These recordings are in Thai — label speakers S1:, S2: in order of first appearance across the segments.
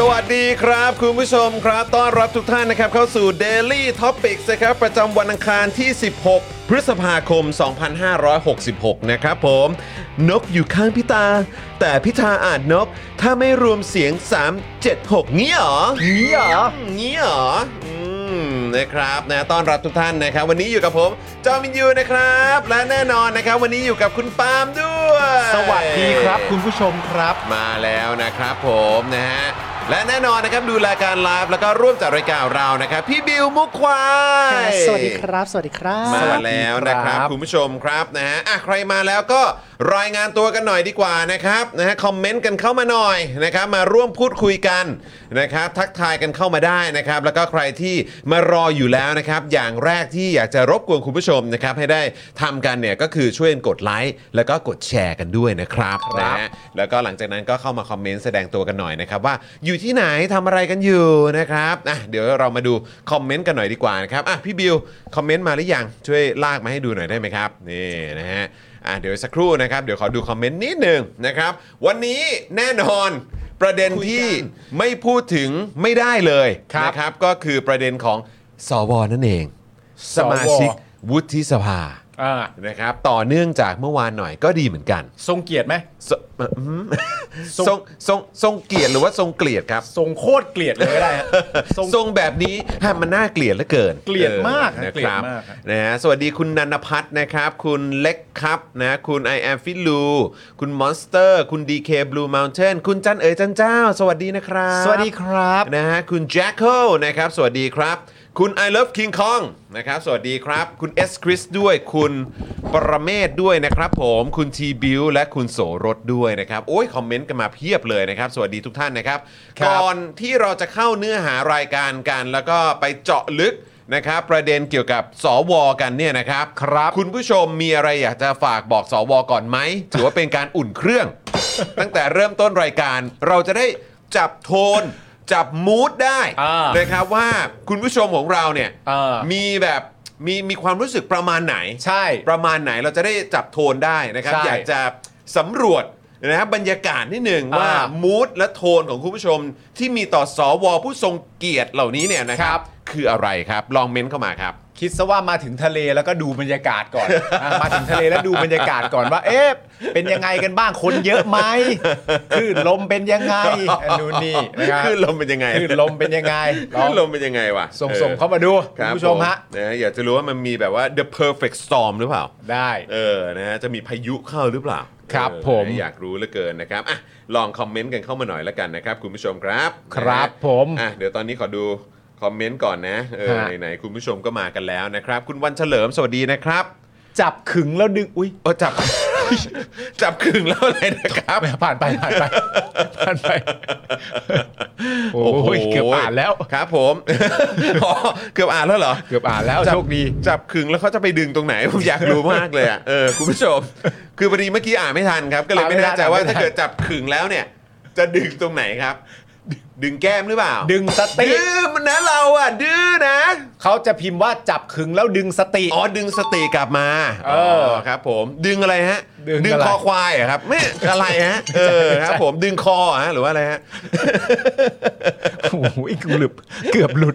S1: สวัสดีครับ คุณผู้ชมครับ ต้อนรับทุกท่านนะครับ เข้าสู่ Daily Topics นะครับ ประจำวันอังคารที่ 16 พฤษภาคม 2566 นะครับผม นกอยู่ข้างพิตา แต่พิธาอ่านนก ถ้าไม่รวมเสียง 376 เงี้ยเหรอ เงี้ยเหรอเงี้ยเหรออืมนะครับนะต้อนรับทุกท่านนะครับ วันนี้อยู่กับผมจอมินยูนะครับ และแน่นอนนะครับ วันนี้อยู่กับคุณปาล์มด้วย
S2: สวัสดีครับคุณผู้ชมครับ
S1: มาแล้วนะครับผมนะฮะ และแน่นอนนะครับดูรายการไลฟ์แล้วก็ร่วมจัดรายการเรานะครับ พี่บิวมุกควาย
S3: สวัสดีครับ สวัสดีครับ
S1: มาแล้วนะครับคุณผู้ชมครับนะฮะอ่ะใครมาแล้วก็รายงานตัวกันหน่อยดีกว่านะครับนะฮะคอมเมนต์กันเข้ามาหน่อยนะครับมาร่วมพูดคุยกันนะครับทักทายกันเข้ามาได้นะครับ แล้วก็ใครที่มารออยู่แล้วนะครับ อย่างแรกที่อยากจะรบกวนคุณผู้ชมนะครับให้ได้ทำกันเนี่ยก็คือช่วยกดไลค์แล้วก็กดแชร์กันด้วยนะครับ
S2: ครับ
S1: นะฮะ แล้วก็หลังจากนั้นก็เข้ามาคอมเมนต์แสดงตัวกันหน่อยนะครับ ว่าอยู่ที่ไหนทำอะไรกันอยู่นะครับอ่ะเดี๋ยวเรามาดูคอมเมนต์กันหน่อยดีกว่านะครับอ่ะพี่บิวคอมเมนต์มาหรือยังช่วยลากมาให้ดูหน่อยได้ไหมครับนี่นะฮะอ่ะเดี๋ยวสักครู่นะครับ เดี๋ยวขอดูคอมเมนต์นิดหนึ่งนะครับ วันนี้แน่นอนประเด็นที่ไม่พูดถึงไม่ได้เลย
S2: ครับ
S1: นะครับ ก็คือประเด็นของสวนั่นเอง สมาชิกวุฒิสภา
S2: อ่า
S1: นะครับ ต่อเนื่องจากเมื่อวานหน่อยก็ดีเหมือนกัน
S2: ทรงเกียรติไหม
S1: สเอ่ออืม
S2: ทร
S1: ทรง
S2: ง
S1: ทรงทรงเกลียดหรือว่าทรงเกลียดครับ
S2: ทรงโคตรเกลียดเลยก็ได้ฮะทรง
S1: ทรงแบบนี้ฮะมันน่าเกลียดเหลือเกิน
S2: เกลียดมาก
S1: เออนะ
S2: เก
S1: ค
S2: ลียด
S1: รับ
S2: มากฮะ
S1: นะฮะสวัสดีคุณนันพัฒน์นะครับ คุณเล็กครับนะคุณ I am f i l u คุณ Monster คุณ DK Blue Mountain คุณจันเอ๋ยจันเจ้า สวัสดีนะครับ
S2: สวัสดีครับ
S1: นะฮะคุณแจ็คเกิลนะครับสวัสดีครับ คุณ I love King Kong นะครับสวัสดีครับ คุณ S Chris ด้วยคุณปรเมศด้วยนะครับผมคุณ T Bill และคุณโสรสด้วยนะครับโอ้ยคอมเมนต์กันมาเพียบเลยนะครับ สวัสดีทุกท่านนะครับ
S2: ครับ
S1: ก่อนที่เราจะเข้าเนื้อหารายการกัน แล้วก็ไปเจาะลึกนะครับ ประเด็นเกี่ยวกับสวกันเนี่ยนะครับ ครับ คุณผู้ชมมีอะไรอยากจะฝากบอกสวก่อนไหมถือว่าเป็นการอุ่นเครื่อง ตั้งแต่เริ่มต้นรายการเราจะได้จับโทน จับมูดได้
S2: อ่า
S1: นะครับว่าคุณผู้ชมของเราเนี่ย
S2: อ่า
S1: มีแบบมีมีความรู้สึกประมาณไหน
S2: ใช่
S1: ประมาณไหนเราจะได้จับโทนได้นะครับ
S2: ใช่
S1: อยากจะสำรวจนะครับบรรยากาศนิดหนึ่งว่า
S2: อ่า
S1: มูดและโทนของคุณผู้ชมที่มีต่อสวผู้ทรงเกียรติเหล่านี้เนี่ยนะค
S2: ครั
S1: รับ
S2: บ
S1: คืออะไรครับ ลองเม้นเข้ามาครับ
S2: คิดซะว่ามาถึงทะเลแล้วก็ดูบรรยากาศก่อนอ่ะมาถึงทะเลแล้วดูบรรยากาศก่อนว่า เอ๊ะเป็นยังไงกันบ้างคนเยอะไหมคลื่นลมเป็นยังไงอันนู่น นี่นะครับ
S1: ขึ้นลมเป็นยังไง
S2: คลื่นลมเป็นยังไงลอง
S1: ขึ้นลมเป็นยังไงวะ
S2: ส่ง
S1: ออ
S2: ส่งเข้ามาดูคุ
S1: ค
S2: ณ
S1: รับ
S2: ผู้ชมฮะ
S1: ผนะอยากจะรู้ว่ามันมีแบบว่า the perfect storm หรือเปล่า
S2: ได้
S1: เออ นะฮะ จะมีพายุเข้าหรือเปล่า
S2: ครับ
S1: เออ
S2: ผม
S1: อยากรู้เหลือเกินนะครับ อ่ะ ลองคอมเมนต์กันเข้ามาหน่อยละกันนะครับ คุณผู้ชมครับ
S2: ครับ
S1: นะฮะ
S2: ผม
S1: อ่ะ เดี๋ยวตอนนี้ขอดูคอมเมนต์ก่อนนะ เออ
S2: ฮะ
S1: ไหนๆ คุณผู้ชมก็มากันแล้วนะครับ คุณวันเฉลิม สวัสดีนะครับ
S2: จับขึงแล้วดึงอุ้ย
S1: โอ้จับ จับกึ่งแล้วอะไรนะครับ
S2: ผ่านไปผ่านไปผ่านไป โอ้โหเกือบอ่านแล้ว
S1: ครับผม อ๋อเกือบอ่านแล้วเหรอ
S2: เกือบอ่านแล้ว
S1: จับ
S2: โชคดี
S1: จับขึงแล้วเขาจะไปดึงตรงไหน ผมอยากรู้มากเลยอ่ะเออคุณผู้ชม คือพอดีเมื่อกี้อ่านไม่ทันครับ ก็เลย
S2: อ่านไม่
S1: ไม่แน่ใจ
S2: ทัน
S1: ว่า
S2: อ่านไม่ทัน
S1: ถ้าเกิดจับขึงแล้วเนี่ย จะดึงตรงไหนครับ ดึงแก้มหรือเปล่า
S2: ดึงสติ
S1: ดื้อมันนะเราอ่ะ ดื้อนะ
S2: เขาจะพิมพ์ว่าจับขึงแล้วดึงสติ
S1: อ๋อดึงสติกลับมา
S2: เออ
S1: ครับ ผมดึงอะไรฮะ
S2: ดึงอะไร
S1: คอควายเหรอครับไม่อะไรฮะเออครับ ผมดึงคอฮะหรือว่าอะไรฮะ
S2: โอ้โหอีกหลุบเกือบหลุด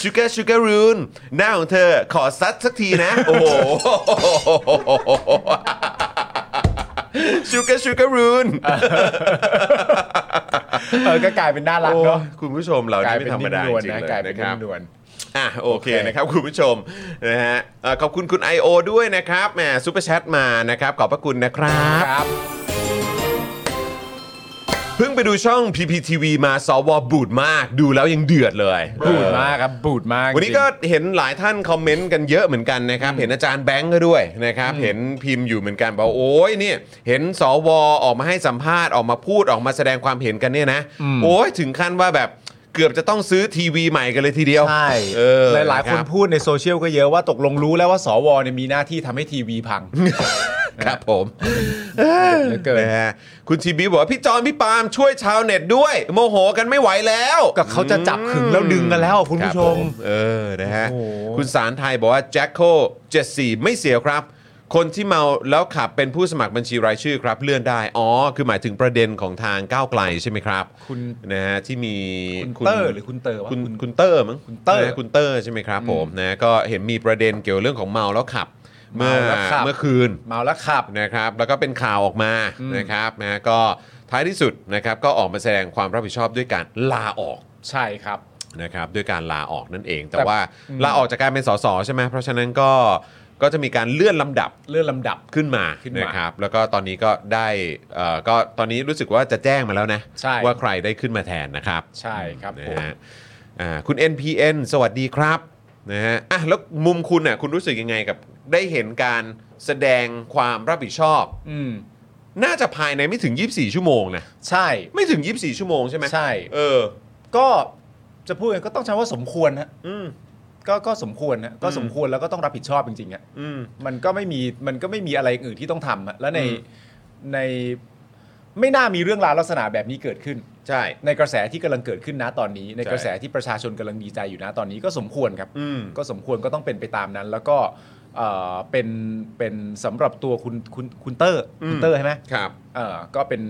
S1: ชูการ์ชูการ์รูนหน้าของเธอขอซัดสักทีนะ โอ้โหชูการ์ชูการ์รูน
S2: เออก็กลายเป็นน่ารักเนาะ
S1: คุณผู้ชมเรา
S2: กลา
S1: นี่ไม่
S2: ยเป็น
S1: ธรรม
S2: นิ่ม
S1: ดาน
S2: วล
S1: จริง
S2: นะ
S1: ๆเล
S2: กลาย
S1: ย
S2: เป็น
S1: นะค
S2: นิ่
S1: รับ
S2: มนวล
S1: อ่ะโอเค
S2: โอเค
S1: นะครับคุณผู้ชมนะฮะเอ่อขอบคุณคุณ I.O. ด้วยนะครับแหมซูเปอร์แชทมานะครับ ขอบพระคุณนะครับ
S2: ครับ
S1: เพิ่งไปดูช่อง PPTV มาสวบูดมากดูแล้วยังเดือดเลย
S2: บูดมากครับบูดมาก
S1: วันนี้
S2: จริง
S1: ก็เห็นหลายท่านคอมเมนต์กันเยอะเหมือนกันนะครับ เห็นอาจารย์แบงก์ก็ด้วยนะครับ เห็นพิมพ์อยู่เหมือนกันบอกว่าโอ้ยเนี่ยเห็นสวออกมาให้สัมภาษณ์ออกมาพูดออกมาแสดงความเห็นกันเนี่ยนะ โอ้ยถึงขั้นว่าแบบเกือบจะต้องซื้อทีวีใหม่กันเลยทีเดียว
S2: ใช่
S1: เออ
S2: หลายๆ คน
S1: รับ
S2: พูดในโซเชียลก็เยอะว่าตกลงรู้แล้วว่าสวเนี่ยมีหน้าที่ทำให้ทีวีพัง
S1: ครับผม
S2: เหลือเกิน
S1: นะฮะคุณทีบีบอกว่าพี่จอนพี่ปาล์มช่วยชาวเน็ตด้วย โมโหกันไม่ไหวแล้ว
S2: ก็เขาจะจับขึงแล้วดึงกันแล้วอ่ะคุณผู้ชม
S1: ครับผเออ นะฮะ
S2: โอ้โห
S1: คุณสารไทยบอกว่า แจ็คโค74 ไม่เสียครับ คนที่เมาแล้วขับเป็นผู้สมัครบัญชีรายชื่อครับ เลื่อนได้ อ๋อ คือหมายถึงประเด็นของทางก้าวไกลใช่ไหมครับ
S2: คุณ
S1: นะฮะ ที่มี
S2: คุณเตอร์หรือคุณเตอร์วะ
S1: คุณคุณเตอร์มั้ง
S2: คุณเตอร์
S1: นะฮะคุณเตอร์ใช่ไหมครับผมนะ ก็เห็นมีประเด็นเกี่ยวเรื่องของเมาแล้วขับ เมื่อ
S2: เมาแล้วขับ
S1: เมื่อคืน
S2: เมาแล้วขับ
S1: นะครับแล้วก็เป็นข่าวออกมานะครับนะก็ท้ายที่สุดนะครับก็ออกมาแสดงความรับผิดชอบด้วยการลาออก
S2: ใช่ครับ
S1: นะครับด้วยการลาออกนั่นเอง แต่
S2: แต่
S1: ว่าลาออกจากการเป็นสสใช่ไหมเพราะฉะนั้นก็ก็จะมีการเลื่อนลำดับ
S2: เลื่อนลำดับ
S1: ขึ้นมา
S2: ขึ้นมา
S1: ครับแล้วก็ตอนนี้ก็ได้เอ่อก็ตอนนี้รู้สึกว่าจะแจ้งมาแล้วนะ
S2: ใช่
S1: ว่าใครได้ขึ้นมาแทนนะครับ
S2: ใช่ครับ
S1: นะ
S2: ผม
S1: ฮะอ่าคุณ NPN สวัสดีครับนะฮะอ่ะแล้วมุมคุณน่ะคุณรู้สึกยังไงกับได้เห็นการแสดงความรับผิดชอบ
S2: อืม
S1: น่าจะภายในไม่ถึง 24 ชั่วโมงนะ
S2: ใช่
S1: ไม่ถึง 24 ชั่วโมงใช่ไหม
S2: ใช่
S1: เออ
S2: ก็จะพูดกันก็ต้องใช้ว่าสมควรนะ
S1: อืม
S2: ก็ก็สมควรนะก็
S1: อืม
S2: สมควรแล้วก็ต้องรับผิดชอบจริงๆอ่ะ
S1: อืม
S2: มันก็ไม่มีมันก็ไม่มีอะไรอื่นที่ต้องทำอะแล้วใน
S1: อืม
S2: ในไม่น่ามีเรื่องราวลักษณะแบบนี้เกิดขึ้น
S1: ใช่
S2: ในกระแสที่กำลังเกิดขึ้นนะตอนนี้ ใน
S1: ใช่
S2: กระแสที่ประชาชนกำลังดีใจอยู่นะตอนนี้ก็สมควรครับ
S1: อืม
S2: ก็สมควรก็ต้องเป็นไปตามนั้น แล้วก็เอ่อเป็นเป็นสำหรับตัวคุณคุณคุณเตอร์
S1: อืม
S2: คุณเตอร์ใช่ไหม
S1: ครับ
S2: เอ่อก็เป็น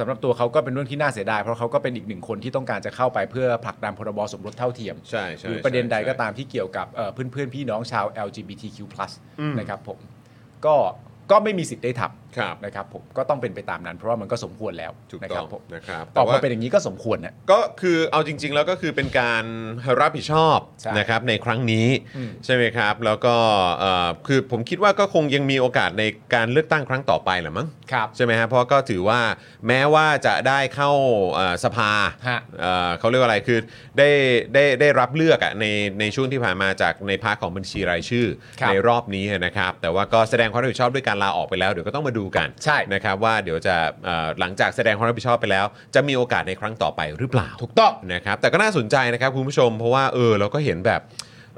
S2: สำหรับตัวเขาก็เป็นเรื่องที่น่าเสียดาย เพราะเขาก็เป็นอีกหนึ่งคนที่ต้องการจะเข้าไปเพื่อผลักดันพรบสมรสเท่าเทียม
S1: ใช่ใช่
S2: หรือประเด็นใดก็
S1: ใช่
S2: ตามที่เกี่ยวกับเอ่อเพื่อนเพื่อนๆพี่น้องชาว LGBTQ+
S1: อืม
S2: นะครับผมก็ก็ไม่มีสิทธิ์ได้ท
S1: ครับ
S2: ำนะครับผมก็ต้องเป็นไปตามนั้น เพราะว่ามันก็สมควรแล้ว
S1: ถูก
S2: นะ
S1: ต้
S2: ค
S1: อ
S2: รั
S1: ง
S2: บผม
S1: นะครับ
S2: อ
S1: แต่
S2: อก
S1: ว่า
S2: มาเป็นอย่างนี้ก็สมควรนะ
S1: ก็คือเอาจริง ๆ แล้วก็คือเป็นการรับผิดชอบ
S2: ใช่
S1: นะครับในครั้งนี้
S2: อืม
S1: ใช่ไหมครับ แล้วก็เอ่อคือผมคิดว่าก็คงยังมีโอกาสในการเลือกตั้งครั้งต่อไปแหละมั้ง
S2: ครับ
S1: ใช่ไหมฮะเพราะก็ถือว่าแม้ว่าจะได้เข้าเอ่อสภา
S2: ฮะ
S1: เอ่อเขาเรียกว่าอะไรคือได้ได้ได้รับเลือกอะในในช่วงที่ผ่านมาจากในพาร์ทของบัญชีรายชื่อ
S2: ครับ
S1: ในรอบนี้นะครับ แต่ว่าก็แสดงความรับผิดชอบด้วยการลาออกไปแล้วเดี๋ยวก็ต้องมาดูกัน
S2: ใช่
S1: นะครับว่าเดี๋ยวจะเอ่อหลังจากแสดงความรับผิดชอบไปแล้ว จะมีโอกาสในครั้งต่อไปหรือเปล่า
S2: ถูกต้อง
S1: นะครับแต่ก็น่าสนใจนะครับคุณผู้ชม เพราะว่าเออเราก็เห็นแบบ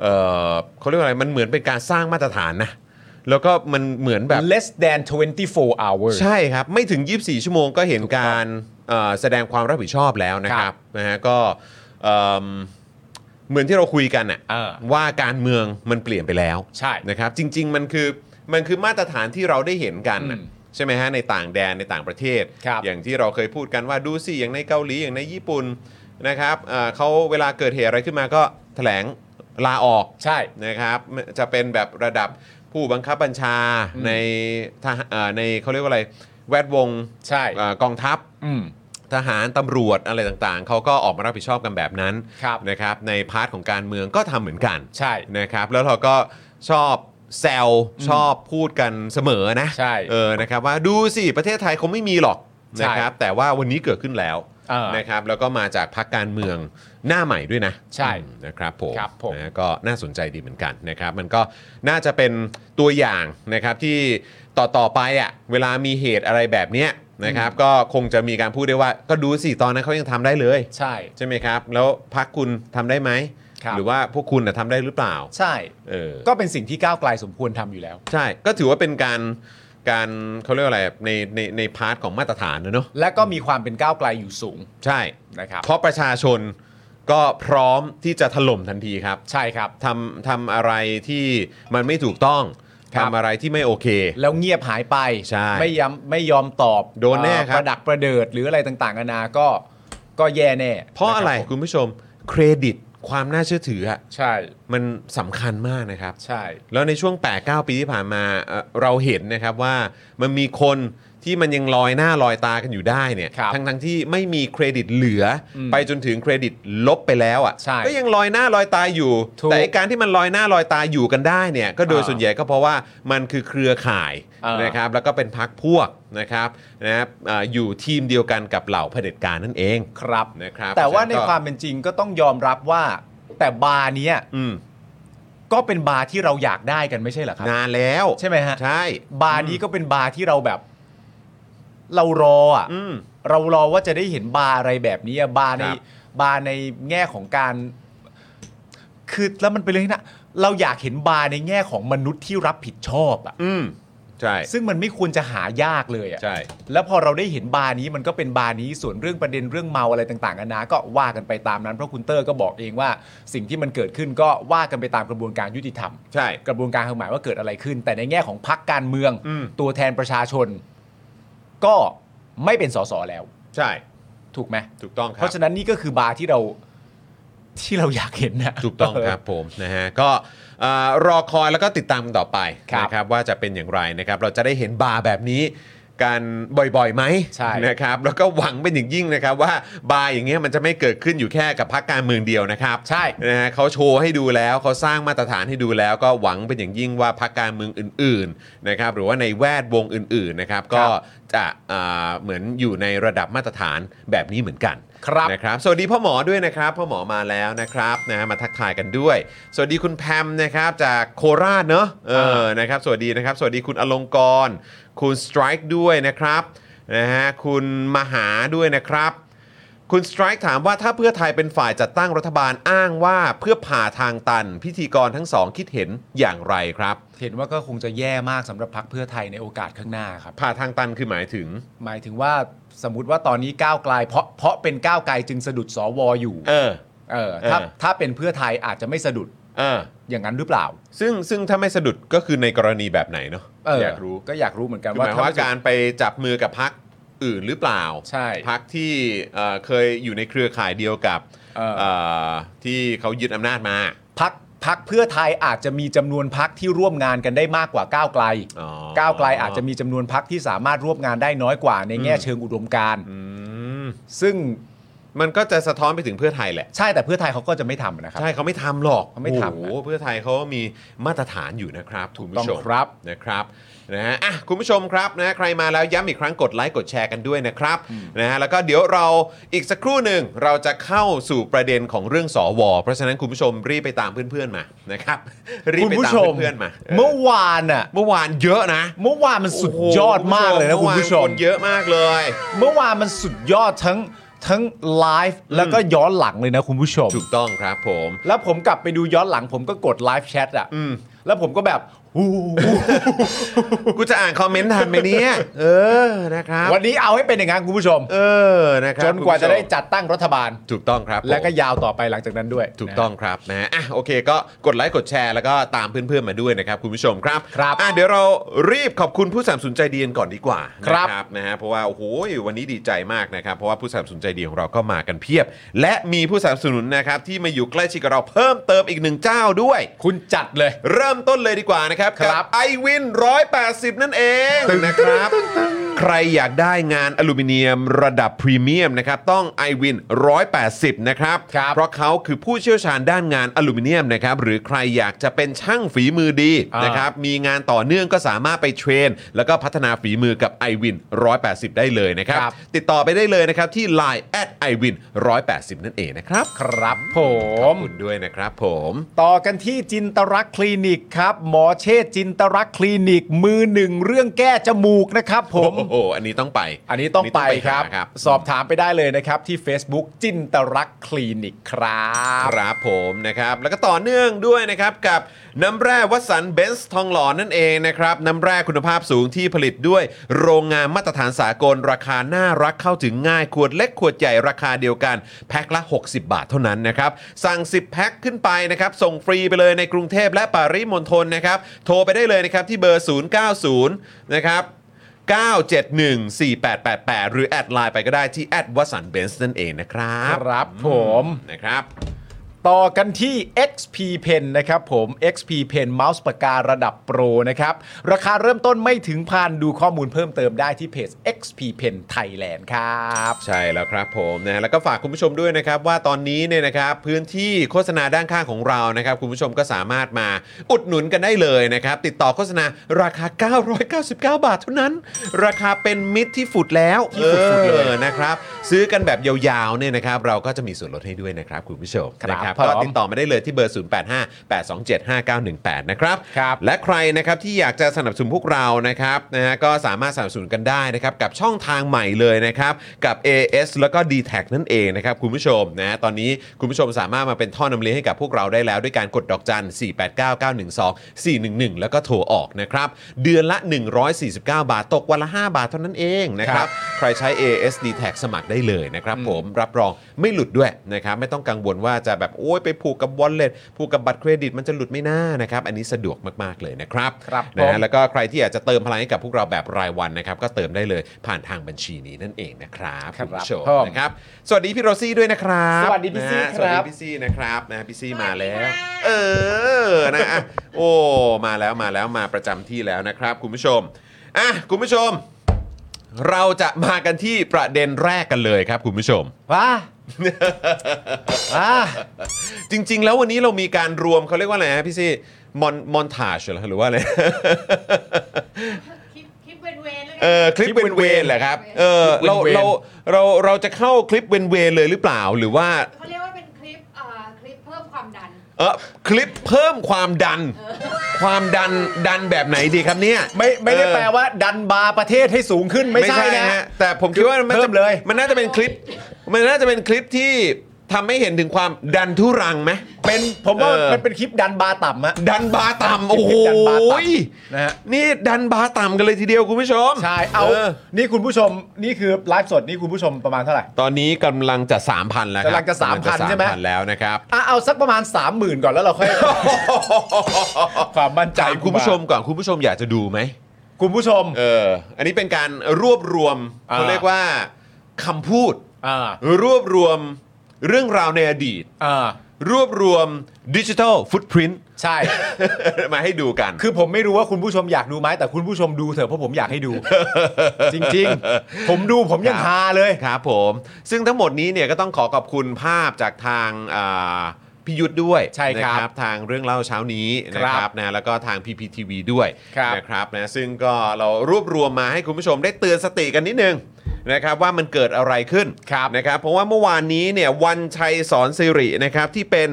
S1: เออเขาเรียกว่าอะไรมันเหมือนเป็นการสร้างมาตรฐานนะแล้วก็มันเหมือนแบบ
S2: less than 24 hours
S1: ใช่ครับ ไม่ถึง 24 ชั่วโมงก็เห็นการเอ่อแสดงความรับผิดชอบแล้วนะครั
S2: ครั
S1: บบ นะฮะก็เอิ่มเหมือนที่เราคุยกันน่ะ
S2: เออ
S1: ว่าการเมืองมันเปลี่ยนไปแล้ว
S2: ใช่
S1: นะครับจริง ๆ มันคือมันคือมาตรฐานที่เราได้เห็นกันน่ะ
S2: อืม
S1: ใช่ไหมฮะในต่างแดนในต่างประเทศ
S2: ครับ
S1: อย่างที่เราเคยพูดกันว่าดูสิอย่างในเกาหลีอย่างในญี่ปุ่นนะครับเอ่อเขาเวลาเกิดเหตุอะไรขึ้นมาก็แถลงลาออก
S2: ใช่
S1: นะครับจะเป็นแบบระดับผู้บังคับบัญชา
S2: อืม
S1: ในทหารเอ่อในเขาเรียกว่าอะไร แวดวง
S2: ใช่
S1: เอ่อกองทัพ
S2: อืม
S1: ทหารตำรวจอะไรต่างๆ เขาก็ออกมารับผิดชอบกันแบบนั้น
S2: ครับ
S1: นะครับในพาร์ทของการเมืองก็ทำเหมือนกัน
S2: ใช่
S1: นะครับแล้วเราก็ชอบแซวชอบพูดกันเสมอนะ
S2: ใช่
S1: เออนะครับว่าดูสิ ประเทศไทยคงไม่มีหรอก
S2: ใช่
S1: นะครับแต่ว่าวันนี้เกิดขึ้นแล้ว
S2: เออ
S1: นะครับแล้วก็มาจากพรรคการเมืองหน้าใหม่ด้วยนะ
S2: ใช่
S1: อืมนะครับผม
S2: ครับผม
S1: นะก็น่าสนใจดีเหมือนกันนะครับ มันก็น่าจะเป็นตัวอย่างนะครับที่ ต่อต่อไปอะ่ะเวลามีเหตุอะไรแบบเนี้ยนะครับก็คงจะมีการพูดได้ว่า ก็ดูสิตอนนั้นเขายังทำได้เลย
S2: ใช่
S1: ใช่ไหมครับ แล้วพักคุณทำได้ไหม
S2: ครับ
S1: หรือว่าพวกคุณน่ะทำได้หรือเปล่า
S2: ใช่
S1: เออ
S2: ก็เป็นสิ่งที่ก้าวไกลสมควรทำอยู่แล้ว
S1: ใช่ก็ถือว่าเป็นการการเขาเรียกว่าอะไรในในในพาร์ทของมาตรฐานนะเนอะ
S2: และก็มีความเป็นก้าวไกลอยู่สูง
S1: ใช่
S2: นะครับ
S1: เพราะประชาชนก็พร้อมที่จะถล่มทันทีครับ
S2: ใช่ครับ
S1: ทำทำอะไรที่มันไม่ถูกต้อง
S2: ครับ
S1: ทำอะไรที่ไม่โอเค
S2: แล้วเงียบหายไป
S1: ใช่
S2: ไม่ยอมไม่ยอมตอบ
S1: โดนแน่ครับ
S2: เอ่อประดักประเดิดหรืออะไรต่างๆนานาก็ก็แย่แน่
S1: เพราะ
S2: นคบ
S1: อะไร
S2: ผม
S1: คุณผู้ชมเครดิตความน่าเชื่อถืออะ
S2: ใช่
S1: มันสำคัญมากนะครับ
S2: ใช่
S1: แล้วในช่วง 8-9 ปีที่ผ่านมาเอ่อเราเห็นนะครับว่ามันมีคนที่มันยังลอยหน้าลอยตากันอยู่ได้เนี่ย
S2: ครับ
S1: ทั้งทั้งๆที่ไม่มีเครดิตเหลืออ
S2: ม
S1: ไปจนถึงเครดิตลบไปแล้ว
S2: ใช่
S1: อะ่ะก็ยังลอยหน้าลอยตาอยู่
S2: ถูก
S1: แต่ไอ้การที่มันลอยหน้าลอยตาอยู่กันได้เนี่ยก็โดย
S2: อ่า
S1: ส่วนใหญ่ก็เพราะว่ามันคือเครือข่าย
S2: อ่าน
S1: นะครับแล้วก็เป็นพักพวกนะครับนะครับเอ่ออยู่ทีมเดียวกันกับเหล่าเผด็จการนั่นเอง
S2: ครับ
S1: นะครับ
S2: แต่ว่าใน
S1: ก็
S2: ความเป็นจริงก็ต้องยอมรับว่า แต่บาร์เนี้ย
S1: อืม
S2: ก็เป็นบาร์ที่เราอยากได้กันไม่ใช่เหรอครับ
S1: นานแล้ว
S2: ใช่ไหมฮะ
S1: ใช่
S2: บาร์นี้ก็เป็นบาร์ที่เราแบบ เรารออ่ะ
S1: อืม
S2: เรารอว่าจะได้เห็นบาร์อะไรแบบนี้อะบาร์ใน
S1: ครับ
S2: บาร์ในแง่ของการ คือแล้วมันเป็นเรื่องที่นะเราอยากเห็นบาร์ในแง่ของมนุษย์ที่รับผิดชอบอ่ะ
S1: อืมใช่
S2: ซึ่งมันไม่ควรจะหายากเลยอ่ะ
S1: ใช่
S2: แล้วพอเราได้เห็นบาร์นี้มันก็เป็นบาร์นี้ส่วนเรื่องประเด็นเรื่องเมาอะไรต่างๆกันานะก็ว่ากันไปตามนั้นเพราะคุณเตอร์ก็บอกเองว่า สิ่งที่มันเกิดขึ้นก็ว่ากันไปตามกระบวนการยุติธรรม
S1: ใช่
S2: กระบวนการทางกฎหมายว่าเกิดอะไรขึ้น แต่ในแง่ของพักการเมือง
S1: อืม
S2: ตัวแทนประชาชน ก็ไม่เป็นสสแล้ว
S1: ใช่
S2: ถูกไหม
S1: ถูกต้องค
S2: เพ
S1: รับ
S2: ราะฉะนั้นนี่ก็คือบาร์ที่เราที่เราอยากเห็นนะ
S1: ถูกต้องครับผมนะฮะก็เอ่อรอคอยแล้วก็ติดตามต่อไป
S2: ครับ
S1: นะครับว่าจะเป็นอย่างไรนะครับเราจะได้เห็นบาร์แบบนี้กันบ่อยๆไหม
S2: ใช่
S1: นะครับแล้วก็หวังเป็นอย่างยิ่งนะครับว่าบาร์อย่างเงี้ยมันจะไม่เกิดขึ้นอยู่แค่กับพรรคการเมืองเดียวนะครับ
S2: ใช่
S1: นะฮะเขาโชว์ให้ดูแล้วเขาสร้างมาตรฐานให้ดูแล้ว ก็หวังเป็นอย่างยิ่งว่าพรรคการเมืองอื่นๆนะครับหรือว่าในแวดวงอื่นๆนะครับก็จะเอ่อเหมือนอยู่ในระดับมาตรฐานแบบนี้เหมือนกัน
S2: ครับ
S1: นะครับสวัสดีพ่อหมอด้วยนะครับพ่อหมอมาแล้วนะครับนะมาทักทายกันด้วย สวัสดีคุณแพมนะครับจากโคราชเนอะเออนะครับสวัสดีนะครับ สวัสดีคุณอลงกร คุณสไตรค์ด้วยนะครับนะฮะคุณมหาด้วยนะครับ คุณสไตรค์ถามว่าถ้าเพื่อไทยเป็นฝ่ายจัดตั้งรัฐบาลอ้างว่าเพื่อผ่าทางตัน พิธีกรทั้งสองคิดเห็นอย่างไรครับ
S2: เห็นว่าก็คงจะแย่มากสำหรับพักเพื่อไทยในโอกาสข้างหน้าครับ
S1: ผ่าทางตันคือหมายถึง
S2: หมายถึงว่าสมมติว่าตอนนี้ก้าวไกลเพราะเพราะเป็นก้าวไกลจึงสะดุดสวอยู่
S1: เออ
S2: เออถ้า
S1: เออ
S2: ถ้าเป็นเพื่อไทยอาจจะไม่สะดุด
S1: เออ
S2: อย่างนั้นหรือเปล่า
S1: ซึ่งซึ่งถ้าไม่สะดุดก็คือในกรณีแบบไหนเนาะ
S2: เอออย
S1: อากรู้
S2: ก็อยากรู้เหมือนกัน
S1: คือห
S2: ว่า
S1: มายความว่าการไปจับมือกับพักอื่นหรือเปล่า
S2: ใช่
S1: พักที่เอ่อเคยอยู่ในเครือข่ายเดียวกับ
S2: เออ
S1: เอ่อที่เขายึดอำนาจมา
S2: พักพักเพื่อไทยอาจจะมีจำนวนพักที่ร่วมงานกันได้มากกว่าก้าวไกล
S1: อ๋อ
S2: ก้าวไกลอาจจะมีจำนวนพักที่สามารถร่วมงานได้น้อยกว่าในแง่เชิงอุดมการณ์
S1: อืม
S2: ซึ่ง
S1: มันก็จะสะท้อนไปถึงเพื่อไทยแหละ
S2: ใช่แต่เพื่อไทยเขาก็จะไม่ทำนะครับ
S1: ใช่เขาไม่ทำหรอก
S2: เขาไม่ทำนะ
S1: โอ้โหเพื่อไทยเขามีมาตรฐานอยู่นะครับคุณผู้ชม
S2: ต้องครับ
S1: นะครับนะฮะอ่ะคุณผู้ชมครับนะใครมาแล้วย้ำอีกครั้งกดไลค์กดแชร์กันด้วยนะครับนะฮะแล้วก็เดี๋ยวเราอีกสักครู่หนึ่งเราจะเข้าสู่ประเด็นของเรื่องสวเพราะฉะนั้นคุณผู้ชมรีบไปตามเพื่อนๆมานะครับรีบ
S2: คุณ
S1: ไป
S2: ผู้
S1: ตาม
S2: ชม
S1: เพื่อนๆมา
S2: เมื่อวานอ่ะ
S1: เมื่อวานเยอะนะ
S2: เมื่อวานมันสุดยอดมากเลยนะคุณผู้
S1: เอ
S2: ช
S1: วาน
S2: ม
S1: คนเยอะมากเลย
S2: เมื่อวานมันสุดยอดทั้งทั้งไลฟ์แล้วก็ย้อนหลังเลยนะคุณผู้ชม
S1: ถูกต้องครับผม
S2: แล้วผมกลับไปดูย้อนหลังผมก็กดไลฟ์แชทอ่ะแล้วผมก็ แบบอู้
S1: กูจะอ่านคอมเมนต์ทันไหมเนี่ยเออนะครับ
S2: วันนี้เอาให้เป็นอย่างนั้นคุณผู้ชม
S1: เออนะครับ
S2: จนกว่า
S1: คุณผู้ช
S2: จะ
S1: ม
S2: ได้จัดตั้งรัฐบาล
S1: ถูกต้องครับผม
S2: และก็ยาวต่อไปหลังจากนั้นด้วย
S1: ถูกต้องครับนะฮะอ่ะโอเคก็กดไลค์กดแชร์แล้วก็ตามเพื่อนๆมาด้วยนะครับ คุณผู้ชมครับ
S2: ครับ
S1: อ่ะเดี๋ยวเรารีบขอบคุณผู้สนัมสนุนใจดีกันก่อนดีกว่า
S2: ครับ
S1: นะนะฮะเพราะว่าโอ้โหวันนี้ดีใจมากนะครับ เพราะว่าผู้สนัมสนุนใจดีของเราก็มากันเพียบ และมีผู้สนัมสนุนนะครับที่มาอยู่ใกล้ชิดกับเราเพิ่มเติมอีกหนึ่งเจ้าด้วย
S2: คุณจัดเลย
S1: เริ่มต้นเลยดีกว่านะครับ
S2: ครับ
S1: ไอวิน180 นั่นเอง
S2: ตึง
S1: นะครับ ใครอยากได้งานอลูมิเนียมระดับพรีเมียมนะครับต้อง i w วิน180 นะครับ
S2: ครับ
S1: เพราะเขาคือผู้เชี่ยวชาญด้านงานอลูมิเนียมนะครับหรือใครอยากจะเป็นช่างฝีมือดี
S2: อ่าน
S1: นะครับมีงานต่อเนื่องก็สามารถไปเทรน แล้วก็พัฒนาฝีมือกับ i w วิน180 ได้เลยนะครับ
S2: ครับ
S1: ติดต่อไปได้เลยนะครับที่ Line at i w วิน180 นั่นเองนะครับ
S2: ครับผ
S1: ขอบ
S2: ม
S1: คุณด้วยนะครับผม
S2: ต่อกันที่จินตรักษณ์คลินิกครับ หมอเชษจินตรักษณ์คลินิกมือหนึ่งเรื่องแก้จมูกนะครับผม
S1: โอ้โห อันนี้ต้องไป
S2: อันนี้ต้องไปครับ
S1: หาครับ
S2: สอบถามไปได้เลยนะครับ ที่ Facebook จินตรักษณ์คลินิกครับ
S1: ครับผมนะครับ แล้วก็ต่อเนื่องด้วยนะครับกับน้ำแร่วัสสันเบนซ์ทองหล่อนั่นเองนะครับ น้ำแร่คุณภาพสูงที่ผลิตด้วยโรงงานมาตรฐานสากลราคาน่ารักเข้าถึงง่าย ขวดเล็กขวดใหญ่ราคาเดียวกัน แพ็คละ 60 บาทเท่านั้นนะครับ สั่ง 10 แพ็คขึ้นไปนะครับ ส่งฟรีไปเลยในกรุงเทพและปริมณฑลนะครับ โทรไปได้เลยนะครับที่เบอร์ 090 นะครับ 9714888 หรือ แอดไลน์ไปก็ได้ที่แอดวัสันเบนซ์นั่นเองนะครับ
S2: ครับผม
S1: นะครับ
S2: ต่อกันที่ XP Pen นะครับผม XP Pen เมาส์ปากการะดับโปรนะครับ ราคาเริ่มต้นไม่ถึงพันดูข้อมูลเพิ่มเติมได้ที่เพจ XP Pen Thailand ครับ
S1: ใช่แล้วครับผมนะฮะแล้วก็ฝากคุณผู้ชมด้วยนะครับว่าตอนนี้เนี่ยนะครับพื้นที่โฆษณาด้านข้างของเรานะครับ คุณผู้ชมก็สามารถมาอุดหนุนกันได้เลยนะครับ ติดต่อโฆษณาราคา 999 บาทเท่านั้น ราคาเป็นมิตรที่ฝุดแล้ว
S2: ที่ฝุดๆเลย
S1: ออนะครับ ซื้อกันแบบยาวๆเนี่ยนะครับเราก็จะมีส่วนลดให้ด้วยนะครับคุณผู้ชม
S2: ครับ
S1: นะ
S2: ผม
S1: ก็ติดต่อมาได้เลยที่เบอร์ 0858275918 นะครับ
S2: ครับ
S1: และใครนะครับที่อยากจะสนับสนุนพวกเรานะครับนะฮะก็สามารถสนับสนุนกันได้นะครับกับช่องทางใหม่เลยนะครับกับ AS แล้วก็ d t แทนั่นเองนะครับคุณผู้ชมนะตอนนี้คุณผู้ชมสามารถมาเป็นท่อนำเลี้ยงให้กับพวกเราได้แล้วด้วยการกดดอกจัน 489912411 แล้วก็โทรออกนะครับเดือนละ 149 บาทตกวันละ 5 บาทเท่านั้นเองนะครับ ใครใช้ AS d t a c สมัครได้เลยนะครับผมรับรองไม่หลุดด้วยนะครับไม่ต้องกังวลว่าจะแบบโอ้ยไปผูกกับ wallet ผูกกับบัตรเครดิตมันจะหลุดไม่น่านะครับอันนี้สะดวกมาก ๆ เลยนะครับ
S2: ครับ
S1: นะ
S2: ผ
S1: ฮะ
S2: ม
S1: แล้วก็ใครที่อยากจะเติมพลังให้กับพวกเราแบบรายวันนะครับก็เติมได้เลยผ่านทางบัญชีนี้นั่นเองนะครับ
S2: ครับ
S1: ณผู้ชม
S2: ผม
S1: นะครับสวัสดีพี่โรซี่ด้วยนะครับ
S2: สวัสดีพี่ซี่
S1: นะฮะ
S2: ครับ
S1: สวัสดีพี่ซี่นะครับนะพี่ซี่มาแล้ว เออนะอ่ะโอ้มาแล้วมาแล้วมาประจำที่แล้วนะครับ คุณผู้ชมอ่ะคุณผู้ชม เราจะมากันที่ประเด็นแรกกันเลยครับคุณผู้ชม
S2: ว้า ว้า
S1: จริง ๆ แล้ววันนี้เรามีการรวมเขาเรียกว่าอะไรฮะพี่ซี่มอนมอนทาชเหรอหรือว่าอะไร
S3: คลิปคลิปเวนเวนแล้ว
S1: เอ
S3: กัน
S1: อคลิป
S2: คลิป
S1: เว
S2: เวน น
S1: เว
S2: เวน น
S1: เหรอครับเออ
S2: คลิ
S1: เรา
S2: ปเวนเวน
S1: เราเราเราจะเข้าคลิปเวนเวนเลยหรือเปล่าหรือว่า
S3: เขาเรียกว่าเป็นคลิปเอ่อคลิปเพิ่มความดัน
S1: เออคลิปเพิ่มความดัน ความดันดันแบบไหนดีครับเนี่ย
S2: ไม่ไม่ได้
S1: เออ
S2: แปลว่าดันบาร์ประเทศให้สูงขึ้นไม่ใช่นะ
S1: ฮแต่ผมคิดว่ามัน
S2: เพิ่
S1: จะ
S2: มเลย
S1: มันน่าจะเป็นคลิป มันน่าจะเป็นคลิปที่ทำให้เห็นถึงความดันทุรังไหม
S2: เป็นผมว่า
S1: เออ
S2: มันเป็นคลิปดันบาร์ต่ำอะ
S1: ดันบาร์ต่ำโอ้โห
S2: ดันบาร์ต่ำนะฮะ
S1: นี่ดันบาร์ต่ำกันเลยทีเดียวคุณผู้ชม
S2: ใช่เอา
S1: อ
S2: นี่คุณผู้ชมนี่คือไลฟ์สดนี่คุณผู้ชมประมาณเท่าไหร่
S1: ตอนนี้กำลังจะ 3,000 แล้วครับ
S2: กำลังจะ3,000ใช่ไหม
S1: 3,000 แล้วนะครับ
S2: อ่ะเอาสักประมาณ 30,000 ก่อนแล้วเราค่อย ความมั่นใจ
S1: ถามคุณผู้ชมก่อนคุณผู้ชมอยากจะดูไหม
S2: คุณผู้ชม
S1: เอออันนี้เป็นการรวบรวม
S2: อ่า
S1: เขาเรียกว่าคำพูด
S2: อ่าร
S1: วบรวมเรื่องราวในอดีต
S2: อ่าร
S1: วบรวมดิจิทัลฟุตพิ i n t
S2: ใช่
S1: มาให้ดูกัน
S2: คือผมไม่รู้ว่าคุณผู้ชมอยากดูไหมแต่คุณผู้ชมดูเถอะเพราะผมอยากให้ ดู จริง ๆ ผมดูผมยัง
S1: ครับ
S2: ฮาเลย
S1: ครับผม ซึ่งทั้งหมดนี้เนี่ยก็ต้องขอขอบคุณภาพจากทางอ่าพี่ยุทธด้วย
S2: ใช่ครับ
S1: นะทางเรื่องเล่าเช้านี้นะค
S2: ครั
S1: รับบ นะแล้วก็ทาง PPTV ด้วย
S2: ครับ
S1: นะครับนะซึ่งก็เรารวบรวมมาให้คุณผู้ชมได้เตือนสติกันนิดนึงนะครับว่ามันเกิดอะไรขึ้น
S2: ครับ
S1: นะครับเพราะว่าเมื่อวานนี้เนี่ยวันชัยสอนสิรินะครับที่เป็น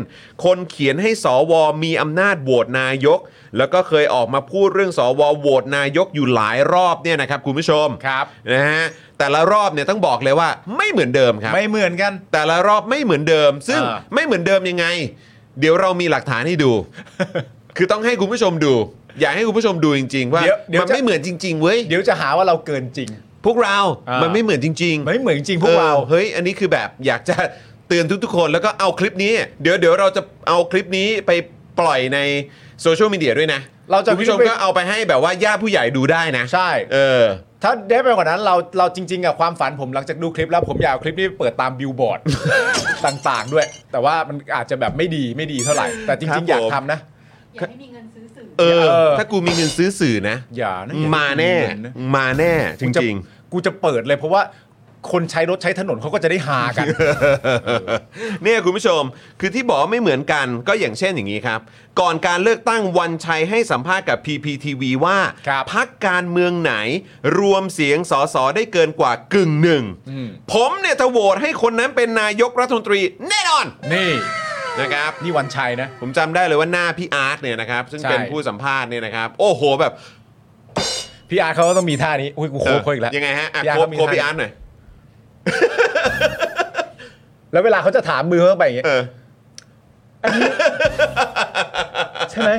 S1: คนเขียนให้สวมีอำนาจโหวตนายก แล้วก็เคยออกมาพูดเรื่องสวโหวตนายกอยู่หลายรอบเนี่ยนะครับคุณผู้ชม
S2: ครับ
S1: นะฮะแต่ละรอบเนี่ยต้องบอกเลยว่าไม่เหมือนเดิมครับ
S2: ไม่เหมือนกัน
S1: แต่ละรอบไม่เหมือนเดิม ซึ่ง
S2: อ่า
S1: ไม่เหมือนเดิมยังไง เดี๋ยวเรามีหลักฐานให้ ดู คือต้องให้คุณผู้ชมดู อยากให้คุณผู้ชมดูจริง ๆ ว่า
S2: เดี๋ยวเดี๋ยว
S1: มัน
S2: จะ
S1: ไม่เหมือนจริง ๆ เว้ย
S2: เดี๋ยวจะหาว่าเราเกินจริง
S1: พวกเรา
S2: อ่ามั
S1: มันไม่เหมือนจริงๆ
S2: ไม่เหมือนจริงพวกเรา
S1: ออเฮ้ยอันนี้คือแบบอยากจะเตือนทุกๆคนแล้วก็เอาคลิปนี้ เดี๋ยวเดี๋ยวเราจะเอาคลิปนี้ไปปล่อยในโซเชียลมีเดียด้วยนะ
S2: เราจะ
S1: คุณผู้ชมก็เอาไปให้แบบว่าญาติผู้ใหญ่ดูได้นะ
S2: ใช่
S1: เออ
S2: ถ้าได้ไปกว่านั้นเราเราจริงๆอะความฝันผมหลังจากดูคลิปแล้วผมอยากเอาคลิปนี้ไปเปิดตามบิลบอ ร์ด ต่างๆด้วย แต่ว่ามันอาจจะแบบไม่ดีไม่ดีเท่าไหร่ แต่จ
S1: ครั
S2: ริ
S1: บ
S2: งๆ อยาก
S1: ผม
S2: ทำนะ
S3: อย่าให้มีเงินซื้อสื่อ
S1: เออ
S2: เออ
S1: ถ้ากูมีเงินซื้อสื่อนะ
S2: อย่านะ
S1: มาแน่ มาแน่ จริง
S2: กูจะเปิดเลยเพราะว่าคนใช้รถใช้ถนนเขาก็จะได้หากัน
S1: เนี่ยคุณผู้ชม คือที่บอกว่าไม่เหมือนกันก็อย่างเช่นอย่างนี้ครับ ก่อนการเลือกตั้งวันชัยให้สัมภาษณ์กับ PPTV ว่า
S2: ครับ
S1: พักการเมืองไหน รวมเสียงสสได้เกินกว่ากึ่งหนึ่ง
S2: อืม
S1: ผมเนี่ยจะโหวตให้คนนั้นเป็นนายกรัฐมนตรีแน่นอน
S2: นี่
S1: นะครับ
S2: นี่วันชัยนะ
S1: ผมจำได้เลยว่าหน้าพี่อาร์ตเนี่ยนะครับ ซึ่ง
S2: ใช่
S1: เป็นผู้สัมภาษณ์เนี่ยนะครับ โอ้โหแบบ
S2: พี่อาร์ตเขาก็ต้องมีท่านี้อุ้ยกูโคบเขาอีกแล้ว
S1: ยังไงฮะอ่ะ
S2: พี่อาร์
S1: โค
S2: ต
S1: บ
S2: เขามี
S1: โคบพี่อา
S2: ท่า
S1: ร์ตหน่อย
S2: แล้วเวลาเขาจะถามมือเขาไปอย่างเงี้ย
S1: เออ
S2: ใช่ไหม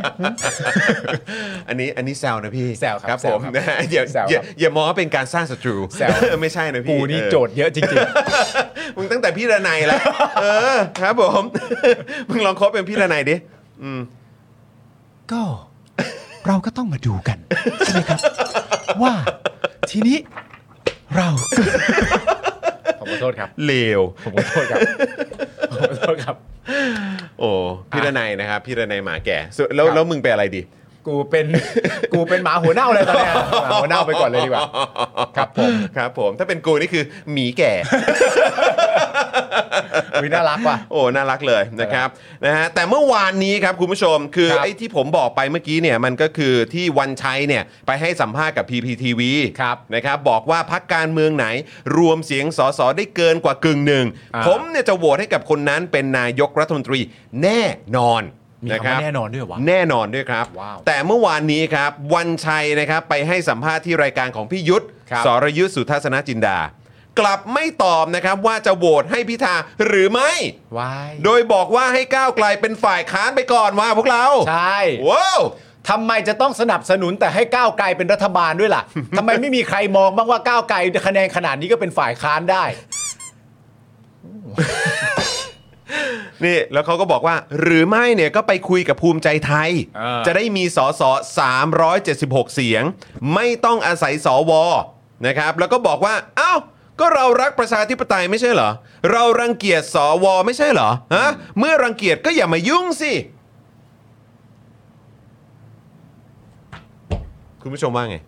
S1: อันนี้อันนี้แซวนะพี่
S2: แซวครับ
S1: ครับ
S2: แซ
S1: ผ
S2: ว
S1: ม
S2: ครับ
S1: นะฮ ะอย่า
S2: แซวครับ
S1: อย่าอย่ามองว่าเป็นการสร้างศัตรู
S2: แซว
S1: ไม่ใช่นะพี่
S2: กูนี่
S1: เออ
S2: โจทย์เยอะจริง
S1: มึงตั้งแต่พี่ระไนยแล้ว เออครับผม มึงลองคบเป็นพี่ระไนยดิอืม
S2: ๆ ก็ เราก็ต้องมาดูกันใช่ไหมครับ ว่าทีนี้เราผมขอโทษครับ
S1: เลว
S2: ผมขอโทษครับผมขอโทษครับ
S1: โอ้พี่ระไนยนะครับ พี่ระไนยหมาแก่ส่วนแล้ว
S2: ครับ
S1: แล้วมึงเป็นอะไรดี
S2: กูเป็น กูเป็นหมาหัวเน่าเลยตอนเนี้ยหมาหัวเน่าไปก่อนเลย ดีกว่า ครับผม
S1: ครับผมถ้าเป็นกูนี่คือหมีแก่
S2: วิน่ารักว่ะ
S1: โอ้ น่ารัก เลยนะครับนะฮะแต่เมื่อวานนี้ครับคุณผู้ชม คือ
S2: ครับ
S1: ไอ้ที่ผมบอกไปเมื่อกี้เนี่ยมันก็คือที่วันชัยเนี่ยไปให้สัมภาษณ์กับ PPTV
S2: ครับ
S1: นะครับบอกว่าพักการเมืองไหนรวมเสียงสสได้เกินกว่ากึ่งหนึ่ง
S2: อ่า
S1: ผมเนี่ยจะโหวตให้กับคนนั้นเป็นนายกรัฐมนตรีแน่นอน
S2: มี
S1: นะค
S2: คำ
S1: รับ
S2: ว่าแน่นอนด้วยวะ
S1: แน่นอนด้วยครับ
S2: ว้าว
S1: แต่เมื่อวานนี้ครับ วันชัยนะครับไปให้สัมภาษณ์ที่รายการของพี่ยุทธ
S2: ครับ
S1: สรยุทธสุทัศนจินดา กลับไม่ตอบนะครับว่าจะโหวตให้พิธาหรือไม่
S2: ว้าย
S1: โดยบอกว่าให้ก้าวไกลเป็นฝ่ายค้านไปก่อนว่าพวกเรา
S2: ใช่
S1: ว้าว
S2: ทำไมจะต้องสนับสนุนแต่ให้ก้าวไกลเป็นรัฐบาลด้วยล่ะ ทำไมไม่มีใครมองบ้างว่าก้าวไกลคะแนนขนาดนี้ก็เป็นฝ่ายค้านได้
S1: นี่แล้วเขาก็บอกว่า หรือไม่เนี่ยก็ไปคุยกับภูมิใจไทย
S2: อ่า
S1: จะได้มีสอสอ376 เสียง ไม่ต้องอาศัยสอวอนะครับ แล้วก็บอกว่า เอ้า ก็เรารักประชาธิปไตยไม่ใช่เหรอ เรารังเกียจสอวอไม่ใช่เหรอฮะเมื่อรังเกียจก็อย่ามายุ่งสิคุณผู้ชมว่าไง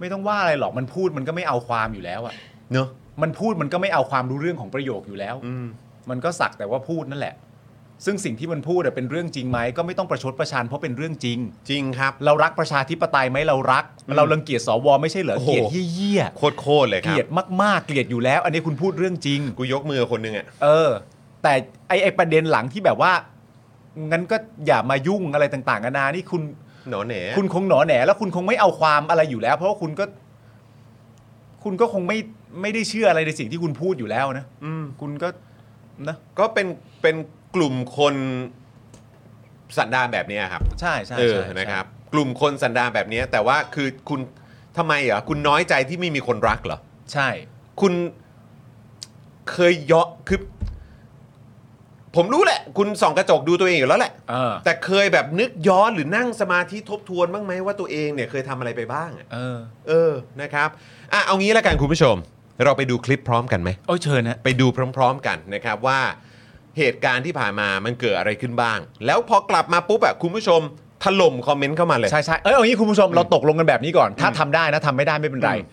S2: ไม่ต้องว่าอะไรหรอกมันพูดมันก็ไม่เอาความอยู่แล้วอะ
S1: เนอะ
S2: มันพูดมันก็ไม่เอาความรู้เรื่องของประโยคอยู่แล้ว
S1: อืม
S2: มันก็สักแต่ว่าพูดนั่นแหละ ซึ่งสิ่งที่มันพูดอะเป็นเรื่องจริงไหมก็ไม่ต้องประชดประชันเพราะเป็นเรื่องจริง
S1: จริงครับ
S2: เรารักประชาธิปไตยไหมเรารัก เรารังเกียจสวไม่ใช่เหรอ
S1: โอ้โห
S2: เกลียดเยี่ย
S1: โคตรโคตรเลย
S2: ๆ
S1: ค
S2: เก
S1: รับ
S2: ลียดมากๆเกลียดอยู่แล้ว อันนี้คุณพูดเรื่องจริง
S1: กูยกมือคนหนึงอ่ะ
S2: เออ แต่ไอไอประเด็นหลังที่แบบว่า งั้นก็อย่ามายุ่งอะไรต่างๆนานานี่คุณ
S1: หนอแหน
S2: คุณคงหนอแหนแล้วคุณคงไม่เอาความอะไรอยู่แล้ว เพราะว่าคุณก็ คุณก็คงไม่ไม่ได้เชื่ออะไรในสิ่งที่คุณพูดอยู่แล้วนะ
S1: อืม
S2: คุณก็นะ
S1: ก็เป็นเป็นกลุ่มคนสันดานแบบเนี้ยครับ
S2: ใช่ใช่
S1: เออ
S2: ใช่ใช่
S1: นะครับ กลุ่มคนสันดานแบบเนี้ยแต่ว่าคือคุณทำไมเหรอคุณน้อยใจที่ไม่มีคนรักเหรอ
S2: ใช่
S1: คุณเคยเยาะคือผมรู้แหละ คุณส่องกระจกดูตัวเองอยู่แล้วแหละ
S2: เออ
S1: แต่เคยแบบนึกย้อนหรือนั่งสมาธิทบทวนบ้างไหมว่าตัวเองเนี่ยเคยทำอะไรไปบ้างอะ
S2: เออ
S1: เออนะครับอ่ะเอางี้ละกันคุณผู้ชม เราไปดูคลิปพร้อมกันไหม
S2: โอ้ยเชิญนะ
S1: ไปดูพร้อม ๆ กันนะครับว่าเหตุการณ์ที่ผ่านมามันเกิดอะไรขึ้นบ้าง แล้วพอกลับมาปุ๊บอะคุณผู้ชมถล่มคอมเมนต์เข้ามาเลย
S2: ใช่ใช่เอ้ยเอางี้คุณผู้ชมเราตกลงกันแบบนี้ก่อน ถ้าทำได้นะทำไม่ได้ไม่เป็นไร
S1: อืม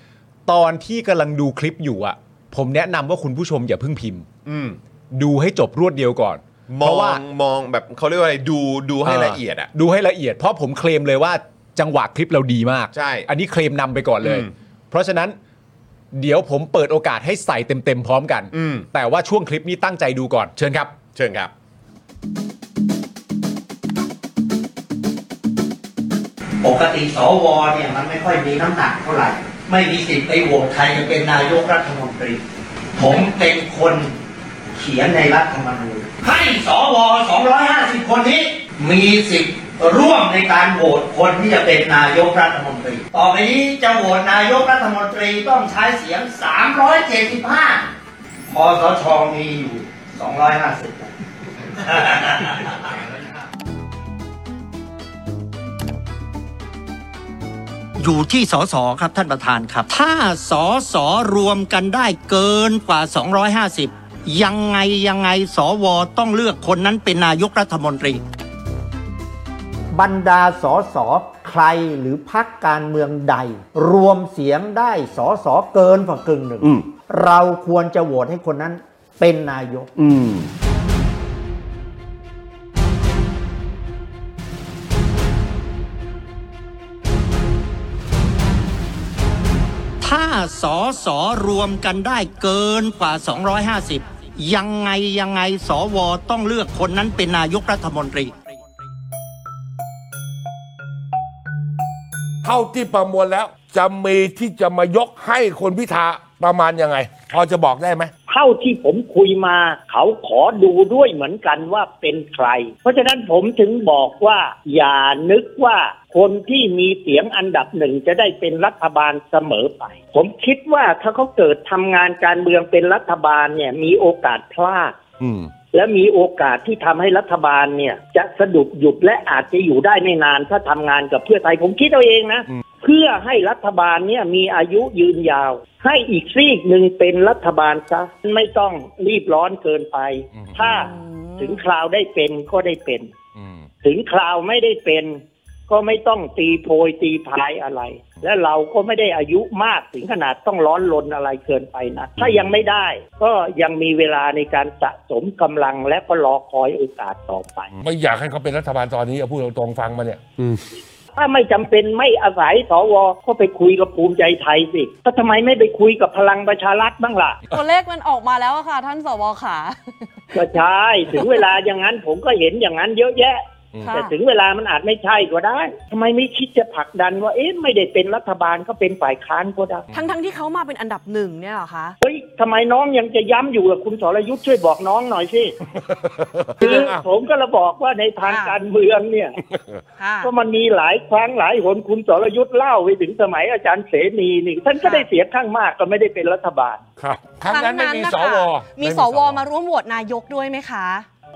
S2: ตอนที่กำลังดูคลิปอยู่อ่ะ ผมแนะนำว่าคุณผู้ชมอย่าเพิ่งพิมพ์
S1: อืม
S2: ดูให้จบรวดเดียวก่อน
S1: ม
S2: เพ
S1: อ
S2: ราะว่า
S1: งมองแบบเขาเรียกว่าอะไรดูดูให้
S2: เ
S1: ละเอียดอะ
S2: ดูให้ละเอียดเพราะผมเคลมเลยว่าจังหวะคลิปเราดีมาก
S1: ใช่
S2: อันนี้เคลมนำไปก่อนเลย
S1: อืม
S2: เพราะฉะนั้นเดี๋ยวผมเปิดโอกาสให้ใส่เต็มๆพร้อมกัน
S1: อืม
S2: แต่ว่าช่วงคลิปนี้ตั้งใจดูก่อน เชิญครับ
S1: เชิญครับ
S4: ปกติสวเนี่ยมันไม่ค่อยมีน้ำหนักเท่าไหร่ ไม่มีสิทธิ์ไปโหวตใครจะเป็นนายกรัฐมนตรี ผมเป็นคนเขียนในรัฐธรรมนูญให้สว250 คนนี้ มีสิทธิ์ร่วมในการโหวตคนที่จะเป็นนายกรัฐมนตรี ต่อไปนี้จะโหวตนายกรัฐมนตรีต้องใช้เสียง 375คอสชมีอยู่ 250
S5: อยู่ที่สสครับท่านประธานครับ ถ้าสสรวมกันได้เกินกว่า 250 ยังไงยังไงสวต้องเลือกคนนั้นเป็นนายกรัฐมนตรี
S6: บรรดาสอสอใครหรือพักการเมืองใด รวมเสียงได้สอสอเกินกว่ากึ่งหนึ่ง
S7: อืม
S6: เราควรจะโหวตให้คนนั้นเป็นนายก
S7: อืม
S5: ถ้าสอสอรวมกันได้เกินกว่า 250 ยังไงยังไงสอวอต้องเลือกคนนั้นเป็นนายกรัฐมนตรี
S8: เท่าที่ประมวลแล้ว จะมีที่จะมายกให้คนพิธาประมาณยังไง พอจะบอกได้ไหม
S9: เท่าที่ผมคุยมา เขาขอดูด้วยเหมือนกันว่าเป็นใคร เพราะฉะนั้นผมถึงบอกว่า อย่านึกว่าคนที่มีเสียงอันดับหนึ่งจะได้เป็นรัฐบาลเสมอไป ผมคิดว่าถ้าเขาเกิดทำงานการเมืองเป็นรัฐบาลเนี่ยมีโอกาสพลาด
S8: อืม
S9: และมีโอกาสที่ทำให้รัฐบาลเนี่ย จะสะดุดหยุดและอาจจะอยู่ได้ไม่นานถ้าทำงานกับเพื่อไทยผมคิดเอาเองนะ เพื่อให้รัฐบาลเนี่ยมีอายุยืนยาว ให้อีกซีกหนึ่งเป็นรัฐบาลซะไม่ต้องรีบร้อนเกินไป
S8: อืม
S9: ถ้าถึงคราวได้เป็นก็ได้เป็น
S8: อืม
S9: ถึงคราวไม่ได้เป็น ก็ไม่ต้องตีโพยตีพายอะไร และเราก็ไม่ได้อายุมากถึงขนาดต้องร้อนรนอะไรเกินไปนะ ถ้ายังไม่ได้ ก็ยังมีเวลาในการสะสมกำลังและก็รอคอยโอกาสต่อไป
S8: ไม่อยากให้เขาเป็นรัฐบาลตอนนี้เอาพูดตรงๆฟังมาเนี่ย
S9: ถ้าไม่จำเป็นไม่อาศัยสวก็ไปคุยกับภูมิใจไทยสิก็ทำไมไม่ไปคุยกับพลังประชารัฐบ้างล่ะ
S10: ตัวเลขมันออกมาแล้วอะค่ะ ท่านสวขา
S9: ก็ใช่ถึงเวลาอย่างนั้นผมก็เห็นอย่างนั้นเยอะแยะ
S10: ค่ะ
S9: แต่ถึงเวลามันอาจไม่ใช่ก็ได้ทำไมไม่คิดจะผลักดันว่าเอ๊ะไม่ได้เป็นรัฐบาลก็เป็นฝ่ายค้านก็ได้
S10: ทั้งทั้งๆที่เขามาเป็นอันดับหนึ่งเนี่ยเหรอคะ
S9: เฮ้ยทำไมน้องยังจะย้ำอยู่กับคุณสรยุทธ์ช่วยบอกน้องหน่ อยสิ คือผมก็ระบอกว่าในทาง
S10: ค่ะ
S9: การเมืองเนี่ย
S10: ค่ะ
S9: ก็มันมีหลายครั้งหลายหนคุณสรยุทธ์เล่าไปถึงสมัยอาจารย์เสนีนี่ท่านก็
S10: ค่ะ
S9: ได้เสียงข้างมากก็ไม่ได้เป็นรัฐบาล
S8: ครับครั้งนั้นไม่มี
S10: ค
S8: ส
S10: รั้ง
S8: ว
S10: นะคะมี
S8: ไ
S10: สวมาร่วมโหวตนายกด้วยไหมคะ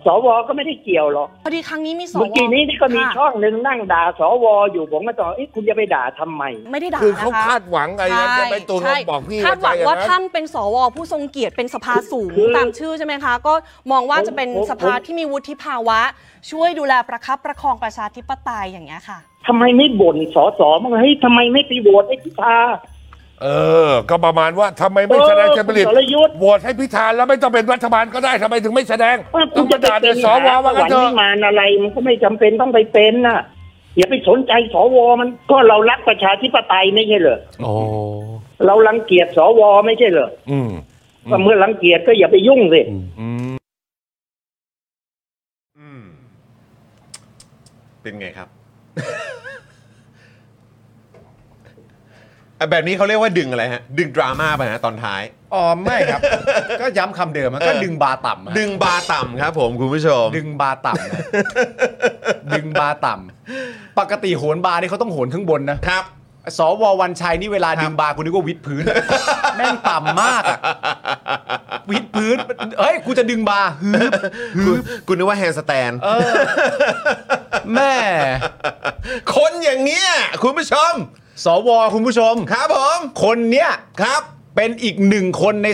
S9: สวก็ไม่ได้เกี่ยวหรอก
S10: พอดีครั้งนี้มีสว
S9: เมื่อกี้นี้นี่ก็มี
S10: ค่ะ
S9: ช่องหนึ่งนั่งด่าสวอยู่ผมก็ต่อเอ๊ะคุณจะไปด่าทำไม
S10: ไม่ได้ด่า
S8: คือเขา
S10: นะคะ
S8: คาดหวังอะไรนะใช่ไหมตูนเขา
S10: ใช่
S8: บอกพี่
S10: คาดหวังว่า
S8: ใจอย่นั้น
S10: ท่านเป็นสวผู้ทรงเกียรติเป็นสภาสูง
S9: คือ
S10: ตามชื่อใช่ไหมคะ ก็มองว่าจะเป็น
S9: ผมผม
S10: สภาที่มีวุฒิภาวะ ช่วยดูแลประคับประคองประชาธิปไตยอย่างเงี้ยค่ะ
S9: ทำไมไม่บ่นสสบ้างเฮ้ยทำไมไม่ไปโหวตให้พิธา
S8: เออ ก็ประมาณว่าทำไมไม่
S9: เออ
S8: แสดงเจตจำริต
S9: คุณสรยุทธ์
S8: โหวตให้พิธาแล้วไม่ต้องเป็นรัฐบาลก็ได้ทำไมถึงไม่แสดง
S9: ว่าคุ
S8: ต้อง
S9: ณจะ
S8: มา
S9: ไป
S8: ด่า
S9: เป็
S8: แต่
S9: น
S8: สวว่างั้นเถ
S9: นิ
S8: อะ
S9: มานอะไรมันก็ไม่จำเป็นต้องไปเป็นน่ะอย่าไปสนใจสวมันก็เรารักประชาธิปไตยไม่ใช่เหรอ
S7: โอ้
S9: เรารังเกียจสวไม่ใช่เหรอ
S8: อืม
S9: ก็เมื่อรังเกียจก็อย่าไปยุ่งสิ
S1: เป็นไงครับ อ่ะแบบนี้เขาเรียกว่าดึงอะไรฮะ ดึงดราม่าไปฮะตอนท้าย
S2: อ๋อไม่ครับ ก็ย้ำคำเดิมอะก็ดึงบาร์ต่ำอะ
S1: ดึงบาร์ต่ำครับผมคุณผู้ชม
S2: ดึงบาร์ต่ ำนะดึงบาร์ต่ำปกติโหนบาร์นี่เขาต้องโหนข้างบนนะครับ สววันชัยนี่เวลาดึงบาร์กูนึกว่าวิดพื้น แม่งต่ำมากอะวิดพื้นเฮ้ยกูจะดึงบาร์ฮึบ
S1: กูกูนึกว่าแฮนด์สแตน
S2: เออแม่
S1: คนอย่างเงี้ยคุณผู้ชม
S2: สวคุณผู้ชม
S1: ครับผม
S2: คนเนี้ย
S1: ครับ
S2: เป็นอีกหนึ่งคนใน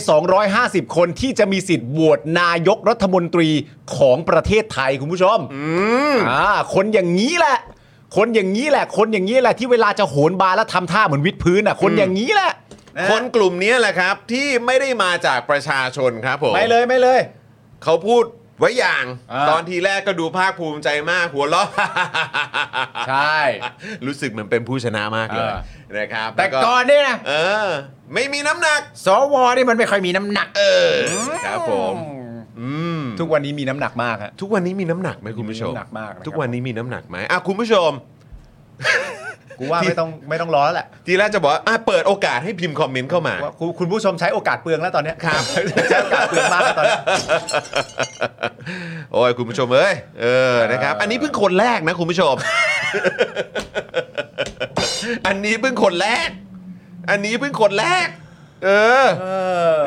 S2: 250 คนที่จะมีสิทธิ์โหวตนายกรัฐมนตรีของประเทศไทยคุณผู้ชมอ่าคนอย่างนี้แหละ คนอย่างนี้แหละ คนอย่างนี้แหละที่เวลาจะโหนบาร์แล้วทำท่าเหมือนวิดพื้นอ่ะ คนอย่างนี้แหละะ
S1: คนกลุ่มเนี้ยแหละครับ ที่ไม่ได้มาจากประชาชนครับผม
S2: ไม่เลยไม่เลย
S1: เขาพูดไว้อย่าง
S2: อ่า
S1: ตอนทีแรกก็ดูภาคภูมิใจมากหัวเราะ
S2: ใช่
S1: รู้สึกเหมือนเป็นผู้ชนะมากเลย
S2: เออ
S1: นะครับ
S2: แต่
S1: ล้ว
S2: ก่อนเนี่ยนะ
S1: เออ ไม่มีน้ำหนัก
S2: สวนี่มันไม่ค่อยมีน้ำหนัก
S1: เออ ครับผม อืม
S2: ทุกวันนี้มีน้ำหนักมากฮะ
S1: ทุกวันนี้มีน้ำหนักไหมคุณผู้ชม
S2: มีน้ำหนักมากนะครับ
S1: ทุกวันนี้มีน้ำหนักไหมอ่ะคุณผู้ชม
S2: กูว่าไม่ต้องไม่ต้องร้อนแล้วแหละ
S1: ทีแรกจะบอกว่าอ่ะเปิดโอกาสให้พิมพ์คอมเมนต์เข้ามา
S2: ว่าคุณคุณผู้ชมใช้โอกาสเปลืองแล้วตอนเนี้ย
S1: ครับ
S2: ใช้โอกาสเปลืองมากแล้วตอนเนี้ย
S1: โอ้ยคุณผู้ชมเอ้ยเออนะครับ อันนี้เพิ่งคนแรกนะคุณผู้ชม อันนี้เพิ่งคนแรก อันนี้เพิ่งคนแรก เออ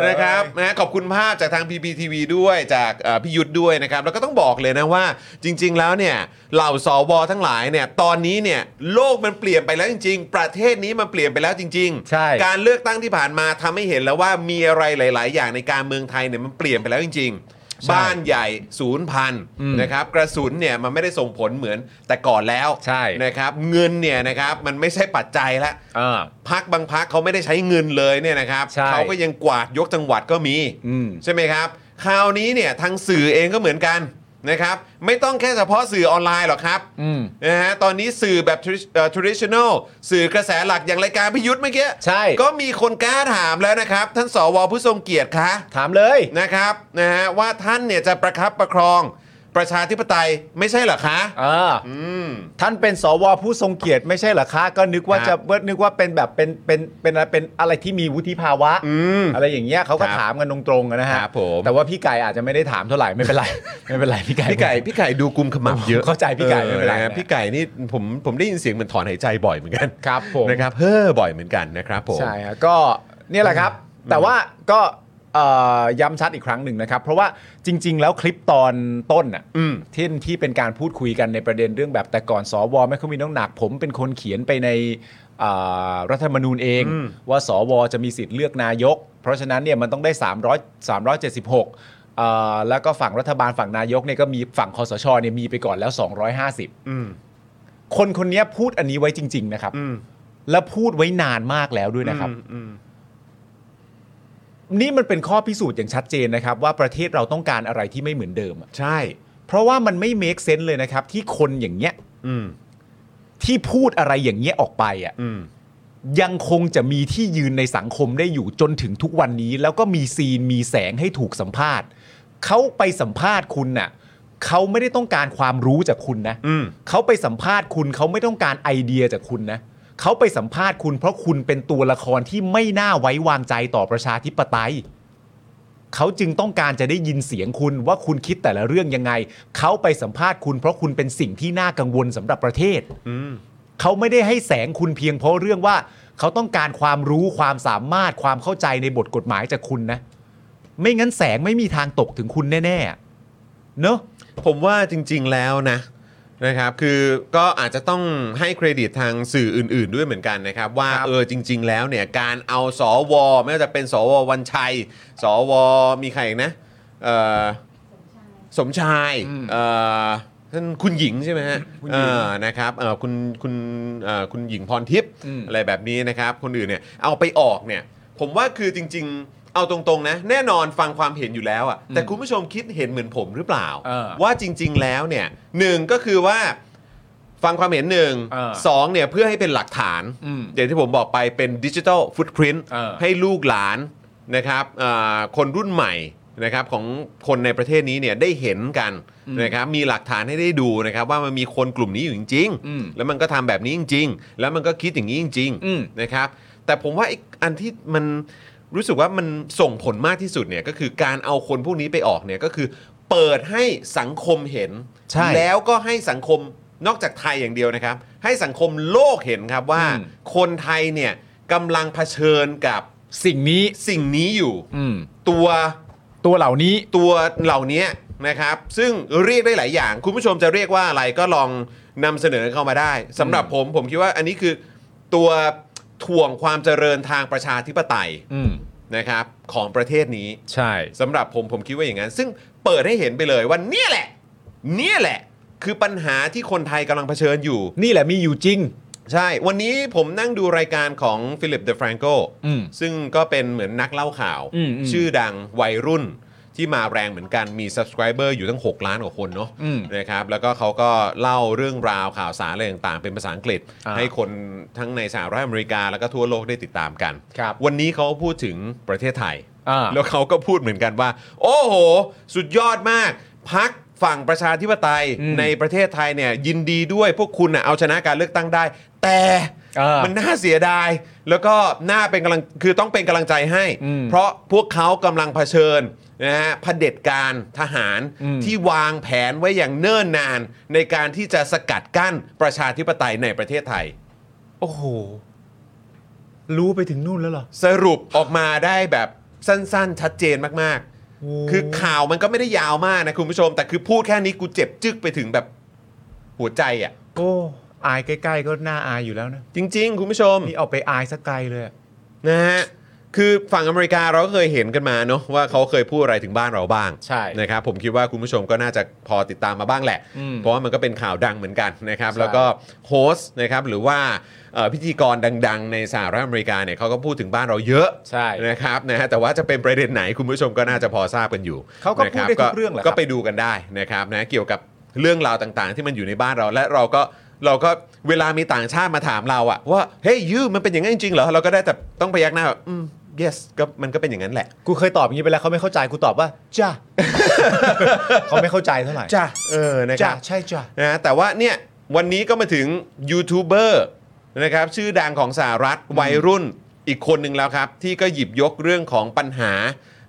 S1: นะครับนะขอบคุณภาพจากทาง PPTV ด้วยจากเอ่อพี่ยุทธด้วยนะครับ แล้วก็ต้องบอกเลยนะว่า จริง ๆ แล้วเนี่ยเหล่าสวทั้งหลายเนี่ยตอนนี้เนี่ยโลกมันเปลี่ยนไปแล้วจริง ๆ ประเทศนี้มันเปลี่ยนไปแล้วจริง ๆ
S2: ใช่
S1: การเลือกตั้งที่ผ่านมาทำให้เห็นแล้วว่ามีอะไรหลาย ๆ อย่างในการเมืองไทยเนี่ยมันเปลี่ยนไปแล้วจริง ๆ บ้านใหญ่ศูนย์พันนะครับกระสุนเนี่ยมันไม่ได้ส่งผลเหมือนแต่ก่อนแล้วนะครับเงินเนี่ยนะครับมันไม่ใช่ปัจจัยละพักบางพักเขาไม่ได้ใช้เงินเลยเนี่ยนะครับเขาก็ยังกวาดยกจังหวัดก็มี ใช่ไหมครับ คราวนี้เนี่ยทางสื่อเองก็เหมือนกันนะครับ ไม่ต้องแค่เฉพาะสื่อออนไลน์หรอกครับนะฮะตอนนี้สื่อแบบ tradi- เอ่อ traditional สื่อกระแสหลักอย่างรายการพิยุทธ์เมื่อกี้ใช่ ก็มีคนกล้าถามแล้วนะครับ ท่านสวผู้ทรงเกียรติคะ
S2: ถามเลย
S1: นะครับนะฮะว่าท่านเนี่ยจะประครับประครองประชาธิปไตยไม่ใช่เหรอคะ
S2: เอออท่านเป็นสวผู้ทรงเกียรติไม่ใช่เหรอคะก็นึกว่า
S1: ครับ
S2: จะเบิดนึกว่าเป็นแบบเป็นเป็นเป็นอะไรเป็นอะไรที่มีวุฒิภาวะอะไรอย่างเงี้ยเขาก็ถามกันตรงๆอะนะฮะแต่ว่าพี่ไก่อาจจะไม่ได้ถามเท่าไหร่ไม่เป็นไร ไม่เป็นไรพี่ไก่
S1: พี่ไก่พี่ไก่ดูกุมขมับเยอะ
S2: เข้าใจพี่ไก่ไม่เป็นไร
S1: ออะ ฮะพี่ไก่นี่ผมผมได้ยินเสียงเหมือนถอนหายใจบ่อยเหมือนกัน
S2: ครับผม
S1: นะครับเฮ้อบ่อยเหมือนกันนะครับผม
S2: ใช่ฮะก็เนี่ยแหละครับ แต่ว่าก็เอ่อย้ำชัดอีกครั้งหนึ่งนะครับ เพราะว่าจริง ๆ แล้วคลิปตอนต้นน่ะที่ที่เป็นการพูดคุยกันในประเด็นเรื่องแบบแต่ก่อนสวไม่ค่อยมีน้ำหนัก ผมเป็นคนเขียนไปในเอ่อรัฐธรรมนูญเอง ว่าสวจะมีสิทธิ์เลือกนายก เพราะฉะนั้นเนี่ยมันต้องได้ 300 376เอ่อแล้วก็ฝั่งรัฐบาลฝั่งนายกเนี่ยก็มีฝั่งคอสชเนี่ยมีไปก่อนแล้ว 250 คนคนเนี้ยพูดอันนี้ไว้จริง ๆ นะครับ และพูดไว้นานมากแล้วด้วยนะครับ นี่มันเป็นข้อพิสูจน์อย่างชัดเจนนะครับ ว่าประเทศเราต้องการอะไรที่ไม่เหมือนเดิม
S1: ใช่
S2: เพราะว่ามันไม่ make sense เลยนะครับ ที่คนอย่างเงี้ยที่พูดอะไรอย่างเงี้ยออกไปอ่ะยังคงจะมีที่ยืนในสังคมได้อยู่จนถึงทุกวันนี้ แล้วก็มีซีนมีแสงให้ถูกสัมภาษณ์เขาไปสัมภาษณ์คุณน่ะเขาไม่ได้ต้องการความรู้จากคุณนะเขาไปสัมภาษณ์คุณเขาไม่ต้องการไอเดียจากคุณนะเขาไปสัมภาษณ์คุณ เพราะคุณเป็นตัวละครที่ไม่น่าไว้วางใจต่อประชาธิปไตย เขาจึงต้องการจะได้ยินเสียงคุณว่าคุณคิดแต่ละเรื่องยังไง เขาไปสัมภาษณ์คุณเพราะคุณเป็นสิ่งที่น่ากังวลสำหรับประเทศ เขาไม่ได้ให้แสงคุณเพียงเพราะเรื่องว่า เขาต้องการความรู้ความสามารถความเข้าใจในบทกฎหมายจากคุณนะ ไม่งั้นแสงไม่มีทางตกถึงคุณแน่ ๆ เนอะ
S1: ผมว่าจริงๆแล้วนะนะครับ คือก็อาจจะต้องให้เครดิตทางสื่ออื่น ๆ ด้วยเหมือนกันนะครับ ว่าเออจริง ๆ แล้วเนี่ยการเอาสอวอไม่ว่าจะเป็นสววันชัย สวมีใครอีกนะเอ่อสมชายเอ่อท่านคุณหญิงใช่ไหมฮะ
S2: คุณหญิง
S1: เออนะครับเอ่อคุณคุณเอ่อคุณหญิงพรทิพย์อะไรแบบนี้นะครับ คนอื่นเนี่ยเอาไปออกเนี่ย ผมว่าคือจริง ๆ เอาตรงๆนะแน่นอนฟังความเห็นอยู่แล้วอะแต่คุณผู้ชมคิดเห็นเหมือนผมหรือเปล่า ว่าจริง ๆ แล้วเนี่ยหนึ่งก็คือว่าฟังความเห็นหนึ่งสองเนี่ยเพื่อให้เป็นหลักฐานอย่างที่ผมบอกไปเป็นดิจิทัลฟุตพิ้นให้ลูกหลานนะครับอ่าคนรุ่นใหม่นะครับของคนในประเทศนี้เนี่ยได้เห็นกันนะครับมีหลักฐานให้ได้ดูนะครับว่ามันมีคนกลุ่มนี้อยู่จริง ๆ แล้วมันก็ทำแบบนี้จริง ๆ แล้วมันก็คิดอย่างนี้จริง ๆ นะครับ แต่ผมว่าไอ้อันที่มัน รู้สึกว่ามันส่งผลมากที่สุดเนี่ยก็คือการเอาคนพวกนี้ไปออกเนี่ยก็คือเปิดให้สังคมเห็น
S2: ใช่
S1: แล้วก็ให้สังคมนอกจากไทยอย่างเดียวนะครับ ให้สังคมโลกเห็นครับว่า คนไทยเนี่ยกำลังเผชิญกับ
S2: สิ่งนี้
S1: สิ่งนี้อยู่
S2: อืม
S1: ตัว
S2: ตัวเหล่านี้
S1: ตัวเหล่านี้นะครับ ซึ่งเรียกได้หลายอย่าง คุณผู้ชมจะเรียกว่าอะไรก็ลองนำเสนอเข้ามาได้สำหรับผมผมคิดว่าอันนี้คือตัวถ่วงความเจริญทางประชาธิปไตย
S2: อืม
S1: นะครับของประเทศนี้
S2: ใช่
S1: สำหรับผมผมคิดว่าอย่างนั้น ซึ่งเปิดให้เห็นไปเลยว่าเนี่ยแหละ เนี่ยแหละ คือปัญหาที่คนไทยกำลังเผชิญอยู่
S2: นี่แหละมีอยู่จริง
S1: ใช่ วันนี้ผมนั่งดูรายการของฟิลิปเด f ฟรงโก
S2: อืม
S1: ซึ่งก็เป็นเหมือนนักเล่าข่าว
S2: อืมอืม
S1: ชื่อดังวัยรุ่นที่มาแรงเหมือนกันมี subscriber อยู่ตั้ง 6 ล้านกว่าคนเนาะ
S2: อืม
S1: นะครับแล้วก็เขาก็เล่าเรื่องราวข่าวสารอะไรต่างๆ เป็นภาษาอังกฤษ
S2: อ่า
S1: ให้คนทั้งในสหรัฐอเมริกาแล้วก็ทั่วโลกได้ติดตามกัน
S2: ครับ
S1: วันนี้เขาพูดถึงประเทศไทย
S2: อ่า
S1: แล้วเขาก็พูดเหมือนกันว่า โอ้โห สุดยอดมาก พักฝั่งประชาธิปไตย
S2: อืม
S1: ในประเทศไทยเนี่ยยินดีด้วยพวกคุณน่ะเอาชนะการเลือกตั้งได้ แต่
S2: อ่ามั
S1: มันน่าเสียดาย แล้วก็น่าเป็นกำลังคือต้องเป็นกำลังใจให้
S2: อืม
S1: เพราะพวกเขากำลังเผชิญนะฮะเผด็จการทหาร
S2: อืม
S1: ที่วางแผนไว้อย่างเนิ่นนาน ในการที่จะสกัดกั้นประชาธิปไตยในประเทศไทย
S2: โอ้โห รู้ไปถึงนู่นแล้วเหรอ
S1: สรุปออกมาได้แบบสั้นๆ ชัดเจนมากๆ คือข่าวมันก็ไม่ได้ยาวมากนะคุณผู้ชม แต่คือพูดแค่นี้กูเจ็บจึกไปถึงแบบหัวใจอ่ะ
S2: โอ้ อายใกล้ ๆ ก็น่าอายอยู่แล้วนะ
S1: จริง ๆ คุณผู้ชม
S2: นี่เอาไปอายสักไกลเลยอะ
S1: นะฮะ คือฝั่งอเมริกาเราก็เคยเห็นกันมาเนอะว่าเขาเคยพูดอะไรถึงบ้านเราบ้างใช่นะครับผมคิดว่าคุณผู้ชมก็น่าจะพอติดตามมาบ้างแหละ
S2: อืม
S1: เพราะว่ามันก็เป็นข่าวดังเหมือนกันนะครับ
S2: ใช่
S1: แล้วก็โฮสต์นะครับหรือว่าเอ่อพิธีกรดัง ๆ ในสหรัฐอเมริกาเนี่ยเขาก็พูดถึงบ้านเราเยอะใช่นะครับนะฮะแต่ว่าจะเป็นประเด็นไหนคุณผู้ชมก็น่าจะพอทราบกันอยู่
S2: เขาก็พูดได้
S1: นะคบ
S2: ทุกเรื่องแหละครับ
S1: ก็ไปดูกันได้นะครับนะเกี่ยวกับเรื่องราวต่างๆ ที่มันอยู่ในบ้านเราและเราก็เราก็เวลามีต่างชาติมาถามเราอะว่าเฮ้ยยูมันเป็นอย่างนั้นจริงๆเหรอเราก็ได้แต่ต้องพยักหน้าแบบอืม yes ก็มันก็เป็นอย่างนั้นแหละ
S2: กูเคยตอบอย่างนี้ไปแล้วเขาไม่เข้าใจกูตอบว่าจ้า เขาไม่เข้าใจเท่าไหร่
S1: จ้าเออนะครั
S2: จ้า
S1: บ
S2: ใช่จ้า
S1: นะแต่ว่าเนี่ยวันนี้ก็มาถึงยูทูบเบอร์นะครับชื่อดังของสหรัฐวัยรุ่นอีกคนหนึ่งแล้วครับ ที่ก็หยิบยกเรื่องของปัญหา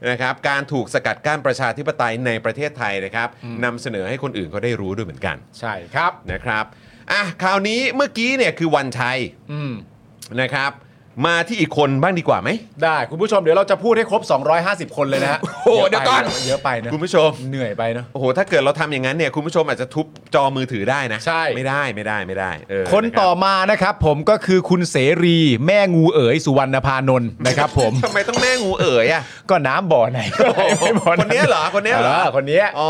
S1: นะครับการถูกสกัดกั้นประชาธิปไตยในประเทศไทยนะครับนำเสนอให้คนอื่นเขาได้รู้ด้วยเหมือนกัน
S2: ใช่ครับ
S1: นะครับอ่ะคราวนี้เมื่อกี้เนี่ยคือวันชัย
S2: อืม
S1: นะครับมาที่อีกคนบ้างดีกว่าไหม
S2: ได้คุณผู้ชมเดี๋ยวเราจะพูดให้ครบ 250 คนเลยนะฮะ
S1: โอ้โหเดี๋ยวก่อน
S2: เยอะไปนะ
S1: คุณผู้ชม
S2: เหนื่อยไปนะ
S1: โอ้โหถ้าเกิดเราทำอย่างนั้นเนี่ยคุณผู้ชมอาจจะทุบจอมือถือได้นะ
S2: ใช่
S1: ไม่ได้ไม่ได้ไม่ได้เออ
S2: คน
S1: นะรับ
S2: ต่อมานะครับผมก็คือคุณเสรีแม่งูเอ๋ยสุวรรณพานนท์นะครับผม
S1: ทำไมต้องแม่งูเอ๋ยอ่ะ
S2: ก็น้ำบ่อ ไหนก็ได้ไม่บ่อ
S1: คนเนี้ยเหรอคนเนี้ยเหรอ
S2: คนเนี้ย
S1: อ๋อ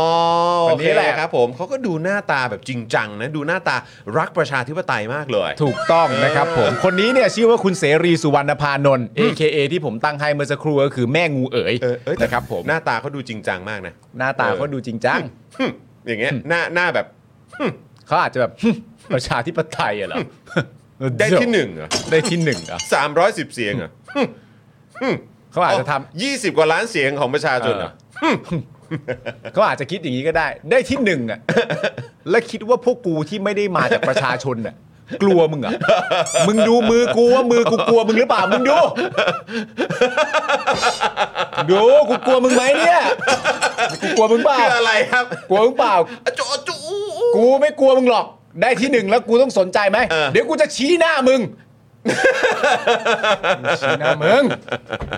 S2: คน
S1: โอ
S2: นี้
S1: เค
S2: แหละ
S1: ครับผมเขาก็ดูหน้าตาแบบจริงจังนะ ดูหน้าตารักประชาธิปไตยมากเลย
S2: ถูกต้องนะครับผม คนนี้เนี่ยชื่อว่าคุณเสรีสุวรรณพานนท์ AKA ที่ผมตั้งให้เมื่อสักครู่ก็คือแม่งูเอ๋ย
S1: เออเอ้ยแต่
S2: นะครับผม
S1: หน้าตาเขาดูจริงจังมากนะ
S2: หน้าตาเขาดูจริงจัง
S1: หึ่มอย่างเงี้ยหน้าหน้าแบบ
S2: เขาอาจจะแบบ ประชาธิปไตยอะเหรอ
S1: ได้ที่หนึ่งเหรอ
S2: ได้ที่หนึ่งเหรอ
S1: สามร้อยสิบเสียงเหรอ
S2: เขาอาจจะทำ
S1: ยี่สิบกว่าล้านเสียงของประชาชนเหรอ
S2: ก็อาจจะคิดอย่างนี้ก็ได้ ได้ที่หนึ่งอ่ะ และคิดว่าพวกกูที่ไม่ได้มาจากประชาชนอ่ะ กลัวมึงเหรอ่ะ มึงดูมือกูว่ามือกูกลัวมึงหรือเปล่า มึงดู ดูกูกลัวมึงไหมเนี่ย กูกลัวมึงเปล่า
S1: คืออะไรครับ
S2: กลัวมึงเปล่า
S1: อะจูอะจูอู้อู้
S2: กูไม่กลัวมึงหรอก ได้ที่หนึ่งแล้วกูต้องสนใจไหม
S1: เออ
S2: เดี๋ยวกูจะชี้หน้ามึ ง ชี้หน้ามึง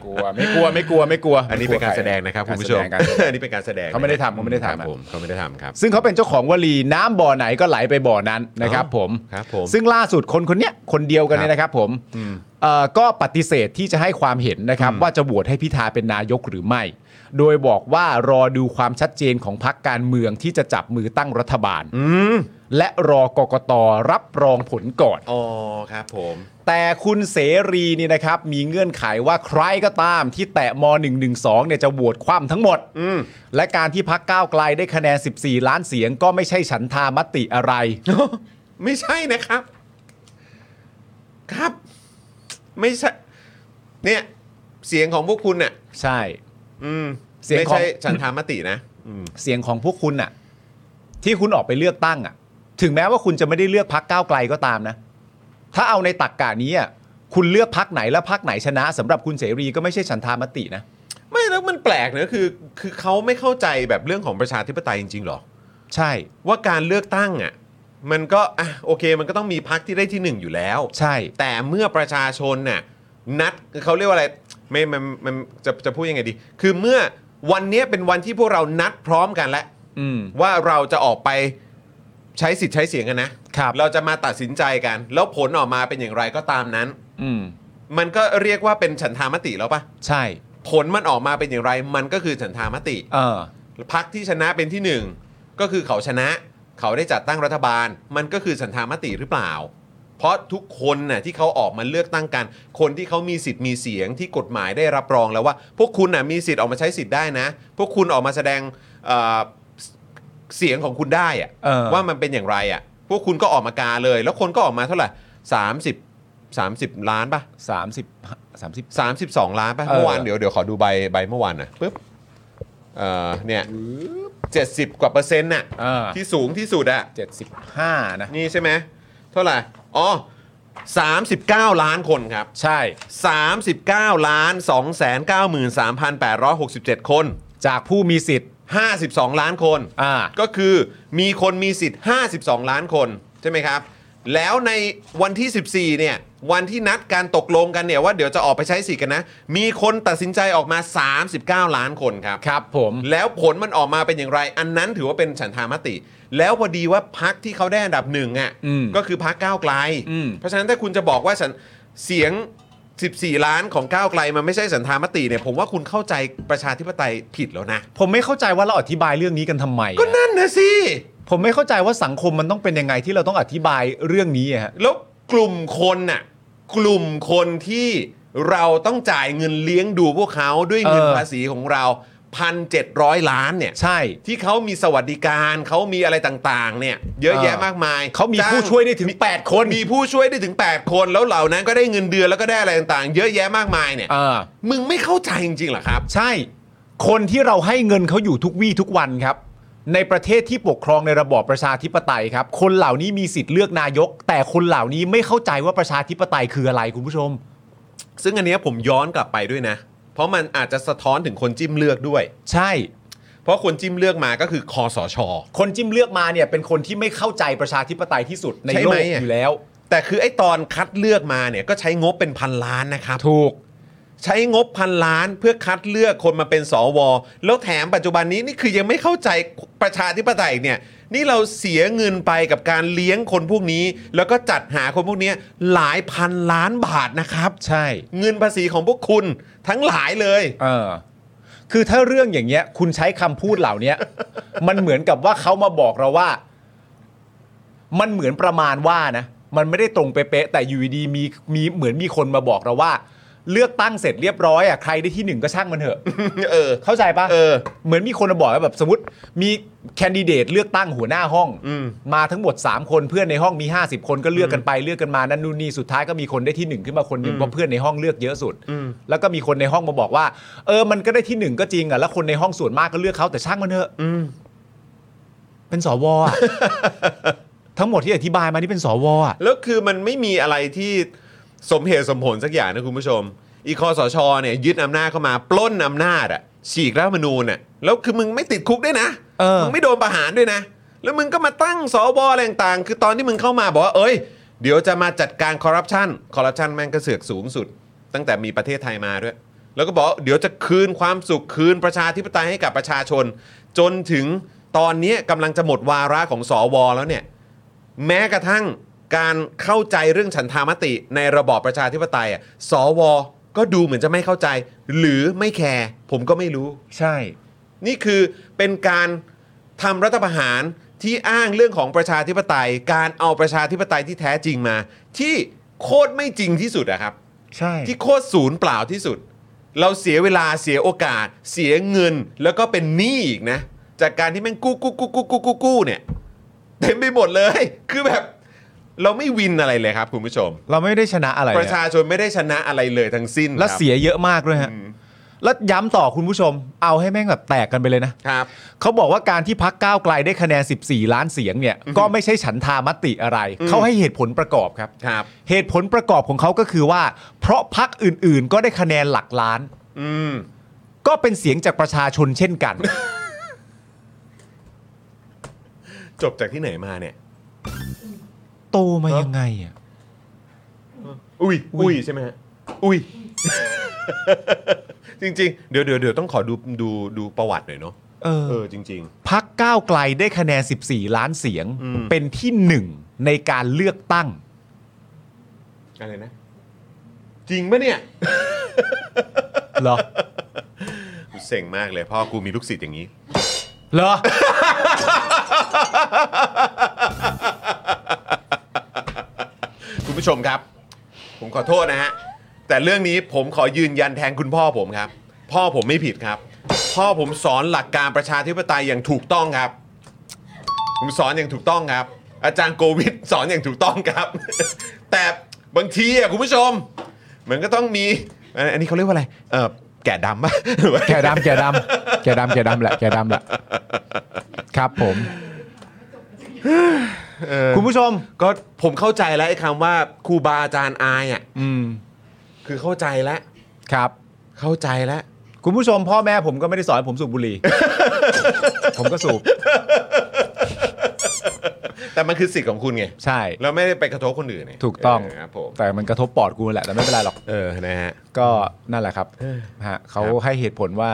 S2: กลัวไม่กลัวไม่กลัวไม่กลัว
S1: อันนี้เป็นการแสดงนะครับคุณผู้ชม
S2: การแสดง
S1: อันนี้เป็นการแสดง
S2: เขาไม่ได้ทำเขาไม่ได้ทำ
S1: ครับผมเขาไม่ได้ทำครับ
S2: ซึ่งเขาเป็นเจ้าของวลีน้ำบ่อไหนก็ไหลไปบ่อนั้นนะครับผม
S1: ครับผม
S2: ซึ่งล่าสุดคนคนเนี้ยคนเดียวกันเนี่ยนะครับผมเอ่อก็ปฏิเสธที่จะให้ความเห็นนะครับ ว่าจะโหวตให้พิธาเป็นนายกหรือไม่ โดยบอกว่ารอดูความชัดเจนของพรรคการเมืองที่จะจับมือตั้งรัฐบาล
S1: อืม
S2: และรอกกตรับรองผลก่อน
S1: อ๋อครับผม
S2: แต่คุณเสรีนี่นะครับ มีเงื่อนไขว่าใครก็ตามที่แตะม .112 เนี่ยจะโหวตคว่ำทั้งหมด
S1: อืม
S2: และการที่พักก้าวไกลได้คะแนน 14 ล้านเสียงก็ไม่ใช่ฉันทามติอะไร
S1: ไม่ใช่นะครับ ครับ ไม่ใช่ เนี่ย เสียงของพวกคุณน่ะ
S2: ใช่
S1: อืม
S2: เสียง
S1: ไม่
S2: ของ
S1: ใช่ฉันทามตินะอืม
S2: เสียงของพวกคุณน่ะ ที่คุณออกไปเลือกตั้งอ่ะ ถึงแม้ว่าคุณจะไม่ได้เลือกพักก้าวไกลก็ตามนะ ถ้าเอาในตักกะนี้อ่ะคุณเลือกพักไหนและพักไหนชนะสำหรับคุณเสรีก็ไม่ใช่ฉันทามตินะ
S1: ไม่แล้วมันแปลกเนอะคือ คือเขาไม่เข้าใจแบบเรื่องของประชาธิปไตยจริงๆหรอ
S2: ใช่
S1: ว่าการเลือกตั้งอ่ะ มันก็อ่ะโอเค มันก็ต้องมีพักที่ได้ที่หนึ่งอยู่แล้ว
S2: ใช่
S1: แต่เมื่อประชาชนน่ะนัดเขาเรียกว่าอะไรไม่มันมันจะจะพูดยังไงดี คือเมื่อวันเนี้ยเป็นวันที่พวกเรานัดพร้อมกันแล้ว
S2: อืม
S1: ว่าเราจะออกไปใช้สิทธิ์ใช้เสียงกันนะครับ เราจะมาตัดสินใจกัน แล้วผลออกมาเป็นอย่างไรก็ตามนั้น
S2: อืม
S1: มันก็เรียกว่าเป็นฉันทามติแล้วปะ
S2: ใช่
S1: ผลมันออกมาเป็นอย่างไร มันก็คือฉันทามติ
S2: เออ
S1: พักที่ชนะเป็นที่หนึ่งก็คือเขาชนะ เขาได้จัดตั้งรัฐบาล มันก็คือฉันทามติหรือเปล่า เพราะทุกคนน่ะที่เขาออกมาเลือกตั้งกัน คนที่เขามีสิทธิ์มีเสียงที่กฎหมายได้รับรองแล้วว่า พวกคุณน่ะมีสิทธิ์ออกมาใช้สิทธิ์ได้นะ พวกคุณออกมาแสดงเอ่อเสียงของคุณได้อะ
S2: เออ
S1: ว่ามันเป็นอย่างไรอ่ะ พวกคุณก็ออกมากาเลย แล้วคนก็ออกมาเท่าไหร่สามสิบสามสิบล้านปะ
S2: สามสิบสามสิบ
S1: 32 ล้านป่ะ
S2: เออ
S1: เมื่อวานเดี๋ยวเดี๋ยวขอดูใบใบเมื่อวานหน่อยปึ๊บเอ่อเนี่ยเจ็ดสิบกว่าเปอร์เซ็นต์น่ะ
S2: เออ
S1: ที่สูงที่สุดอะ
S2: เจ็ดสิบห้านะ
S1: นี่ใช่ไหมเท่าไหร่อ๋อ39 ล้านคนครับ
S2: ใช่
S1: 39 ล้าน 293,867 คน
S2: จากผู้มีสิทธิ์
S1: 52 ล้านคน
S2: อ่า
S1: ก็คือมีคนมีสิทธิ์ 52 ล้านคนใช่ไหมครับ แล้วในวันที่ 14 เนี่ย วันที่นัดการตกลงกันเนี่ยว่าเดี๋ยวจะออกไปใช้สิทธิ์กันนะ มีคนตัดสินใจออกมา 39 ล้านคนครับ
S2: ครับผม
S1: แล้วผลมันออกมาเป็นอย่างไร อันนั้นถือว่าเป็นฉันทามติ แล้วพอดีว่าพักที่เขาได้อันดับหนึ่งอ่ะ
S2: อืม
S1: ก็คือพักก้าวไกล
S2: อืม
S1: เพราะฉะนั้นถ้าคุณจะบอกว่าฉันเสียง 14 ล้านของก้าวไกลมันไม่ใช่สันธามติเนี่ยผมว่าคุณเข้าใจประชาธิปไตยผิดแล้วนะ
S2: ผมไม่เข้าใจว่าเราอธิบายเรื่องนี้กันทำไม
S1: ก็นั่นนะสิ
S2: ผมไม่เข้าใจว่าสังคมมันต้องเป็นยังไงที่เราต้องอธิบายเรื่องนี้อะฮะ
S1: แล้วกลุ่มคนน่ะกลุ่มคนที่เราต้องจ่ายเงินเลี้ยงดูพวกเขาด้วยเงิน
S2: เออ
S1: ภาษีของเราพันเจ็ดร้อยล้านเนี่ย
S2: ใช่
S1: ที่เขามีสวัสดิการเขามีอะไรต่างๆ เนี่ย เยอะแยะมากมาย
S2: เขามี
S1: จ้ง
S2: ผู้ช่วยได้ถึง 8 คน
S1: มีผู้ช่วยได้ถึง 8 คนแล้วเหล่านั้นก็ได้เงินเดือนแล้วก็ได้อะไรต่างๆ เยอะแยะมากมายเนี่ย
S2: อ่า
S1: มึงไม่เข้าใจจริงๆเหรอครับ
S2: ใช่ คนที่เราให้เงินเขาอยู่ทุกวี่ทุกวันครับ ในประเทศที่ปกครองในระบอบประชาธิปไตยครับ คนเหล่านี้มีสิทธิ์เลือกนายก แต่คนเหล่านี้ไม่เข้าใจว่าประชาธิปไตยคืออะไรคุณผู้ชม
S1: ซึ่งอันเนี้ยผมย้อนกลับไปด้วยนะ เพราะมันอาจจะสะท้อนถึงคนจิ้มเลือกด้วย
S2: ใช่
S1: เพราะคนจิ้มเลือกมาก็คือคอสช
S2: คนจิ้มเลือกมาเนี่ยเป็นคนที่ไม่เข้าใจประชาธิปไตยที่สุดใน
S1: ใช่
S2: โล
S1: ไหม
S2: ก
S1: อะ
S2: อยู่แล้ว
S1: แต่คือไอ้ตอนคัดเลือกมาเนี่ยก็ใช้งบเป็นพันล้านนะครับ
S2: ถูก
S1: ใช้งบพันล้านเพื่อคัดเลือกคนมาเป็นสว แล้วแถมปัจจุบันนี้นี่คือยังไม่เข้าใจประชาธิปไตยอีกเนี่ย นี่เราเสียเงินไปกับการเลี้ยงคนพวกนี้ แล้วก็จัดหาคนพวกเนี้ยหลายพันล้านบาทนะครับ
S2: ใช่
S1: เงินภาษีของพวกคุณทั้งหลายเลย
S2: เออคือถ้าเรื่องอย่างเงี้ย คุณใช้คำพูดเหล่า เนี้ย มันเหมือนกับว่าเขามาบอกเราว่า มันเหมือนประมาณว่านะ มันไม่ได้ตรงเป๊ะๆแต่อยู่ดีๆมีมีเหมือนมีคนมาบอกเราว่า เลือกตั้งเสร็จเรียบร้อยอ่ะใครได้ที่หนึ่งก็ช่างมันเถอะ
S1: เออ
S2: เข้าใจปะ
S1: เออ
S2: เหมือนมีคนมาบอกว่าแบบสมมติมีแคนดิเดตเลือกตั้งหัวหน้าห้อง
S1: อืม
S2: ทั้งหมด 3 คนเพื่อนในห้องมี 50 คนก็เลือกกันไปเลือกกันมานั่นนู่นนี่สุดท้ายก็มีคนได้ที่หนึ่งขึ้นมาคนหนึ่งเพราะเพื่อนในห้องเลือกเยอะสุด แล้วก็มีคนในห้องมาบอกว่า เออมันก็ได้ที่หนึ่งก็จริงอ่ะแล้วคนในห้องส่วนมากก็เลือกเขาแต่ช่างมันเถอะเป็นสว อะ ทั้งหมดที่อธิบายมานี่เป็นสวอะ
S1: แล้วคือมันไม่มีอะไรที่สมเหตุสมผลสักอย่างนะคุณผู้ชม อีคอสชเนี่ยยึดอำนาจเข้ามาปล้นอำนาจอะฉีกรัฐธรรมนูญอะแล้วคือมึงไม่ติดคุกด้วยนะ
S2: เออ
S1: มึงไม่โดนประหารด้วยนะ แล้วมึงก็มาตั้งสวอะไรต่างๆ คือตอนที่มึงเข้ามาบอกว่าเอ้ย เดี๋ยวจะมาจัดการคอร์รัปชัน คอร์รัปชันแม่งก็เสือกสูงสุด ตั้งแต่มีประเทศไทยมาด้วย แล้วก็บอกว่าเดี๋ยวจะคืนความสุขคืนประชาธิปไตยให้กับประชาชน จนถึงตอนนี้กำลังจะหมดวาระของสวแล้วเนี่ย แม้กระทั่งการเข้าใจเรื่องฉันทามติในระบอบประชาธิปไตยอ่ะ สว ก็ดูเหมือนจะไม่เข้าใจ หรือไม่แคร์ผมก็ไม่รู้
S2: ใช่
S1: นี่คือเป็นการทำรัฐประหารที่อ้างเรื่องของประชาธิปไตย การเอาประชาธิปไตยที่แท้จริงมา ที่โคตรไม่จริงที่สุดอะครับ
S2: ใช่
S1: ที่โคตรศูนย์เปล่าที่สุด เราเสียเวลาเสียโอกาส เสียเงินแล้วก็เป็นหนี้อีกนะ จากการที่แม่งกู้กู้กู้กู้กู้กู้กู้เนี่ยเต็มไปหมดเลย คือแบบ เราไม่วินอะไรเลยครับ คุณผู้ชม
S2: เราไม่ได้ชนะอะไร
S1: ป
S2: เลย
S1: ระชาชนไม่ได้ชนะอะไรเลยทั้งสิ้น
S2: แล้ว
S1: ครับ
S2: เสียเยอะมากด้วยฮะ
S1: อืม
S2: แล้วย้ำต่อคุณผู้ชม เอาให้แม่งแบบแตกกันไปเลยนะ
S1: ครับ
S2: เขาบอกว่าการที่พักก้าวไกลได้คะแนน 14 ล้านเสียงเนี่ย ก็ไม่ใช่ฉันทามติอะไร
S1: อืม
S2: เขาให้เหตุผลประกอบครับ
S1: ครับ
S2: เหตุผลประกอบของเขาก็คือว่า เพราะพักอื่นๆ ก็ได้คะแนนหลักล้าน
S1: อืม
S2: ก็เป็นเสียงจากประชาชนเช่นกัน
S1: จบจากที่ไหนมาเนี่ย
S2: โตมายังไงอ่ะ
S1: อุ้ย
S2: อุ้
S1: อุ้ย
S2: ย
S1: ใช่ไหมฮะอุ้ย จริง ๆ เดี๋ยวเดี๋ยวเดี๋ยวต้องขอดูดูดูประวัติหน่อยเนาะ
S2: เออ
S1: เออจริง
S2: พักก้าวไกลได้คะแนน 14 ล้านเสียง
S1: อืม
S2: เป็นที่หนึ่งในการเลือกตั้ง
S1: ๆอะไรนะ จริงปะเนี่ย
S2: เหรอ
S1: กูเซ็งมากเลยพ่อกูมีลูกศิษย์อย่างนี้
S2: เหรอ
S1: คุณผู้ชมครับ ผมขอโทษนะฮะ แต่เรื่องนี้ผมขอยืนยันแทนคุณพ่อผมครับ พ่อผมไม่ผิดครับ พ่อผมสอนหลักการประชาธิปไตยอย่างถูกต้องครับ ผมสอนอย่างถูกต้องครับ อาจารย์โกวิทสอนอย่างถูกต้องครับ แต่บางทีอ่ะคุณผู้ชม มันก็ต้องมีอันอันนี้เขาเรียกว่าอะไรเออแก่ดำปะ
S2: แก่ดำแก่ดำแก่ดำแก่ดำแหละแก่ดำแหละครับผม คุณผู้ชม
S1: ก็ผมเข้าใจแล้วไอ้คำว่าครูบาอาจารย์อายอ่ะ
S2: อืม
S1: คือเข้าใจแล้ว
S2: ครับ
S1: เข้าใจแล้ว
S2: คุณผู้ชมพ่อแม่ผมก็ไม่ได้สอนให้ผมสูบบุ หรี่ ผมก็สูบ
S1: แต่มันคือสิทธิ์ของคุณไง
S2: ใช่
S1: แล้วไม่ได้ไปกระทบคนอื่นไง
S2: ถูกต้อง
S1: เครับผม
S2: แต่มันกระทบปอดกูแหละแต่ไม่เป็นไรหรอก
S1: เออนะฮะ
S2: ก็นั่นแหละครับ
S1: เออ
S2: ฮะเขา
S1: ครับ
S2: ให้เหตุผลว่า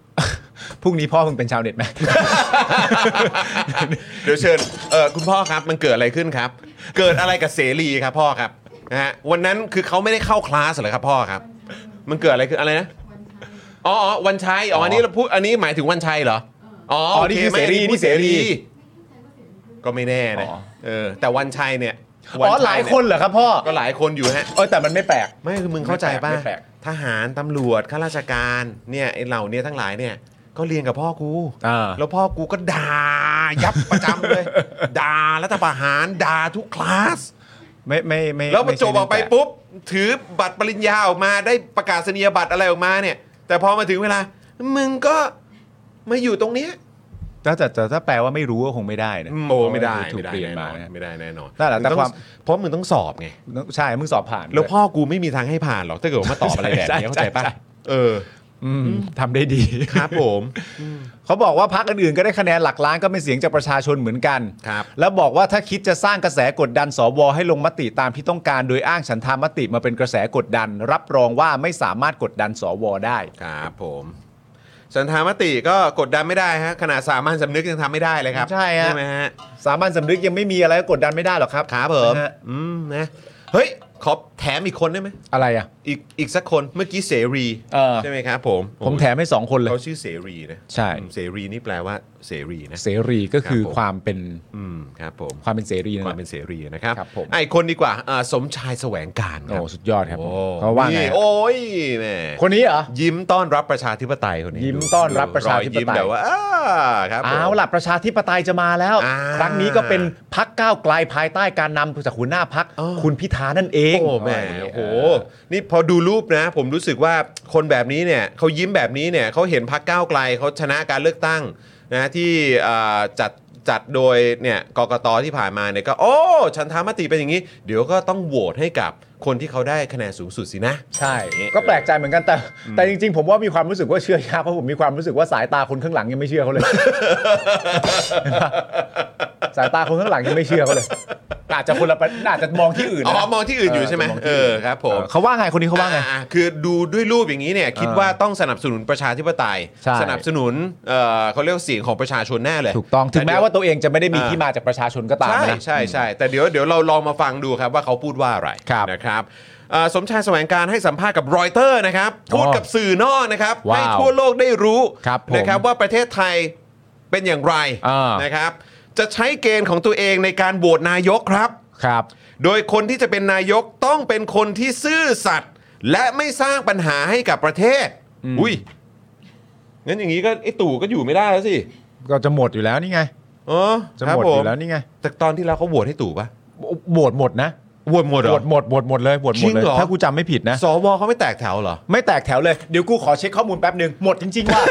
S2: พรุ่งนี้พ่อมึงเป็นชา วเน็ตไหม
S1: เดี๋ยวเชิญเออคุณพ่อครับมันเกิดอะไรขึ้นครับ เกิดอะไรกับเสรีครับพ่อครับ นะฮะวันนั้นคือเขาไม่ได้เข้าคลาสเหรอครับพ่อครับ มันเกิดอะไรขึ้นอะไรนะอ๋ออ๋อวันชัยอ๋ออันนี้เราพูดอันนี้หมายถึงวันชัยเหรออ๋อ
S2: อ๋
S1: โอ
S2: อ
S1: เค
S2: นี่คือ
S1: ไม่
S2: เสรี
S1: อั
S2: นี่เสรี
S1: พูดก็ไม่แน่นะเออแต่วันชัยเนี่ย
S2: อ๋อหลายคนเหรอครับพ่อ
S1: ก็หลายคนอยู่ฮะ
S2: เออแต่มันไม่แปลก
S1: ไม่คือมึงเข้าใจป่ะ
S2: ไม่แปลก
S1: ทหารตำรวจข้าราชการเนี่ยไอ้เหล่าเนี้ทั้งหลายเนี่ยก็เรียนกับพ่อกูแล้วพ่อกูก็ด่ายับประจำ เลยด่ารัฐประหารด่าทุกคลาส
S2: ไม่ไม่ไม่
S1: แล้วพอ
S2: ม่ใช่
S1: จบออกไป
S2: เรื่งแล
S1: ปุ๊บ ถือบัตรปริญญาออกมาได้ประกาศนียบัตรอะไรออกมาเนี่ย แต่พอมาถึงเวลา มึงก็มาอยู่ตรงเนี้ย
S2: ถ้าจะจะถ้าแปลว่าไม่รู้ก็คงไม่ได้นะ
S1: โอ้ไม่ได้
S2: ถูกเปลี่ยนมา
S1: แอ
S2: นะ
S1: ไม่ได้แน่นอน
S2: นั่นแหละแต่
S1: ง
S2: ความ
S1: เพราะมึงต้องสอบไง
S2: ใช่มึงสอบผ่าน
S1: แล้วพ่อกูไม่มีทางให้ผ่านหรอกถ้าเกิดว่ามาตอบอะไรแบบนี้เข้าใจป่ะเออ
S2: ทำได้ดี
S1: ครับผม
S2: เขาบอกว่าพักอื่นๆก็ได้คะแนนหลักล้านก็เป็นเสียงจากประชาชนเหมือนกัน
S1: ครับ
S2: แล้วบอกว่าถ้าคิดจะสร้างกระแสกดดันสวให้ลงมติตามที่ต้องการโดยอ้างฉันทามติมาเป็นกระแสกดดัน รับรองว่าไม่สามารถกดดันสวได้
S1: ครับผมสันธามติก็กดดันไม่ได้ฮะขนาดสามัญสำนึกยังทำไม่ได้เลยครับ
S2: ใช่ฮะ
S1: ไหมฮะ
S2: สามัญสำนึกยังไม่มีอะไรก็กดดันไม่ได้หรอกครับ
S1: ครับผม
S2: นะฮะ
S1: อืมนะเฮ้ยขอแถมอีกคนได้ไหม
S2: อะไรอ่ะ
S1: อีกอีกสักคนเมื่อกี้เสรี
S2: เออ
S1: ใช่ไหมครับผม
S2: ผมแถมให้สองคนเลย
S1: เขาชื่อเสรีนะ
S2: ใช่
S1: อืมเสรีนี่แปลว่าเสรีนะ
S2: เสรีก็คือ
S1: ครับผม
S2: ความเป็น
S1: อืมครับผม
S2: ความเป็นเสรีนั่น
S1: ค
S2: แห
S1: วา
S2: ละ
S1: มเป็นเสรีนะครับ
S2: ครับผม
S1: ไอะอีกคนดีกว่าอ่าสมชายแสวงการค
S2: โอ้
S1: รับ
S2: สุดยอดครับ
S1: โอ้
S2: เขาว่าไง
S1: นี่
S2: ฮะ
S1: โอ้ยแหม่
S2: คนนี้เหรอ
S1: ยิ้มต้อนรับประชาธิปไตยคนนี้
S2: ยิ้มต้อนรับประชาธิปไตย
S1: ดูอยิ้มแบบว่าอ้าครับผม
S2: เอาล่ะประชาธิปไตยจะมาแล้ว
S1: อ่า
S2: ครั้งนี้ก็เป็นพักก้าวไกลภายใต้การนำจากหัวหน้าพัก
S1: อ๋อ
S2: คุณพิธานั่นเอง
S1: โอ้แหม่
S2: เ
S1: โอ้โห นี่พอดูรูปนะ ผมรู้สึกว่าคนแบบนี้เนี่ยเขายิ้มแบบนี้เนี่ยเขาเห็นพักก้าวไกลเขาชนะการเลือกตั้งนะที่อ่าจัดจัดโดยเนี่ยกกตที่ผ่านมาเนี่ยก็ โอ้ฉันทามติเป็นอย่างนี้ เดี๋ยวก็ต้องโหวตให้กับคนที่เขาได้คะแนนสูงสุดสินะ
S2: ใช่ ก็แปลกใจเหมือนกันแต่ แต่จริง ๆ ผมว่ามีความรู้สึกว่าเชื่อยากเพราะผมมีความรู้สึกว่าสายตาคนข้างหลังยังไม่เชื่อเขาเลย สายตาคนข้างหลังยังไม่เชื่อเขาเลยอาจจะคนละประอาจจะมองที่อื่น
S1: อ๋
S2: นะ
S1: อมองที่อื่นอยู่ใช่ไหม
S2: าจจะง
S1: เอ
S2: ที่
S1: อน ครับผม
S2: เขาว่าไงคนนี้เขาว่าไง
S1: อ่คือดูด้วยรูปอย่างนี้เนี่ยคิดว่าต้องสนับสนุนประชาธิปไตย
S2: ใช่
S1: สนับสนุนเอ่อเขาเรียกว่าเสียงของประชาชนแน่เลย
S2: ถูกต้องถึงแม้ว่าตัวเองจะไม่ได้มี
S1: อ่า
S2: ที่มาจากประชาชนก็ตาม
S1: ใช่
S2: นะ
S1: ใช่ใช่แต่เดี๋ยวเดี๋ยวเราลองมาฟังดูครับว่าเขาพูดว่าอะไร
S2: ครับ
S1: นะครับเอ่อสมชายแสวงการให้สัมภาษณ์กับรอยเตอร์นะครับ พูดกับสื่อนอกนะครับ
S2: ว้าว
S1: ให้ทั่วโลกได้รู้
S2: ครับผม
S1: นะครับว่าประเทศไทยเป็นอย่างไร
S2: อ่าน
S1: นะครับ จะใช้เกณฑ์ของตัวเองในการโหวตนายกครับ
S2: ครับ
S1: โดยคนที่จะเป็นนายกต้องเป็นคนที่ซื่อสัตย์และไม่สร้างปัญหาให้กับประเทศ อุ้ยงั้นอย่างนี้ก็ไอ้ตู่ก็อยู่ไม่ได้แล้วสิ
S2: ก็จะหมดอยู่แล้วนี่ไง
S1: อ๋อ
S2: จะ
S1: ครับ
S2: หมด
S1: ผ
S2: อ
S1: ม
S2: ยู่แล้วนี่ไง
S1: แต่ตอนที่แล้วเขาโหวตให้ตู่ปะ
S2: โหวตหมดนะ
S1: โหวตหมดเหร
S2: โห
S1: อ
S2: วตหมดโหวตหมดเลยโหวตหมด
S1: จ
S2: เล
S1: ริ
S2: ย
S1: งเหรอ
S2: ถ้ากูจำไม่ผิดนะ
S1: สวเขาไม่แตกแถวเหรอ
S2: ไม่แตกแถวเลยเดี๋ยวกูขอเช็คข้อมูลแป๊บหนึ่งหมดจริงๆ ว่า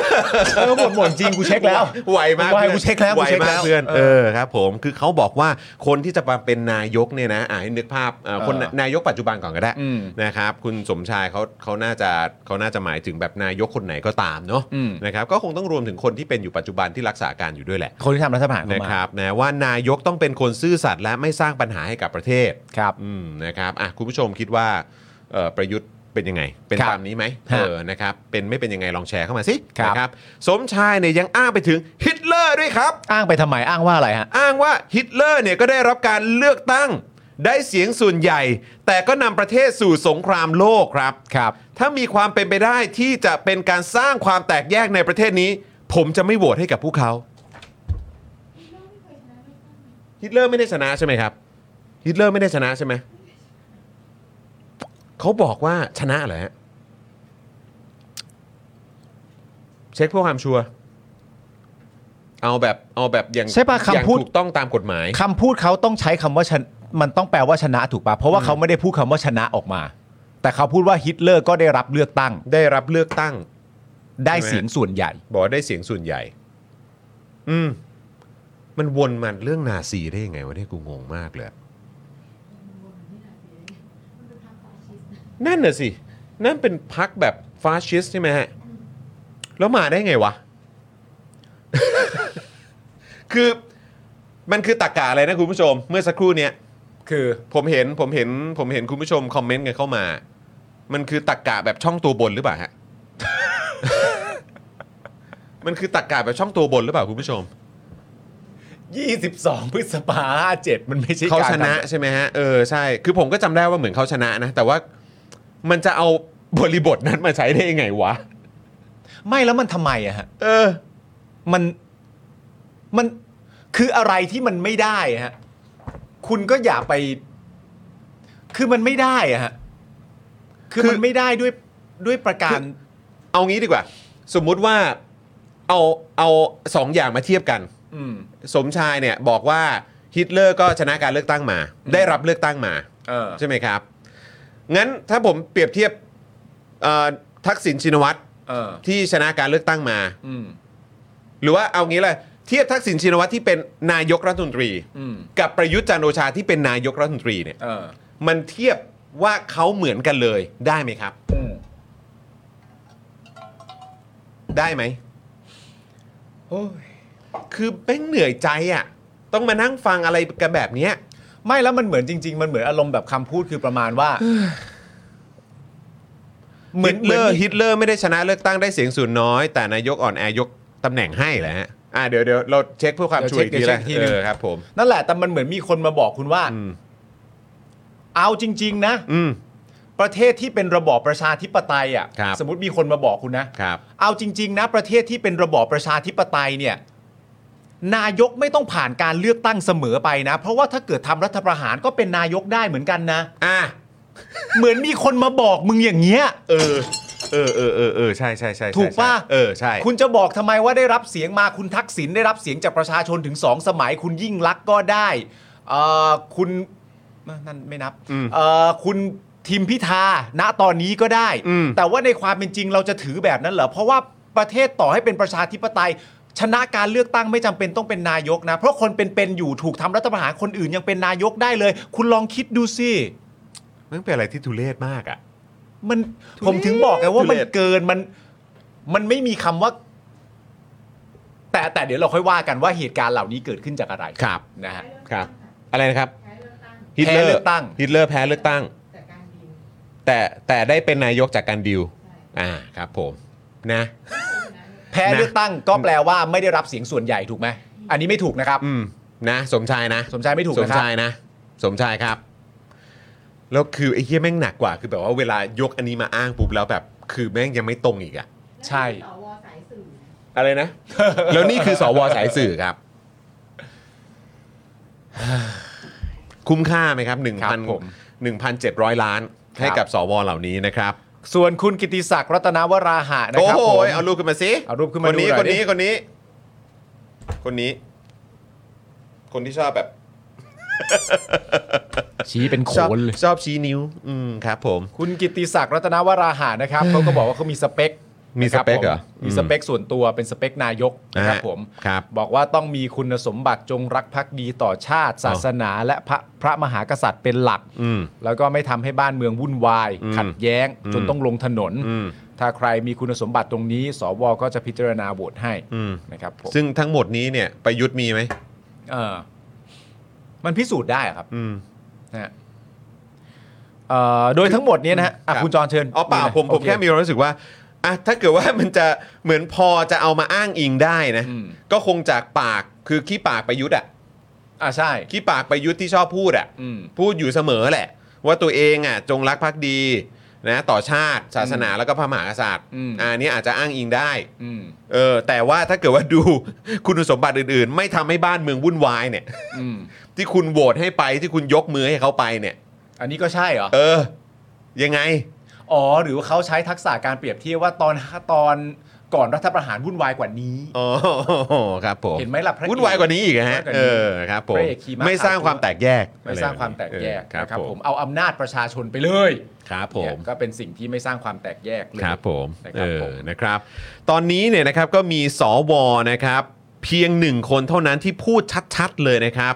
S2: เออหมดหมดจริงกูเช็คแล้ว
S1: ไหวมาก
S2: ไหว
S1: พื่อน
S2: กูเช็คแล้ว
S1: ไหว
S2: กูเช็ค
S1: มา
S2: แล้
S1: ก
S2: ว
S1: เพื่อน
S2: เอ
S1: เอ
S2: อ
S1: อครับผมคือเขาบอกว่าคนที่จะมาเป็นนายกเนี่ยนะอ่าให้นึกภาพเอ่อคน
S2: เออน
S1: ายกปัจจุบันก่อนก็ได้
S2: อืม
S1: นะครับ คุณสมชายเขาเขาน่าจะเขาน่าจะหมายถึงแบบนายกคนไหนก็ตามเนาะ
S2: อืม
S1: นะครับก็คงต้องรวมถึงคนที่เป็นอยู่ปัจจุบันที่รักษาการอยู่ด้วยแหละ
S2: คนที่ทำรัฐประหารเข้า
S1: นะ
S2: มา
S1: ครับนะว่านายกต้องเป็นคนซื่อสัตย์และไม่สร้างปัญหาให้กับประเทศ
S2: ครับ
S1: อืมนะครับอ่ะคุณผู้ชมคิดว่าเอ่อประยุทธ์เป็นยังไง เป็น
S2: ครับ
S1: ตามนี้ไหม
S2: ฮะ
S1: เออนะครับเป็นไม่เป็นยังไงลองแชร์เข้ามาสิ
S2: ครับ
S1: นะครับสมชายเนี่ยยังอ้างไปถึงฮิตเลอร์ด้วยครับ
S2: อ้างไปทำไมอ้างว่าอะไรฮะ
S1: อ้างว่าฮิตเลอร์เนี่ยก็ได้รับการเลือกตั้ง ได้เสียงส่วนใหญ่ แต่ก็นำประเทศสู่สงครามโลกครับ
S2: ครับ
S1: ถ้ามีความเป็นไปได้ที่จะเป็นการสร้างความแตกแยกในประเทศนี้ ผมจะไม่โหวตให้กับพวกเขาฮิตเลอร์ไม่ได้ชนะใช่ไหมครับฮิตเลอร์ไม่ได้ชนะใช่ไหมเขาบอกว่าชนะเหรอฮะเช็คเพื่อความชัวร์เอาแบบเอาแบบอย่าง
S2: ใช่ปะคำ
S1: อย่าง
S2: พูด
S1: ถูกต้องตามกฎหมาย
S2: คำพูดเขาต้องใช้คำว่าชนมันต้องแปลว่าชนะถูกป่ะเพราะว่าเขาไม่ได้พูดคำว่าชนะออกมา แต่เขาพูดว่าฮิตเลอร์ก็ได้รับเลือกตั้ง
S1: ได้รับเลือกตั้ง
S2: ได้เสียงส่วนใหญ่
S1: บอกว่าได้เสียงส่วนใหญ่ อืม มันวนมาเรื่องนาซีได้ยังไงวะเนี่ยกูงงมากเลย นั่นน่ะสิ นั่นเป็นพักแบบฟาสชิสต์ใช่ไหมฮะ แล้วมาได้ไง วะ คือมันคือตากกะอะไรนะคุณผู้ชม เมื่อสักครู่เนี้ย
S2: คือ
S1: ผมเห็นผมเห็นผมเห็นคุณผู้ชมคอมเมนต์กันเข้ามา มันคือตักกะแบบช่องตัวบนหรือเปล่าฮะ มันคือตักกะแบบช่องตัวบนหรือเปล่าคุณผู้ชม
S2: 22 พฤษภา57 มันไม่ใช่
S1: เขา
S2: กร
S1: ชนะ
S2: ทำ
S1: ใช่ไหมฮะเออใช่ คือผมก็จำได้ว่าเหมือนเขาชนะนะ แต่ว่ามันจะเอาบริบทนั้นมาใช้ได้ยังไงวะ
S2: ไม่แล้วมันทำไมอะฮะ
S1: เออ
S2: มัน มันคืออะไรที่มันไม่ได้อะฮะ คุณก็อย่าไป คือมันไม่ได้อะฮะ คือมันไม่ได้ด้วยด้วยประการ
S1: เอางี้ดีกว่า สมมุติว่าเอาเอาสองอย่างมาเทียบกัน
S2: อืม
S1: สมชายเนี่ยบอกว่าฮิตเลอร์ก็ชนะการเลือกตั้งมา ได้รับเลือกตั้งมา
S2: เออ
S1: ใช่ไหมครับ งั้นถ้าผมเปรียบเทียบเอ่อทักษิณชินวัตร
S2: เออ
S1: ที่ชนะการเลือกตั้งมา
S2: อืม
S1: หรือว่าเอางี้เลยเทียบทักษิณชินวัตรที่เป็นนายกรัฐมนตรี
S2: อืม
S1: กับประยุทธ์จันทร์โอชาที่เป็นนายกรัฐมนตรีเนี่ย
S2: เออ
S1: มันเทียบว่าเขาเหมือนกันเลยได้ไหมครับ
S2: อืม
S1: ได้ไหมโอ้ยคือแป้งเหนื่อยใจอะ่ะ ต้องมานั่งฟังอะไรกันแบบเนี้ย
S2: ไม่แล้วมันเหมือนจริง ๆ มันเหมือนอารมณ์แบบคำพูดคือประมาณว่า
S1: เหมือนเลอร์ฮิตเลอร์ไม่ได้ชนะเลือกตั้งได้เสียงส่วนน้อย แต่นายกอ่อนแอยกตำแหน่งให้แหละฮะอ่าเดี๋ยวเดี๋ยวเราเช็คเพื่อความชัวร์อีกที
S2: เดี๋ยวเช็
S1: ละ
S2: ค
S1: เอ
S2: เดี๋ยวเช็คอีกทีนึง
S1: อครับผม
S2: นั่นแหละ แต่มันเหมือนมีคนมาบอกคุณว่า
S1: อืม
S2: เอาจริง ๆ นะ
S1: อืม
S2: ประเทศที่เป็นระบอบประชาธิปไตยอ่ะ
S1: ครับ
S2: สมมติมีคนมาบอกคุณนะ
S1: ครับ
S2: เอาจริง ๆ นะ ประเทศที่เป็นระบอบประชาธิปไตยเนี่ย นายกไม่ต้องผ่านการเลือกตั้งเสมอไปนะ เพราะว่าถ้าเกิดทำรัฐประหารก็เป็นนายกได้เหมือนกันนะ
S1: อ่ะ
S2: เหมือนมีคนมาบอกมึงอย่างเงี้ย
S1: เออ เออเออเออเออใช่ใช่ใช่ใช่
S2: ถูกปะ
S1: เออใช่
S2: คุณจะบอกทำไมว่าได้รับเสียงมาคุณทักษิณได้รับเสียงจากประชาชนถึง 2 สมัย คุณยิ่งลักษณ์ก็ได้เอ่อคุณนั่นไม่นับเอ่อคุณทีมพิธาณตอนนี้ก็ได้ แต่ว่าในความเป็นจริงเราจะถือแบบนั้นเหรอ เพราะว่าประเทศต่อให้เป็นประชาธิปไตย ชนะการเลือกตั้งไม่จำเป็นต้องเป็นนายกนะ เพราะคนเป็นๆอยู่ถูกทำรัฐประหารคนอื่นยังเป็นนายกได้เลย คุณลองคิดดูสิ
S1: มันเป็นอะไรที่ทุเรศมากอ่ะ
S2: มัน
S1: ทุเรศ
S2: ผมถึงบอกไงว่า
S1: ทุ
S2: มัน
S1: เรศ
S2: เกินมันมันไม่มีคำว่า แต่แต่เดี๋ยวเราค่อยว่ากันว่าเหตุการณ์เหล่านี้เกิดขึ้นจากอะไร
S1: ครับ
S2: นะฮะ
S1: ครับ อะไรนะครับ
S2: แพ้เลือกตั้ง
S1: ฮิตเลอร์แพ้เลือกตั้ง แต่แต่ได้เป็นนายกจากการดิวอ่าครับผมนะ
S2: แพ้เลือกตั้งก็แปลว่าไม่ได้รับเสียงส่วนใหญ่ถูกไหมอันนี้ไม่ถูกนะครับ
S1: อืมนะสมชายนะ
S2: สมชายไม่ถูก
S1: ส
S2: นะครั
S1: ม
S2: บ
S1: ชายนะ สมชายครับ แล้วคือไอ้เหี้ยแม่งหนักกว่า คือแบบว่าเวลายกอันนี้มาอ้างปุ๊บแล้วแบบ คือแม่งยังไม่ตรงอีกอะ
S2: ใช่
S3: สวสายสื่อนะ
S1: อะไรนะ แล้วนี่คือสวสายสื่อ ครับ คุ้มค่าไหมครับ1 0 0
S2: ครับผม
S1: 0 1,700 ล้าน
S2: ครับ
S1: ให้กับสวเหล่านี้นะครับ
S2: ส่วนคุณกิติศักดิ์รัตนวราหะนะ
S1: โอ้
S2: ครับ
S1: โห
S2: ผม
S1: เอารูปขึ้นมาสิ
S2: เอารูปขึ้นมา
S1: คนนี้
S2: ดูห
S1: ค
S2: น่อย
S1: นนี้
S2: ดิ
S1: คนนี้ คนนี้ คนที่ชอบแบบ
S2: ชี้เป็นโข
S1: ชอบ
S2: นเลย
S1: ชอบชี้นิ้ว อืมครับผม
S2: คุณกิติศักดิ์รัตนวราหะนะครับ เขาก็บอกว่าเขามีสเปค
S1: มีสเปคเหรอ
S2: นะบผมมีสเปคส่วนตัวเป็นสเปคนายกนะครับ
S1: อ่า
S2: ผม
S1: ครับ
S2: บอกว่าต้องมีคุณสมบัติจงรักภักดีต่อชาติ ศาสนา และพระพระมหากษัตริย์เป็นหลัก
S1: อืม
S2: แล้วก็ไม่ทำให้บ้านเมืองวุ่นวาย
S1: อืม
S2: ขัดแย้ง
S1: อืม
S2: จนต้องลงถนน
S1: อืม
S2: ถ้าใครมีคุณสมบัติตรงนี้ สวก็จะพิจารณาโหวตให้
S1: อืม
S2: นะครับผม
S1: ซึ่งทั้งหมดนี้เนี่ยประยุทธ์มีไหม
S2: เออมันพิสูจน์ได้อะครับ
S1: อืม
S2: นะฮะเอ่อโดยทั้งหมดเนี้นะฮะอ่ะ
S1: ครับ
S2: คุณจรเชิญ
S1: อ๋อเปล่าผมผม
S2: โอเ
S1: แค่มีความรู้สึกว่าอ่ะถ้าเกิดว่ามันจะเหมือนพอจะเอามาอ้างอิงได้นะ
S2: อืม
S1: ก็คงจากปากคือขี้ปากประยุทธ์อ่ะ
S2: อ่ะใช่
S1: ขี้ปากประยุทธ์ที่ชอบพูดอ่ะ
S2: อืม
S1: พูดอยู่เสมอแหละ ว่าตัวเองอ่ะจงรักภักดีนะต่อชาติ ศาสนาแล้วก็พระมหากษัตริย์
S2: อืม
S1: อันนี้อาจจะอ้างอิงได้
S2: อืม
S1: เออแต่ว่าถ้าเกิดว่าดู คุณสมบัติอื่นๆ ไม่ทำให้บ้านเมืองวุ่นวายเนี่ย
S2: อืม
S1: ที่คุณโหวตให้ไปที่คุณยกมือให้เขาไปเนี่ย
S2: อันนี้ก็ใช่เหรอ
S1: เออ ยังไง
S2: อ๋อ หรือว่าเขาใช้ทักษะการเปรียบเทียบว่าตอน ตอนก่อนรัฐประหารวุ่นวายกว่านี้
S1: อ๋อครับผม
S2: เห็นไหมล่ะพระเอก
S1: วุ่นวายกว่านี้อีกฮะ
S2: วุ่นวายกว่านี้
S1: เออครับผม
S2: พระเอกขี่ม้า
S1: ไม่สร้างความแตกแยก
S2: ไม่สร้างความแตกแยก
S1: เออครับผม
S2: เอาอำนาจประชาชนไปเลย
S1: ครับผ
S2: เนี่
S1: ม
S2: ยก็เป็นสิ่งที่ไม่สร้างความแตกแยกเลย
S1: ครับผม
S2: นะครับผม
S1: เออนะครับ ตอนนี้เนี่ยนะครับก็มีสวนะครับ เพียงหนึ่งคนเท่านั้นที่พูดชัดๆเลยนะครับ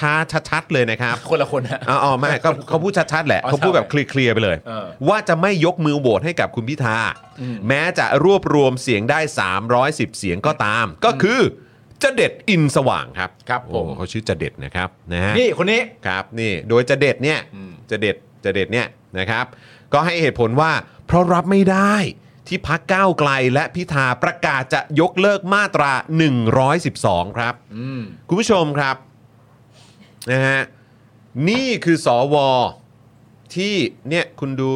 S1: ช้าๆชัดๆเลยนะครับ
S2: คนละคนฮะ
S1: อ๋ออ๋อไม่ก็เขาพูดชัดๆแหละ
S2: อ๋อ
S1: เขาพูดแบบเคลียร์ๆไปเลย
S2: เออ
S1: ว่าจะไม่ยกมือโหวตให้กับคุณพิธา
S2: อืม
S1: แม้จะรวบรวมเสียงได้ 310 เสียงก็ตาม ก็คือจเด็ดอินสว่างครับ
S2: ครับผ
S1: โอ้
S2: ม
S1: เขาชื่อจเด็ดนะครับนะฮะ
S2: นี่คนนี้
S1: ครับนี่โดยจะเด็ดเนี่ย
S2: อืม
S1: จะเด็ดจะเด็ดเนี่ยนะครับ ก็ให้เหตุผลว่า เพราะรับไม่ได้ ที่พักก้าวไกลและพิธาประกาศจะยกเลิกมาตรา 112 ครับ คุณผู้ชมครับนะฮะนี่คือสอวอที่เนี่ยคุณดู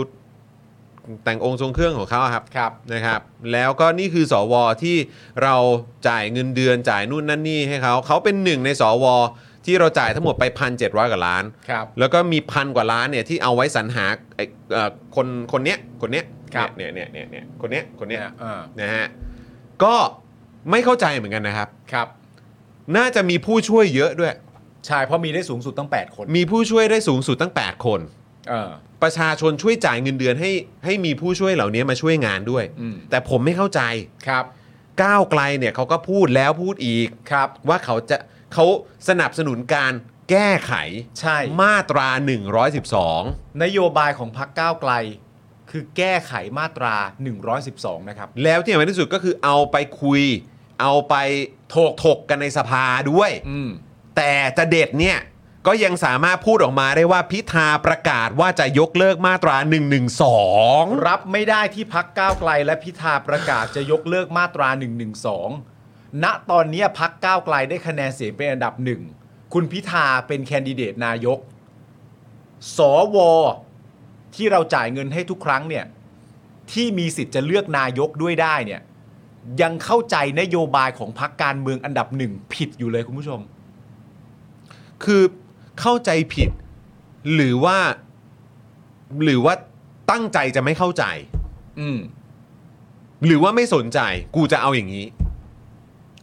S1: แต่งองค์ทรงเครื่องของเขาอะครับ
S2: ครับ
S1: นะครับ แล้วก็นี่คือสอวอที่เราจ่ายเงินเดือนจ่ายนู่นนั่นนี่ให้เขาเขาเป็นหนึ่งในสอวอที่เราจ่ายทั้งหมดไปพันเจ็ดร้อยกว่าล้าน
S2: ครับ
S1: แล้วก็มีพันกว่าล้านเนี่ยที่เอาไว้สรรหาไอ้เอ่อคนคนเนี้ยคนเนี้ย
S2: ครับ
S1: เนี่ยเนี่ยเนี่ยเนี่ยคนเนี้ยคนเนี้ย
S2: อ่า
S1: นะฮะก็ไม่เข้าใจเหมือนกันนะครับ
S2: ครับ
S1: น่าจะมีผู้ช่วยเยอะด้วย
S2: ใช่เพราะมีได้สูงสุดตั้ง 8 คน
S1: มีผู้ช่วยได้สูงสุดตั้ง 8 คน
S2: เออ
S1: ประชาชนช่วยจ่ายเงินเดือนให้ให้มีผู้ช่วยเหล่านี้มาช่วยงานด้วย
S2: อืม
S1: แต่ผมไม่เข้าใจ
S2: ครับ
S1: ก้าวไกลเนี่ยเขาก็พูดแล้วพูดอีก
S2: ครับ
S1: ว่าเขาจะเขาสนับสนุนการแก้ไข
S2: ใช่
S1: มาตรา 112
S2: นโยบายของพรรคก้าวไกล คือแก้ไขมาตรา 112 นะครับ
S1: แล้วที่สำคัญที่สุดก็คือเอาไปคุย เอาไปถกถกกันในสภาด้วย
S2: อืม
S1: แต่จะเด็ดเนี่ย ก็ยังสามารถพูดออกมาได้ว่าพิธาประกาศว่าจะยกเลิกมาตรา 1 1
S2: รับไม่ได้ที่พักก้าวไกลและพิธาประกาศจะยกเลิกมาตรา 112 ณ ตอนเนี้ยพักก้าวไกลได้คะแนนเสียงเป็นอันดับหนึ่ง คุณพิธาเป็นแคนดิเดตนายก สว ที่เราจ่ายเงินให้ทุกครั้งเนี่ย ที่มีสิทธิ์จะเลือกนายกด้วยได้เนี่ย ยังเข้าใจนโยบายของพักการเมืองอันดับหนึ่งผิดอยู่เลยคุณผู้ชม
S1: 2 คือเข้าใจผิด หรือว่า หรือว่าตั้งใจจะไม่เข้าใจ
S2: อืม
S1: หรือว่าไม่สนใจกูจะเอาอย่างนี้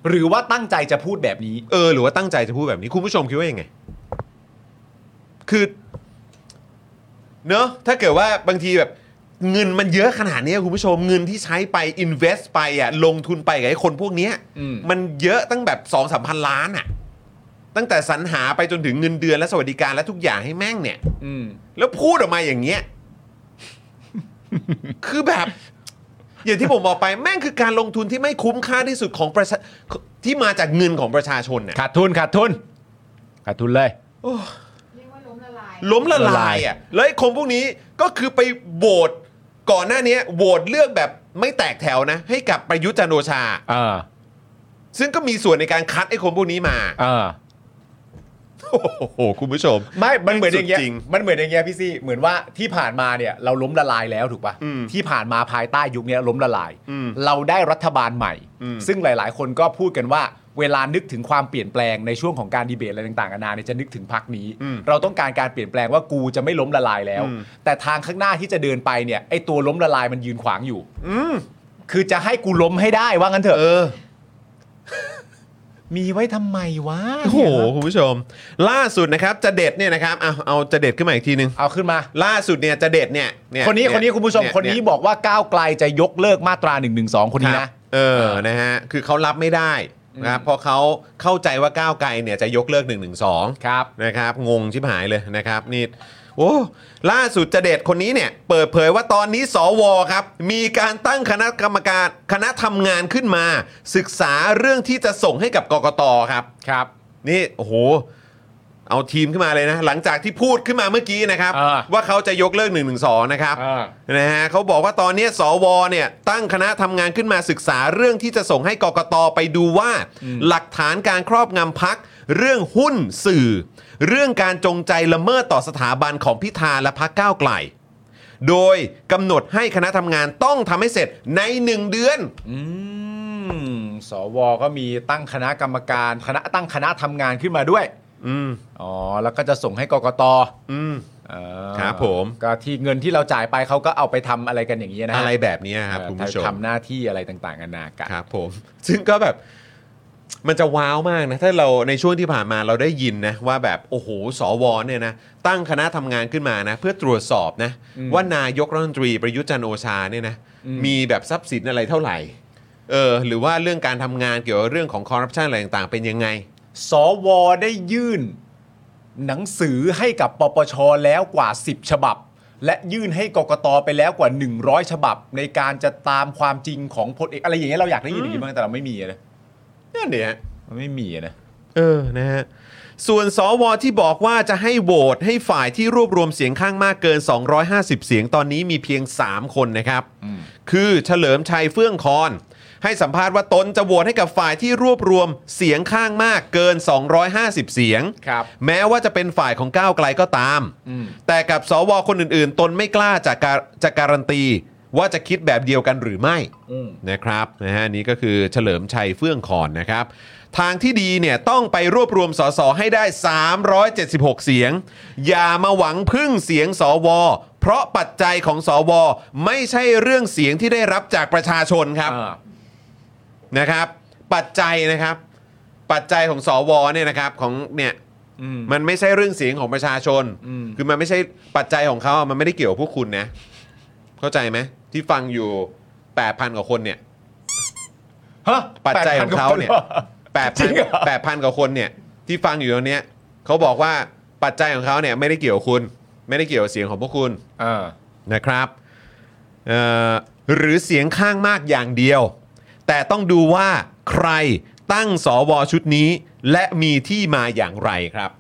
S2: หรือว่าตั้งใจจะพูดแบบนี้
S1: เออ หรือว่าตั้งใจจะพูดแบบนี้ คุณผู้ชมคิดว่ายังไง คือ เนอะถ้าเกิดว่าบางทีแบบ เงินมันเยอะขนาดเนี้ยคุณผู้ชมเงินที่ใช้ไป invest ไปอ่ะลงทุนไปกับไอ้คนพวกเนี้ย
S2: อืม
S1: มันเยอะตั้งแบบสองสามพันล้านอ่ะ ตั้งแต่สรรหาไปจนถึงเงินเดือนและสวัสดิการและทุกอย่างให้แม่งเนี่ย
S2: อืม
S1: แล้วพูดออกมาอย่างเงี้ ย คือแบบ อย่างที่ผมบอกไปแม่งคือการลงทุนที่ไม่คุ้มค่าที่สุดของประชาที่มาจากเงินของประชาชนเนี่ย
S2: ขาดทุนขาดทุนขาดทุนเลย
S3: เรียกว่าล้มละลาย
S1: ล้มละลายอ่ะแล้วไอ้คนพวกนี้ก็คือไปโหวตก่อนหน้านี้โหวตเลือกแบบไม่แตกแถวนะ ให้กับประยุทธ์จันทร์โอชา
S2: เออ
S1: ซึ่งก็มีส่วนในการคัดไอ้คนพวกนี้มา
S2: เออ
S1: โอ้โห คุณผู้ชม
S2: ไม่ มันเหมือนอย่างเงี้ย
S1: จริง
S2: มันเหมือนอย่างเงี้ยพี่ซี่ เหมือนว่าที่ผ่านมาเนี่ยเราล้มละลายแล้วถูกปะ
S1: อืม่
S2: ะ ที่ผ่านมาภายใต้ยุคเนี้ยล้มละลาย
S1: อืม
S2: เราได้รัฐบาลใหม่
S1: อืม
S2: ซึ่งหลาย ๆ คนก็พูดกันว่า เวลานึกถึงความเปลี่ยนแปลงในช่วงของการดีเบตอะไรต่างๆนานาเนี่ยจะนึกถึงพักนี้ เราต้องการการเปลี่ยนแปลงว่ากูจะไม่ล้มละลายแล้ว แต่ทางข้างหน้าที่จะเดินไปเนี่ยไอ้ตัวล้มละลายมันยืนขวางอยู่ คือจะให้กูล้มให้ได้ว่างั้นเถอะ
S1: เออ
S2: มีไว้ทำไมวะ
S1: โอ้โห คุณผู้ชม ล่าสุดนะครับจะเด็ดเนี่ยนะครับเอาเอาจะเด็ดขึ้นมาอีกทีนึง
S2: เอาขึ้นมา
S1: ล่าสุดเนี่ยจะเด็ดเนี่ยเย
S2: คนนี้
S1: เย
S2: คนนี้คุณผู้ชม
S1: เย
S2: คนนี้
S1: เย
S2: บอกว่าก้าวไกลจะยกเลิกมาตรา1นึคนนี้
S1: ครั
S2: นะ
S1: บเออนะฮะคือเขารับไม่ได้นะครับเพราะเขาเข้าใจว่าก้าวไกลเนี่ยจะยกเลิก1นึ
S2: ครับ
S1: นะครับงงชิบหายเลยนะครับนี่โอ้ล่าสุดจะเด็ดคนนี้เนี่ยเปิดเผยว่าตอนนี้สวครับ มีการตั้งคณะกรรมการคณะทำงานขึ้นมา ศึกษาเรื่องที่จะส่งให้กับกกตครับ
S2: ครับ
S1: นี่โอ้โห เอาทีมขึ้นมาเลยนะ หลังจากที่พูดขึ้นมาเมื่อกี้นะครับ
S2: อ่า
S1: ว่าเขาจะยกเลิก1นึนะครับ
S2: อ่า
S1: นะฮะเขาบอกว่าตอนนี้สวเนี่ยตั้งคณะทำงานขึ้นมาศึกษาเรื่องที่จะส่งให้กกตไปดูว่า หลักฐานการครอบงำพัก เรื่องหุ้นสื่อ เรื่องการจงใจละเมิดต่อสถาบันของพิธาและพักก้าวไกล โดยกำหนดให้คณะทำงานต้องทำให้เสร็จใน 1 เดือน
S2: อืมสวก็มีตั้งคณะกรรมการคณะตั้งคณะทำงานขึ้นมาด้วย
S1: อืม
S2: อ๋อ แล้วก็จะส่งให้กกต
S1: อืม
S2: เอ่อ
S1: ครับผม
S2: ก็ที่เงินที่เราจ่ายไปเขาก็เอาไปทำอะไรกันอย่างนี้ยนะฮ
S1: อะไรแบบนี้ครับ
S2: เอ่อ
S1: คุณผู้ชม
S2: ทำหน้าที่อะไรต่างๆนานากัน
S1: ครับผม ซึ่งก็แบบมันจะว้าวมากนะ ถ้าเราในช่วงที่ผ่านมาเราได้ยินนะ ว่าแบบโอ้โหสวเนี่ยนะ ตั้งคณะทำงานขึ้นมานะ เพื่อตรวจสอบนะ
S2: อืม
S1: ว่านายกรัฐมนตรีประยุทธ์จันทร์โอชาเนี่ยนะ
S2: อืม
S1: มีแบบทรัพย์สินอะไรเท่าไหร่ เออ หรือว่าเรื่องการทำงานเกี่ยวกับเรื่องของคอร์รัปชันอะไรต่างๆเป็นยังไง
S2: สวได้ยื่น หนังสือให้กับปปชแล้วกว่า 10 ฉบับ และยื่นให้กกตไปแล้วกว่า 100 ฉบับ ในการจะตามความจริงของพลเอกอะไรอย่างเงี้ยเราอยากได้ยินอย่างนี้บ้างแต่เราไม่มีอะนะ
S1: นั่นเดี๋ย
S2: มันไม่มีอะนะ
S1: เออนะฮะส่วนสวที่บอกว่าจะให้โหวตให้ฝ่ายที่รวบรวมเสียงข้างมากเกิน 250 เสียงตอนนี้มีเพียง 3 คนนะครับ คือเฉลิมชัยเฟื่องคอน ให้สัมภาษณ์ว่าตนจะโหวตให้กับฝ่ายที่รวบรวมเสียงข้างมากเกิน 250 เสียง แม้ว่าจะเป็นฝ่ายของก้าวไกลก็ตาม แต่กับสวคนอื่นๆ ตนไม่กล้าจะการจะการันตี ว่าจะคิดแบบเดียวกันหรือไม่ นะครับนะฮะอันนี่ก็คือเฉลิมชัยเฟื่องคอนนะครับ ทางที่ดีเนี่ยต้องไปรวบรวมสสให้ได้ 376 เสียง อย่ามาหวังพึ่งเสียงสว เพราะปัจจัยของสว ไม่ใช่เรื่องเสียงที่ได้รับจากประชาชนครับนะครับ ปัจจัยนะครับ ปัจจัยของสวเนี่ยนะครับของเนี่ยมันไม่ใช่เรื่องเสียงของประชาชน คือมันไม่ใช่ปัจจัยของเขาอะมันไม่ได้เกี่ยวกับพวกคุณนะ เข้าใจไหมที่ฟังอยู่ 8,000 กว่าคนเนี่ยปัจจัยของเขาเนี่ย แปดพันแปดพันกว่าคนเนี่ยที่ฟังอยู่ตรงเนี้ยเขาบอกว่าปัจจัยของเขาเนี่ยไม่ได้เกี่ยวกับคุณ ไม่ได้เกี่ยวกับเสียงของพวกคุณนะครับเอ่อหรือเสียงข้างมากอย่างเดียว แต่ต้องดูว่าใครตั้งสวชุดนี้ และมีที่มาอย่างไรครับ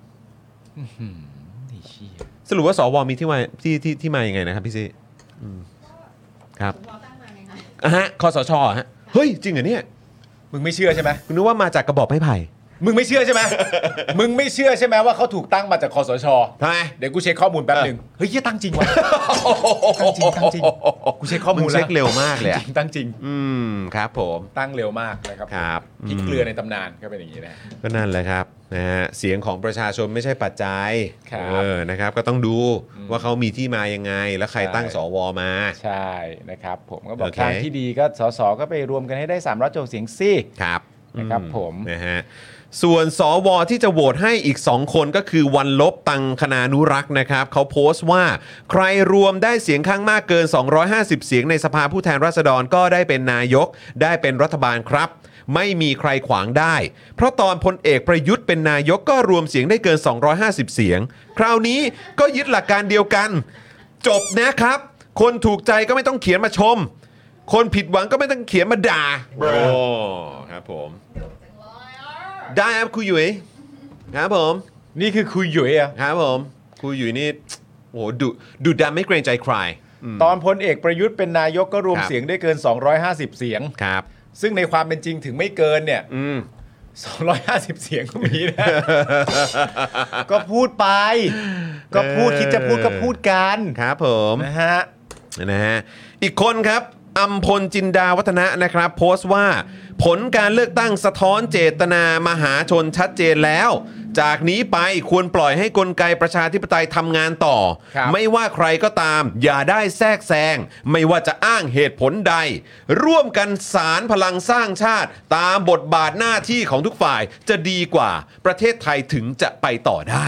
S1: สรุปว่าสวมีที่มาที่ที่ที่มาอย่างไงนะครับพี่ซีอืมครับอ่ะฮะคอสชอ่ะฮะเฮ้ยจริงเหรอเนี่ย
S2: มึงไม่เชื่อใช่ไหม
S1: คุณนึกว่ามาจากกระบอกไม้ไผ่
S2: มึงไม่เชื่อใช่ไหม มึงไม่เชื่อใช่ไหมว่าเขาถูกตั้งมาจากคอสช
S1: ทำไม
S2: เดี๋ยวกูเช็คข้อมูลแป๊บหนึ่งเฮ้ยเหี้ยตั้งจริงว่ะ ตั้งจริงตั้งจริงกูเช็คข้อมูล
S1: มึงเช็คเร็วมากเลยอะ
S2: ตั้งจริง
S1: อืมครับผม
S2: ตั้งเร็วมากนะครับ
S1: ครับ
S2: พริกเกลือในตำนานก็เป็นอย่างนี้นะ
S1: ก็นั่นแหละครับนะฮะเสียงของประชาชนไม่ใช่ปัจจัย
S2: ครับ
S1: เออนะครับ ก็ต้องดูว่าเขามีที่มายังไง แล้วใคร
S2: ใช่
S1: ตั้งสวมา
S2: ใช่นะครับ ผมก็บอ
S1: โอก เค
S2: ทางที่ดีก็สสก็ไปรวมกันให้ได้3ามร้อยเสียงสิ
S1: ครับ
S2: นะครับผม
S1: นะฮะส่วนสวที่จะโหวตให้อีก 2 คนก็คือวันลบตังคณานุรักษ์นะครับเขาโพสต์ว่าใครรวมได้เสียงข้างมากเกิน 250 เสียงในสภาผู้แทนราษฎรก็ได้เป็นนายก ได้เป็นรัฐบาลครับ ไม่มีใครขวางได้ เพราะตอนพลเอกประยุทธ์เป็นนายกก็รวมเสียงได้เกิน 250 เสียง คราวนี้ก็ยึดหลักการเดียวกัน จบนะครับ คนถูกใจก็ไม่ต้องเขียนมาชม คนผิดหวังก็ไม่ต้องเขียนมาด่าโอ้ครับผม ได้ครับครูหยุยครับผม
S2: นี่คือครูหยุยอ่ะ
S1: ครับผมครูหยุยนี่โอ้โหดุดุดันไม่เกรงใจใครอืม
S2: ตอนพลเอกประยุทธ์เป็นนายกก็รวมเสียงได้เกิน 250 เสียง
S1: ครับ
S2: ซึ่งในความเป็นจริงถึงไม่เกินเนี่ย
S1: อืม
S2: 250 เสียงก็มีนะ ก็พูดไป ก็พูดคิดจะพูดก็พูดกัน
S1: ครับผม
S2: นะฮะ
S1: นะฮะอีกคนครับอัมพลจินดาวัฒนะนะครับ โพสต์ว่า ผลการเลือกตั้งสะท้อนเจตนามหาชนชัดเจนแล้ว จากนี้ไปควรปล่อยให้กลไกประชาธิปไตยทำงานต่อ
S2: ครับ
S1: ไม่ว่าใครก็ตาม อย่าได้แทรกแซงไม่ว่าจะอ้างเหตุผลใด ร่วมกันสารพลังสร้างชาติ ตามบทบาทหน้าที่ของทุกฝ่ายจะดีกว่าประเทศไทยถึงจะไปต่อได้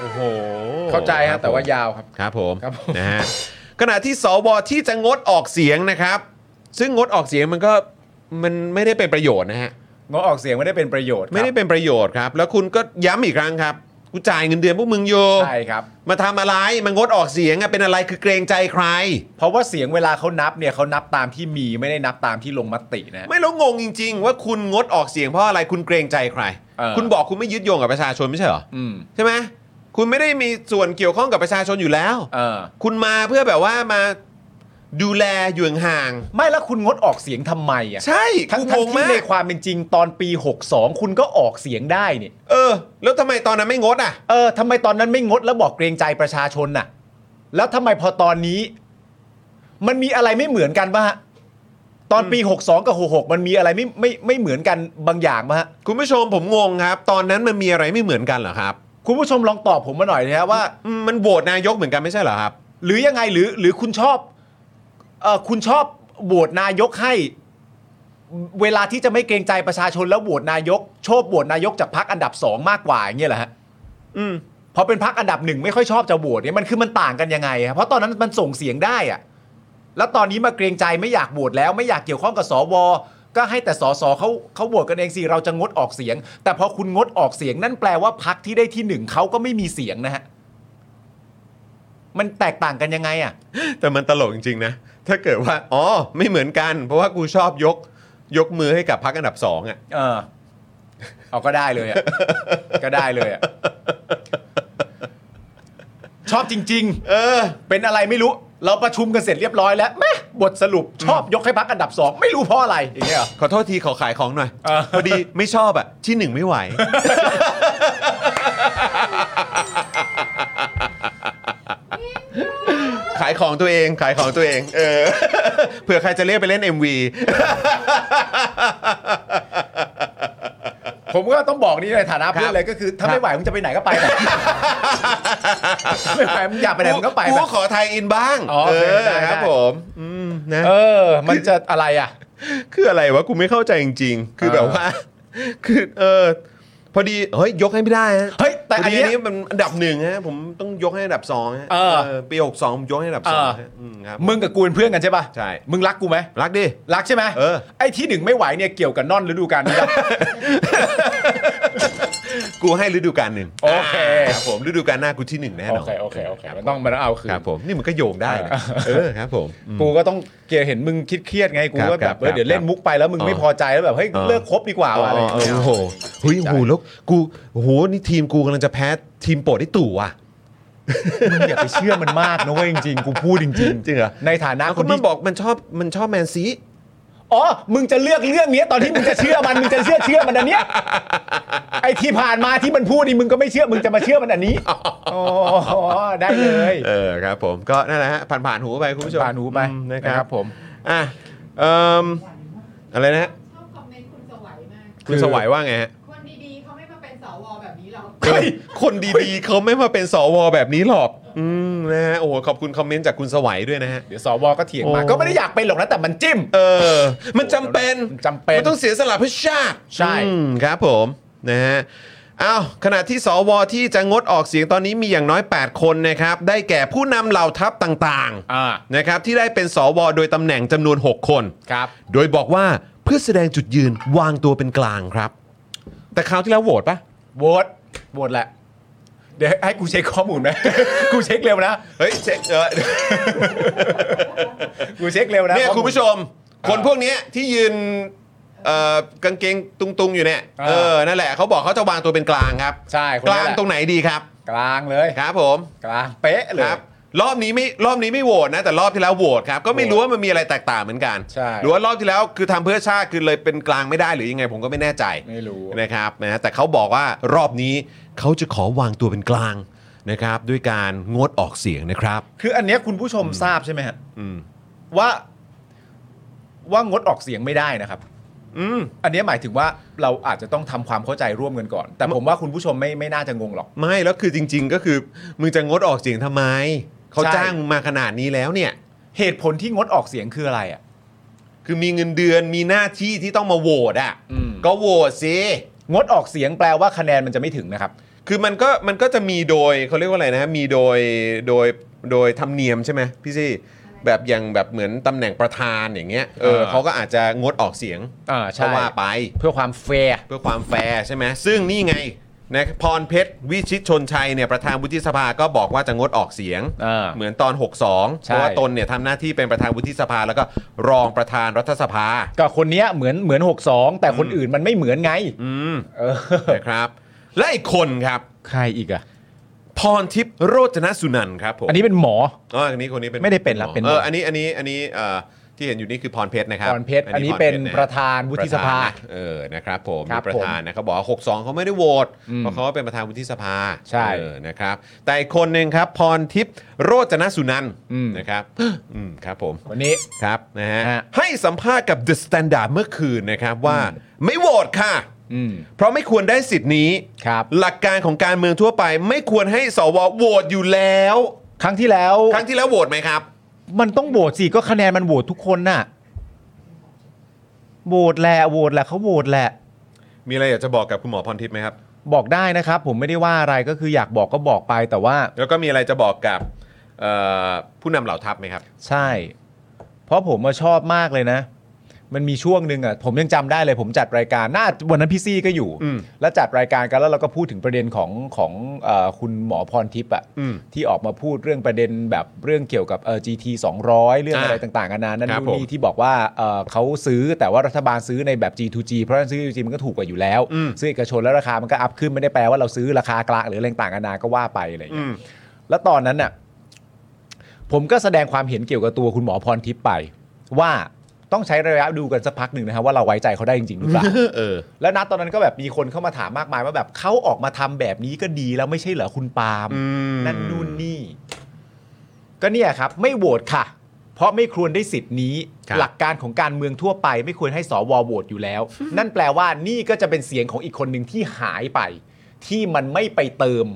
S1: โอ้โห
S2: เข้าใจฮะแต่ว่ายาวครับ
S1: ครับผม
S2: ครับผม
S1: นะฮะขณะที่สวที่จะงดออกเสียงนะครับ ซึ่งงดออกเสียงมันก็มันไม่ได้เป็นประโยชน์นะฮะ
S2: งดออกเสียงไม่ได้เป็นประโยชน์ครับ
S1: ไม่ได้เป็นประโยชน์ครับ แล้วคุณก็ย้ำอีกครั้งครับกูจ่ายเงินเดือนพวกมึงโย
S2: ใช่ครับ
S1: มาทำอะไรมันงดออกเสียงอะเป็นอะไรคือเกรงใจใคร
S2: เพราะว่าเสียงเวลาเขานับเนี่ยเขานับตามที่มีไม่ได้นับตามที่ลงมตินะ
S1: ไม่แล้วงงจริง ๆ ว่าคุณงดออกเสียงเพราะอะไรคุณเกรงใจใคร
S2: เออ
S1: คุณบอกคุณไม่ยึดโยงกับประชาชนไม่ใช่เหรอ
S2: อืม
S1: ใช่ไหมคุณไม่ได้มีส่วนเกี่ยวข้องกับประชาชนอยู่แล้ว
S2: เออ
S1: คุณมาเพื่อแบบว่ามาดูแลอยู่ห่าง
S2: ไม่แล้วคุณงดออกเสียงทำไมอ่ะ
S1: ๆใช่
S2: ทั้ง
S1: กู
S2: ทั้
S1: งง
S2: งที่
S1: มาก
S2: ในความเป็นจริงตอนปี 62 คุณก็ออกเสียงได้นี่
S1: เออ แล้วทำไมตอนนั้นไม่งดอ่ะ
S2: เออทำไมตอนนั้นไม่งดแล้วบอกเกรงใจประชาชนน่ะ แล้วทำไมพอตอนนี้ มันมีอะไรไม่เหมือนกันปะฮะตอนปี 62 กับ 66 มันมีอะไรไม่ไม่ไม่เหมือนกันบางอย่างปะฮะ
S1: คุณผู้ชมผมงงครับ ตอนนั้นมันมีอะไรไม่เหมือนกันเหรอครับ
S2: คุณผู้ชมลองตอบผมมาหน่อยนะฮะว่า
S1: อืมมันโหวตนายกเหมือนกันไม่ใช่เหรอครับ
S2: หรือยังไงหรือหรือคุณชอบเออคุณชอบโหวตนายกให้ เวลาที่จะไม่เกรงใจประชาชนแล้วโหวตนายกชอบโหวตนายกจากพักอันดับสองมากกว่าอย่างเงี้ยเหรอฮะ
S1: อืม
S2: พอเป็นพักอันดับหนึ่งไม่ค่อยชอบจะโหวตเนี่ยมันคือมันต่างกันยังไงฮะเพราะตอนนั้นมันส่งเสียงได้อะแล้วตอนนี้มาเกรงใจไม่อยากโหวตแล้ว ไม่อยากเกี่ยวข้องกับสวก็ให้แต่สสเขาเขาโหวตกันเองสิเราจะงดออกเสียง แต่พอคุณงดออกเสียงนั่นแปลว่าพักที่ได้ที่หนึ่งเขาก็ไม่มีเสียงนะฮะมันแตกต่างกันยังไงอ่ะ
S1: แต่มันตลกจริงๆนะ ถ้าเกิดว่า อ๋อ ไม่เหมือนกัน เพราะว่ากูชอบยก ยกมือให้กับพรรคอันดับสองอ่ะ
S2: เออ เอาก็ได้เลยอ่ะ ก็ได้เลยอ่ะ ชอบจริง ๆ
S1: เออ
S2: เป็นอะไรไม่รู้ เราประชุมกันเสร็จเรียบร้อยแล้วแม่บทสรุปชอบยกให้พักอันดับสองไม่รู้เพราะอะไรอย่างเงี้ยเหรอ
S1: ขอโทษทีขอขายของหน่อยพอดีไม่ชอบอ่ะ ที่หนึ่งไม่ไหว ขายของตัวเองขายของตัวเอง เออ เผื่อใครจะเรียกไปเล่น MV
S2: ผมก็ต้องบอกนี่ในฐานะเพื่อ
S1: ค
S2: น
S1: รับ
S2: เลยก็คือถ้าไม่ไหวมึงจะไปไหนก็ไปไป ไม่ไหวมึงอยากไปไหนมึงก็ไป
S1: กู
S2: ไป
S1: ขอไทยอินบ้าง
S2: อ๋อโอ
S1: เอ
S2: เค
S1: อ
S2: ได้
S1: ครับ
S2: ได้
S1: ผมอืมนะ
S2: เออ มันจะอะไรอ่ะ
S1: คืออะไรวะกูไม่เข้าใจจริงๆ คือแบบว่า คือเออพอดีเฮ้ยยกให้ไม่ได้ฮะ
S2: เฮ้ย แต่
S1: พอ
S2: อั
S1: น ดี
S2: เนี้ย
S1: นี้มันอันดับหนึ่งฮะผมต้องยกให้อันดับสองฮะ
S2: เออ
S1: เออปีหกสองผมยกให้อันดับสอง
S2: เออ
S1: ฮะอืมครับ
S2: มึงกับกูเป็นเพื่อนกันใช่ป่ะ
S1: ใช่
S2: มึงรักกูไหม
S1: รักดิ
S2: รักใช่ไหม
S1: เอ อ
S2: ไอ้ที่หนึ่งไม่ไหวเนี่ยเกี่ยวกับนอนฤดูกาลนี้ปะ
S1: กูให้ฤดูกาลหนึ่ง
S2: โอเค
S1: รับผมฤดูกาลหน้ากูที่หนึ่งแน่น
S2: โอ
S1: อน
S2: เคโอเคโอเคมันต้องมันต้องเอาคืน
S1: ครับผมนี่มันก็โยงได้นะ
S2: เออ
S1: เออครับผมอืม
S2: กูก็ต้องเกลียดเห็นมึงคิดเครียดไงกู
S1: ครับ
S2: ก็
S1: ค
S2: แบ
S1: รับบ
S2: เออเดี๋ยวเล่นมุกไปแล้วมึง
S1: อ๋อ
S2: ไม่พอใจแล้วแบบเฮ้ย
S1: อ๋อ
S2: เลิกคบดีกว่าว่ะอะไรอย่าง
S1: โอ้
S2: เงี้ย
S1: โหเฮ้ยโอ้โหแล้วกูโอ้โหนี่ทีมกูกำลังจะแพ้ทีมโปรดที่ตู่ว่ะ
S2: มึงอย่าไปเชื่อมันมากนะเว้ยจริงๆ กูพูดจริงๆ
S1: จริงเหรอ
S2: ในฐานะ
S1: แล้ว
S2: ค
S1: ก็
S2: น
S1: มั
S2: ที่
S1: นบอกมันชอบมันชอบแมนซี
S2: อ๋อ มึงจะเลือกเรื่องเนี้ยตอนที่มึงจะเชื่อมัน มึงจะเชื่อเชื่อมันอันเนี้ยไอที่ผ่านมาที่มันพูดนี่มึงก็ไม่เชื่อ มึงจะมาเชื่อมันอันนี้อ๋อได้เลย
S1: เออครับผมก็นั่นแหละฮะผ่านผ่านๆหูไปคุณผู้ชม
S2: ผ่านหูไป
S1: อืมนะ
S2: นะ
S1: ค
S2: ค
S1: รั
S2: รั
S1: บบ
S2: ผม
S1: อ่ะเอ่มอะไรนะฮะ
S3: ชอบคอมเมนต์คุณสวัยมาก
S1: คุณสวายว่าไงฮะ
S3: คนดีๆเขาไม่มาเป็นสวแบบนี้หรอก
S1: เออคนดีๆเขาไม่มาเป็นสวแบบนี้หรอก อืมนะฮะโอ้โหขอบคุณคอมเมนต์จากคุณสวัยด้วยนะฮะ
S2: เดี๋ยวสวก็เถียงมา
S1: โอ้
S2: ก็ไม่ได้อยากเป็นหรอกนะแต่มันจิ้ม
S1: เออ มันจำเป็น
S2: มันจำเป็น
S1: มันต้องเสียสละเพื่อชาติ
S2: ใช่
S1: อืมครับผมนะฮะอ้าวขณะที่สวที่จะงดออกเสียงตอนนี้มีอย่างน้อย 8 คนนะครับ ได้แก่ผู้นำเหล่าทัพต่าง
S2: อ่า
S1: ๆนะครับที่ได้เป็นสวโดยตำแหน่งจำนวน 6 คน
S2: ครับ
S1: โดยบอกว่าเพื่อแสดงจุดยืนวางตัวเป็นกลางครับ แต่คราวที่แล้วโหวตปะ
S2: โหวตโหวตแหละ เดี๋ยวให้กูเช็คข้อมูล นะ กูเช็คเร็วนะ
S1: เฮ้ยเช็คเออ
S2: กูเช็คเร็วนะ
S1: เนี่ย
S2: ข้อล
S1: คุณผู้ชม คนพวกเนี้ยที่ยืนเอ่อกางเกงตุงๆอยู่เนี่ย
S2: อ่า
S1: เออนั่นแหละเขาบอกเขาจะวางตัวเป็นกลางครับ
S2: ใช่คน
S1: ก
S2: นี้
S1: ลาง
S2: แหละ
S1: ตรงไหนดีครับ
S2: กลางเลย
S1: ครับผม
S2: กลางเป๊ะเลย
S1: ครับรอบนี้ไม่รอบนี้ไม่โหวตนะ แต่รอบที่แล้วโหวตครับ ก็ไม่รู้ว่ามันมีอะไรแตกต่างเหมือนกัน
S2: ใช่
S1: หรือว่ารอบที่แล้วคือทำเพื่อชาติคือเลยเป็นกลางไม่ได้หรือยังไงผมก็ไม่แน่ใจ
S2: ไม่รู้
S1: นะครับนะแต่เขาบอกว่ารอบนี้เขาจะขอวางตัวเป็นกลางนะครับ ด้วยการงดออกเสียงนะครับ
S2: คืออันเนี้ยคุณผู้ชมทราบใช่ไหมฮะ
S1: อืม
S2: ว่าว่างดออกเสียงไม่ได้นะครับ
S1: อืม
S2: อันเนี้ยหมายถึงว่าเราอาจจะต้องทำความเข้าใจร่วมกันก่อน แต่ผมว่าคุณผู้ชมไม่ไม่น่าจะงงหรอก
S1: ไม่แล้วคือจริง ๆ ก็คือมึงจะงดออกเสียงทำไมเขา
S2: ใช่
S1: จ้างมึงมาขนาดนี้แล้วเนี่ย
S2: เหตุผลที่งดออกเสียงคืออะไรอ่ะ
S1: คือมีเงินเดือนมีหน้าที่ที่ต้องมาโหวตอ่ะ
S2: อืม
S1: ก็โหวตสิ
S2: งดออกเสียงแปลว่าคะแนนมันจะไม่ถึงนะครับ
S1: คือมันก็มันก็จะมีโดยเขาเรียกว่าอะไรนะ มีโดยโดยโดยธรรมเนียมใช่ไหมพี่ซี่แบบอย่างแบบเหมือนตำแหน่งประธานอย่างเงี้ยเออ
S2: อ่า
S1: เขาก็อาจจะงดออกเสียง
S2: อ่า
S1: ก็
S2: ใช่
S1: ว่าไป
S2: เพื่อความแฟร์
S1: เพื่อความแฟร์ใช่ไหมซึ่งนี่ไงนะพรเพชรวิชิตชนชัยเนี่ยประธานวุฒิสภาก็บอกว่าจะงดออกเสียง
S2: อ่า
S1: เหมือนตอน 62 เพ
S2: ใช่
S1: ราะว่าตนเนี่ยทำหน้าที่เป็นประธานวุฒิสภาแล้วก็รองประธานรัฐสภา
S2: ก็คนเนี้ยเหมือนเหมือน62 แต่คนอื่นมันไม่เหมือนไง
S1: อืม
S2: เออ
S1: นะครับ และอีกคนครับ
S2: ใครอีกอ่ะ
S1: พรทิพย์โรจนสุนันท์ครับผม
S2: อันนี้เป็นหมอ
S1: อ๋ออันนี้คนนี้เป็น
S2: ไม่ได้เป็นแล้วเป็น
S1: เออ
S2: หมออั
S1: อันนี้อันนี้อันนี้เอ่อที่เห็นอยู่นี่คือพรเพชรนะครับ
S2: พรเพชรอันนี้เป็น
S1: พช
S2: ประธานวุฒิสภา
S1: ประธนนะเออนะครับผม
S2: ครับ
S1: มีประธานนะเขาบอกว่า62เขาไม่ได้โหวต
S2: อืม
S1: เพราะเขาเป็นประธานวุฒิสภา
S2: ใช่
S1: เออนะครับ แต่อีกคนหนึ่งครับพรทิพย์โรจนสุนันท์
S2: อืม
S1: นะครับ อืมครับผม
S2: วันนี้
S1: ครับนะฮะ
S2: ฮะ
S1: ให้สัมภาษณ์กับ The Standard เมื่อคืนนะครับว่า ไม่โหวตค่ะ
S2: อืม
S1: เพราะไม่ควรได้สิทธิ์นี้
S2: ครับ
S1: หลักการของการเมืองทั่วไป ไม่ควรให้สวโหวตอยู่แล้ว
S2: ครั้งที่แล้ว
S1: ครั้งที่แล้วโหวตไหมครับ
S2: มันต้องโหวตสิก็คะแนนมันโหวตทุกคนน่ะโหวตแหละโหวตแหละเขาโหวตแหละ
S1: มีอะไรอยากจะบอกกับคุณหมอพรทิพย์ไหมครับ
S2: บอกได้นะครับ ผมไม่ได้ว่าอะไรก็คืออยากบอกก็บอกไปแต่ว่า
S1: แล้วก็มีอะไรจะบอกกับเอ่อผู้นำเหล่าทัพไหมครับ
S2: ใช่ เพราะผมมาชอบมากเลยนะ มันมีช่วงหนึ่งอ่ะผมยังจำได้เลยผมจัดรายการหน้าวันนั้นพี่ซี่ก็อยู่ แล้วจัดรายการกันแล้วเราก็พูดถึงประเด็นของของเออคุณหมอพรทิพย์อ่ะ
S1: อืม
S2: ที่ออกมาพูดเรื่องประเด็นแบบเรื่องเกี่ยวกับเออ GT 200 เรื่องอะไร
S1: อ่า
S2: ต่างๆนานานั่น
S1: ครับ
S2: นู่น
S1: ผม
S2: นี่ที่บอกว่าเอ่อเขาซื้อแต่ว่ารัฐบาลซื้อในแบบ G2G เพราะฉะนั้นซื้อ G2G มันก็ถูกกว่าอยู่แล้วซื้อเอกชนแล้วราคามันก็อัพขึ้นไม่ได้แปลว่าเราซื้อราคากลางหรืออะไรต่างๆนานาก็ว่าไปอะไรอย่างเงี้ย แล้วตอนนั้นน่ะผมก็แสดงความเห็นเกี่ยวกับตัวคุณหมอพรทิพย์ไป ว่าต้องใช้ระยะดูกันสักพักหนึ่งนะครับว่าเราไว้ใจเขาได้จริงๆหรือเปล่า
S1: เออ
S2: แล้วนะตอนนั้นก็แบบมีคนเข้ามาถามมากมายว่าแบบเขาออกมาทำแบบนี้ก็ดีแล้วไม่ใช่เหรอคุณปาล์มนั่นนู่นนี่ ก็เนี่ยครับ ไม่โหวตค่ะ เพราะไม่ควรได้สิทธิ์นี้
S1: ครับ
S2: หลักการของการเมืองทั่วไป ไม่ควรให้สวโหวตอยู่แล้ว นั่นแปลว่านี่ก็จะเป็นเสียงของอีกคนหนึ่งที่หายไป ที่มันไม่ไปเติม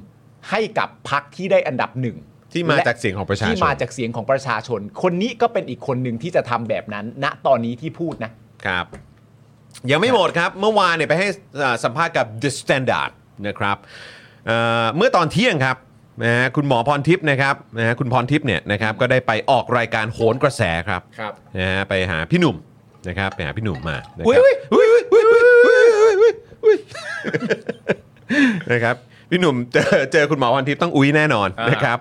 S2: ให้กับพักที่ได้อันดับหนึ่ง
S1: ที่มาจากเสียงของประชาช
S2: ที่
S1: น
S2: มาจากเสียงของประชาชน คนนี้ก็เป็นอีกคนหนึ่งที่จะทำแบบนั้น ณตอนนี้ที่พูดนะ
S1: ครับ ยังไม่หมดครับ เมื่อวานเนี่ยไปให้อ่าสัมภาษณ์กับ The Standard นะครับเอ่อเมื่อตอนเที่ยงครับนะฮะคุณหมอพรทิพย์นะครับนะฮะคุณพรทิพย์เนี่ยนะครับก็ได้ไปออกรายการโหนกระแสครับ
S2: ครับ
S1: นะฮะไปหาพี่หนุ่มนะครับไปหาพี่หนุ่มมานะค
S2: อุ้ย
S1: รับ
S2: อุ้ยอุ้ยอุ้ยอุ้ยอุ้ยอุ้ย
S1: นะครับพี่หนุ่มเจอเจอคุณหมอวันทิพย์ต้องอุ้ยแน่นอนนะครับ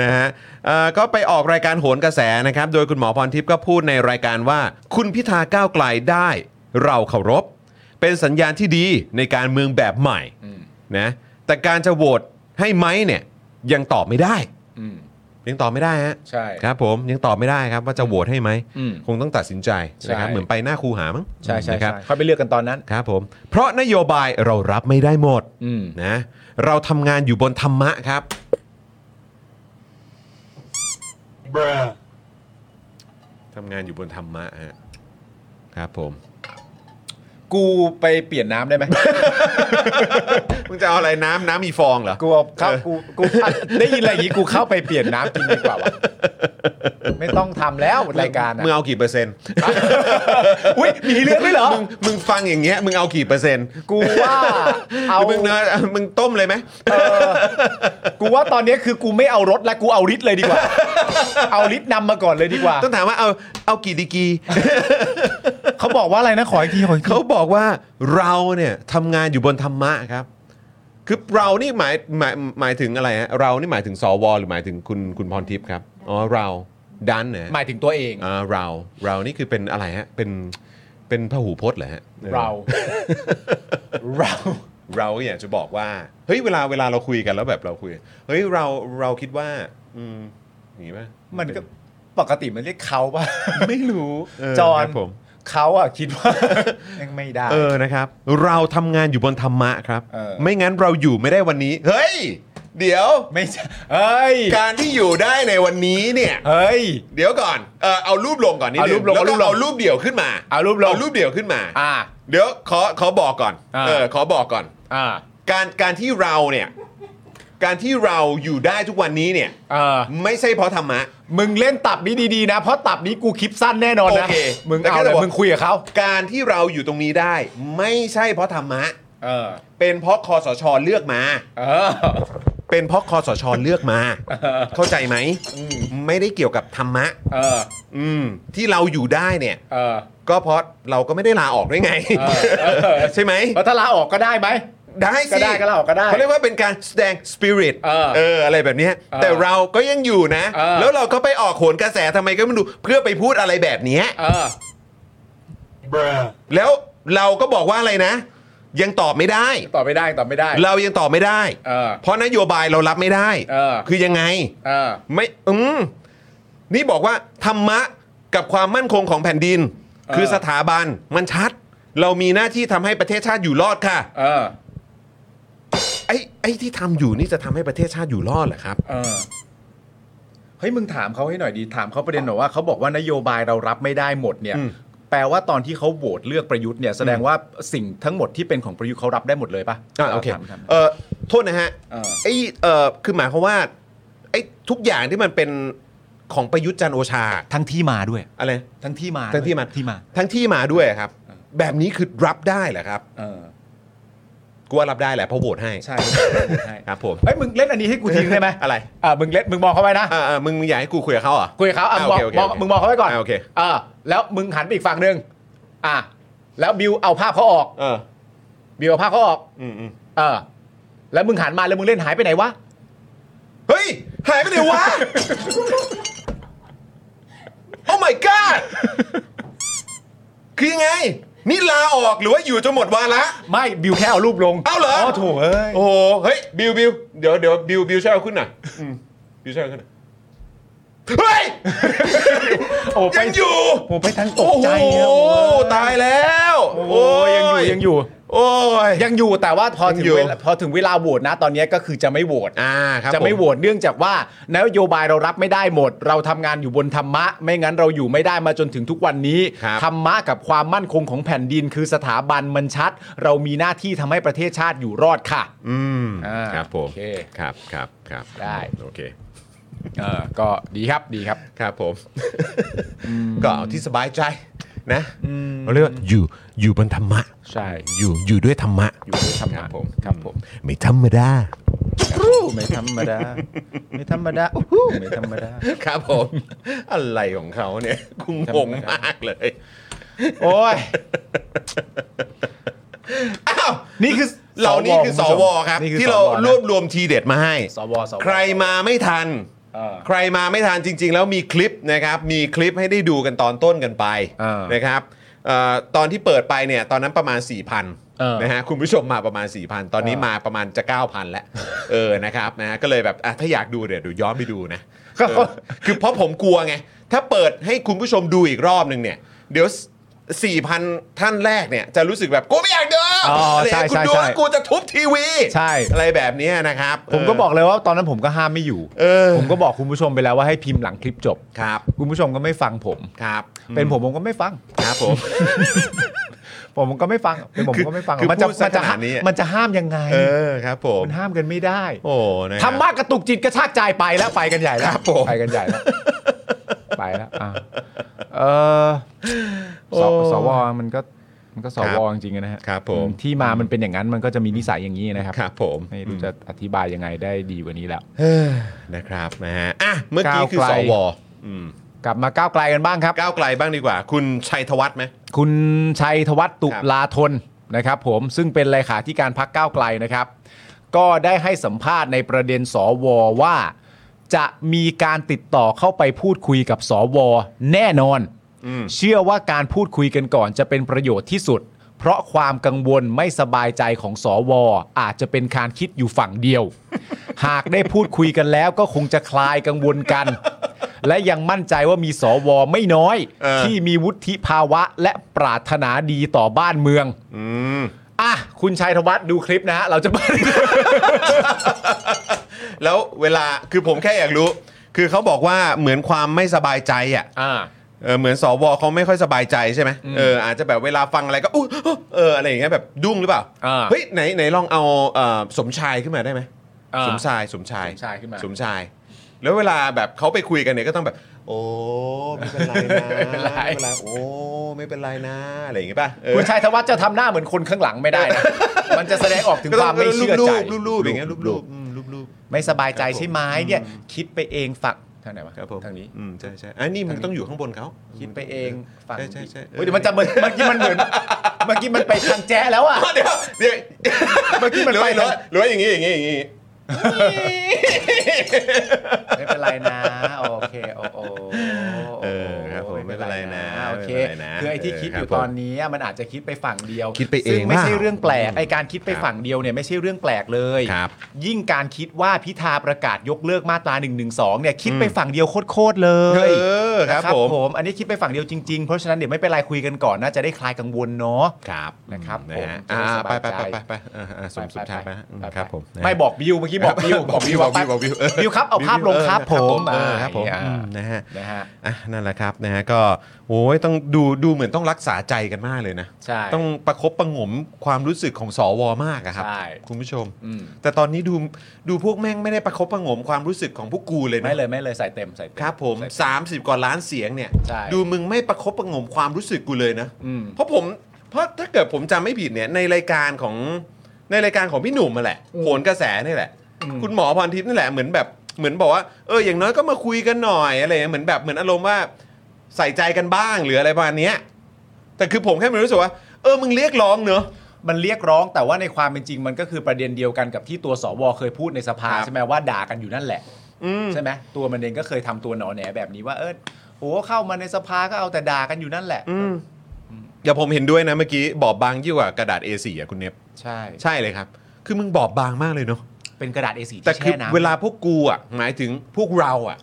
S1: นะฮะเอ่อก็ไปออกรายการโหนกระแสนะครับ โดยคุณหมอพรทิพย์ก็พูดในรายการว่า คุณพิธาก้าวไกลได้ เราเคารพ เป็นสัญญาณที่ดีในการเมืองแบบใหม่นะแต่การจะโหวตให้ไหมเนี่ยยังตอบไม่ได้
S2: อืม
S1: ยังตอบไม่ได้ฮะ
S2: ใช่
S1: ครับผมยังตอบไม่ได้ครับว่าจะโหวตให้ไหม
S2: อืม
S1: คงต้องตัดสินใจนะครับ
S2: ใช่
S1: เหมือนไปหน้าคูหามั้ง
S2: ใช่ใช่
S1: นะค
S2: ใช่
S1: รับ
S2: ค่อยไปเลือกกันตอนนั้น
S1: ครับผมเพราะนโยบายเรารับไม่ได้หมด
S2: อืม
S1: นะเราทำงานอยู่บนธรรมะครับ ทำงานอยู่บนธรรมะฮะครับผม
S2: กูไปเปลี่ยนน้ำได้ไหม
S1: มึงจะเอาอะไรน้ำน้ำมีฟองเหรอ
S2: กูเอาเข้ากูกูอ่ะได้ยินอะไรอย่างงี้กูเข้าไปเปลี่ยนน้ำกินดีกว่าวะไม่ต้องทำแล้วรายการอ่ะ
S1: มึงเอากี่เปอร์เซ็นต์
S2: อุ้ยมีเรื่องด้วยเหรอ
S1: มึงมึงฟังอย่างเงี้ยมึงเอากี่เปอร์เซ็นต์
S2: กูว่าเอา
S1: หรือมึงเนอะมึงต้มเลยไหม
S2: เออกูว่าตอนเนี้ยคือกูไม่เอารถแล้วกูเอาลิตรเลยดีก ว่า เอาลิตรนำมาก่อนเลยดีกว่า
S1: ต้องถามว่าเอาเอากี่ดีกรี
S2: เขาบอกว่าอะไรนะขออีกทีขออีกที
S1: เขาบอกว่าเราเนี่ยทำงานอยู่บนธรรมะครับ คือเรานี่หมายหมายหมายถึงอะไรฮะเรานี่หมายถึงสวหรือหมายถึงคุณคุณพรทิพย์ครับอ๋อเราดันเนี่ย
S2: หมายถึงตัวเอง
S1: อ่าเราเรานี่คือเป็นอะไรฮะ เป็นเป็นพหูพจน์เหรอฮะ
S2: เรา เรา
S1: เราก็อยากจะบอกว่า เฮ้ยเวลาเวลาเราคุยกันแล้วแบบเราคุยเฮ้ยเราเราคิดว่า อืมอย่างนี้ป่ะ
S2: มันก็ปกติมันเรียกเขาป่ะ
S1: ไม่รู้เ
S2: จอห์น
S1: ครับผม
S2: เขาอ่ะคิด ว่า ยังไม่ได้
S1: เออนะครับ เราทำงานอยู่บนธรรมะครับ
S2: เออ
S1: ไม่งั้นเราอยู่ไม่ได้วันนี้ เฮ้ย เดี๋ยว
S2: ไม่ใช่เอ้ย
S1: การที่อยู่ได้ในวันนี้เนี่ย
S2: เฮ้ย
S1: เดี๋ยวก่อนเออเอารูปลงก่อนนิด
S2: เอา
S1: นึ
S2: รู
S1: ง
S2: ปลง
S1: แล้วก็
S2: เอารูปลง
S1: เอารูปเดี่ยวขึ้นมา
S2: เอารูปลง
S1: เอารูปเดี่ยวขึ้นมา
S2: อ่า
S1: เดี๋ยวขอขอบอกก่อน
S2: อ่า
S1: เออขอบอกก่อน
S2: อ่า
S1: การการที่เราเนี่ยการที่เราอยู่ได้ทุกวันนี้เนี่ย
S2: เออ
S1: ไม่ใช่เพราะธรรมะ
S2: มึงเล่นตับนี้ดีๆนะ เพราะตับนี้กูคลิปสั้นแน่นอนนะ
S1: โอเค
S2: มึง
S1: แต่
S2: เอา
S1: ก็
S2: เล
S1: จะ
S2: ย
S1: บอก
S2: มึงคุยกับเขา
S1: การที่เราอยู่ตรงนี้ได้ ไม่ใช่เพราะธรรมะ
S2: เออ
S1: เป็นเพราะคอสชเลือกมา
S2: เออ
S1: เป็นเพราะคอสชเลือกมา เข้าใจไหมไม่ได้เกี่ยวกับธรรมะ
S2: เออ
S1: อืมที่เราอยู่ได้เนี่ย
S2: เออ
S1: ก็เพราะเราก็ไม่ได้ลาออกด้วยไง
S2: เออเออ
S1: ใช่ไหม
S2: แล้วถ้าลาออกก็ได้ไหม
S1: ได้สิ
S2: ก็ได้ก็ลาออกก็ได้
S1: เขาเรียกว่าเป็นการแสดง spirit
S2: เออ
S1: เอออะไรแบบเนี้ย
S2: ออ
S1: แต่เราก็ยังอยู่นะ
S2: เออ
S1: แล้วเราก็ไปออกโหนกระแสทำไมก็ไม่รู้เพื่อไปพูดอะไรแบบเนี้ย
S2: เออ
S1: แล้วเราก็บอกว่าอะไรนะ ยังตอบไม่ได้
S2: ตอบไม่ได้ตอบไม่ได้
S1: เรายังตอบไม่ได้
S2: เออ
S1: เพราะนโยบายเรารับไม่ได้
S2: เออ
S1: คือยังไง
S2: เออ
S1: ไม่อืมนี่บอกว่าธรรมะกับความมั่นคงของแผ่นดิน
S2: ออ
S1: คือสถาบันมันชัด เรามีหน้าที่ทำให้ประเทศชาติอยู่รอดค่ะ
S2: เออ
S1: ไอ้ไอ้ที่ทำอยู่นี่จะทำให้ประเทศชาติอยู่รอดเหรอครับ
S2: เออเฮ้ยมึงถามเขาให้หน่อยดีถามเขาประเด็นหน่อยว่าเขาบอกว่านโยบายเรารับไม่ได้หมดเนี่ย
S1: อืม
S2: แปลว่าตอนที่เขาโหวตเลือกประยุทธ์เนี่ยแสดงว่าสิ่งทั้งหมดที่เป็นของประยุทธ์เขารับได้หมดเลยปะ
S1: อ่ะโอเค
S2: ถามถาม
S1: เออโทษนะฮะ
S2: เออ
S1: ไอ้เออคือหมายความว่าไอ้ทุกอย่างที่มันเป็นของประยุทธ์จันทร์โอชา
S2: ทั้งที่มาด้วย
S1: อะไร
S2: ทั้งที่มา
S1: ทั้งที่มา
S2: ที่มา
S1: ทั้งที่มาด้วยครับ แบบนี้คือรับได้เหรอครับ
S2: เออ
S1: กูว่ารับได้แหละเพราะโหวตให้
S2: ใช่ใช่
S1: ครับผม
S2: เฮ้ยมึงเล่นอันนี้ให้กูทิ้งได้ไหม
S1: อะไร
S2: อ่ามึงเล่นมึงมองเขาไว้นะ
S1: อ่าอ่ามึงอยากให้กูคุยกับเขาเหรอ
S2: คุยกับเขาอ่ะ
S1: อ่ะ
S2: มอง
S1: โอเคโอเค
S2: มอง
S1: โอเค
S2: มึงมองเขาไว้ก่อน
S1: อ่ะโอเค
S2: แล้วมึงหันไปอีกฝั่งหนึ่ง อ่ะแล้วบิวเอาภาพเขาออกบิวเอาภาพเขาออกเออ แล้วมึงหันมาแล้วมึงเล่นหายไปไหนวะเฮ้ยหายไปไหนวะ
S1: โอ้ my god คือยังไง นี่ลาออกหรือว่าอยู่จนหมดวาระ
S2: ไม่บิวแค่เอารูปลง
S1: เอ้าเหรออ๋อ
S2: ถูกเอ้ย
S1: โอ้โหเฮ้ยบิวบิวเดี๋ยวเดี๋ยวบิวบิวช่วยเอาขึ้นหน่อยบิวช่วยเอาขึ้นหน่อยเฮ้ย
S2: โอ้ไป
S1: ยังอยู่
S2: โอ้ไปทั้งตกใจอะ
S1: โอ้โหตายแล้ว
S2: โอ้ยยังอยู่ยังอยู่
S1: โอ้ย
S2: ยังอยู่แต่ว่าพอถึ
S1: ยัง งอยู่
S2: เวลาพอถึงเวลาโหวตนะ ตอนนี้ก็คือจะไม่โหวต
S1: อ่าครับ
S2: จะไม่โหวตเนื่องจากว่านโยบายเรารับไม่ได้หมด เราทำงานอยู่บนธรรมะ ไม่งั้นเราอยู่ไม่ได้มาจนถึงทุกวันนี้
S1: ครับ
S2: ธรรมะกับความมั่นคงของแผ่นดินคือสถาบันมันชัด เรามีหน้าที่ทำให้ประเทศชาติอยู่รอดค่ะ
S1: อืม
S2: อ่า
S1: ครับผม
S2: โอเค
S1: ครับครับครับ
S2: ได้
S1: โอเค
S2: เออก็ดีครับดีครับ
S1: ครับผม ก็เอาที่สบายใจนะเราเรียกว่าอยู่อยู่บนธรรมะ
S2: ใช่
S1: อยู่อยู่ด้วยธรรมะ
S2: อยู่ด้วยธรรมะครับผมครับผม
S1: ไม่ธรรมดา
S2: ไม่ธรรมดาไม่ธรรมดาไม่ธรรมดา
S1: ครับผมอะไรของเขาเนี่ยคุงงงมากเลย
S2: โอ้ย
S1: อ้าว
S2: นี่คือ
S1: เหล่านี้คือสวครับ
S2: นี่อ
S1: ที่เรา
S2: สวนะ
S1: รวบรวมทีเด็ดมาให้
S2: สวสว
S1: ใครมาไม่ทัน
S2: เออ
S1: ใครมาไม่ทันจริง ๆ แล้วมีคลิปนะครับ มีคลิปให้ได้ดูกันตอนต้นกันไป
S2: เออ
S1: นะครับเอ่อตอนที่เปิดไปเนี่ยตอนนั้นประมาณ 4 0 0พัน
S2: เออ
S1: นะฮะคุณผู้ชมมาประมาณ 4 0 0พันตอนนี้
S2: เออ
S1: มาประมาณจะ 9,000 แล้ว เออนะครับนะฮะก็เลยแบบอ่ะถ้าอยากดูเดี๋ยวเดี๋ยวย้อนไปดู นะ เออคือเพราะผมกลัวไง ถ้าเปิดให้คุณผู้ชมดูอีกรอบหนึ่งเนี่ย เดี๋ยว 4,000 ท่านแรกเนี่ย จะรู้สึกแบบกูไม่อยากเดิม
S2: อ๋อ
S1: ไร
S2: ใช่
S1: เงี้ยคุณ
S2: ใช่
S1: ดู
S2: ใช่
S1: แล้วกูจะทุบทีวี
S2: ใช่
S1: อะไรแบบเนี้ยนะครับ
S2: ผมก็บอกเลยว่าตอนนั้นผมก็ห้ามไม่อยู่
S1: เออ
S2: ผมก็บอกคุณผู้ชมไปแล้วว่าให้พิมพ์หลังคลิปจบ
S1: ครับ
S2: คุณผู้ชมก็ไม่ฟังผม
S1: ครับ
S2: เป็นผมผมก็ไม่ฟัง
S1: ครับผม
S2: ผมก็ไม่ฟัง เป็นผม
S1: คือ
S2: ก็ไม่ฟัง
S1: คือ
S2: มันจะ
S1: พูดซะ
S2: มันจะ
S1: ขนาดนี้อะ
S2: มันจะห้ามยังไง
S1: เออครับผม
S2: มันห้ามกันไม่ได้
S1: โอ้นะค
S2: ทำ
S1: รับ
S2: มากกระตุกจิตกระชากใจไปแล้วไปกันใหญ่แล้ว
S1: ครับผม
S2: ไปกันใหญ่แล้วไปแล้วอ่ะเออสวสวมันก็มันก็สวจริงๆนะฮะ
S1: ครับผม
S2: ที่มามันเป็นอย่างนั้นมันก็จะมีนิสัยอย่างนี้นะครับ
S1: ครับผม
S2: ไม่รู้จะอธิบายยังไงได้ดีกว่านี้แล้ว
S1: เฮ้อนะครับนะฮะอ่ะเมื่อกี้คือส
S2: ก้าวไกล
S1: วอืม
S2: กลับมาก้าวไกลกันบ้างครับ
S1: ก้าวไกลบ้างดีกว่า คุณชัยธวัฒน์ไหม
S2: คุณชัยธวัฒน์ตุลาธนนะครับผมซึ่งเป็นเลขาธิการพักก้าวไกลนะครับ ก็ได้ให้สัมภาษณ์ในประเด็นสวว่า จะมีการติดต่อเข้าไปพูดคุยกับสวแน่นอน เชื่อว่าการพูดคุยกันก่อนจะเป็นประโยชน์ที่สุด เพราะความกังวลไม่สบายใจของสวอาจจะเป็นการคิดอยู่ฝั่งเดียว หากได้พูดคุยกันแล้วก็คงจะคลายกังวลกัน และยังมั่นใจว่ามีสวไม่น้อย
S1: เออ
S2: ที่มีวุฒิภาวะและปรารถนาดีต่อบ้านเมือง
S1: อืม
S2: อ่ะ คุณชัยธวัฒน์ดูคลิปนะฮะ เราจะไป
S1: แล้วเวลาคือผมแค่อยากรู้ คือเขาบอกว่าเหมือนความไม่สบายใจอ่ะ
S2: อ่า
S1: เออเหมือนสวเขาไม่ค่อยสบายใจใช่ไหมเอออาจจะแบบเวลาฟังอะไรก็อู้อู้เอออะไรอย่างเงี้ยแบบดุ้งหรือเปล่า
S2: อ่า
S1: เฮ้ยไหนไหนลองเอาเอ่อสมชายขึ้นมาได้ไหม
S2: อ่า
S1: สมชายสมชาย
S2: สมชายขึ้นมา
S1: สมชาย แล้วเวลาแบบเขาไปคุยกันเนี่ยก็ต้องแบบ โอ้ไม่เป็นไรนะ
S2: ไม่เป็นไร
S1: โอ้ไม่เป็นไรนะอะไรอย่างเงี้ยป่ะเออ
S2: คุณชัยธวัฒน์จะทำหน้าเหมือนคนข้างหลังไม่ได้นะ มันจะแสดงออกถึง
S1: ก็
S2: ค
S1: ต้
S2: วา
S1: อ
S2: ม
S1: ง
S2: ไม่เชื่อใจ
S1: รูปรูปรูปรูปอย่างเงี้ยรูปรูปอืมรูปรูป
S2: ไม่สบายใจใช่ไหมเนี่ย คิดไปเองฝักทางไหนวะ
S1: ครับผม
S2: ทางนี้
S1: อืมใช่ใช่อันนี้มันต้องอยู่ข้างบนเขา
S2: คิดไปเองฝัก
S1: ใช่ใช่ใช่
S2: เฮ้ยเดี๋ยวมันจะเห มือนเมื่อกี้มันเหมือนเมื่อกี้มันไปทางแจ๊ะแล้วอ่ะ
S1: เดี๋ยวเดี๋ยว
S2: เมื่อกี้มัน
S1: หรือ
S2: ไป
S1: ว่าห
S2: แล้
S1: รือว่าหรื
S2: ว
S1: อว่าอย่างงี้อย่างงี้อย่างงี้
S2: ไม่เป็นไรนะโอเคโอโอ
S1: เออครับผมไม่เป็นไรนะ
S2: โอเค
S1: ไม่เป็นไรนะ
S2: คือไอ้ที่คิดอยู่
S1: เออครับผม
S2: ตอนนี้มันอาจจะคิดไปฝั่งเดียว
S1: คิดไปเอง
S2: ซึ่งไม่ใช่
S1: ว่า
S2: เรื่องแปลก
S1: อืม
S2: ไอ้การคิด
S1: ค
S2: ไป
S1: รับ
S2: ฝั่งเดียวเนี่ยไม่ใช่เรื่องแปลกเลย
S1: ครับ
S2: ยิ่งการคิดว่าพิธาประกาศยกเลิกมาตรา1นึเนี่ยคิดไปฝั่งเดียวโคตรๆเลย
S1: เออครับ
S2: นะ
S1: ผม
S2: อันนี้คิดไปฝั่งเดียวจริงๆ เพราะฉะนั้นเดี๋ยวไม่เป็นไรคุยกันก่อนน่าจะได้คลายกังวลเนาะ
S1: ครับ
S2: นะครับ
S1: นะฮะ
S2: ผม
S1: อ่า
S2: จะ
S1: ไป
S2: ได้
S1: ไปไปไป
S2: สบายใจ
S1: ไปเออเออสมสมชายไปฮะอืมครับผมนะฮะ
S2: ไม่บอกบิวเมื่อกี้บอกบิว
S1: บอกบิวบอกบิวบอกบิวเออ
S2: บิวครับเอาภาพลงครับผม
S1: เออครับผม
S2: อ่า
S1: อืมนะฮะ
S2: นะฮะ
S1: อ่ะนั่นแหละครับนะฮะก็โอ้ยต้องดูดูเหมือนต้องรักษาใจกันมากเลยนะ
S2: ใช่
S1: ต้องประคบประหงมความรู้สึกของสวมากอะครับ
S2: ใช่
S1: คุณผู้ชม
S2: อืม
S1: แต่ตอนนี้ดูดูพวกแม่งไม่ได้ประคบประหงมความรู้สึกของพวกกูเลยนะ
S2: ไม่เลยไม่เลยใส่เต็มใส่เต็ม
S1: ครับผม 30 กว่าล้านเสียงเนี่ย
S2: ใช่
S1: ดูมึงไม่ประคบประหงมความรู้สึกกูเลยนะ
S2: อืม
S1: เพราะผมเพราะถ้าเกิดผมจำไม่ผิดเนี่ยในรายการของในรายการของพี่หนุ่มมาแหละโหนกระแสนี่แหละ
S2: อืม
S1: คุณหมอพรทิพย์นี่แหละเหมือนแบบเหมือนบอกว่าเอออย่างน้อยก็มาคุยกันหน่อยอะไรเงี้ยเหมือนแบบเหมือนอารมณ์ว่าใส่ใจกันบ้างหรืออะไรประมาณเนี้ย แต่คือผมแค่มีรู้สึกว่า เออมึงเรียกร้องเนอะ
S2: มันเรียกร้องแต่ว่าในความเป็นจริงมันก็คือประเด็นเดียวกันกับที่ตัวสวเคยพูดในสภาใช่ไหมว่าด่ากันอยู่นั่นแหละใช่ไหมตัวมันเองก็เคยทำตัวหนอแหนแบบนี้ว่าเออโหเข้ามาในสภาก็เอาแต่ด่ากันอยู่นั่นแหละ
S1: อย่าผมเห็นด้วยนะเมื่อกี้บอบบางยิ่งกว่ากระดาษ A4 อ่ะคุณเนบ
S2: ใช่
S1: ใช่เลยครับ คือมึงบอบบางมากเลยเนาะ
S2: เป็นกระดาษ A4 ที่
S1: แต่คือ
S2: แช่น้ำ
S1: เวลาพวกกูอ่ะหมายถึงพวกเราอ่ะ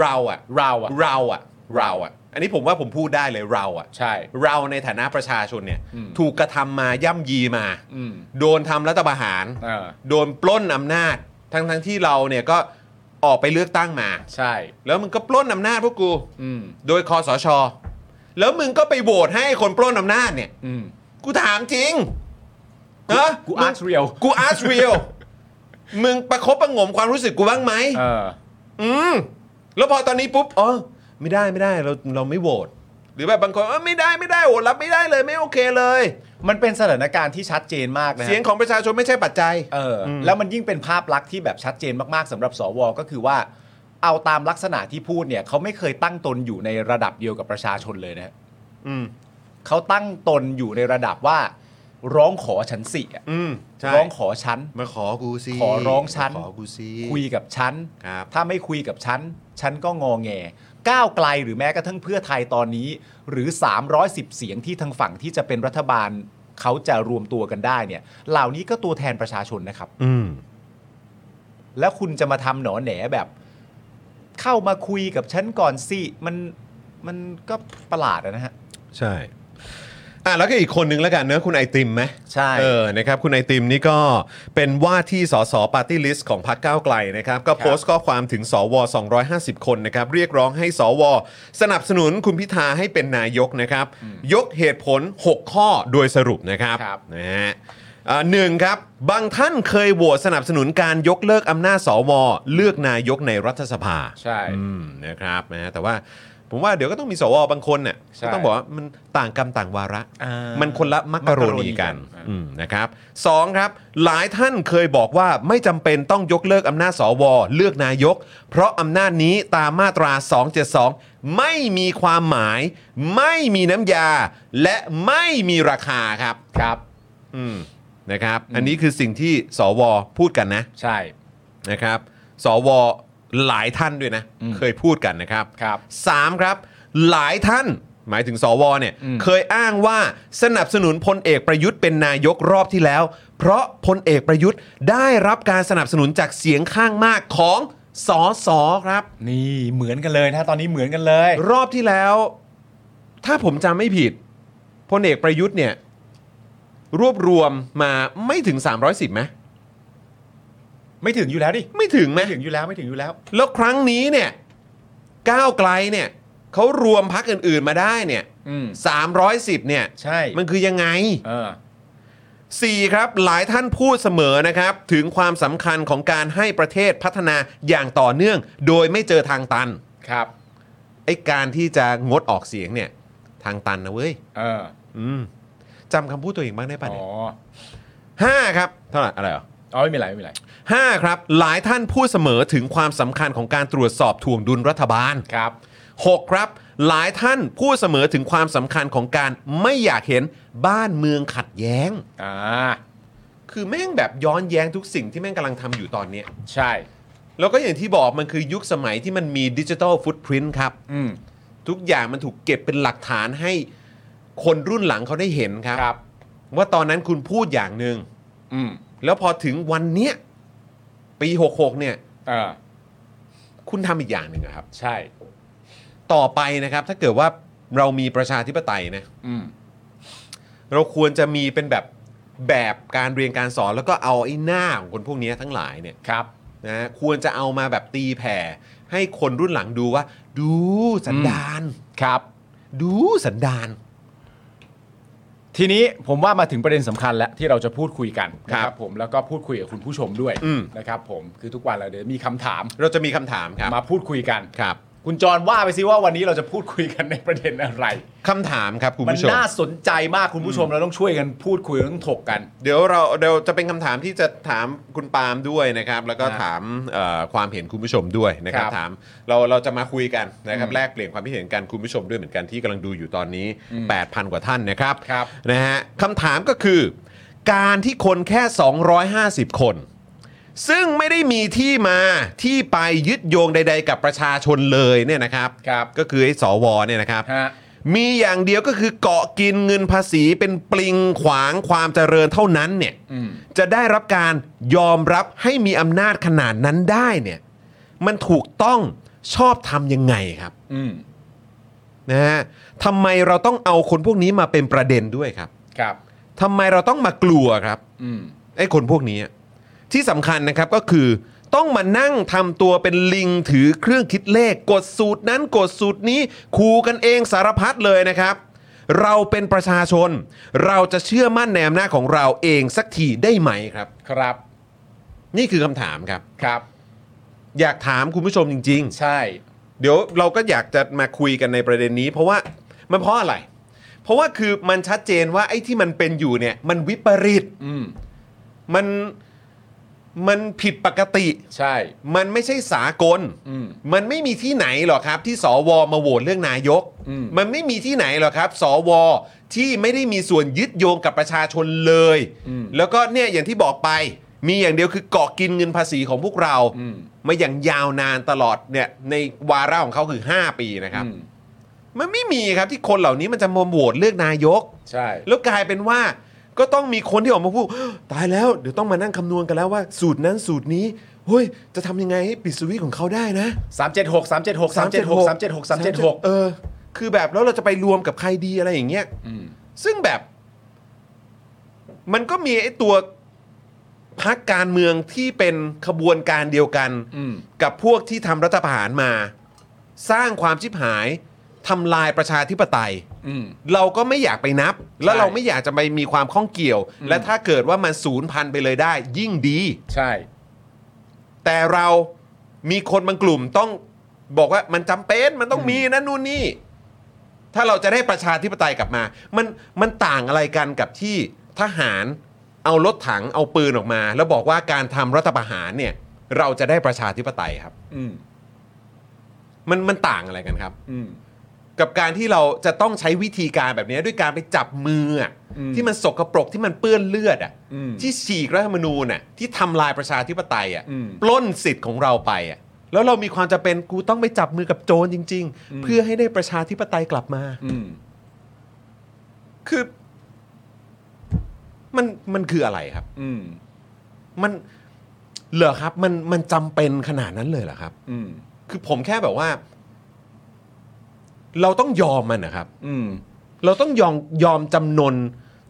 S1: เราอ่ะเราอ่ะเราอ่ะเราอ่ะ อันนี้ผมว่าผมพูดได้เลยเราอ่ะ
S2: ใช่
S1: เราในฐานะประชาชนเนี่ย
S2: อืม
S1: ถูกกระทำมาย่ำยีมา
S2: อืม
S1: โดนทำรัฐประหาร
S2: เออ
S1: โดนปล้นอำนาจ ทั้งทั้งที่เราเนี่ยก็ออกไปเลือกตั้งมา
S2: ใช่
S1: แล้วมึงก็ปล้นอำนาจพวกกู
S2: อืม
S1: โดยคอสช แล้วมึงก็ไปโหวตให้คนปล้นอำนาจเนี่ย
S2: อืม
S1: กูถามจริงนะ
S2: กู Arts Real
S1: กูอาร์ตเรียลมึงประคบประหงมความรู้สึกกูบ้างไหม
S2: เออ
S1: อืม แล้วพอตอนนี้ปุ๊บ อ๋อ ไม่ได้ไม่ได้เราเราไม่โหวต หรือแบบบางคนเออไม่ได้ไม่ได้โหวตรับไม่ได้เลยไม่โอเคเลย
S2: มันเป็นสถานการณ์ที่ชัดเจนมากนะฮะ
S1: เสียงของประชาชนไม่ใช่ปัจจัย
S2: เอออ
S1: ม
S2: แล้วมันยิ่งเป็นภาพลักษณ์ที่แบบชัดเจนมากๆสำหรับสวก็คือว่า เอาตามลักษณะที่พูดเนี่ยเขาไม่เคยตั้งตนอยู่ในระดับเดียวกับประชาชนเลยนะฮะ
S1: อืม
S2: เขาตั้งตนอยู่ในระดับว่า ร้องขอฉันสิอะ
S1: อืมใช่
S2: ร้องขอฉัน
S1: มาขอกูสิ
S2: ขอร้องฉัน
S1: มาขอกูสิ
S2: คุยกับฉัน
S1: ครับ
S2: ถ้าไม่คุยกับฉัน ฉันก็งอแง ก้าวไกลหรือแม้กระทั่งเพื่อไทยตอนนี้ หรือ 310 เสียงที่ทางฝั่งที่จะเป็นรัฐบาลเขาจะรวมตัวกันได้เนี่ย เหล่านี้ก็ตัวแทนประชาชนนะครับ
S1: อืม
S2: แล้วคุณจะมาทำหนอแหนแบบ เข้ามาคุยกับฉันก่อนสิมันมันก็ประหลาดอะนะฮะ
S1: ใช่ อ่ะแล้วก็อีกคนนึงแล้วกันเนอะคุณไอติมไหม
S2: ใช่
S1: เออนะครับคุณไอติมนี่ก็เป็นว่าที่สสปาร์ตี้ลิสต์ของพรรคก้าวไกลนะครับ ก็โพสต์ข้อความถึงสว 250 คนนะครับ เรียกร้องให้สว สนับสนุนคุณพิธาให้เป็นนายกนะครับ ยกเหตุผล 6 ข้อโดยสรุปนะครับ
S2: ครับ
S1: นะฮะอ่าหนึ่งครับ บางท่านเคยโหวตสนับสนุนการยกเลิกอำนาจสว เลือกนายกในรัฐสภา
S2: ใช่
S1: อืมนะครับนะฮะแต่ว่าผมว่าเดี๋ยวก็ต้องมีสวบางคนเนี่ย
S2: ใช่
S1: ก็ต้องบอกว่ามันต่างกรรมต่างวาระ
S2: อ่ามั
S1: มันคนละมักกะโร
S2: มักกะโรนี
S1: นี
S2: กั
S1: กัน
S2: น
S1: อืมนะครับสองครับ หลายท่านเคยบอกว่าไม่จำเป็นต้องยกเลิกอำนาจสว เลือกนายก เพราะอำนาจนี้ตามมาตรา 272 ไม่มีความหมาย ไม่มีน้ำยา และไม่มีราคาครับ
S2: ครับ
S1: อืมนะครับ อันนี้คือสิ่งที่สวพูดกันนะ
S2: ใช่
S1: นะครับ สว หลายท่านด้วยนะ
S2: อืม
S1: เคยพูดกันนะครับ
S2: ครับ
S1: สามครับ หลายท่าน หมายถึงสว เนี่ย
S2: อืม
S1: เคยอ้างว่าสนับสนุนพลเอกประยุทธ์เป็นนายกรอบที่แล้ว เพราะพลเอกประยุทธ์ได้รับการสนับสนุนจากเสียงข้างมากของสสครับ
S2: นี่เหมือนกันเลยนะตอนนี้เหมือนกันเลย
S1: รอบที่แล้ว ถ้าผมจำไม่ผิดพลเอกประยุทธ์เนี่ย รวบรวมมาไม่ถึง 310ไหม
S2: ไม่ถึงอยู่แล้วดิ
S1: ไม่ถึงไหม
S2: ไม่ถึงอยู่แล้วไม่ถึงอยู่แล้ว
S1: แล้วครั้งนี้เนี่ยก้าวไกลเนี่ยเขารวมพักอื่นๆมาได้เนี่ย
S2: อืม
S1: 310 เนี่ย
S2: ใช่
S1: มันคือยังไง
S2: เออ
S1: 4 ครับ หลายท่านพูดเสมอนะครับ ถึงความสำคัญของการให้ประเทศพัฒนาอย่างต่อเนื่อง โดยไม่เจอทางตัน
S2: ครับ
S1: ไอ้การที่จะงดออกเสียงเนี่ย ทางตันนะเว้ย
S2: เออ
S1: อืมจำคำพูดตัวเองบ้างได้ป่ะ
S2: อ๋อ
S1: เนี่ยห้าครับ เท่าไหร่อะไรเหรอ
S2: อ๋อไม่มีไรไม่มีไร
S1: ห้าครับ หลายท่านพูดเสมอถึงความสำคัญของการตรวจสอบถ่วงดุลรัฐบาล
S2: ครับ
S1: 6ครับ หลายท่านพูดเสมอถึงความสำคัญของการไม่อยากเห็นบ้านเมืองขัดแย้ง
S2: อ่า
S1: คือแม่งแบบย้อนแย้งทุกสิ่งที่แม่งกำลังทำอยู่ตอนเนี้ย
S2: ใช่
S1: แล้วก็อย่างที่บอกมันคือยุคสมัยที่มันมีดิจิทัลฟุตพิ้นครับ
S2: อืม
S1: ทุกอย่างมันถูกเก็บเป็นหลักฐานให้คนรุ่นหลังเขาได้เห็นครับ
S2: ครับ
S1: ว่าตอนนั้นคุณพูดอย่างหนึ่ง
S2: อืม
S1: แล้วพอถึงวันเนี้ยปี 66 เนี่ย
S2: เออ
S1: คุณทำอีกอย่างหนึ่งอะครับ
S2: ใช่
S1: ต่อไปนะครับ ถ้าเกิดว่าเรามีประชาธิปไตยนะ
S2: อืม
S1: เราควรจะมีเป็นแบบแบบการเรียนการสอนแล้วก็เอาไอ้หน้าของคนพวกนี้ทั้งหลายเนี่ย
S2: ครับ
S1: นะควรจะเอามาแบบตีแผ่ ให้คนรุ่นหลังดูว่า ดูสันดาน
S2: ครับ
S1: ดูสันดาน
S2: ทีนี้ผมว่ามาถึงประเด็นสำคัญแล้วที่เราจะพูดคุยกันนะครับ ผมแล้วก็พูดคุยกับคุณผู้ชมด้วย
S1: อืม
S2: นะครับผมคือทุกวันเราเดี๋ยวมีคำถาม
S1: เราจะมีคำถามครับ
S2: มาพูดคุยกัน
S1: ครับ
S2: คุณจรว่าไปซิว่าวันนี้เราจะพูดคุยกันในประเด็นอะไร
S1: คำถามครับคุณ
S2: มัน
S1: ผู้ชม
S2: น่าสนใจมากคุณผู้ชมเราต้องช่วยกันพูดคุยเราต้องถกกัน
S1: เดี๋ยวเราเดี๋ยวจะเป็นคำถามที่จะถามคุณปาล์มด้วยนะครับ แล้วก็
S2: ฮะ
S1: ถามเอ่อความเห็นคุณผู้ชมด้วยนะครับ
S2: ครับ
S1: ถามเราเราจะมาคุยกันนะครับ
S2: อืม
S1: แลกเปลี่ยนความคิดเห็นกันคุณผู้ชมด้วยเหมือนกันที่กำลังดูอยู่ตอนนี้
S2: อืม
S1: 8,000 กว่าท่านนะครับ
S2: ครับ
S1: นะฮะคำถามก็คือ การที่คนแค่ 250 คน ซึ่งไม่ได้มีที่มาที่ไปยึดโยงใด ๆ กับประชาชนเลยเนี่ยนะครับ
S2: ครับ
S1: ก็คือไอ้สวเนี่ยนะครับ
S2: ฮะ
S1: มีอย่างเดียวก็คือเกาะกินเงินภาษีเป็นปลิงขวางความเจริญเท่านั้นเนี่ย
S2: อืม
S1: จะได้รับการยอมรับให้มีอำนาจขนาดนั้นได้เนี่ยมันถูกต้องชอบทำยังไงครับ
S2: อืม
S1: นะฮะทำไมเราต้องเอาคนพวกนี้มาเป็นประเด็นด้วยครับ
S2: ครับ
S1: ทำไมเราต้องมากลัวครับ
S2: อืม
S1: ไอ้คนพวกนี้อะที่สำคัญนะครับก็คือ ต้องมานั่งทำตัวเป็นลิงถือเครื่องคิดเลข กดสูตรนั้นกดสูตรนี้คูกันเองสารพัดเลยนะครับ เราเป็นประชาชน เราจะเชื่อมั่นในอำนาจของเราเองสักทีได้ไหมครับ
S2: ครับ
S1: นี่คือคำถามครับ
S2: ครับ
S1: อยากถามคุณผู้ชมจริง
S2: ใช่
S1: ๆ เดี๋ยวเราก็อยากจะมาคุยกันในประเด็นนี้ เพราะว่ามันเพราะอะไร เพราะว่าคือมันชัดเจนว่าไอ้ที่มันเป็นอยู่เนี่ยมันวิปริต
S2: อืม
S1: มันมันผิดปกติ
S2: ใช่
S1: มันไม่ใช่สากล
S2: อืม
S1: มันไม่มีที่ไหนหรอกครับ ที่สวมาโหวตเรื่องนายก
S2: อืม
S1: มันไม่มีที่ไหนหรอกครับ สวที่ไม่ได้มีส่วนยึดโยงกับประชาชนเลย แล้วก็เนี่ยอย่างที่บอกไป มีอย่างเดียวคือเกาะกินเงินภาษีของพวกเรา
S2: อืม
S1: มาอย่างยาวนานตลอดเนี่ยในวาระของเขาคือ 5 ปีนะครับ
S2: อืม
S1: มันไม่มีครับที่คนเหล่านี้มันจะมาโหวตเลือกนายก
S2: ใช่
S1: แล้วกลายเป็นว่าก็ต้องมีคนที่ออกมาพูด ตายแล้วเดี๋ยวต้องมานั่งคำนวณกันแล้วว่าสูตรนั้นสูตรนี้เฮ้ยจะทำยังไงให้ปิดสวิตช์ของเขาได้นะ
S2: สามเจ็ดหกสามเจ็ดหกสามเจ็ดหกสามเจ็ดหกสามเจ็ดหก
S1: เออ คือแบบแล้วเราจะไปรวมกับใครดีอะไรอย่างเงี้ยซึ่งแบบ มันก็มีไอ้ตัวพักการเมืองที่เป็นขบวนการเดียวกัน
S2: อืม
S1: กับพวกที่ทำรัฐประหารมา สร้างความชิบหายทำลายประชาธิปไตย
S2: อืม
S1: เราก็ไม่อยากไปนับ แล้วเราไม่อยากจะไปมีความข้องเกี่ยว
S2: อืม
S1: และถ้าเกิดว่ามันศูนย์พันไปเลยได้ ยิ่งดี
S2: ใช่
S1: แต่เรามีคนบางกลุ่มต้องบอกว่ามันจำเป็นมันต้องมีนั่นนู่นนี่ ถ้าเราจะได้ประชาธิปไตยกลับมา มันมันต่างอะไรกันกับที่ทหารเอารถถังเอาปืนออกมา แล้วบอกว่าการทำรัฐประหารเนี่ย เราจะได้ประชาธิปไตยครับ
S2: อืม
S1: มันมันต่างอะไรกันครับ
S2: อืม
S1: กับการที่เราจะต้องใช้วิธีการแบบนี้ด้วยการไปจับมืออะ
S2: อืม
S1: ที่มันสกปรกที่มันเปื้อนเลือดอะ
S2: อืม
S1: ที่ฉีกรัฐธรรมนูญอะที่ทำลายประชาธิปไตยอะ
S2: อืม
S1: ปล้นสิทธิ์ของเราไปอะแล้วเรามีความจะเป็นกูต้องไปจับมือกับโจรจริง
S2: อื
S1: ๆ
S2: ม
S1: เพื่อให้ได้ประชาธิปไตยกลับมา
S2: อืม
S1: คือ มันมันคืออะไรครับ
S2: อืม
S1: มันเหรอครับ มันมันจำเป็นขนาดนั้นเลยเหรอครับ
S2: อืม
S1: คือผมแค่แบบว่า เราต้องยอมมันนะครับ
S2: อืม
S1: เราต้องยอมยอมจำนน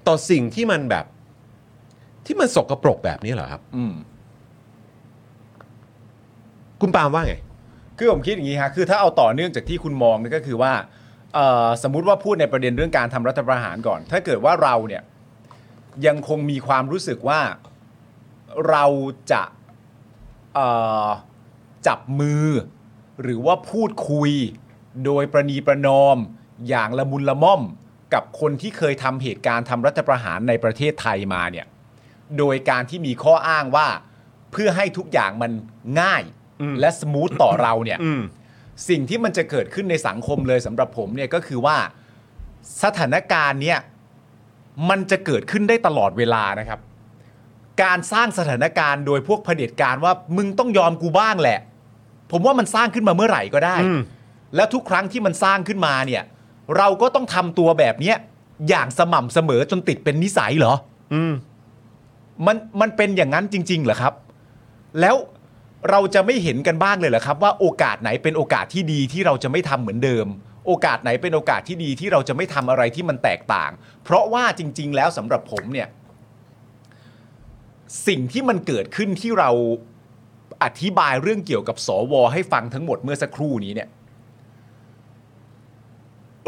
S1: ต่อสิ่งที่มันแบบ ที่มันสกปรกแบบนี้เหรอครับ
S2: อืม
S1: คุณปาล์มว่าไง
S2: คือผมคิดอย่างนี้ฮะ คือถ้าเอาต่อเนื่องจากที่คุณมองเนี่ยก็คือว่าเอ่อสมมุติว่าพูดในประเด็นเรื่องการทำรัฐประหารก่อน ถ้าเกิดว่าเราเนี่ยยังคงมีความรู้สึกว่าเราจะเอ่อจับมือ หรือว่าพูดคุยโดยประนีประนอม อย่างละมุนละม่อมกับคนที่เคยทำเหตุการณ์ทำรัฐประหารในประเทศไทยมาเนี่ย โดยการที่มีข้ออ้างว่าเพื่อให้ทุกอย่างมันง่าย
S1: อืม
S2: และสมูทต่อเราเนี่ย
S1: อืม
S2: สิ่งที่มันจะเกิดขึ้นในสังคมเลยสำหรับผมเนี่ยก็คือว่าสถานการณ์เนี่ยมันจะเกิดขึ้นได้ตลอดเวลานะครับ การสร้างสถานการณ์โดยพวกเผด็จการว่ามึงต้องยอมกูบ้างแหละ ผมว่ามันสร้างขึ้นมาเมื่อไหร่ก็ได้
S1: อืม
S2: แล้วทุกครั้งที่มันสร้างขึ้นมาเนี่ย เราก็ต้องทำตัวแบบเนี้ยอย่างสม่ำเสมอจนติดเป็นนิสัยเหรอ
S1: อืม
S2: มันมันเป็นอย่างนั้นจริง ๆ เหรอครับ แล้วเราจะไม่เห็นกันบ้างเลยเหรอครับ ว่าโอกาสไหนเป็นโอกาสที่ดีที่เราจะไม่ทำเหมือนเดิม โอกาสไหนเป็นโอกาสที่ดีที่เราจะไม่ทำอะไรที่มันแตกต่าง เพราะว่าจริง ๆ แล้วสำหรับผมเนี่ย สิ่งที่มันเกิดขึ้นที่เราอธิบายเรื่องเกี่ยวกับสวให้ฟังทั้งหมดเมื่อสักครู่นี้เนี่ย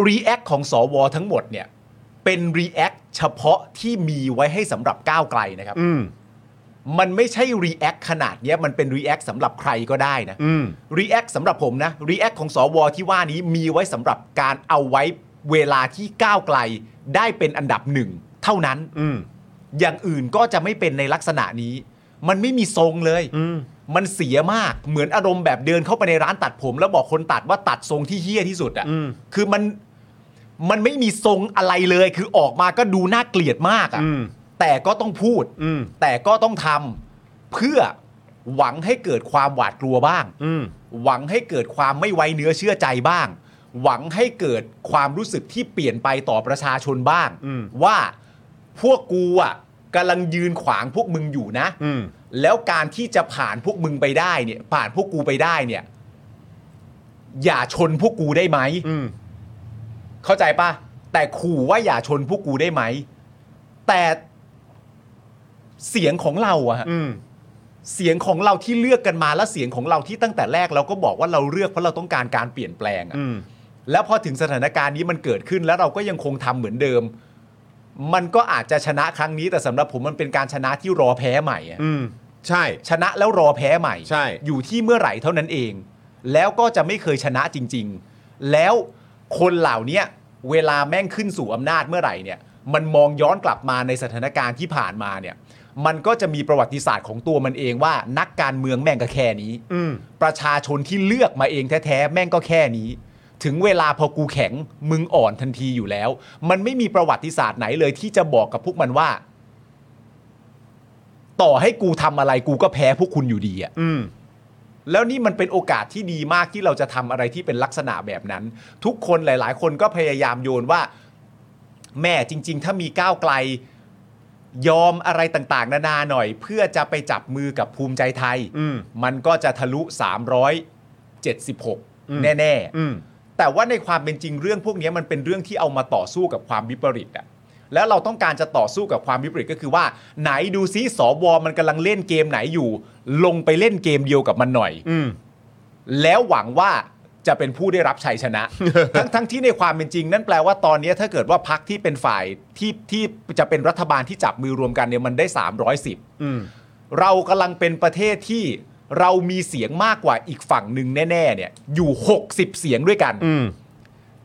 S2: รีแอคของสวทั้งหมดเนี่ย เป็นรีแอคเฉพาะที่มีไว้ให้สำหรับก้าวไกลนะครับ
S1: อืม
S2: มันไม่ใช่รีแอคขนาดเนี้ยมันเป็นรีแอคสำหรับใครก็ได้นะ
S1: อืม
S2: รีแอคสำหรับผมนะรีแอคของสวที่ว่านี้มีไว้สำหรับการเอาไว้เวลาที่ก้าวไกลได้เป็นอันดับหนึ่งเท่านั้น อย่างอื่นก็จะไม่เป็นในลักษณะนี้ มันไม่มีทรงเลยมันเสียมากเหมือนอารมณ์แบบเดินเข้าไปในร้านตัดผม แล้วบอกคนตัดว่าตัดทรงที่เฮี้ยที่สุดอะ่ะคือมันมันไม่มีทรงอะไรเลย คือออกมาก็ดูน่าเกลียดมากอะ่ะแต่ก็ต้องพูดแต่ก็ต้องทำเพื่อหวังให้เกิดความหวาดกลัวบ้างหวังให้เกิดความไม่ไว้เนื้อเชื่อใจบ้าง หวังให้เกิดความรู้สึกที่เปลี่ยนไปต่อประชาชนบ้าง ว่า พวกกูอ่ะกำลังยืนขวางพวกมึงอยู่นะ แล้วการที่จะผ่านพวกมึงไปได้เนี่ย ผ่านพวกกูไปได้เนี่ย อย่าชนพวกกูได้ไหมเข้าใจปะแต่ขู่ว่าอย่าชนพวกกูได้ไหม แต่เสียงของเราอะฮะเสียงของเราที่เลือกกันมาและเสียงของเราที่ตั้งแต่แรกเราก็บอกว่าเราเลือกเพราะเราต้องการการเปลี่ยนแปลงอะแล้วพอถึงสถานการณ์นี้มันเกิดขึ้นแล้วเราก็ยังคงทำเหมือนเดิม มันก็อาจจะชนะครั้งนี้แต่สำหรับผมมันเป็นการชนะที่รอแพ้ใหม่อะ
S1: อืม ใช่
S2: ชนะแล้วรอแพ้ใหม่ ใช่ อยู่ที่เมื่อไหร่เท่านั้นเอง แล้วก็จะไม่เคยชนะจริง ๆ แล้วคนเหล่าเนี้ยเวลาแม่งขึ้นสู่อำนาจเมื่อไหร่เนี่ย มันมองย้อนกลับมาในสถานการณ์ที่ผ่านมาเนี่ย มันก็จะมีประวัติศาสตร์ของตัวมันเองว่า นักการเมืองแม่งก็แค่นี้
S1: อืม
S2: ประชาชนที่เลือกมาเองแท้ๆ แม่งก็แค่นี้ ถึงเวลาพอกูแข็งมึงอ่อนทันทีอยู่แล้ว มันไม่มีประวัติศาสตร์ไหนเลยที่จะบอกกับพวกมันว่า ต่อให้กูทำอะไรกูก็แพ้พวกคุณอยู่ดีอะ
S1: อืม
S2: แล้วนี่มันเป็นโอกาสที่ดีมากที่เราจะทำอะไรที่เป็นลักษณะแบบนั้น ทุกคนหลาย ๆ คนก็พยายามโยนว่า แม่จริง ๆ ถ้ามีก้าวไกล ยอมอะไรต่างๆ นานาหน่อย เพื่อจะไปจับมือกับภูมิใจไทย
S1: อืม
S2: มันก็จะทะลุ 376 แน่
S1: อืม
S2: ๆ แต่ว่าในความเป็นจริงเรื่องพวกนี้มันเป็นเรื่องที่เอามาต่อสู้กับความวิปริตอะแล้วเราต้องการจะต่อสู้กับความวิปริตก็คือว่า ไหนดูซิสวมันกำลังเล่นเกมไหนอยู่ ลงไปเล่นเกมเดียวกับมันหน่อย
S1: อืม
S2: แล้วหวังว่าจะเป็นผู้ได้รับชัยชนะ ทั้งทั้งที่ในความเป็นจริง นั่นแปลว่าตอนนี้ถ้าเกิดว่าพักที่เป็นฝ่ายที่ที่จะเป็นรัฐบาลที่จับมือรวมกันเนี่ยมันได้ 310
S1: อืม
S2: เรากำลังเป็นประเทศที่เรามีเสียงมากกว่าอีกฝั่งหนึ่งแน่ ๆ เนี่ยอยู่ 60 เสียงด้วยกัน
S1: อืม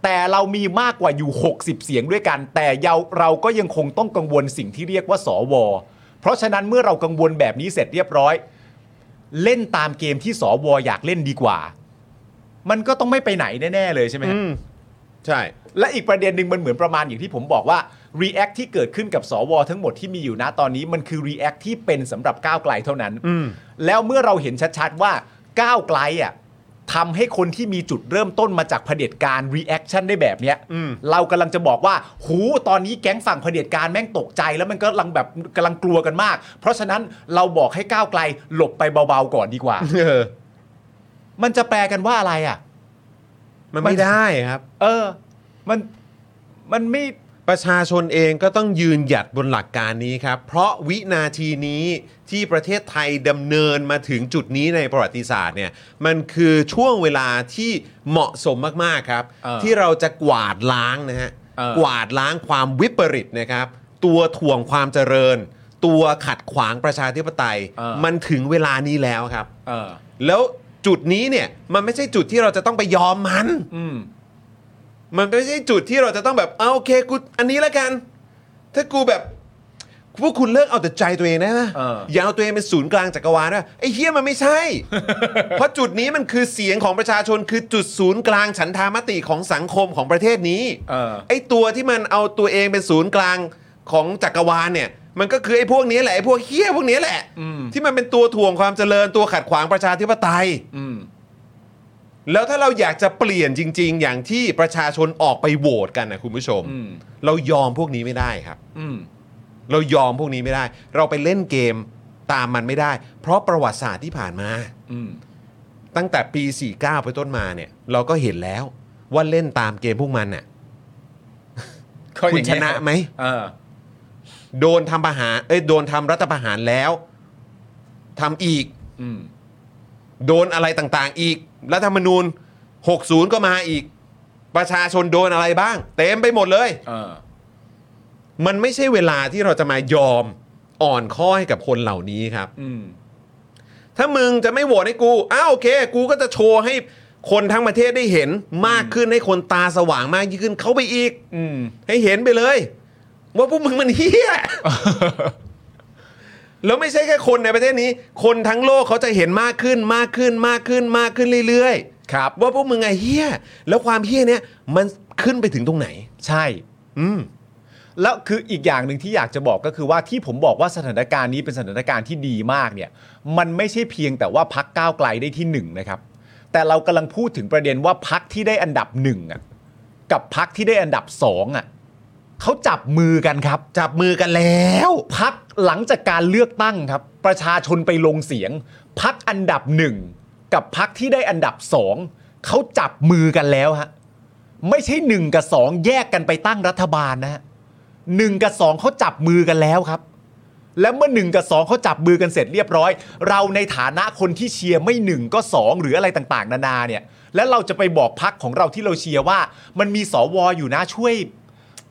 S2: แต่เรามีมากกว่าอยู่ 60 เสียงด้วยกัน แต่เราเราก็ยังคงต้องกังวลสิ่งที่เรียกว่าสว เพราะฉะนั้นเมื่อเรากังวลแบบนี้เสร็จเรียบร้อย เล่นตามเกมที่สวอยากเล่นดีกว่า มันก็ต้องไม่ไปไหนแน่ ๆ เลยใช่ไหมฮะ
S1: ใช่
S2: และอีกประเด็นหนึ่งมันเหมือนประมาณอย่างที่ผมบอกว่า React ที่เกิดขึ้นกับสวทั้งหมดที่มีอยู่นะตอนนี้มันคือ React ที่เป็นสำหรับก้าวไกลเท่านั้น
S1: อืม
S2: แล้วเมื่อเราเห็นชัดๆว่าก้าวไกลอ่ะทำให้คนที่มีจุดเริ่มต้นมาจากเผด็จการ reaction ได้แบบเนี้ย
S1: อืม
S2: เรากำลังจะบอกว่า หูตอนนี้แก๊งฝั่งเผด็จการแม่งตกใจ แล้วมันก็กำลังแบบกำลังกลัวกันมาก เพราะฉะนั้นเราบอกให้ก้าวไกลหลบไปเบาๆก่อนดีกว่า
S1: เออ
S2: มันจะแปลกันว่าอะไรอ่ะ
S1: มันไม่ได้ครับ
S2: เออ มันมันไม่
S1: ประชาชนเองก็ต้องยืนหยัดบนหลักการนี้ครับ เพราะวินาทีนี้ที่ประเทศไทยดำเนินมาถึงจุดนี้ในประวัติศาสตร์เนี่ยมันคือช่วงเวลาที่เหมาะสมมาก ๆ ครับ
S2: เออ
S1: ที่เราจะกวาดล้างนะฮะ
S2: เออ
S1: กวาดล้างความวิปริตนะครับ ตัวถ่วงความเจริญ ตัวขัดขวางประชาธิปไตย มันถึงเวลานี้แล้วครับ
S2: เออ
S1: แล้วจุดนี้เนี่ยมันไม่ใช่จุดที่เราจะต้องไปยอมมัน
S2: อืม
S1: มันไม่ใช่จุดที่เราจะต้องแบบเอาโอเคกูอันนี้แล้วกัน ถ้ากูแบบพวกคุณเลิกเอาแต่ใจตัวเองได้ไหม
S2: เออ
S1: อย่าเอาตัวเองเป็นศูนย์กลางจักรวาลนะไอ้เฮียมันไม่ใช่ เพราะจุดนี้มันคือเสียงของประชาชนคือจุดศูนย์กลางฉันทามติของสังคมของประเทศนี้
S2: เออ
S1: ไอ้ตัวที่มันเอาตัวเองเป็นศูนย์กลางของจักรวาลเนี่ย มันก็คือไอ้พวกนี้แหละไอ้พวกเฮี้ยพวกนี้แหละ ที่มันเป็นตัวถ่วงความเจริญตัวขัดขวางประชาธิปไตย
S2: อืม
S1: แล้วถ้าเราอยากจะเปลี่ยนจริง ๆ อย่างที่ประชาชนออกไปโหวตกันนะคุณผู้ชม
S2: อืม
S1: เรายอมพวกนี้ไม่ได้ครับ
S2: อืม
S1: เรายอมพวกนี้ไม่ได้ เราไปเล่นเกมตามมันไม่ได้ เพราะประวัติศาสตร์ที่ผ่านมา
S2: อืม
S1: ตั้งแต่ปี 49 ไปต้นมาเนี่ย เราก็เห็นแล้วว่าเล่นตามเกมพวกมันน่ะ
S2: ก็อย่าง
S1: คุณชนะ
S2: เงี้ย
S1: ไหม
S2: เออ
S1: โดนทำประหารเอ้ยโดนทำรัฐประหารแล้วทำอีก
S2: อืม
S1: โดนอะไรต่างๆ อีก รัฐธรรมนูญ 60 ก็มาอีก ประชาชนโดนอะไรบ้าง เต็มไปหมดเลย
S2: เออ
S1: มันไม่ใช่เวลาที่เราจะมายอม อ่อนข้อให้กับคนเหล่านี้ครับ
S2: อืม
S1: ถ้ามึงจะไม่โหวตให้กูอ้าวโอเค กูก็จะโชว์ให้คนทั้งประเทศได้เห็นมากขึ้นให้คนตาสว่างมากยิ่งขึ้น เข้าไปอีก
S2: อืม
S1: ให้เห็นไปเลย ว่าพวกมึงมันเฮี้ย แล้วไม่ใช่แค่คนในประเทศนี้ คนทั้งโลกเขาจะเห็นมากขึ้นมากขึ้นมากขึ้นมากขึ้นเรื่อยๆ
S2: ครับ
S1: ว่าพวกมึงไงเฮี้ย แล้วความเฮี้ยเนี้ยมันขึ้นไปถึงตรงไหน
S2: ใช่
S1: อืม
S2: แล้วคืออีกอย่างหนึ่งที่อยากจะบอกก็คือว่าที่ผมบอกว่าสถานการณ์นี้เป็นสถานการณ์ที่ดีมากเนี่ย มันไม่ใช่เพียงแต่ว่าพักก้าวไกลได้ที่หนึ่งนะครับ แต่เรากำลังพูดถึงประเด็นว่าพักที่ได้อันดับหนึ่งอ่ะกับพักที่ได้อันดับสองอ่ะเขาจับมือกันครับ
S1: จับมือกันแล้ว
S2: พักหลังจากการเลือกตั้งครับ ประชาชนไปลงเสียง พักอันดับหนึ่งกับพักที่ได้อันดับสองเขาจับมือกันแล้วฮะไม่ใช่หนึ่งกับสองแยกกันไปตั้งรัฐบาลนะฮะหนึ่งกับสองเขาจับมือกันแล้วครับ และเมื่อหนึ่งกับสองเขาจับมือกันเสร็จเรียบร้อย เราในฐานะคนที่เชียร์ไม่หนึ่งก็สองหรืออะไรต่างๆ นานาเนี่ย แล้วเราจะไปบอกพักของเราที่เราเชียร์ว่า มันมีสวอยู่นะช่วย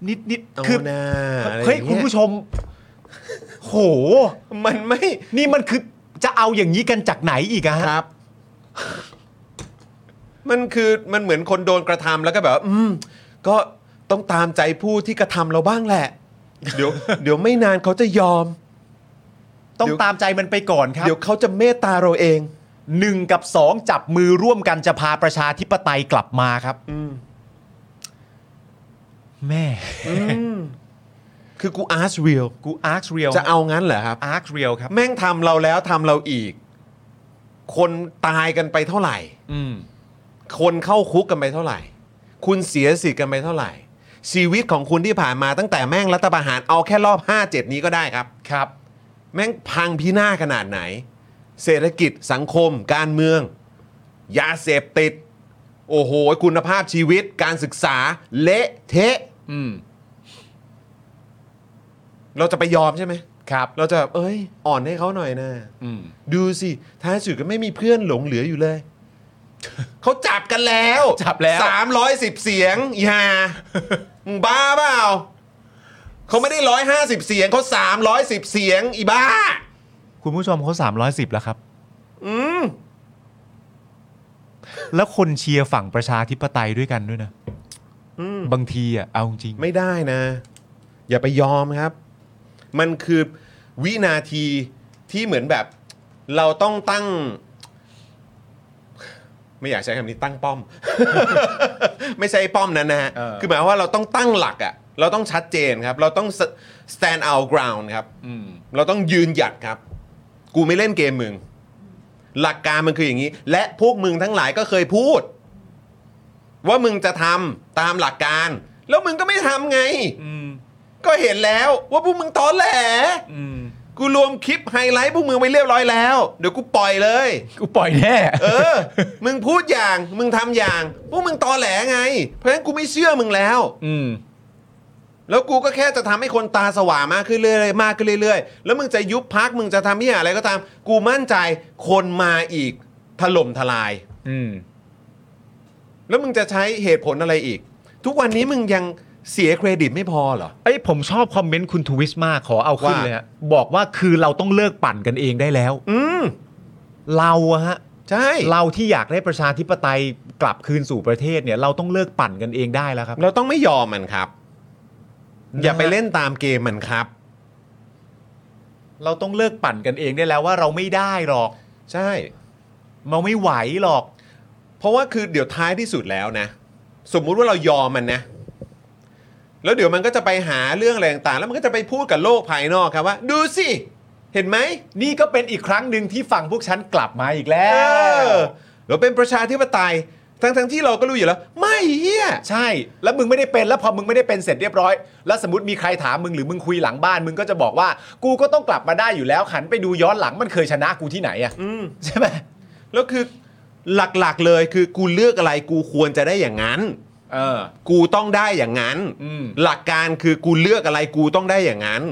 S2: นิด
S1: เอา
S2: ๆคือ
S1: นะอะไรอางงี้
S2: เฮ้ยคุณผู้ชม โห
S1: มันไม่
S2: นี่มันคือจะเอาอย่างนี้กันจากไหนอีกอะฮะ
S1: ครับ มันคือมันเหมือนคนโดนกระทำแล้วก็แบบว่าอืม ก็ต้องตามใจผู้ที่กระทำเราบ้างแหละ เดี๋ยว เดี๋ยวไม่นานเขาจะยอม
S2: ต้อง
S1: เดี๋ยว
S2: ตามใจมันไปก่อนครับ
S1: เดี๋ยวเขาจะเมตตาเราเอง
S2: หนึ่งกับสองจับมือร่วมกันจะพาประชาธิปไตยกลับมาครับ
S1: อืม
S2: แม่
S1: คือกูอาร์ชเรียล
S2: กูอาร์คเรียล
S1: จะเอางั้นเหรอครับ
S2: อาร์คเรียลครับ
S1: แม่งทำเราแล้วทำเราอีก คนตายกันไปเท่าไหร่
S2: อืม
S1: คนเข้าคุกกันไปเท่าไหร่ คุณเสียสิทธิ์กันไปเท่าไหร่ ชีวิตของคุณที่ผ่านมาตั้งแต่แม่งรัฐประหารเอาแค่รอบ 5-7 นี้ก็ได้ครับ
S2: ครับ
S1: แม่งพังพินาศขนาดไหน เศรษฐกิจสังคม การเมือง ยาเสพติด โอ้โห คุณภาพชีวิตการศึกษา เละเทะ
S2: อืม
S1: เราจะไปยอมใช่ไหม
S2: ครับ
S1: เราจะแบบเอ้ย อ่อนให้เขาหน่อยนะ
S2: อืม
S1: ดูสิ ท้ายสุดก็ไม่มีเพื่อนหลงเหลืออยู่เลย เขาจับกันแล้ว
S2: จับแล้ว
S1: สามร้อยสิบเสียงอย่ามึงบ้าเปล่าเขาไม่ได้ร้อยห้าสิบเสียงเขาสามร้อยสิบเสียง อีบ้า
S2: คุณผู้ชมเขา310 แล้วครับ
S1: อืม
S2: แล้วคนเชียร์ฝั่งประชาธิปไตยด้วยกันด้วยนะ
S1: อืม
S2: บางทีอะเอาจริง
S1: ไม่ได้นะ อย่าไปยอมครับ มันคือวินาทีที่เหมือนแบบ เราต้องตั้ง ไม่อยากใช้คำนี้ตั้งป้อม ไม่ใช่ป้อมนั้นนะฮะ
S2: เออ
S1: คือหมายความว่าเราต้องตั้งหลักอะ่ะ เราต้องชัดเจนครับ เราต้อง s- stand our ground ครับ
S2: อืม
S1: เราต้องยืนหยัดครับ กูไม่เล่นเกมมึง หลักการมันคืออย่างนี้ และพวกมึงทั้งหลายก็เคยพูด ว่ามึงจะทำตามหลักการ แล้วมึงก็ไม่ทำไง
S2: อืม
S1: ก็เห็นแล้วว่าพวกมึงตอแหล
S2: อืม
S1: กูรวมคลิปไฮไลท์พวกมึงไปเรียบร้อยแล้ว เดี๋ยวกูปล่อยเลย
S2: กูปล่อยแน่
S1: เออ มึงพูดอย่าง มึงทำอย่าง พวกมึงตอแหลไง เพราะฉะนั้นกูไม่เชื่อมึงแล้ว
S2: อืม
S1: แล้วกูก็แค่จะทำให้คนตาสว่างมากขึ้นเรื่อยๆมากขึ้นเรื่อยๆ แล้วมึงจะยุบพักมึงจะทำที่อะไรก็ตาม กูมั่นใจคนมาอีกถล่มทลาย
S2: อืม
S1: แล้วมึงจะใช้เหตุผลอะไรอีก ทุกวันนี้มึงยังเสียเครดิตไม่พอเหรอ
S2: เอ้ยผมชอบคอมเมนต์คุณทวิสมากขอเอาขึ้น
S1: ว่า
S2: เลยฮะบอกว่าคือเราต้องเลิกปั่นกันเองได้แล้ว
S1: อืม
S2: เราอะฮะ
S1: ใช่
S2: เราที่อยากได้ประชาธิปไตยกลับคืนสู่ประเทศเนี่ย เราต้องเลิกปั่นกันเองได้แล้วครับ
S1: เราต้องไม่ยอมมันครับ อย่าไปเล่นตามเกมมันครับ
S2: เราต้องเลิกปั่นกันเองได้แล้วว่าเราไม่ได้หรอก
S1: ใช่
S2: เราไม่ไหวหรอก
S1: เพราะว่าคือเดี๋ยวท้ายที่สุดแล้วนะ สมมุติว่าเรายอมมันนะ แล้วเดี๋ยวมันก็จะไปหาเรื่องอะไรต่างๆ แล้วมันก็จะไปพูดกับโลกภายนอกครับว่า ดูสิ เห็นไหม
S2: นี่ก็เป็นอีกครั้งหนึ่งที่ฝั่งพวกฉันกลับมาอีกแล้
S1: เอ
S2: ว
S1: อเราเป็นประชาธิปไตย ทั้งๆที่เราก็รู้อยู่แล้ว ไม่เฮีย
S2: ใช่ แล้วมึงไม่ได้เป็นแล้วพอมึงไม่ได้เป็นเสร็จเรียบร้อย แล้วสมมติมีใครถามมึงหรือมึงคุยหลังบ้าน มึงก็จะบอกว่า กูก็ต้องกลับมาได้อยู่แล้วหันไปดูย้อนหลังมันเคยชนะกูที่ไหนอะ
S1: อืม
S2: ใช่ไหม
S1: แล้วคือหลักๆเลยคือกูเลือกอะไรกูควรจะได้อย่างนั้น
S2: เออ
S1: กูต้องได้อย่างนั้น
S2: อืม
S1: หลักการคือกูเลือกอะไรกูต้องได้อย่างนั้น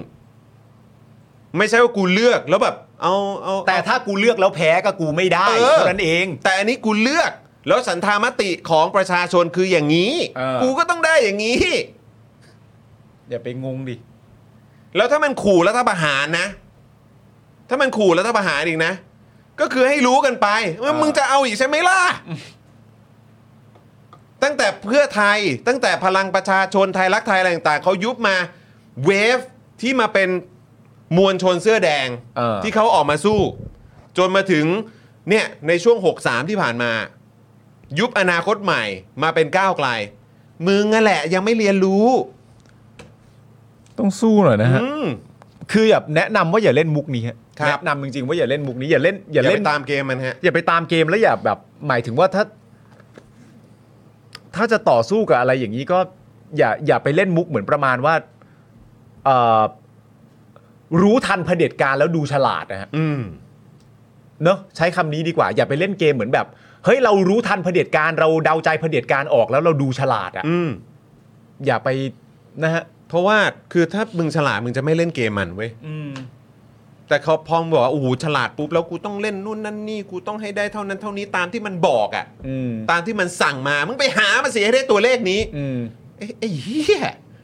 S1: ไม่ใช่ว่ากูเลือกแล้วแบบเอาเอา
S2: แต่
S1: เอา
S2: ถ้ากูเลือกแล้วแพ้ก็กูไม่ได้
S1: เออ
S2: เท่านั้นเอง
S1: แต่อันนี้กูเลือก แล้วสันธามติของประชาชนคืออย่างนี้
S2: เออ
S1: กูก็ต้องได้อย่างนี้
S2: อย่าไปงงดิ
S1: แล้วถ้ามันขู่รัฐประหารนะ ถ้ามันขู่รัฐประหารอีกนะ ก็คือให้รู้กันไปว่ามึงจะเอาอีกใช่ไหมล่ะ ตั้งแต่เพื่อไทยตั้งแต่พลังประชาชนไทยรักไทยอะไรต่างๆเขายุบมาเวฟที่มาเป็นมวลชนเสื้อแดง
S2: เออ
S1: ที่เขาออกมาสู้ จนมาถึงเนี่ยในช่วง 63 ที่ผ่านมา ยุบอนาคตใหม่มาเป็นก้าวไกล มึงนั่นแหละยังไม่เรียนรู้
S2: ต้องสู้หน่อยนะฮะ
S1: อืม
S2: คือแบบแนะนำว่าอย่าเล่นมุกนี้ฮะ
S1: ครับ
S2: แนะนำจริงๆว่าอย่าเล่นมุกนี้อย่าเล่นอ
S1: อย่าไป
S2: ย่าเล่น
S1: ตามเกมมันฮะ
S2: อย่าไปตามเกมแล้วอย่าแบบ หมายถึงว่าถ้า ถ้าจะต่อสู้กับอะไรอย่างนี้ก็ อย่าอย่าไปเล่นมุกเหมือนประมาณว่าเอ่อรู้ทันเผด็จการแล้วดูฉลาดนะฮะ
S1: อืม
S2: เนอะใช้คำนี้ดีกว่า อย่าไปเล่นเกมเหมือนแบบเฮ้ยเรารู้ทันเผด็จการเราเดาใจเผด็จการออกแล้วเราดูฉลาดอ่ะ
S1: อืม
S2: อย่าไปนะฮะ
S1: เพราะว่าคือถ้ามึงฉลาดมึงจะไม่เล่นเกมมันเว้ย แต่เขาพอมงบอกว่าโอ้โหฉลาดปุ๊บแล้วกูต้องเล่นนู่นนั่นนี่กูต้องให้ได้เท่านั้นเท่านี้ตามที่มันบอกอะ่ะ
S2: อืม
S1: ตามที่มันสั่งมามึงไปหามาเสียให้ได้ตัวเลขนี้
S2: อืม
S1: เอ้ยไอ้เหี้ย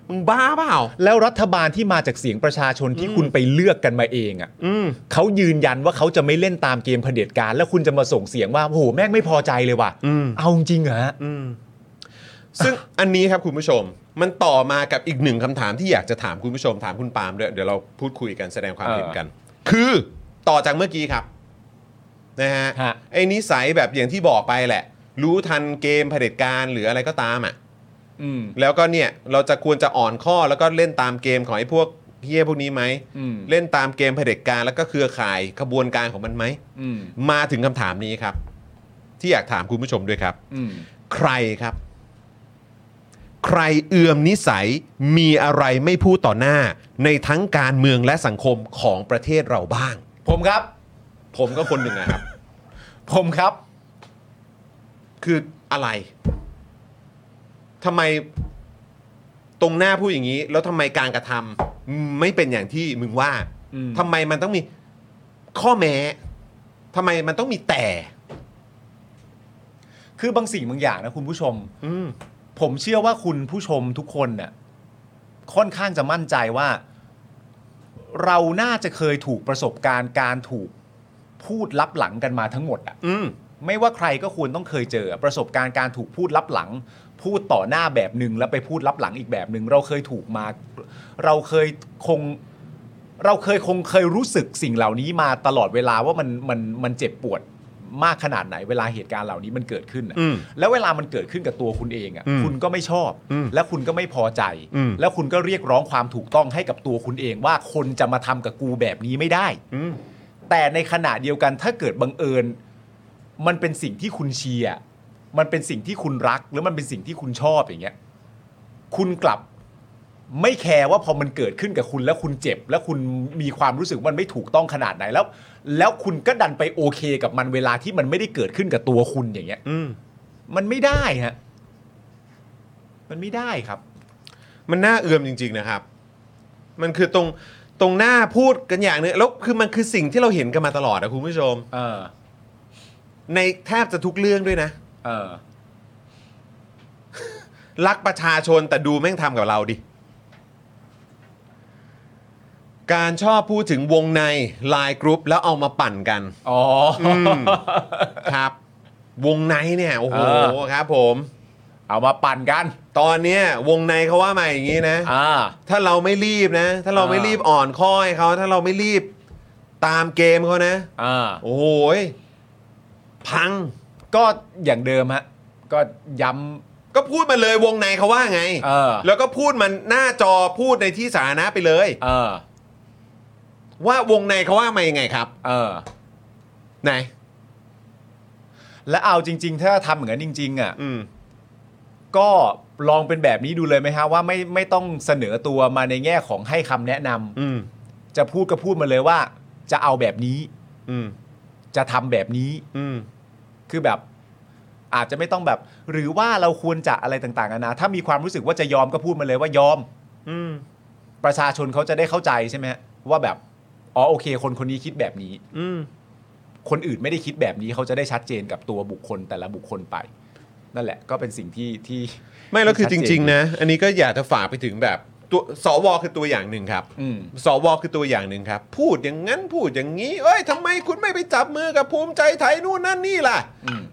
S1: มึงบ้าเปล่า
S2: แล้วรัฐบาลที่มาจากเสียงประชาชนที่คุณไปเลือกกันมาเองอ่ะ
S1: อืม
S2: เขายืนยันว่าเขาจะไม่เล่นตามเกมเผด็จการ แล้วคุณจะมาส่งเสียงว่าโอ้โหแม่งไม่พอใจเลยว่ะ
S1: อืม
S2: เอาจริงเหรอฮะ
S1: อืม ซึ่งอันนี้ครับคุณผู้ชม มันต่อมากับอีกหนึ่งคำถามที่อยากจะถามคุณผู้ชมถามคุณปาล์มด้วยเดี๋ยวเราพูดคุยกันแสดงความเห็นกัน คือต่อจากเมื่อกี้ครับ นะฮะ
S2: ฮะ
S1: ไอ้นิสัยแบบอย่างที่บอกไปแหละ รู้ทันเกมเผด็จการหรืออะไรก็ตามอ่ะ
S2: อืม
S1: แล้วก็เนี่ยเราจะควรจะอ่อนข้อแล้วก็เล่นตามเกมของไอ้พวกเฮี้ยพวกนี้ไหม
S2: อืม
S1: เล่นตามเกมเผด็จการแล้วก็เครือข่ายขบวนการของมันไหม
S2: อืม
S1: มาถึงคำถามนี้ครับ ที่อยากถามคุณผู้ชมด้วยครับ
S2: อืม
S1: ใครครับ ใครเอื่อมนิสัยมีอะไรไม่พูดต่อหน้า ในทั้งการเมืองและสังคมของประเทศเราบ้าง
S2: ผมครับ
S1: ผมก็คนหนึ่งนะครับ
S2: ผมครับ
S1: คืออะไรทำไมตรงหน้าพูดอย่างนี้ แล้วทำไมการกระทำไม่เป็นอย่างที่มึงว่า
S2: อืม
S1: ทำไมมันต้องมีข้อแม้ทำไมมันต้องมีแต่
S2: คือบางสิ่งบางอย่างนะคุณผู้ชม
S1: อืม
S2: ผมเชื่อว่าคุณผู้ชมทุกคนน่ะค่อนข้างจะมั่นใจว่า เราน่าจะเคยถูกประสบการณ์การถูกพูดลับหลังกันมาทั้งหมดอ่ะ
S1: อืม
S2: ไม่ว่าใครก็ควรต้องเคยเจอประสบการณ์การถูกพูดลับหลัง พูดต่อหน้าแบบหนึ่งแล้วไปพูดลับหลังอีกแบบหนึ่งเราเคยถูกมา เราเคยคง เราเคยคงเคยรู้สึกสิ่งเหล่านี้มาตลอดเวลาว่ามันมันมันเจ็บปวดมากขนาดไหน เวลาเหตุการณ์เหล่านี้มันเกิดขึ้นน่ะ
S1: อืม
S2: แล้วเวลามันเกิดขึ้นกับตัวคุณเองอ่ะ
S1: อืม
S2: คุณก็ไม่ชอบ
S1: อืม
S2: และคุณก็ไม่พอใจ
S1: อืม
S2: แล้วคุณก็เรียกร้องความถูกต้องให้กับตัวคุณเองว่าคนจะมาทำกับกูแบบนี้ไม่ได้
S1: อืม
S2: แต่ในขณะเดียวกันถ้าเกิดบังเอิญ มันเป็นสิ่งที่คุณเชียร์มันเป็นสิ่งที่คุณรัก หรือมันเป็นสิ่งที่คุณชอบอย่างเงี้ย คุณกลับไม่แคร์ว่าพอมันเกิดขึ้นกับคุณแล้วคุณเจ็บ แล้วคุณมีความรู้สึกมันไม่ถูกต้องขนาดไหนแล้ว แล้วคุณก็ดันไปโอเคกับมันเวลาที่มันไม่ได้เกิดขึ้นกับตัวคุณอย่างเงี้ย
S1: อืม
S2: มันไม่ได้ฮะมันไม่ได้ครับ
S1: มันน่าเอื่อมจริง ๆ นะครับ มันคือตรงตรงหน้าพูดกันอย่างหนึงแล้วคือมันคือสิ่งที่เราเห็นกันมาตลอดนะคุณผู้ชม
S2: เออ
S1: ในแทบจะทุกเรื่องด้วยนะ
S2: เออ
S1: รักประชาชนแต่ดูแม่งทำกับเราดิ การชอบพูดถึงวงในไลน์กรุ๊ปแล้วเอามาปั่นกัน
S2: อ๋ออ
S1: ม ครับ วงในเนี่ย โอ้โหครับผม
S2: เอามาปั่นกัน
S1: ตอนเนี้ยวงในเขาว่ามาอย่างนี้นะ
S2: อ่า
S1: ถ้าเราไม่รีบนะ ถ้าเราไม่รีบอ่อนข้อให้เขาถ้าเราไม่รีบตามเกมเขานะ
S2: อ่า
S1: โอ้ยพัง
S2: ก็อย่างเดิมฮะ ก็ย้
S1: ก็พูดมาเลยวงในเขาว่าไง
S2: ำเออ
S1: แล้วก็พูดมันหน้าจอพูดในที่สาธารณะไปเลย
S2: เออ
S1: ว่าวงในเขาว่ามายังไงครับ
S2: เออ
S1: ไหน
S2: และเอาจริง ๆ ถ้าทำอย่างนั้นจริง ๆ อ่ะ
S1: อืม
S2: ก็ลองเป็นแบบนี้ดูเลยไหมฮะว่าไม่ไม่ต้องเสนอตัวมาในแง่ของให้คำแนะน
S1: อืม
S2: ำจะพูดก็พูดมาเลยว่า จะเอาแบบนี้
S1: อืม
S2: จะทำแบบนี้
S1: อืม
S2: คือแบบ อาจจะไม่ต้องแบบ หรือว่าเราควรจะอะไรต่างๆนานาถ้ามีความรู้สึกว่าจะยอมก็พูดมาเลยว่ายอม
S1: อืม
S2: ประชาชนเขาจะได้เข้าใจใช่ไหมฮะว่าแบบอ๋อโอเค คนคนนี้คิดแบบนี้
S1: อืม
S2: คนอื่นไม่ได้คิดแบบนี้เขาจะได้ชัดเจนกับตัวบุคคลแต่ละบุคคลไป นั่นแหละก็เป็นสิ่งที่ที่
S1: ไม่แล้วคือจ
S2: ที่ชัด
S1: ริง
S2: เน
S1: ๆ นะ อันนี้ก็อยากจะฝากไปถึงแบบ ตัวสวคือตัวอย่างหนึ่งครับ สวคือตัวอย่างหนึ่งครับ พูดอย่างนั้นพูดอย่างนี้ เอ้ยทำไมคุณไม่ไปจับมือกับภูมิใจไทยนู่นนั่นนี่ล่ะ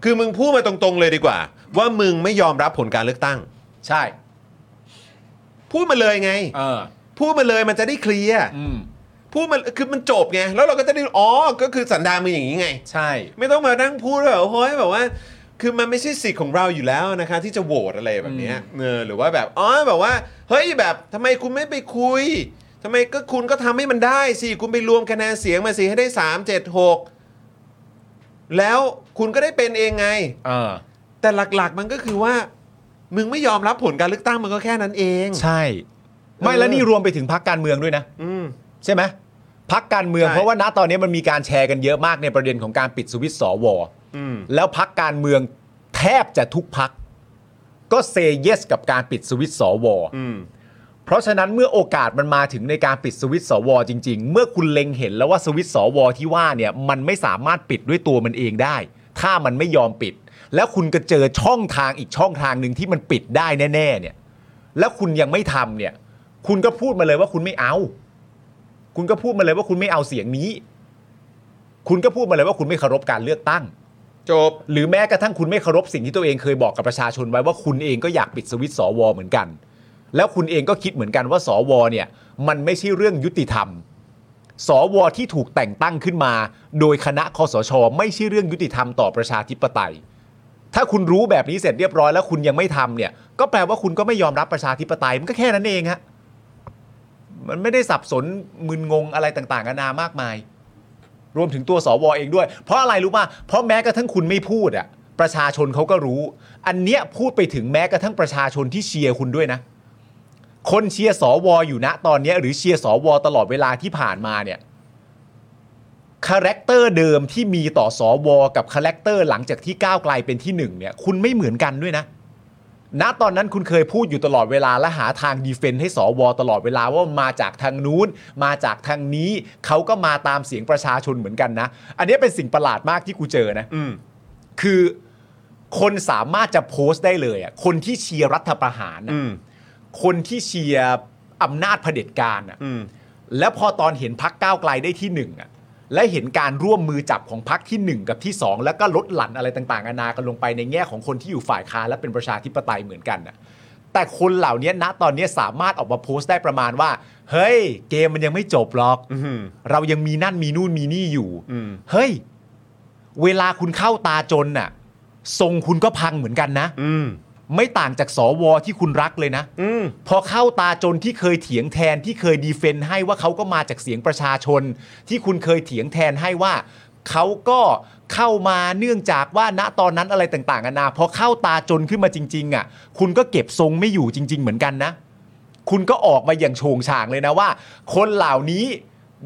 S1: คือมึงพูดมาตรงๆเลยดีกว่า ว่ามึงไม่ยอมรับผลการเลือกตั้ง
S2: ใช่
S1: พูดมาเลยไงพูดมาเลยมันจะได้เคลียร์พูดมาคือมันจบไงแล้วเราก็จะได้อ๋อก็คือสันดานมันอย่างนี้ไง
S2: ใช่
S1: ไม่ต้องมานั่งพูดแบบโอ้ยแบบว่า คือมันไม่ใช่สิทธิ์ของเราอยู่แล้วนะคะที่จะโหวตอะไรแบบเนี้ยเออหรือว่าแบบอ๋อแบบว่า เฮ้ยแบบทำไมคุณไม่ไปคุยทำไมก็คุณก็ทำให้มันได้สิคุณไปรวมคะแนนเสียงมาสิให้ได้สามเจ็ดหกแล้วคุณก็ได้เป็นเองไง
S2: เออ
S1: แต่หลักๆมันก็คือว่า มึงไม่ยอมรับผลการเลือกตั้งมันก็แค่นั้นเอง
S2: ใช่ ไม่แล้วนี่รวมไปถึงพักการเมืองด้วยนะใช่ไหมพักการเมือง
S1: ใช่
S2: เพราะว่าณตอนนี้มันมีการแชร์กันเยอะมากในประเด็นของการปิดสวิตช์สว
S1: อืม
S2: แล้วพักการเมืองแทบจะทุกพัก ก็เซเยสกับการปิดสวิตช์สวเพราะฉะนั้นเมื่อโอกาสมันมาถึงในการปิดสวิตช์สวจริง ๆ เมื่อคุณเล็งเห็นแล้วว่าสวิตช์สวที่ว่าเนี่ยมันไม่สามารถปิดด้วยตัวมันเองได้ ถ้ามันไม่ยอมปิด แล้วคุณก็เจอช่องทางอีกช่องทางหนึ่งที่มันปิดได้แน่ๆเนี่ย แล้วคุณยังไม่ทำเนี่ย คุณก็พูดมาเลยว่าคุณไม่เอา คุณก็พูดมาเลยว่าคุณไม่เอาเสียงนี้ คุณก็พูดมาเลยว่าคุณไม่เคารพการเลือกตั้ง
S1: จบ
S2: หรือแม้กระทั่งคุณไม่เคารพสิ่งที่ตัวเองเคยบอกกับประชาชนไว้ว่าคุณเองก็อยากปิดสวิตช์สวเหมือนกัน แล้วคุณเองก็คิดเหมือนกันว่าสวเนี่ย มันไม่ใช่เรื่องยุติธรรม สวที่ถูกแต่งตั้งขึ้นมา โดยคณะคอสช ไม่ใช่เรื่องยุติธรรมต่อประชาธิปไตย ถ้าคุณรู้แบบนี้เสร็จเรียบร้อยแล้วคุณยังไม่ทำเนี่ย ก็แปลว่าคุณก็ไม่ยอมรับประชาธิปไตยมันก็แค่นั้นเองฮะมันไม่ได้สับสนมึนงงอะไรต่างๆนานามากมาย รวมถึงตัวสวเองด้วย เพราะอะไรรู้ป่ะเพราะแม้กระทั่งคุณไม่พูดอะประชาชนเขาก็รู้ อันเนี้ยพูดไปถึงแม้กระทั่งประชาชนที่เชียร์คุณด้วยนะ คนเชียร์สวอยู่นะตอนเนี้ยหรือเชียร์สวตลอดเวลาที่ผ่านมาเนี่ย คาแรคเตอร์เดิมที่มีต่อสอวอกับคาแรคเตอร์หลังจากที่ก้าวไกลเป็นที่หนึ่งเนี่ยคุณไม่เหมือนกันด้วยนะ ณตอนนั้นคุณเคยพูดอยู่ตลอดเวลาและหาทางดีเฟนต์ให้สอวอตลอดเวลาว่ามาจากทางนู้น มาจากทางนี้เขาก็มาตามเสียงประชาชนเหมือนกันนะ อันนี้เป็นสิ่งประหลาดมากที่กูเจอนะคือคนสามารถจะโพสต์ได้เลยอะคนที่เชียร์รัฐประหารน่ะคนที่เชียร์อำนาจเผด็จการอ่ะ แล้วพอตอนเห็นพักก้าวไกลได้ที่หนึ่งอ่ะและเห็นการร่วมมือจับของพักที่หนึ่งกับที่สองแล้วก็ลดหลั่นอะไรต่างๆนานากันลงไปในแง่ของคนที่อยู่ฝ่ายค้านและเป็นประชาธิปไตยเหมือนกันน่ะแต่คนเหล่านี้ณตอนนี้สามารถออกมาโพสต์ได้ประมาณว่า เฮ้ย เกมมันยังไม่จบหรอก เรายังมีนั่นมีนู่นมีนี่อยู่ เฮ้ย เวลาคุณเข้าตาจนน่ะ ทรงคุณก็พังเหมือนกันนะไม่ต่างจากสวที่คุณรักเลยนะพอเข้าตาจนที่เคยเถียงแทนที่เคยดีเฟนต์ให้ว่าเขาก็มาจากเสียงประชาชน ที่คุณเคยเถียงแทนให้ว่า เขาก็เข้ามาเนื่องจากว่าณตอนนั้นอะไรต่างๆนานาพอเข้าตาจนขึ้นมาจริง ๆ อ่ะ คุณก็เก็บทรงไม่อยู่จริง ๆ เหมือนกันนะ คุณก็ออกมาอย่างโฉงฉางเลยนะว่า คนเหล่านี้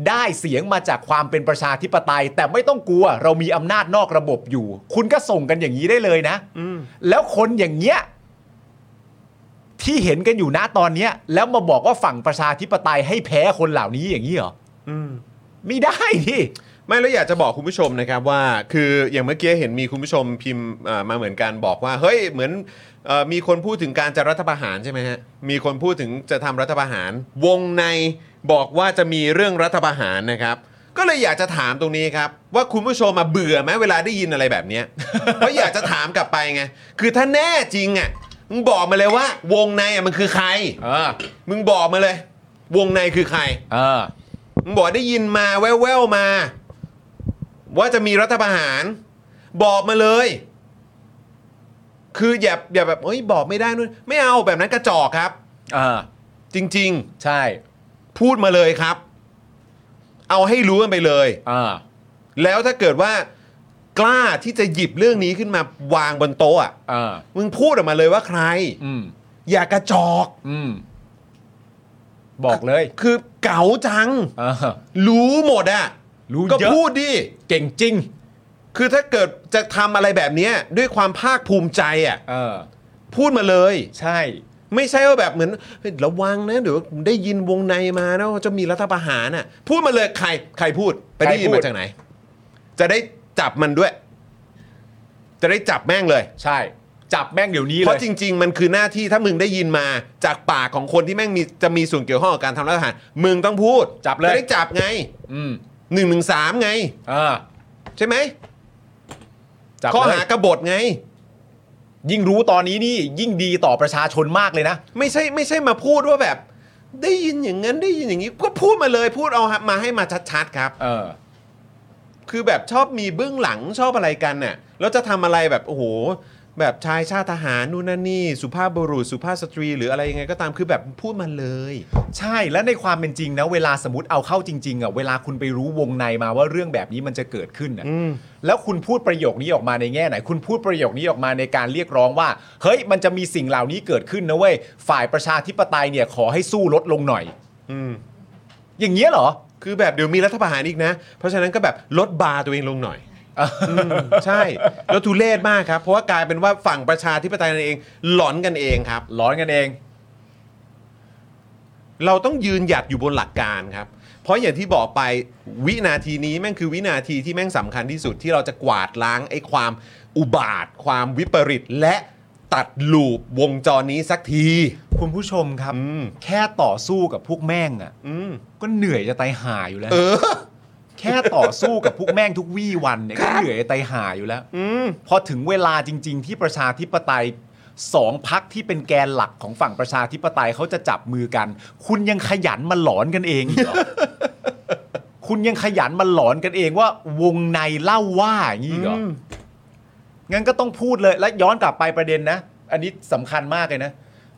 S2: ได้เสียงมาจากความเป็นประชาธิปไตย แต่ไม่ต้องกลัว เรามีอำนาจนอกระบบอยู่ คุณก็ส่งกันอย่างนี้ได้เลยนะแล้วคนอย่างเงี้ยที่เห็นกันอยู่นะตอนเนี้ย แล้วมาบอกว่าฝั่งประชาธิปไตยให้แพ้คนเหล่านี้อย่างนี้เหรอไม่ได้ดิ
S1: ไม่แล้วอยากจะบอกคุณผู้ชมนะครับว่า คืออย่างเมื่อกี้เห็นมีคุณผู้ชมพิมพ์เอ่อมาเหมือนกันบอกว่า เฮ้ยเหมือนเออมีคนพูดถึงการจะรัฐประหารใช่ไหมฮะมีคนพูดถึงจะทำรัฐประหาร วงในบอกว่าจะมีเรื่องรัฐประหารนะครับ ก็เลยอยากจะถามตรงนี้ครับว่าคุณผู้ชมมาเบื่อไหมเวลาได้ยินอะไรแบบเนี้ย เพราะอยากจะถามกลับไปไงคือถ้าแน่จริงอ่ะมึงบอกมาเลยว่า วงในอ่ะมันคือใครมึงบอกมาเลย วงในคือใครมึงบอกได้ยินมาแว่วๆมา ว่าจะมีรัฐประหาร บอกมาเลย คืออย่าอย่าแบบเอ้ยบอกไม่ได้นู่นไม่เอาแบบนั้นกระจอกครับจริง
S2: ๆ ใช่
S1: พูดมาเลยครับ เอาให้รู้กันไปเลยแล้วถ้าเกิดว่ากล้าที่จะหยิบเรื่องนี้ขึ้นมาวางบนโต๊ะอะมึงพูดออกมาเลยว่าใครอย่ากระจอก
S2: บอกเลย
S1: คือเก๋าจัง
S2: เออ
S1: รู้หมดอะ
S2: รู้
S1: ก็
S2: เยอะ
S1: พูดดิ
S2: เก่งจริง
S1: คือถ้าเกิดจะทำอะไรแบบเนี้ยด้วยความภาคภูมิใจอ่ะ
S2: เออ
S1: พูดมาเลย
S2: ใช่
S1: ไม่ใช่ว่าแบบเหมือนเฮ้ยระวังนะเดี๋ยวได้ยินวงในมานะว่าจะมีรัฐประหารอ่ะ พูดมาเลยใครใครพูด ไปได้ยิน
S2: ใครพู
S1: มา
S2: ด
S1: จากไหน จะได้จับมันด้วย จะได้จับแม่งเลย
S2: ใช่
S1: เ
S2: จับแม่งเดี๋ยวนี้เลย
S1: เพราะจริง ๆ มันคือหน้าที่ถ้ามึงได้ยินมาจากปากของคนที่แม่งมีจะมีส่วนเกี่ยวข้องกับการทำรัฐประหารมึงต้องพูด
S2: จับเลย
S1: จะได้จับไง
S2: อืม
S1: หนึ่งหนึ่งสามไง
S2: อ่า
S1: ใช่ไหม
S2: จับ
S1: ข้อ
S2: เลย
S1: หากบฏไง
S2: ยิ่งรู้ตอนนี้นี่ยิ่งดีต่อประชาชนมากเลยนะ
S1: ไม่ใช่ไม่ใช่มาพูดว่าแบบ ได้ยินอย่างนั้นได้ยินอย่างนี้ก็พูดมาเลยพูดเอามาให้มาชัดๆครับ
S2: เออ
S1: คือแบบชอบมีเบื้องหลังชอบอะไรกันน่ะแล้วจะทำอะไรแบบโอ้โห แบบชายชาติทหารนู่นนั่นนี่ สุภาพบุรุษสุภาพสตรี หรืออะไรยังไงก็ตามคือแบบพูดมาเลย
S2: ใช่และในความเป็นจริงนะ เวลาสมมติเอาเข้าจริง ๆอ่ะเวลาคุณไปรู้วงในมาว่าเรื่องแบบนี้มันจะเกิดขึ้นอ่ะแล้วคุณพูดประโยคนี้ออกมาในแง่ไหน คุณพูดประโยคนี้ออกมาในการเรียกร้องว่า เฮ้ยมันจะมีสิ่งเหล่านี้เกิดขึ้นนะเว้ยฝ่ายประชาธิปไตยเนี่ยขอให้สู้ลดลงหน่อย
S1: อืม
S2: อย่างเงี้ย เหรอ
S1: คือแบบเดี๋ยวมีรัฐประหารอีกนะ เพราะฉะนั้นก็แบบลดบาร์ตัวเองลงหน่อยอืมใช่ แล้วทุเลศมากครับ เพราะว่ากลายเป็นว่าฝั่งประชาธิปไตยนั่นเอง หลอนกันเองครับ
S2: ร้อนกันเอง
S1: เราต้องยืนหยัดอยู่บนหลักการครับ เพราะอย่างที่บอกไปวินาทีนี้แม่งคือวินาทีที่แม่งสำคัญที่สุดที่เราจะกวาดล้างไอ้ความอุบาท ความวิปริต และตัดลูปวงจรนี้สักที
S2: คุณผู้ชมครับ
S1: อืม
S2: แค่ต่อสู้กับพวกแม่งอ่ะ
S1: อืม
S2: ก็เหนื่อยจะตายหาอยู่แล้ว
S1: เออ
S2: แค่ต่อสู้กับพวกแม่งทุกวี่วันเนี่ยก็เหนื่อยจะตายหาอยู่แล้ว
S1: อืม
S2: พอถึงเวลาจริง ๆ ที่ประชาธิปไตยสองพักที่เป็นแกนหลักของฝั่งประชาธิปไตยเขาจะจับมือกัน คุณยังขยันมาหลอนกันเอง อีกเหรอ คุณยังขยันมาหลอนกันเองว่าวงในเล่าว่าอย่างนี้เหรออ
S1: ม
S2: งั้นก็ต้องพูดเลยและย้อนกลับไปประเด็นนะ อันนี้สำคัญมากเลยนะ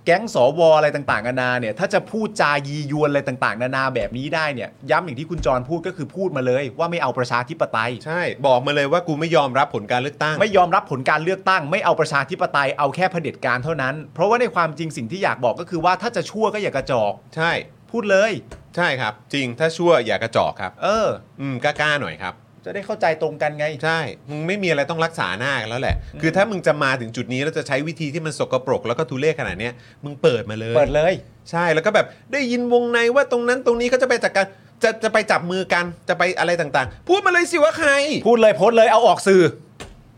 S2: แก๊งสวอะไรต่างๆนานาเนี่ย ถ้าจะพูดจายียวนอะไรต่างๆ นานาแบบนี้ได้เนี่ย ย้ำอย่างที่คุณจรพูดก็คือพูดมาเลย ว่าไม่เอาประชาธิปไตย
S1: ใช่ บอกมาเลยว่ากูไม่ยอมรับผลการเลือกตั้ง
S2: ไม่ยอมรับผลการเลือกตั้ง ไม่เอาประชาธิปไตยเอาแค่เผด็จการเท่านั้น เพราะว่าในความจริงสิ่งที่อยากบอกก็คือว่าถ้าจะชั่วก็อย่ากระจอก
S1: ใช่
S2: พูดเลย
S1: ใช่ครับ จริงถ้าชั่วอย่ากระจอกครับ
S2: เออ
S1: อืมกล้าๆหน่อยครับ
S2: จะได้เข้าใจตรงกันไง
S1: ใช่ มึงไม่มีอะไรต้องรักษาหน้ากันแล้วแหละ คือถ้ามึงจะมาถึงจุดนี้แล้วจะใช้วิธีที่มันสกปรกแล้วก็ทุเรศขนาดเนี้ยมึงเปิดมาเลย
S2: เปิดเลย
S1: ใช่แล้วก็แบบได้ยินวงในว่าตรงนั้นตรงนี้เขาจะไปจัดการจะจะไปจับมือกันจะไปอะไรต่างๆ พูดมาเลยสิว่าใคร
S2: พูดเลยโพสต์เลยเอาออกสื่อ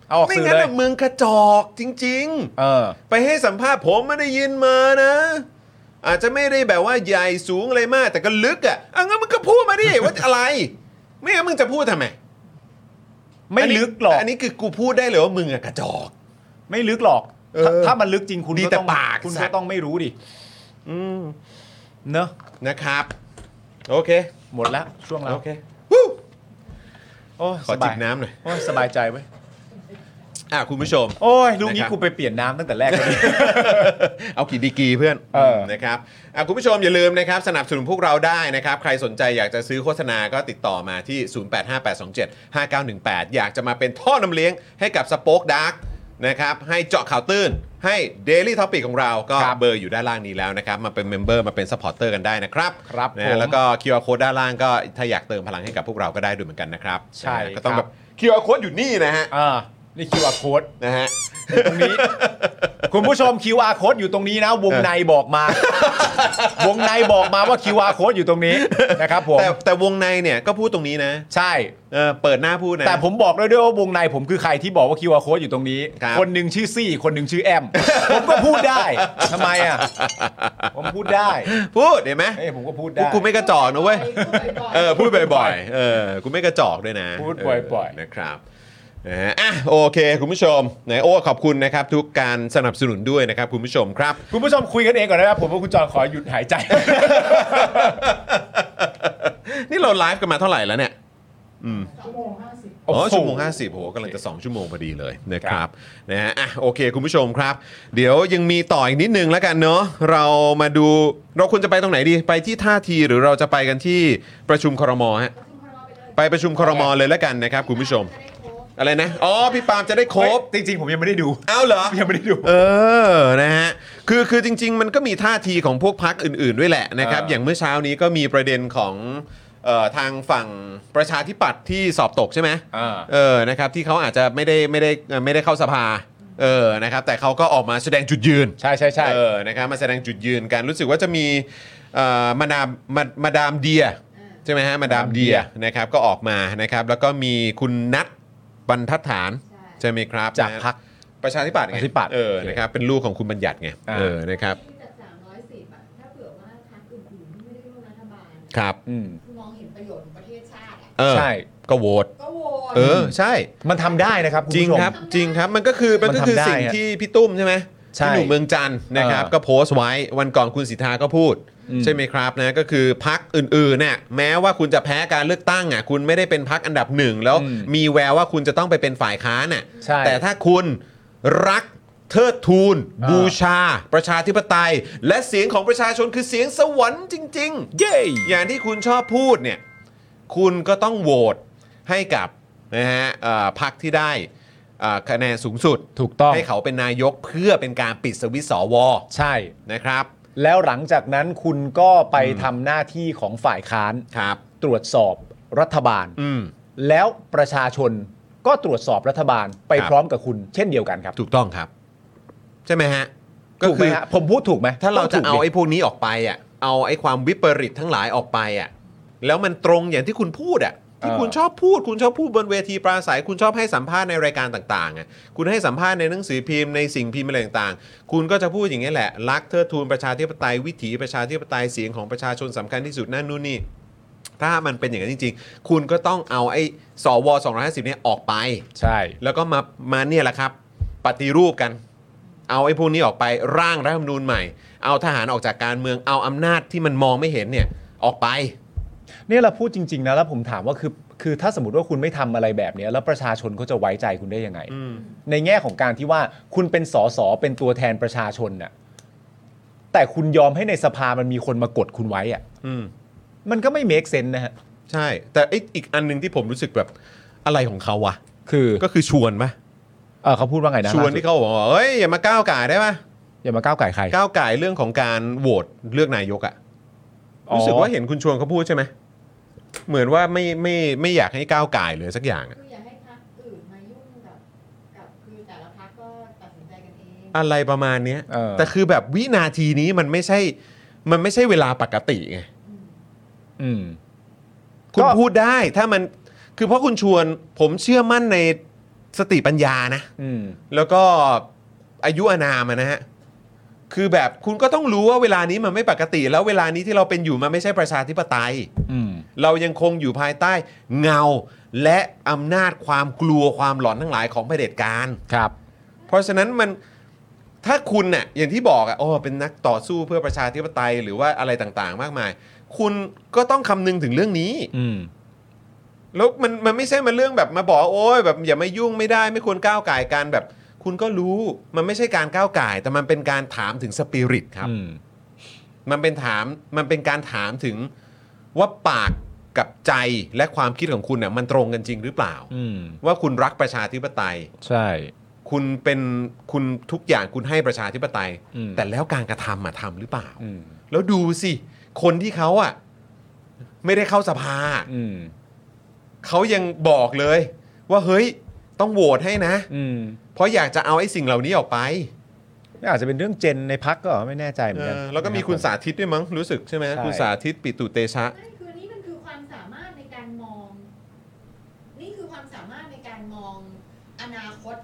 S2: เอาออก
S1: ไม่
S2: สื่อ
S1: งั้น
S2: เลย
S1: น่ะมึงกระจอกจริง
S2: เออ
S1: ๆ ไปให้สัมภาษณ์ผมไม่ได้ยินมานะ อาจจะไม่ได้แบบว่าใหญ่สูงอะไรมาก แต่ก็ลึกอ่ะอ่ะงั้นมึงก็พูดมา ดิ ว่าอะไร ไม่งั้นมึงจะพูดทำไม
S2: ไม่
S1: นนี้
S2: ลึกหรอก
S1: แต่อันนี้คือกูพูดได้เลยว่ามึงอะกระจอก
S2: ไม่ลึกหรอก
S1: เออ
S2: ถ้าถ้ามันลึกจริงคุณ
S1: ดี
S2: ก็
S1: แต่
S2: ต้อง
S1: ปาก
S2: คุณ
S1: สั
S2: ก็
S1: ตว์
S2: ต้องไม่รู้ดิ
S1: อืม
S2: เนอะ
S1: นะครับ โอเค
S2: หมดแล้วช่วงเรา
S1: โอเควู้
S2: โอ้ย
S1: ขอ
S2: สบา
S1: จิ
S2: ย
S1: บน้ำหน่อย
S2: โอ้ยสบายใจไว้ย
S1: อ่ะคุณผู้ชม
S2: โอ้ยลูกนี้
S1: นะครับ
S2: กูไปเปลี่ยนน้ำตั้งแต่แรก เลย
S1: เอากี่ดีกรีเพื่อน
S2: เออ
S1: นะครับอ่ะคุณผู้ชมอย่าลืมนะครับ สนับสนุนพวกเราได้นะครับ ใครสนใจอยากจะซื้อโฆษณาก็ติดต่อมาที่ 0858275918 อยากจะมาเป็นท่อนำเลี้ยงให้กับสป็อคดักนะครับ ให้เจาะข่าวตื้น ให้ Daily Topic ของเราก็เบอร์อยู่ด้านล่างนี้แล้วนะครับ มาเป็นเมมเบอร์มาเป็น s u p p อร์เตอร์กันได้นะครับ
S2: ครับ
S1: นะ
S2: ผ
S1: ฮะ
S2: ม
S1: แล้วก็ QR Code ด้านล่างก็ถ้าอยากเติมพลังให้กับพวกเราก็ได้ด้วยเหมือนกันนะครับ
S2: ใช่
S1: นะฮะก็ต้อง
S2: ค
S1: แบ
S2: รับ
S1: บ QR Code อยู่นี่นะฮะ
S2: อ่านี่คิวอาโค้ด
S1: นะฮะ
S2: ตรงนี้ คุณผู้ชม QR code อยู่ตรงนี้นะ วงในบอกมา วงในบอกมาว่า QR code อยู่ตรงนี้นะครับผม
S1: แต่แต่วงในเนี่ยก็พูดตรงนี้นะ
S2: ใช่
S1: เออเปิดหน้าพูดนะ
S2: แต่ผมบอกด้วยด้วยว่าวงในผมคือใครที่บอกว่า QR code อยู่ตรงนี้
S1: ครับ
S2: คนหนึ่งชื่อซี่ คนหนึ่งชื่อแอม ผมก็พูดได้ทำไมอ่ะ ผมพูดได้
S1: พูดเห็นไหม
S2: เอ้ยผมก็พูด
S1: กู
S2: ได้
S1: กูไม่กระจอกนะเว้ย
S3: บ่อยๆ
S1: เออพูดบ่อยๆเออกูไม่กระจอกด้วยนะ
S2: พูดบ่อยๆ
S1: เนะครับนะฮะอ่ะโอเค คุณผู้ชมไหนโอ้ขอบคุณนะครับ ทุกการสนับสนุนด้วยนะครับ คุณผู้ชมครับ
S2: คุณผู้ชมคุยกันเองก่อนนะครับผมว่าคุณจอนขอหยุดหายใจ
S1: นี่เราไลฟ์กันมาเท่าไหร่แล้วเนี่ย
S3: ชั่วโมงห้าสิบ
S1: อ๋อชั่วโมง50โหกำลังจะ 2 ชั่วโมงพอดีเลยนะครับนะฮะอ่ะโอเค คุณผู้ชมครับ เดี๋ยวยังมีต่ออีกนิดนึงแล้วกันเนาะเรามาดูเราควรจะไปตรงไหนดี ไปที่ท่าทีหรือเราจะไปกันที่ประชุมครมฮะไปประชุมครมเลยแล้วกันนะครับคุณผู้ชม อะไรนะ อ๋อ พี่ปาล์มจะได้ครบ
S2: จริง ๆ ผมยังไม่ได้ดู
S1: เอาเหรอ
S2: ยังไม่ได้ดู
S1: เออ นะฮะ คือ คือจริง ๆ มันก็มีท่าทีของพวกพักอื่น ๆ ด้วยแหละนะครับ
S2: เออ
S1: อ
S2: อย่าง
S1: เมื่อเช้านี้ก็มีประเด็นของเอ่อทางฝั่งประชาธิปัตย์ที่สอบตกใช่ไหม
S2: เออ
S1: เออ นะครับ ที่เขาอาจจะไม่ได้ ไม่ได้เอ่อไม่ได้เข้าสภา เออ นะครับ แต่เขาก็ออกมาแสดงจุดยืน
S2: ใช่ใช่ใช่
S1: เออ นะครับ มาแสดงจุดยืนกัน รู้สึกว่าจะมีเอ่อมาดามมามาดามเดียใช่ไหมฮะ มาดามเดียนะครับ ก็ออกมา นะครับ แล้วก็มีคุณนัทบรรทัดฐาน ใช่ไหมครับ
S2: จาก
S1: นะ
S2: พัก
S1: ประชาธิปัตย์ไงประชาธิปัตย์เออนะครับเป็นลูกของคุณบัญญัติไงเออนะครับครับเออ
S2: ใช่
S1: ก็โหวตเออใช่
S2: มันทำได้นะครับคุณ
S1: จริง
S2: ผู้ชม
S1: ครับจริงครับมันก็คือมันก็คือ
S2: มันทำได้
S1: สิ่ง
S2: ฮะ
S1: ที่พี่ตุ้มใช่ไหม
S2: ใช่
S1: พี่หนุ่มเมืองจันทร์นะครับ
S2: เออ
S1: ก็โพสต์ไว้วันก่อนคุณสิทธาก็พูด
S2: อืม
S1: ใช่ไหมครับนะก็คือพักอื่นๆเนี่ยแม้ว่าคุณจะแพ้การเลือกตั้งอ่ะคุณไม่ได้เป็นพักอันดับหนึ่งแล้วมีแววว่าคุณจะต้องไปเป็นฝ่ายค้านน่ะ
S2: ใช่
S1: แต่ถ้าคุณรักเทิดทูน บูชา ประชาธิปไตย และเสียงของประชาชนคือเสียงสวรรค์จริง ๆ
S2: เย้
S1: อย่างที่คุณชอบพูดเนี่ย คุณก็ต้องโหวตให้กับนะฮะเอ่อพรรคที่ได้เอ่อคะแนนสูงสุด
S2: ถูกต้อง
S1: ให้เขาเป็นนายกเพื่อเป็นการปิดสวิตช์สว
S2: ใช่
S1: นะครับ
S2: แล้วหลังจากนั้นคุณก็ไปทำหน้าที่ของฝ่ายค้าน
S1: ครับ
S2: ตรวจสอบรัฐบาล
S1: อืม
S2: แล้วประชาชนก็ตรวจสอบรัฐบาลไป
S1: ครับ
S2: พร้อมกับคุณ เช่นเดียวกันครับ
S1: ถูกต้องครับ ใช่ไหมฮะ
S2: ถูกไหมฮะผมพูดถูกไหม
S1: ถ้าเรา
S2: ต้ง
S1: จะ
S2: ถูก
S1: เอา
S2: ดิ
S1: ไอ้พวกนี้ออกไปอ่ะเอาไอ้ความวิปริตทั้งหลายออกไปอ่ะแล้วมันตรงอย่างที่คุณพูดอ่ะที่คุณชอบพูด คุณชอบพูดบนเวทีปราศัย คุณชอบให้สัมภาษณ์ในรายการต่างๆอ่ะคุณให้สัมภาษณ์ในหนังสือพิมพ์ในสิ่งพิมพ์อะไรต่างๆ คุณก็จะพูดอย่างนี้ยแหละ รักเทิดทูนประชาธิปไตยวิถีประชาธิปไตยเสียงของประชาชนสำคัญที่สุดนั่นนู่นนี่ ถ้ามันเป็นอย่างนั้นจริงๆ คุณก็ต้องเอาไอ้สว250เนี่ยออกไป
S2: ใช่
S1: แล้วก็มามาเนี่ยแหละครับ ปฏิรูปกัน เอาไอ้พวกนี้ออกไปร่างรัฐธรรมนูญใหม่ เอาทหารออกจากการเมืองเอาอำนาจที่มันมองไม่เห็นเนี่ย ออกไป
S2: เนี่ยเราพูดจริง ๆ นะแล้วผมถามว่าคือคือถ้าสมมติว่าคุณไม่ทำอะไรแบบเนี้ยแล้วประชาชนเขาจะไว้ใจคุณได้ยังไง ในแง่ของการที่ว่าคุณเป็นสสเป็นตัวแทนประชาชนน่ะแต่คุณยอมให้ในสภามันมีคนมากดคุณไว้อะ
S1: อืม
S2: มันก็ไม่เมคเซนนะฮะ
S1: ใช่ แต่ไอ้อีกอันหนึ่งที่ผมรู้สึกแบบอะไรของเขาวะ
S2: คือ
S1: ก็คือชวนปะ
S2: เออเขาพูดว่าไงนะ
S1: ชวน
S2: ล่าสุด
S1: ที่เขาบอกว่าเอ้ยอย่ามาก้าวไก่ายได้ปะ
S2: อย่ามาก้าวไก่ายใคร
S1: ก้าวไก่ายเรื่องของการโหวตเลือกนายกอะ
S2: อ๋อ
S1: รู้สึกว่าเห็นคุณชวนเขาพูดใช่ไหมเหมือนว่าไม่ไม่ไม่อยากให้ก้าวไก่ายเลยสักอย่างอะ
S3: คืออยากให้พรรคอื่นมายุ่งกับกับคือแต่ละพรรคก็ตัดสินใจกันเอง
S1: อะไรประมาณเนี้ย
S2: เออ
S1: แต่คือแบบวินาทีนี้มันไม่ใช่ มันไม่ใช่เวลาปกติไง
S2: อืม
S1: คุณ
S2: ก็
S1: พูดได้ถ้ามัน คือเพราะคุณชวนผมเชื่อมั่นในสติปัญญานะ
S2: อืม
S1: แล้วก็อายุอานามอะนะฮะ คือแบบคุณก็ต้องรู้ว่าเวลานี้มันไม่ปกติ แล้วเวลานี้ที่เราเป็นอยู่มันไม่ใช่ประชาธิปไตย
S2: อืม
S1: เรายังคงอยู่ภายใต้เงาและอำนาจความกลัวความหลอนทั้งหลายของเผด็จการ
S2: ครับ
S1: เพราะฉะนั้นมันถ้าคุณเนี่ยอย่างที่บอกอะโอ้เป็นนักต่อสู้เพื่อประชาธิปไตยหรือว่าอะไรต่างๆ มากมาย คุณก็ต้องคำนึงถึงเรื่องนี้
S2: อืม
S1: แล้วมันมันไม่ใช่มันเรื่องแบบมาบอกว่าโอ้ยแบบอย่ามายุ่งไม่ได้ไม่ควรก้าวไก่ายการแบบ คุณก็รู้มันไม่ใช่การก้าวไก่าย แต่มันเป็นการถามถึงสปิริตครับ
S2: อืม
S1: มันเป็นถามมันเป็นการถามถึงว่าปากกับใจและความคิดของคุณเนี่ยมันตรงกันจริงหรือเปล่า
S2: อืม
S1: ว่าคุณรักประชาธิปไตย
S2: ใช่
S1: คุณเป็นคุณทุกอย่างคุณให้ประชาธิปไตย
S2: อืม
S1: แต่แล้วการกระทำอะทำหรือเปล่า
S2: อืม
S1: แล้วดูสิ คนที่เขาอะไม่ได้เข้าสภา
S2: อืม
S1: เขายังบอกเลย ว่าเฮ้ยต้องโหวตให้นะ
S2: อืม
S1: เพราะอยากจะเอาไอ้สิ่งเหล่านี้ออกไป
S2: อาจจะเป็นเรื่องเจนในพักก็ไม่แน่ใจเหมือน
S1: เอ
S2: กัน
S1: อแล้วก็มีคุณสาธิตด้วยมั้งรู้สึกใช่ไหมคุณสาธิตปิตุเตชะ
S3: นั่นคือนี่มันคือความสามารถในการมอง นี่คือความสามารถในการมองอนาคต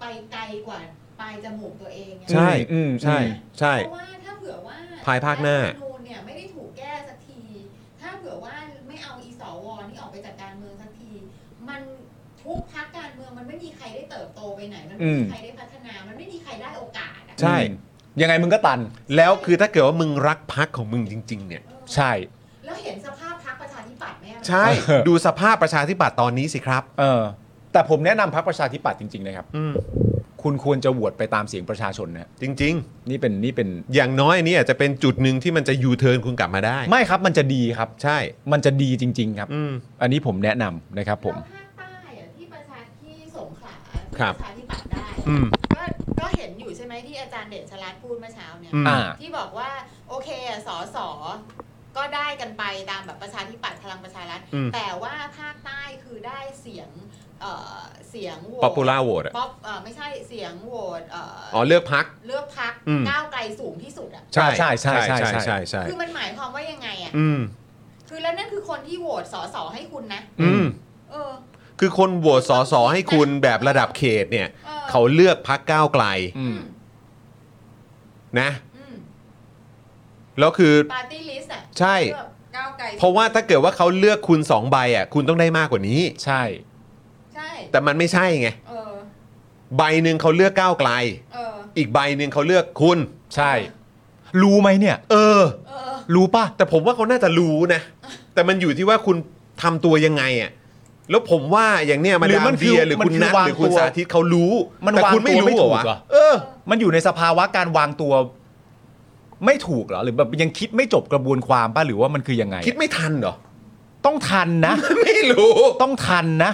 S3: ไปไกลกว่าปลายจมูกตัวเองไง
S1: ใช่
S2: อืม
S1: ใช่ ใช่
S3: เพราะว่าถ้าเผื่อว่า
S1: ภายภาคหน้า
S3: รัฐธรรมนูญเนี่ยไม่ได้ถูกแก้สักที ถ้าเผื่อว่าไม่เอาอีสวนี่ออกไปจากการเมืองสักที มันทุกพักการเมืองมันไม่มีใครได้เติบโตไปไหน มันไม่มีใครได้พัฒนา มันไม่มีใครได้โอกาสอะ
S1: ใช่
S2: ยังไงมึงก็ตัน
S1: แล้วคือถ้าเกิดว่ามึงรักพักของมึงจริง ๆ เนี่ย
S2: ใช่
S3: แล้วเห็นสภาพพักประชาธิปัตย์ไหมอะ
S1: ใช่ดูสภาพประชาธิปัตย์ตอนนี้สิครับ
S2: เออ แต่ผมแนะนำพักประชาธิปัตย์จริง ๆ นะครับ
S1: อืม
S2: คุณควรจะโหวตไปตามเสียงประชาชนนะฮะ
S1: จริง ๆ
S2: นี่เป็นนี่เป็น
S1: อย่างน้อยอันนี้อาจจะเป็นจุดหนึ่งที่มันจะยูเทิร์นคุณกลับมาได้
S2: ไม่ครับมันจะดีครับ
S1: ใช่
S2: มันจะดีจริง ๆ ครับ
S1: อืม
S2: อันนี้ผมแนะนำนะครับ ผม
S3: แล้วภาคใต้อะที่ประชาที่สงขลาที่
S1: ครับ
S3: ประชาธิปัตย์ได้
S1: อืม
S3: ก็ก็เห็นอยู่ใช่ไหมที่อาจารย์เด่นชลาดพูดเมื่อเช้าเนี่ย
S1: อืม
S2: อ่า
S3: ที่บอกว่าโอเคอะสอสอก็ได้กันไปตามแบบประชาธิปัตย์พลังประชารัฐ
S1: อืม
S3: แต่ว่าภาคใต้คือได้เสียงเอ่อเสียงโหวต
S1: ป๊อปปูล่าโหวต
S3: ป๊อปเอ่อไม่ใช่เสียงโหวตเอ่ออ
S1: อ๋อเลือกพัก
S3: เลือกพัก
S1: อืม
S3: ก้าวไกลสูงที่สุดอ่ะ
S2: ใช่ใช่ใช่ใช่ใช่
S1: ใช่ใช่
S3: คือมันหมายความว่ายังไงอ่ะ
S1: อืม
S3: คือแล้วนั่นคือคนที่โหวตสอสอให้คุณนะ
S1: อืม
S3: เออ
S1: คือคนโหวตสอสอให้คุณแบบระดับเขตเนี่ย เขาเลือกพักก้าวไกลนะแล้วคือ
S3: ปาร์ตี้ลิสต์อ่ะ
S1: ใช่
S3: เลือกก้าวไกล
S1: เพราะว่าถ้าเกิดว่าเขาเลือกคุณสองใบอ่ะ คุณต้องได้มากกว่านี้
S2: ใช่
S3: ใช่
S1: แต่มันไม่ใช่ไง
S3: เออ
S1: ใบหนึ่งเขาเลือกก้าวไกล
S3: เออ
S1: อีกใบหนึ่งเขาเลือกคุณ
S2: ใช่ รู้ไหมเนี่ย
S1: เออ
S3: เออ
S2: รู้ป่ะ
S1: แต่ผมว่าเขาน่าจะรู้นะ แต่มันอยู่ที่ว่าคุณทำตัวยังไงอ่ะแล้วผมว่าอย่างเนี้ยมา
S2: หรือ
S1: ดา
S2: มั
S1: ม
S2: นคื
S1: เดี
S2: อ
S1: ยหรือ
S2: มัน
S1: คุณ
S2: คือ
S1: นัท
S2: วาง
S1: หรือคุณ
S2: ตัว
S1: สาธิตเขารู้
S2: มัน
S1: แต่
S2: วาง
S1: คุณไม่
S2: ตัวไม่
S1: รู้เหรอวะ
S2: ถูกเหรอ
S1: เออ
S2: มันอยู่ในสภาวะการวางตัว ไม่ถูกเหรอ หรือแบบยังคิดไม่จบกระบวนความป่ะหรือว่ามันคือยังไง
S1: คิดไม่ทันเหรอ
S2: ต้องทันนะ
S1: ไม่รู้
S2: ต้องทันนะ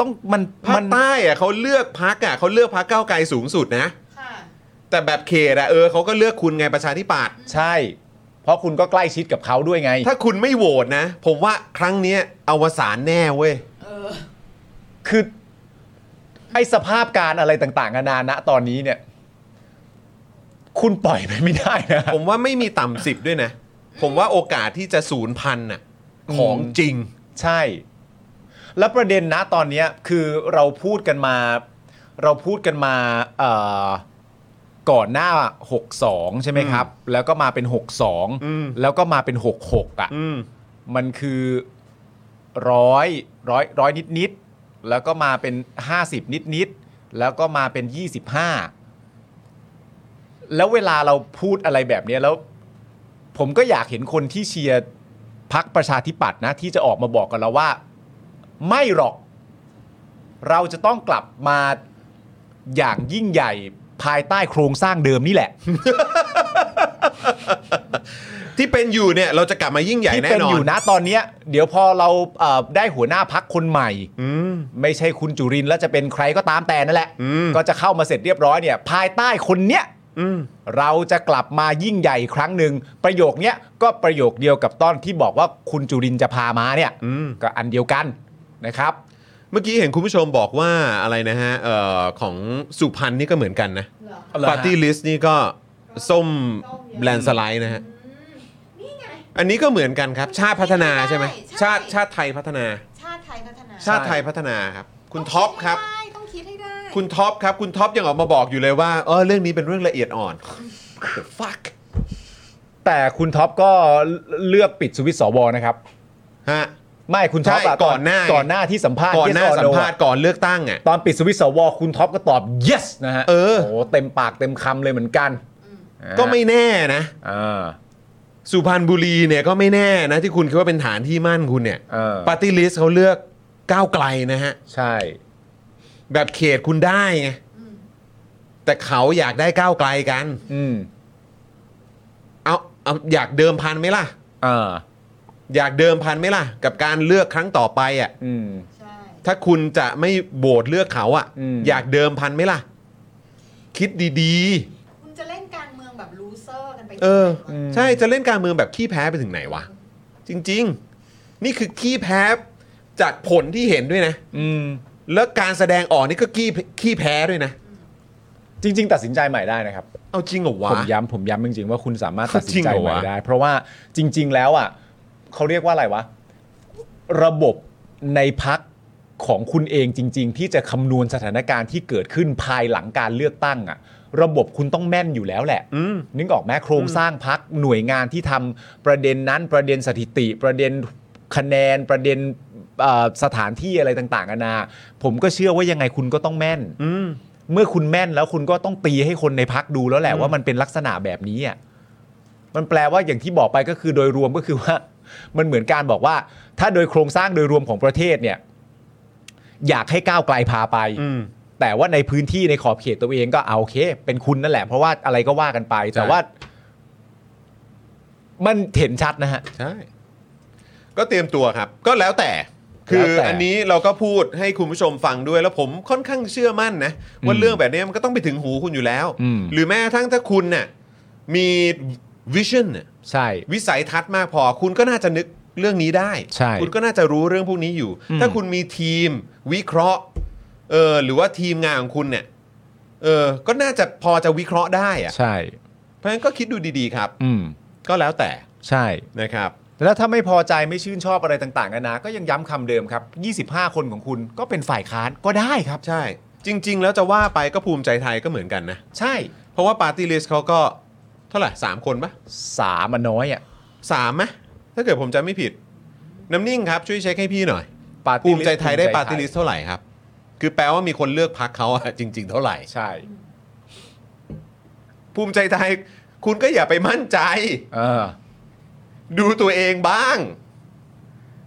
S2: ต้องมัน
S1: ภาค
S2: มั
S1: น ใต้อ่ะเขาเลือกพักอ่ะเขาเลือกพักก้าวไกลสูงสุดนะ
S3: ค่ะ
S1: แต่แบบเขตอ่ะเออเขาก็เลือกคุณไงประชาธิปัตย์
S2: ใช่ เพราะคุณก็ใกล้ชิดกับเขาด้วยไง
S1: ถ้าคุณไม่โหวตนะ ผมว่าครั้งเนี้ยอวสานแน่เว้ย
S3: เออ
S2: คือ ไอสภาพการอะไรต่างๆนานาณตอนนี้เนี่ย คุณปล่อยไปไม่ได้นะ
S1: ผมว่าไม่มีต่ำสิบด้วยนะ ผมว่าโอกาสที่จะศูนย์พันน่ะของจริง
S2: ใช่ แล้วประเด็นนะตอนเนี้ยคือเราพูดกันมา เราพูดกันมาเอ่อก่อนหน้า 62 ใช่ไหมครับ แล้วก็มาเป็น
S1: อืม
S2: 62 แล้วก็มาเป็น 66 อ่ะ
S1: อืม
S2: มันคือร้อยร้อยร้อยนิดนิดๆแล้วก็มาเป็น 50 นิดนิดๆแล้วก็มาเป็น 25 แล้วเวลาเราพูดอะไรแบบเนี้ยแล้ว ผมก็อยากเห็นคนที่เชียร์พักประชาธิปัตย์นะ ที่จะออกมาบอกกันแล้วว่า ไม่หรอก เราจะต้องกลับมาอย่างยิ่งใหญ่ภายใต้โครงสร้างเดิมนี่แหละ
S1: ที่เป็นอยู่เนี่ยเราจะกลับมายิ่งใหญ่
S2: ที่
S1: แน่
S2: เป็
S1: น
S2: น
S1: อ
S2: อนยู่นะตอนเนี้ย เดี๋ยวพอเราเอ่อได้หัวหน้าพักคนใหม่
S1: อืม
S2: ไม่ใช่คุณจุรินทร์แล้วจะเป็นใครก็ตามแต่นั่นแหละ
S1: อืม
S2: ก็จะเข้ามาเสร็จเรียบร้อยเนี่ย ภายใต้คนเนี้ย
S1: อืม
S2: เราจะกลับมายิ่งใหญ่อีกครั้งหนึ่งประโยคเนี้ยก็ประโยคเดียวกับตอนที่บอกว่าคุณจุรินทร์จะพามาเนี่ย
S1: อืม
S2: ก็อันเดียวกันนะครับ
S1: เมื่อกี้เห็นคุณผู้ชมบอกว่าอะไรนะฮะเอ่อของสุพรรณนี่ก็เหมือนกันนะ
S3: เหรอ
S2: เหรอฮะ
S1: ปาร์ตี้ลิสต์นี่ก็ส้ม
S3: ส้มเยอะ
S1: แลนสไลด์นะฮะ
S3: อืมนี่ไง
S1: อันนี้ก็เหมือนกันครับ ชาติพัฒนาใช่ไหม
S3: ใช่
S1: ชาติชาติไทยพัฒนา
S3: ชาติไทยพัฒนา
S1: ชาติไทยพัฒนาครับ คุณท็อปครับ
S3: ต้องดให้ได้ต้องคิดให้ได้
S1: คุณท็อปครับ คุณท็อปยังออกมาบอกอยู่เลยว่าเออเรื่องนี้เป็นเรื่องละเอียดอ่อน The fuck
S2: แต่คุณท็อปก็เลือกปิดสวิตช์สวนะครับ
S1: ฮะ
S2: ไม่คุณท็อป
S1: ใช่
S2: อะ
S1: ก่อนหน้า
S2: ก่อนหน้าที่สัมภาษณ์
S1: ก่อนหน้า
S2: ที่
S1: สั
S2: SRO
S1: มภาษณ์ก่อนเลือกตั้งอ่ะ
S2: ตอนปิดสวิตช์สวคุณท็อปก็ตอบ yes นะฮะ
S1: เออ
S2: โอ้โหเต็มปากเต็มคำเลยเหมือนกัน
S1: ก็ไม่แน่นะ
S2: อ่า
S1: สุพรรณบุรีเนี่ยก็ไม่แน่นะ ที่คุณคิดว่าเป็นฐานที่มั่นคุณเนี่ย
S2: เออ
S1: ปาร์ตี้ลิสต์เขาเลือกก้าวไกลนะฮะ
S2: ใช่
S1: แบบเขตคุณได้ไงแต่เขาอยากได้ก้าวไกลกัน
S2: อืม
S1: เอาเอาอยากเดิมพันไหมล่ะ
S2: อ่า
S1: อยากเดิมพันไหมล่ะ กับการเลือกครั้งต่อไปอ่ะ
S2: อืม
S3: ใช่
S1: ถ้าคุณจะไม่โบดเลือกเขาอ่ะ
S2: อืม
S1: ยากเดิมพันไหมล่ะ คิดดี
S3: คุณจะเล่นการเมืองแบบลูเซอร์กันไป
S1: ๆ เออ
S3: ถึงไหนวะ
S1: ใช่จะเล่นการเมืองแบบขี้แพ้ไปถึงไหนวะ จริง ๆ นี่คือขี้แพ้จากผลที่เห็นด้วยนะ
S2: อืม
S1: แล้วการแสดงออกนี่ก็ขี้ขี้แพ้ด้วยนะ
S2: จริง ๆ ตัดสินใจใหม่ได้นะครับ
S1: เอาจริงเหรอวะ
S2: ผมย้ำผมย้ำจริง ๆ ว่าคุณสามารถตัดสิน
S1: จริง
S2: ใจ
S1: เหรอ
S2: ใหม่
S1: วะ
S2: ได้ เพราะว่าจริง ๆ แล้วอ่ะเขาเรียกว่าอะไรวะ ระบบในพักของคุณเองจริง ๆ ที่จะคำนวณสถานการณ์ที่เกิดขึ้นภายหลังการเลือกตั้งอ่ะ ระบบคุณต้องแม่นอยู่แล้วแหละ
S1: อืม
S2: นึกออกไหมโครงสร้างพักหน่วยงานที่ทำประเด็นนั้นประเด็นสถิติ ประเด็นคะแนนประเด็นเอ่อสถานที่อะไรต่างๆนานาผมก็เชื่อว่ายังไงคุณก็ต้องแม่น
S1: อืม
S2: เมื่อคุณแม่นแล้วคุณก็ต้องตีให้คนในพักดูแล้วแหละว่ามันเป็นลักษณะแบบนี้อ่ะมันแปลว่าอย่างที่บอกไปก็คือโดยรวมก็คือว่า มันเหมือนการบอกว่า ถ้าโดยโครงสร้างโดยรวมของประเทศเนี่ย อยากให้ก้าวไกลพาไป
S1: อืม
S2: แต่ว่าในพื้นที่ในขอบเขตตัวเองก็เอาโอเค เป็นคุณนั่นแหละ เพราะว่าอะไรก็ว่ากันไป แต่ว่า มันเห็นชัดนะฮะ
S1: ใช่ ก็เตรียมตัวครับ ก็แล้วแต่ คื
S2: แล้
S1: อ
S2: วแต่
S1: อันนี้เราก็พูดให้คุณผู้ชมฟังด้วยแล้วผมค่อนข้างเชื่อมั่นนะว่า
S2: อืม
S1: เรื่องแบบนี้มันก็ต้องไปถึงหูคุณอยู่แล้ว
S2: อืม
S1: หรือแม้กระทั้งถ้าคุณน่ะมีวิชั่นย
S2: ใช่
S1: วิสัยทัศน์มากพอ คุณก็น่าจะนึกเรื่องนี้ได้
S2: ใช่
S1: คุณก็น่าจะรู้เรื่องพวกนี้อยู่
S2: อืม
S1: ถ้าคุณมีทีมวิเคราะห์เออหรือว่าทีมงานของคุณเนี่ยเออก็น่าจะพอจะวิเคราะห์ได้อะ
S2: ใช่
S1: เพราะฉะนั้นก็คิดดูดีๆครับ
S2: อืม
S1: ก็แล้วแต่
S2: ใช่
S1: นะครับ
S2: แล้วถ้าไม่พอใจไม่ชื่นชอบอะไรต่างๆนานาก็ยังย้ำคำเดิมครับ 25 คนของคุณก็เป็นฝ่ายค้านก็ได้ครับ
S1: ใช่ จริง ๆ แล้วจะว่าไปก็ภูมิใจไทยก็เหมือนกันนะ
S2: ใช่
S1: เพราะว่าปาร์ตี้ลิสต์เขาก็เท่าไหร่สามคนปะ
S2: สามมันน้อยอ่ะ
S1: สามไหมถ้าเกิดผมจำไม่ผิด น้ำนิ่งครับ ช่วยเช็คให้พี่หน่อย
S2: ปาร์ตี้
S1: ภูมิใจไทยได้
S2: ภูมิ
S1: ปาร์ตี้ลิสต์เท่าไหร่ครับ คือแปลว่ามีคนเลือกพักเขาอะจริง ๆ เท่าไหร่
S2: ใช่
S1: ภูมิใจไทย คุณก็อย่าไปมั่นใจ
S2: เออ
S1: ดูตัวเองบ้าง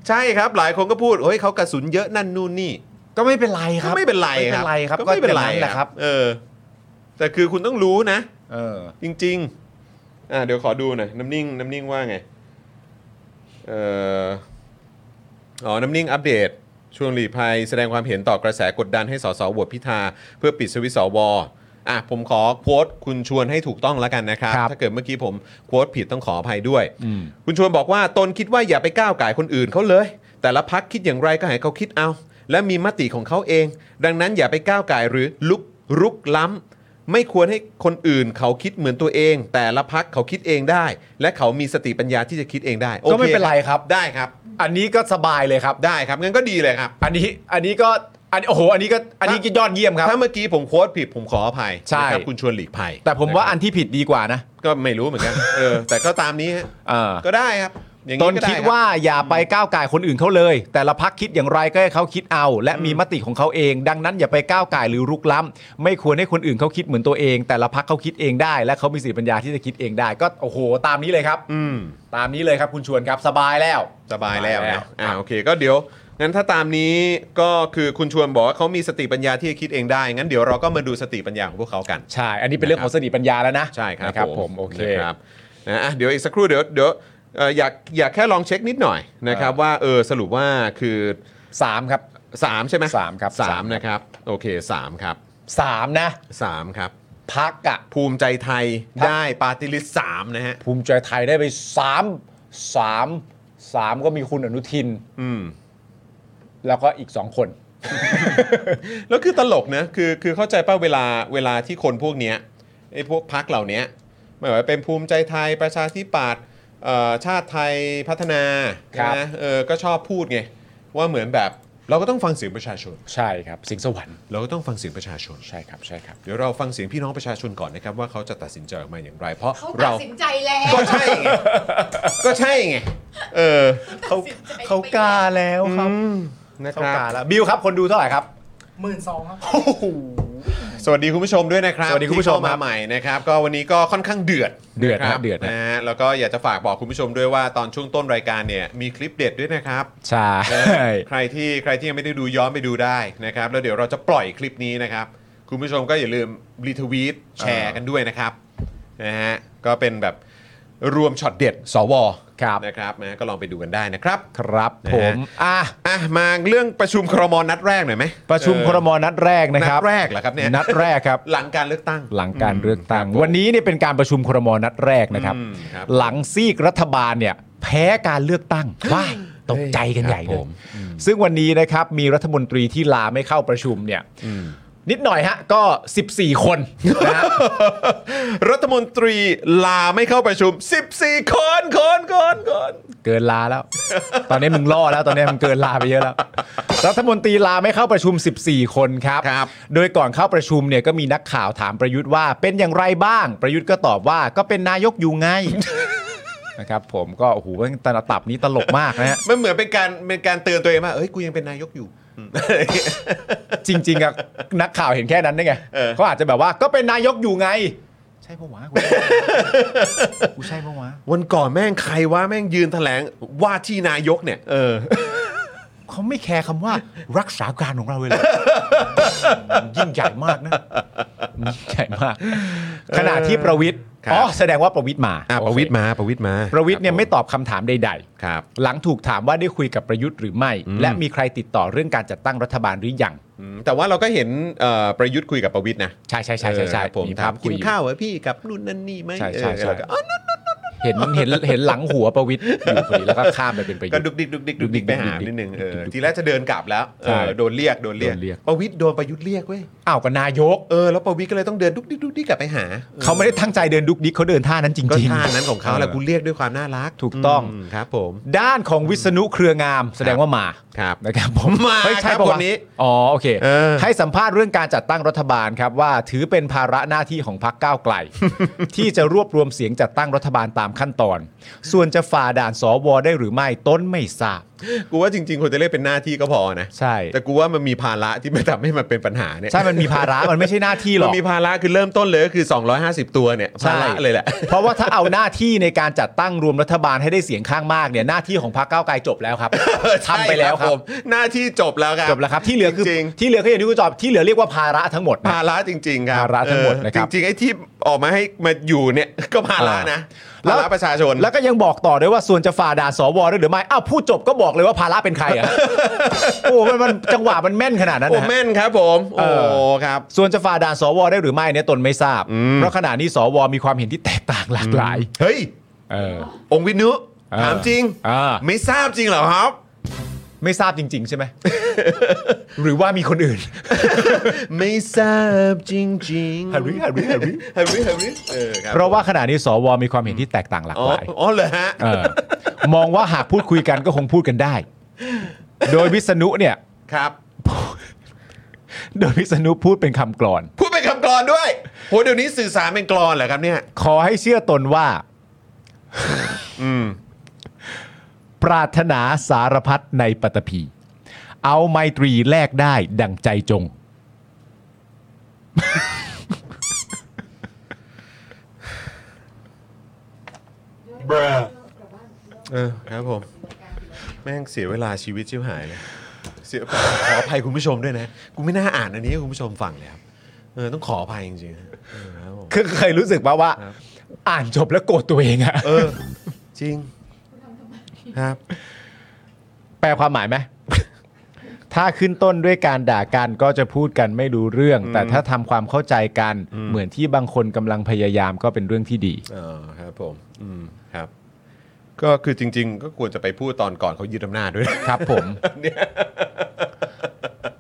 S1: ใช่ครับ หลายคนก็พูดเฮ้ยเขากระสุนเยอะนั่นนู่นนี่
S2: ก็ไม่เป็นไรค
S1: ก็
S2: รับ
S1: ไม่เป็นไรครับ
S2: ไม่เป็นไรครับ
S1: ก็ไม่เป็นไร
S2: ก็อย่างนั้นแหละครับ
S1: เออ แต่คือคุณต้องรู้นะ
S2: เออ
S1: จริง ๆ อ่าเดี๋ยวขอดูหน่อย น้ำนิ่ง น้ำนิ่งว่าไง เอ่อ อ๋อ น้ำนิ่งอัปเดต ช่วงหลีภัยแสดงความเห็นต่อกระแสกดดันให้สสโหวตพิธา เพื่อปิดสวิตช์สวอ่ะ ผมขอโค้ดคุณชวนให้ถูกต้องแล้วกันนะครับ
S2: ครับ
S1: ถ้าเกิดเมื่อกี้ผมโค้ดผิดต้องขออภัยด้วย
S2: อืม
S1: คุณชวนบอกว่าตนคิดว่าอย่าไปก้าวไก่ายคนอื่นเขาเลย แต่ละพักคิดอย่างไรก็ให้เขาคิดเอา และมีมติของเขาเอง ดังนั้นอย่าไปก้าวไก่ายหรือลุกรุกล้ำไม่ควรให้คนอื่นเขาคิดเหมือนตัวเอง แต่ละพักเขาคิดเองได้ และเขามีสติปัญญาที่จะคิดเองได้โอค
S2: ก็ไม่เป็นไรครับ
S1: ได้ครับ
S2: อันนี้ก็สบายเลยครับ
S1: ได้ครับงั้นก็ดีเลยครับ
S2: อันนี้อันนี้ก็อันโอ้โห อันนี้ก็อันนี้ก็ยอดเยี่ยมครับ
S1: ถ้าเมื่อกี้ผมโค้ดผิดผมขออภัย
S2: ใช่
S1: นะครับคุณชวนหลีกภัย
S2: แต่ผมว่า
S1: ะครับ
S2: อันที่ผิดดีกว่านะ
S1: ก็ไม่รู้เหมือนกันเออแต่ก็ตามนี้ฮะ
S2: เออ
S1: ก็ได้ครับ อย่าง
S2: ต
S1: นี้
S2: น
S1: ก็ไ
S2: คิดว่าอย่าไปก้าวไก่ายคนอื่นเขาเลย แต่ละพักคิดอย่างไรก็ให้เขาคิดเอา และมีมติของเขาเอง ดังนั้นอย่าไปก้าวไก่ายหรือรุกล้ำไม่ควรให้คนอื่นเขาคิดเหมือนตัวเอง แต่ละพักเขาคิดเองได้ และเขามีสติปัญญาที่จะคิดเองได้ ก็โอ้โห ตามนี้เลยครับ
S1: อืม
S2: ตามนี้เลยครับคุณชวนครับสบายแล้ว
S1: สบายแล้วนะ
S2: อ่ะ
S1: อ่า โอเค ก็เดี๋ยว งั้นถ้าตามนี้ก็คือคุณชวนบอกว่าเขามีสติปัญญาที่จะคิดเองได้ งั้นเดี๋ยวเราก็มาดูสติปัญญาของพวกเขากัน
S2: ใช่ อันนี้เป็นเรื่องของสติปัญญาแล้วนะ
S1: ใช่ครับ
S2: นะผมโอเค
S1: นะครับนะอ่ะเดี๋ยวอีกสักครู่เดี๋ยวเดี๋ยวเอ่ออยากอยากแค่ลองเช็คนิดหน่อยนะครับว่าเออสรุปว่าคือ
S2: สามครับ
S1: 3 ใช่ไหม
S2: สามครับ
S1: สา
S2: สาม ม
S1: นะครับ โอเค 3 ครับ
S2: สามนะ
S1: 3 ครับ
S2: พักอะ
S1: ภูมิใจไทย
S2: ครับ
S1: ได้ปาร์ติลิสสามนะฮะ
S2: ภูมิใจไทยได้ไปสามสามสามก็มีคุณอนุทิน
S1: อืม
S2: แล้วก็อีกสองคน
S1: แล้วคือตลกนะคือคือเข้าใจป่ะเวลาเวลาที่คนพวกเนี้ยไอ้พวกพักเหล่าเนี้ยไม่ว่าเป็นภูมิใจไทยประชาธิปัตย์เอ่อชาติไทยพัฒนา
S2: ครับ
S1: นะเออก็ชอบพูดไง ว่าเหมือนแบบเราก็ต้องฟังเสียงประชาชน
S2: ใช่ครับ สิงห์สวรรค์
S1: เราก็ต้องฟังเสียงประชาชน
S2: ใช่ครับใช่ครับ
S1: เดี๋ยวเราฟังเสียงพี่น้องประชาชนก่อนนะครับว่าเขาจะตัดสินใจออกมาอย่างไร เพราะ
S3: เขาตั
S1: เรา
S3: ดสินใจแล้ว
S1: ก็ใช่ไงก็ใช่ไงเออ
S2: เขาเขากล้าแล้วครับ
S1: อืมนะ
S2: เขา
S1: ครั
S2: กล้า
S1: บ
S2: แล้วบิวครับคนดูเท่าไหร่ครับ
S7: หมื่นสองครับ
S1: สวัสดีคุณผู้ชมด้วยนะครับ
S2: สวัสดีคุณผู้ชม
S1: ที่เข้ามา
S2: ครับ
S1: ใหม่นะครับก็วันนี้ก็ค่อนข้างเดือด
S2: เดือดครับ
S1: นะ
S2: เดือดนะ
S1: นะฮะแล้วก็อยากจะฝากบอกคุณผู้ชมด้วยว่าตอนช่วงต้นรายการเนี่ยมีคลิปเด็ดด้วยนะครับ
S2: ใช่
S1: ใครที่ใครที่ยังไม่ได้ดูย้อนไปดูได้นะครับ แล้วเดี๋ยวเราจะปล่อยคลิปนี้นะครับ คุณผู้ชมก็อย่าลืมรีทวีตแชร์กันด้วยนะครับนะฮะก็เป็นแบบรวมช็อตเด็ดสว
S2: ครับ
S1: นะครับนะก็ลองไปดูกันได้นะครับ
S2: ครับ
S1: นะฮะ
S2: ผมอ่ะ
S1: อ่ะมาเรื่องประชุมครมนัดแรกหน่อยไหม
S2: ประชุม
S1: เออ
S2: ครมนัดแรกนะครับ
S1: นัดแรกเหรอครับเนี่ย
S2: นัดแรกครับ
S1: หลังการเลือกตั้ง
S2: หลังการเลือกตั้
S1: ค
S2: ง
S1: รับผม
S2: วันนี้เนี่ยเป็นการประชุมครมนัดแรกนะครับ
S1: อืมครับ
S2: หลังซีกรัฐบาลเนี่ยแพ้การเลือกตั้งว้ายตกใจกันใหญ่
S1: ค
S2: เล
S1: รับ
S2: ย
S1: ผม
S2: ซึ่งวันนี้นะครับมีรัฐมนตรีที่ลาไม่เข้าประชุมเนี่ยนิดหน่อยฮะก็ 14 คนนะฮะ
S1: รัฐมนตรีลาไม่เข้าประชุม 14 คนคนคนคน
S2: เกินลาแล้ว ตอนนี้มึงล่อแล้วตอนนี้มึงเกินลาไปเยอะแล้ว รัฐมนตรีลาไม่เข้าประชุม 14 คนครับ
S1: ครับ
S2: โดยก่อนเข้าประชุมเนี่ยก็มีนักข่าวถามประยุทธ์ว่าเป็นอย่างไรบ้าง ประยุทธ์ก็ตอบว่าก็เป็นนายกอยู่ไง นะครับผมก็โอ้โหตะตับนี้ตลกมากนะฮะ
S1: มันเหมือนเป็นการเป็นการเตือนตัวเองว่าเอ้ยกูยังเป็นนายกอยู่
S2: จริงๆอะนักข่าวเห็นแค่นั้นได้ไง
S1: เออ
S2: เขาอาจจะแบบว่าก็เป็นนายกอยู่ไง ใช่ปะวะกู กูใช่ปะวะ
S1: วันก่อนแม่งใครว่าแม่งยืนแถลงว่าที่นายกเนี่ย เออ
S2: เขาไม่แคร์คำว่ารักษาการของเราเลยเหรอ ยิ่งใหญ่มากนะยิ่งใหญ่มาก ขณะที่ประวิทย์
S1: ครับ
S2: อ๋อแสดงว่าประวิทย์มา
S1: อ่ะ
S2: โอเค
S1: ประวิทย์มาประวิทย์มา
S2: ประวิทย์เนี่ย
S1: คบ
S2: ไม่ตอบคำถามใด
S1: ครับ
S2: ๆ หลังถูกถามว่าได้คุยกับประยุทธ์หรือไม่
S1: อืม
S2: และมีใครติดต่อเรื่องการจัดตั้งรัฐบาลหรือยัง
S1: อืมแต่ว่าเราก็เห็นเอ่อประยุทธ์คุยกับประวิทย์นะ
S2: ใช่ใช่ใช่ใช่ใช่
S1: เออครับผม
S2: ภ
S1: ถา
S2: พ
S1: มกิ
S2: คุ
S1: น
S2: ยอยู่
S1: ข้าวเหรอพี่กับนู่นนั่นนี่ไหม
S2: ใช่ใช่ใช่
S1: เออแล้วก็อ๋อ
S2: เห็นเห็นเห็นหลังหัวประวิทย์อยู่พอดีแล้วก็ข้ามไปเป็นประยุ
S1: ก็
S2: ทธ์
S1: ดุกดิกดุกดิกดุกดิกไปหานิดนึงเออ
S2: ดุกดิก
S1: ทีแรกจะเดินกลับแล้วเอ
S2: ใช่
S1: อโดนเรียกโดนเรียก
S2: โดนเรียก
S1: ประวิทย์โดนประยุทธ์เรียกเว้ย
S2: อ้าวก็นายก
S1: เออแล้วประวิตรก็เลยต้องเดินดุกดิกดุกดิกกลับไปหา
S2: เขาไม่ได้ตั้งใจเดินดุกดิกเขาเดินท่านั้นจริงๆ
S1: ก็ท่านั้นของเขาแหละกูเรียกด้วยความน่ารัก
S2: ถูกต้อง
S1: มครับ ผม
S2: ด้านของวิษณุเครืองาม แสดงว่ามา
S1: ครับ
S2: นะครับผม
S1: มา
S2: เฮ้ยใช่
S1: ครับคว
S2: ปะะ
S1: นนี้
S2: อ๋อโอเค
S1: เออ
S2: ให้สัมภาษณ์เรื่องการจัดตั้งรัฐบาลครับ ว่าถือเป็นภาระหน้าที่ของพรรคก้าวไกล ที่จะรวบรวมเสียงจัดตั้งรัฐบาลตามขั้นตอน ส่วนจะฝ่าด่านสวได้หรือไม่ต้นไม่ทราบ
S1: กูว่าจริงๆควรจะเรียกเป็นหน้าที่ก็พอนะ
S2: ใช่
S1: แต่กูว่ามันมีภาระที่มันทำให้มันเป็นปัญหาเนี่ย
S2: ใช่มันมีภาระมันไม่ใช่หน้าที่หร
S1: มั
S2: อน ก
S1: มีภาระคือเริ่มต้นเลยก็คือ 250 ตัวเนี่ยภา
S2: ใช่
S1: ระเลยแหละ
S2: เพราะว่าถ้าเอาหน้าที่ในการจัดตั้งรวมรัฐบาลให้ได้เสียงข้างมากเนี่ยหน้าที่ของพรรคก้าวไกลจบแล้ว ครับ ทำไปแล้วค
S1: ใช่
S2: รับ
S1: ผมหน้าที่จบแล้วครับ
S2: จบแล้วครับที่เหลือคือ
S1: จริง
S2: ที่เหลือก็อย่างที่คุณจอบที่เหลือเรียกว่าภาระทั้งหมดนะ
S1: ๆภาระจริง ๆ ครับ
S2: ภาระทั้งหมด
S1: เออ
S2: นะครับ
S1: จริงๆไอ้ที่ออกมาให้มาอยู่เนี่ย ก็ภาระนะ
S2: แล้ว
S1: ภาระประชาชน
S2: แล้วก็ยังบอกต่อด้วยว่าส่วนจะฝ่าด่านสวด้วยหรือไม่อ้าวพูดจบก็บอกเลยว่าภาระเป็นใครอ่ะ โอ้มันมันจังหวะมันแม่นขนาดนั้น
S1: โอ้
S2: นะฮะ
S1: แม่นครับผม
S2: เอ
S1: โอ้
S2: อ
S1: ครับ
S2: ส่วนจะฝ่าด่านสวได้หรือไม่เนี่ยตนไม่ทราบ
S1: อืม
S2: เพราะขณะนี้สวมีความเห็นที่แตกต่างหลากหลาย
S1: เฮ้ย
S2: เออ
S1: องค์วินุ
S2: เออ
S1: ถามจริง
S2: อ่า
S1: ไม่ทราบจริงเหรอครับ
S2: ไม่ทราบจริง ๆ ใช่ไหม หรือว่ามีคนอื่น
S1: ไม่ทราบจริงๆ
S2: ฮาริฮาริฮาริ
S1: ฮาริฮาริเออครับ
S2: เพราะว่าขณะนี้สวมีความเห็นที่แตกต่างหลาก
S1: อ๋อ
S2: หลาย
S1: อ๋อเหรอฮะ
S2: เออมองว่าหากพูดคุยกันก็คงพูดกันได้ โดยวิษณุเนี่ย
S1: ครับ
S2: โดยวิษณุพูดเป็นคำกลอน
S1: พูดเป็นคำกรอนด้วยโหเดี๋ยวนี้สื่อสารเป็นกรอนเหรอครับเนี่ย
S2: ขอให้เชื่อตนว่า
S1: อืม
S2: ปรารถนาสารพัดในปัตภีเอาไมตรีแลกได้ดั่งใจจง
S1: เออครับผม แม่งเสียเวลาชีวิตชิบหายเลยเสีย ขออภัยคุณผู้ชมด้วยนะ กูไม่น่าอ่านอันนี้ให้คุณผู้ชมฟังเลยครับเออต้องขออภัยจริงๆนะเออครับผม
S2: คือเคยรู้สึกป่าว่า
S1: ครับ
S2: อ่านจบแล้วโกรธตัวเองอะ
S1: เออ จริงครับ
S2: แปลความหมายไหม ถ้าขึ้นต้นด้วยการด่ากันก็จะพูดกันไม่รู้เรื่อง แต่ถ้าทำความเข้าใจกันเหมือนที่บางคนกำลังพยายามก็เป็นเรื่องที่ดี
S1: อ๋อครับผม อืมครับ ก็คือจริง ๆ ก็ควรจะไปพูดตอนก่อนเขายึดอำนาจด้วย
S2: ครับผม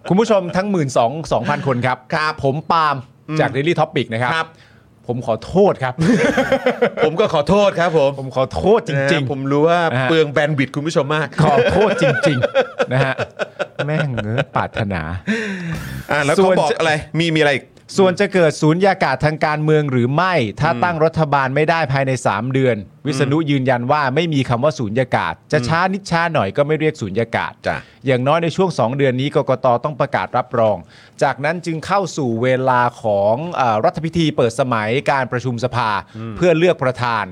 S2: คุณผู้ชมทั้ง 1 2 0 0 0 คนครับครับผมปาล์มจาก Daily Topic นะครับ
S1: ครับ
S2: ผมขอโทษ ครับ
S1: ผมก็ขอโทษครับผม
S2: ผมขอโทษจ
S1: นะ
S2: ริง
S1: ฮะผมรู้ว่า
S2: นะฮะ
S1: เปลืองแบนด์วิดต์คุณผู้ชมมาก
S2: ๆ ขอโทษจริง ๆ นะฮะ แม่งเงื้อปรารถนา
S1: อ่ะแล้วเขาบอกอะไร มีมีอะไรอีก
S2: ส่วนจะเกิดศูนย์ยากาศทางการเมืองหรือไม่ ถ้าตั้งรัฐบาลไม่ได้ภายใน 3 เดือน วิษณุยืนยันว่าไม่มีคำว่าศูนย์ยากาศ จะช้านิดช้าหน่อยก็ไม่เรียกศูนย์ยากาศ
S1: จ้ะ
S2: อย่างน้อยในช่วง 2 เดือนนี้กกตต้องประกาศรับรอง จากนั้นจึงเข้าสู่เวลาของเออรัฐพิธีเปิดสมัยการประชุมสภาเพื่อเลือกประธาน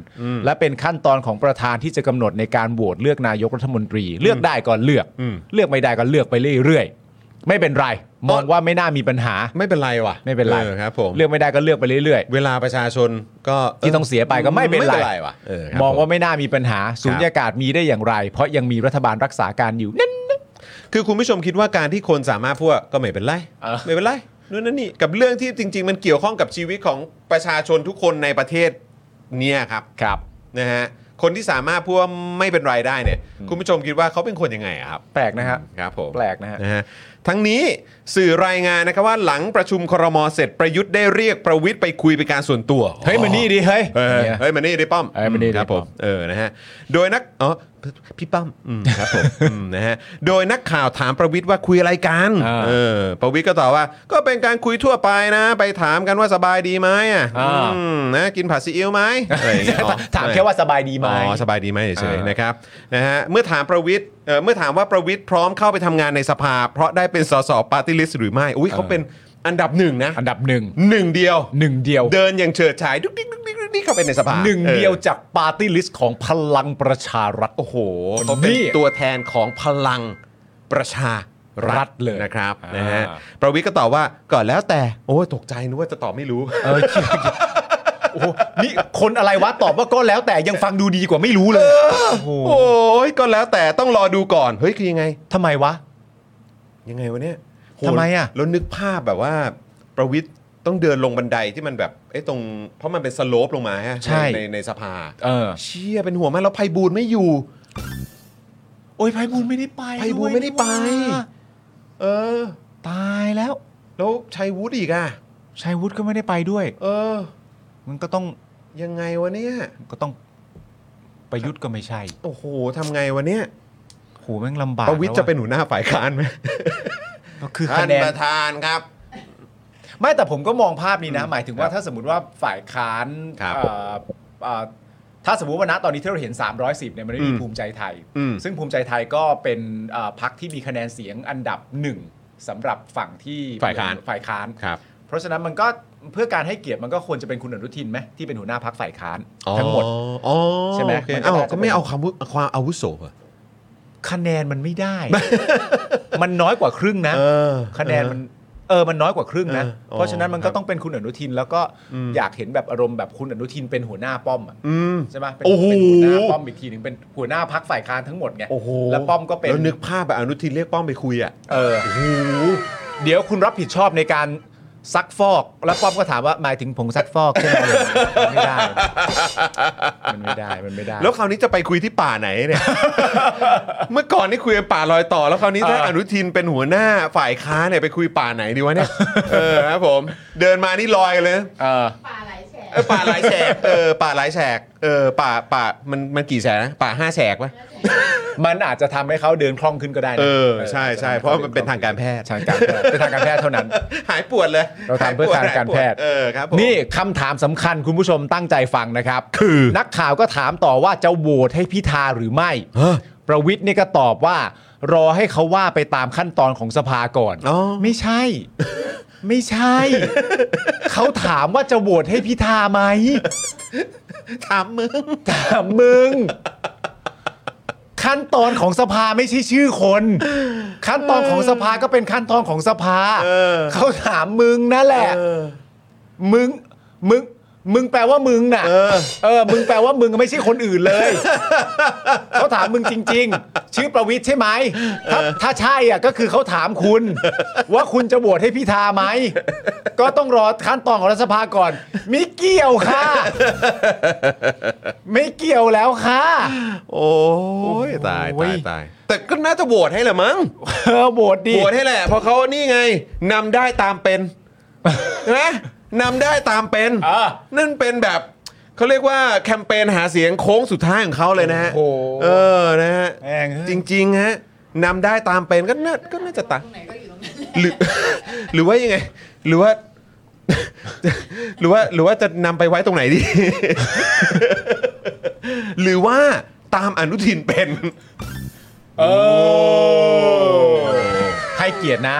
S2: และเป็นขั้นตอนของประธานที่จะกำหนดในการโหวตเลือกนายกรัฐมนตรี เลือกได้ก็เลือก เลือกไม่ได้ก็เลือกไปเรื่อยๆไม่เป็นไร มองว่าไม่น่ามีปัญหา
S1: ไม่เป็นไรว่ะ
S2: ไม่เป็นไร
S1: ออครับ ผม
S2: เลือกไม่ได้ก็เลือกไปเรื่อย
S1: เวลาประชาชนก็
S2: ๆ ที่ต้องเสียไปก็ไม่เป็นไร
S1: ว่ะเ
S2: มองว่าไม่น่ามีปัญหาสุญญากาศมีได้อย่างไร เพราะยังมีรัฐบาลรักษาการอยู่นั่น
S1: คือคุณผู้ชมคิดว่าการที่คนสามารถพูดว่าก็ไม่เป็นไร
S2: เออ
S1: ไม่เป็นไรนู่นนั่นนี่กับเรื่องที่จริง ๆ มันเกี่ยวข้องกับชีวิตของประชาชนทุกคนในประเทศเนี่ยครับ
S2: ครับ
S1: นะฮะคนที่สามารถพูดว่าไม่เป็นไรได้เนี่ยคุณผู้ชมคิดว่าเขาเป็นคนยังไงอะครับ
S2: แปลกนะฮะ
S1: ครับผม
S2: แปลกนะฮะ
S1: นะฮะทั้งนี้สื่อรายงานนะครับว่าหลังประชุมครมเสร็จประยุทธ์ได้เรียกประวิทย์ไปคุยเป็นการส่วนตัว
S2: เฮ้ยมานี่ดิเฮ้ย
S1: เออ
S2: เนี่ย
S1: เฮ้ยมานี่ดิป้อม
S2: เอ้ยมานี่ดิ
S1: ครับผม
S2: ป้อม
S1: เออนะฮะโดยนักอ๋อพี่ป้อมอืมครับ ผมอืมนะฮะโดยนักข่าวถามประวิทย์ว่าคุยอะไรกันเออประวิทย์ก็ตอบว่า ก็เป็นการคุยทั่วไปนะ ไปถามกันว่าสบายดีไหมอ่ะอืมนะกินผัดซีอิ๊วไหมอะไรอย่างเงี้ยอ๋อ
S2: ถามแค่ว่าสบายดีไหม
S1: อ๋อสบายดีไหมเฉย
S2: อ่า
S1: ๆ
S2: น
S1: นะครับนะฮะเมื่อถามประวิทย์เอ่อเมื่อถามว่าประวิทย์พร้อมเข้าไปทำงานในสภา เพราะได้เป็นสสปาร์ตี้ลิสต์หรือไม่อุ้ยเขาเป็นอันดับหนึ่งนะ
S2: อันดับหนึ่ง
S1: หนึ่งเดียว
S2: หนึ่งเดียว
S1: เดินอย่างเฉิดฉายดุ๊กดิ๊กดุ๊กดิ๊กดุ๊กดิ๊กเข้าไปในสภา
S2: หนึ่ง
S1: ออ
S2: เดียวจากปาร์ตี้ลิสต์ของพลังประชารัฐ
S1: โอ้โหเขาเป็น
S2: นี่
S1: ตัวแทนของพลังประชา
S2: รั
S1: รั
S2: ฐเลย
S1: นะครับ
S2: อ่าน
S1: นะฮะประวิทย์ก็ตอบว่าก่อนแล้วแต่โอ้ยตกใจนึกว่าจะตอบไม่รู้
S2: เออโอ้โหนี่คนอะไรวะตอบว่าก็แล้วแต่ยังฟังดูดีกว่าไม่รู้เลยโอ้โห
S1: โอ้ยก็แล้วแต่ต้องรอดูก่อนเฮ้ยคือยังไง
S2: ทำไมวะ
S1: ยังไงวะเนี่ยโห
S2: ทำไมอะ
S1: แล้วนึกภาพแบบว่า ประวิทย์ต้องเดินลงบันไดที่มันแบบไอ้ตรง เพราะมันเป็นสโลปลงมาฮะ
S2: ใช่
S1: ในในสภา
S2: เออ
S1: เชี่ยเป็นหัวมันแล้วไพบูลย์ไม่อยู่
S2: โอ้ยไพบูลย์ไม่ได้ไป
S1: ไพบูลย์ไม่ได้ไป
S2: ด้วยนี่หว่า
S1: เออ
S2: ตายแล้ว
S1: แล้วชัยวุฒิอีกอ่ะ
S2: ชัยวุฒิก็ไม่ได้ไปด้วย
S1: เออ
S2: มันก็ต้อง
S1: ยังไงวะเนี่ย
S2: ก็ต้องประยุทธ์ก็ไม่ใช่
S1: โอ้โหทำไงวะเนี่ย
S2: โหแม่งลำบาก
S1: ประวิทย์
S2: แล้
S1: จะเป็นหัวหน้าฝ่ายค้านไหม
S2: ก็คือคะแนน
S1: ประธานครับ
S2: ไม่แต่ผมก็มองภาพนี้นะ หมายถึง
S1: ค
S2: ว่า
S1: รับ
S2: ถ้าสมมติว่าฝ่ายค้าน
S1: ครับ
S2: เอ่อเอ่อถ้าสมมติว่าณตอนนี้ที่เราเห็น 310เนี่ยมันไม่
S1: อื
S2: มี
S1: ม
S2: ภูมิใจไทย
S1: อืม
S2: ซึ่งภูมิใจไทยก็เป็นเอ่อพรรคที่มีคะแนนเสียงอันดับหนึ่งสำหรับฝั่งที่
S1: ฝ่ายค้าน
S2: ฝ่ายค้าน
S1: ครับ
S2: เพราะฉะนั้นมันก็เพื่อการให้เกียรติมันก็ควรจะเป็นคุณอนุทินไหมที่เป็นหัวหน้าพักฝ่ายค้านทั้งหมด
S1: อ๋อ
S2: ใช่ไหม
S1: โอเค
S2: มันก็
S1: อ้าว
S2: น่าจะ
S1: ก็ไม่เอาคำว่าความอาวุโสเหรอ
S2: คะแนนมันไม่ได้ มันน้อยกว่าครึ่งนะ
S1: เออ
S2: คะแนนมันเออมันน้อยกว่าครึ่งนะ
S1: เอออ๋อ
S2: เพราะฉะนั้นมัน
S1: ครั
S2: ก็
S1: บ
S2: ต้องเป็นคุณอนุทิน แล้วก็
S1: อืม
S2: อยากเห็นแบบอารมณ์แบบคุณอนุทินเป็นหัวหน้าป้อมอะ
S1: อืม
S2: ใช่ไหมเป็น
S1: โอ้โห
S2: เป็นหัวหน้าป้อมอีกทีหนึ่งเป็นหัวหน้าพักฝ่ายค้านทั้งหมดไง
S1: โอ้โห
S2: แล้วป้อมก็เป็น
S1: แล้วนึกภาพแบบอนุทินเรียกป้อมไปคุยอ่ะ
S2: เออเดี๋ยวคุณรับผิดชอบในการซักฟอก แล้วป้อมก็ถามว่าหมายถึงผงซักฟอกใช่ไหมไม่ได้ มันไม่ได้มันไม่ได้
S1: แล้วคราวนี้จะไปคุยที่ป่าไหน เนี่ย เมื่อก่อนนี่คุยกันป่าลอยต่อ แล้วคราวนี้ถ้า
S2: เออ
S1: อ
S2: อ
S1: นุทินเป็นหัวหน้าฝ่ายค้านเนี่ยไปคุยป่าไหนดีวะเนี่ย เออครับผม เดินมานี่ลอยกันเลย
S2: เออ
S3: ปลาไหลแฉะ
S1: เออป่าหลายแฉกเออป่าหลายแฉกเออป่าป่ามันมันกี่แฉกนะป่าห้าแฉกปะ
S2: มันอาจจะทำให้เขาเดินคล่องขึ้นก็ได้นะ
S1: เออใช่ใช่เพราะมันเป็นทางการแพทย์
S2: ทางการแพทย์เป็นทางการแพทย์เท่านั้น
S1: หายปวดเลย
S2: เราทำเพื่อทางการแพทย์
S1: หยปวดหยปวดเออครับผม
S2: นี่คำถามสำคัญคุณผู้ชมตั้งใจฟังนะครับ
S1: คือ
S2: นักข่าวก็ถามต่อว่าจะโหวตให้พิธาหรือไม่
S1: ฮะ
S2: ประวิทย์เนี่ยก็ตอบว่า รอให้เขาว่าไปตามขั้นตอนของสภาก่อน
S1: อ๋อ
S2: ไม่ใช่ ไม่ใช่ เขาถามว่าจะโหวตให้พิธาไหม
S1: ถามมึง
S2: ถามมึง ขั้นตอนของสภาไม่ใช่ชื่อคน ขั้นตอนของสภาก็เป็นขั้นตอนของสภา
S1: เออ
S2: เขาถามมึงนั่นแหละ
S1: เออ
S2: มึง มึง มึงแปลว่ามึงน่ะ
S1: เออ
S2: เออ มึงแปลว่ามึงไม่ใช่คนอื่นเลย เขาถามมึงจริง ๆ ชื่อประวิทย์ใช่ไหม ถ้าถ้าใช่อ่ะก็คือเขาถามคุณ ว่าคุณจะโหวตให้พิธาไหม ก็ต้องรอขั้นตอนของรัฐสภาก่อน ไม่เกี่ยวค่ะ ไม่เกี่ยวแล้วค่ะ
S1: โอ้ยตายตายตาย แต่ก็น่าจะโหวตให้แหละมั้ง
S2: เออโหวตดี
S1: โหวตให้แหละเพราะเขานี่ไงนำได้ตาม เป็นนะนำได้ตามเป็น
S2: อ่า
S1: นั่นเป็นแบบเขาเรียกว่าแคมเปญหาเสียงโค้งสุดท้ายของเขาเลยนะฮะ
S2: โอ้โห
S1: เออนะฮะ
S2: แม่งเอ้ย
S1: จริงๆฮะนำได้ตามเป็นก็น่าก็น่าจะตาม
S3: ตรงไหนก็อยู่ตรงนั้น
S1: หรือ หรือว่ายังไง หรือว่า หรือว่าหรือว่าจะนำไปไว้ตรงไหนดี หรือว่าตามอนุทินเป็น
S2: เออให้เกียรตินะ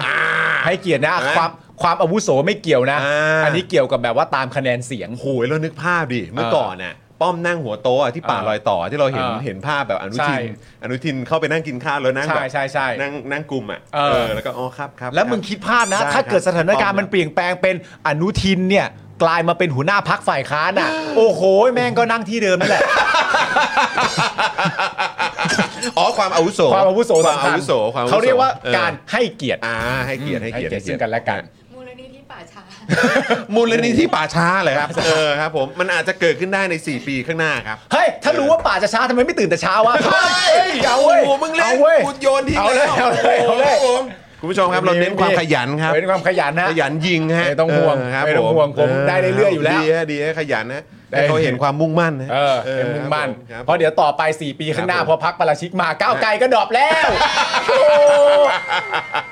S2: ให้เกียรตินะ
S1: ะ
S2: ความความอาวุโสไม่เกี่ยวนะ
S1: อ่า
S2: อันนี้เกี่ยวกับแบบว่าตามคะแนนเสียง
S1: โหยแล้วนึกภาพดิเมื่อก่อนน่ะ ป้อมนั่งหัวโต๊ะอะที่ป่า
S2: เออ
S1: รอยต่อที่เราเห็น
S2: เออ
S1: เห็นภาพแบบอนุ
S2: ใช่
S1: ทิน อนุทินเข้าไปนั่งกินข้าวแล้วนั่ง
S2: ใช่
S1: แบบ
S2: ใช่ใช่
S1: นั่งนั่งกลุ่มอ่ะ
S2: เออ
S1: แล้วก็อ๋อครับครับ
S2: แล้วมึง
S1: รับ
S2: คิดภาพนะ
S1: ได้
S2: ถ้าเกิดสถานการณ์มันเปลี่ยนแปลงเป็นอนุทินเนี่ย กลายมาเป็นหัวหน้าพักฝ่ายค้าน อ่ะ โอ้โห แม่งก็นั่งที่เดิมนั่นแหละ
S1: อ๋อความอาวุโส
S2: ความอาวุโส
S1: ความ
S2: สำ
S1: อา
S2: คัญ
S1: วุโสความอโส
S2: เขาเรียกว่า
S1: ออ
S2: การให้เกียรติ
S1: อ่าให้เกียรติให้เกียรติ
S2: ซึ่งกันและกัน
S3: มูลนิธิป่าช้า
S1: มูลนิธิป่าช้าเลยครับ เออครับผมมันอาจจะเกิดขึ้นได้ใน 4 ปีข้างหน้าครับ
S2: เฮ้ย ถ้ารู้ว่าป่าจะช้าทำไมไม่ตื่นแต่เช้าวะเฮ้ยเอาเว้ย
S1: โโหมึงเล่น
S2: เอาเว้ย
S1: กูโยนทิ้ง
S2: เอาเลย
S1: แว
S2: เอาเลยเอาเลย
S1: โโหครับผมคุณผู้ชมครับเราเน้นความขยันครับ
S2: เป็นความขยันนะ
S1: ขยันยิงฮะ
S2: ไม่ต้องห่วง
S1: เครับ
S2: ไม่ต้องห่วงผมได้เรื่อยๆอยู่แล้ว
S1: ดีฮะดีฮะขยันนะ
S2: ได้
S1: ให้เขาเห็นความมุ่งมั่นนะ
S2: เออเป็นมุ่งมั่น
S1: ครับ
S2: เพราะเดี๋ยวต่อไป 4 ปีข้างหน้า
S1: ครับผม
S2: พอพักปาราชิกมาก้าวไกลก็ดรอปแล้ว โอ้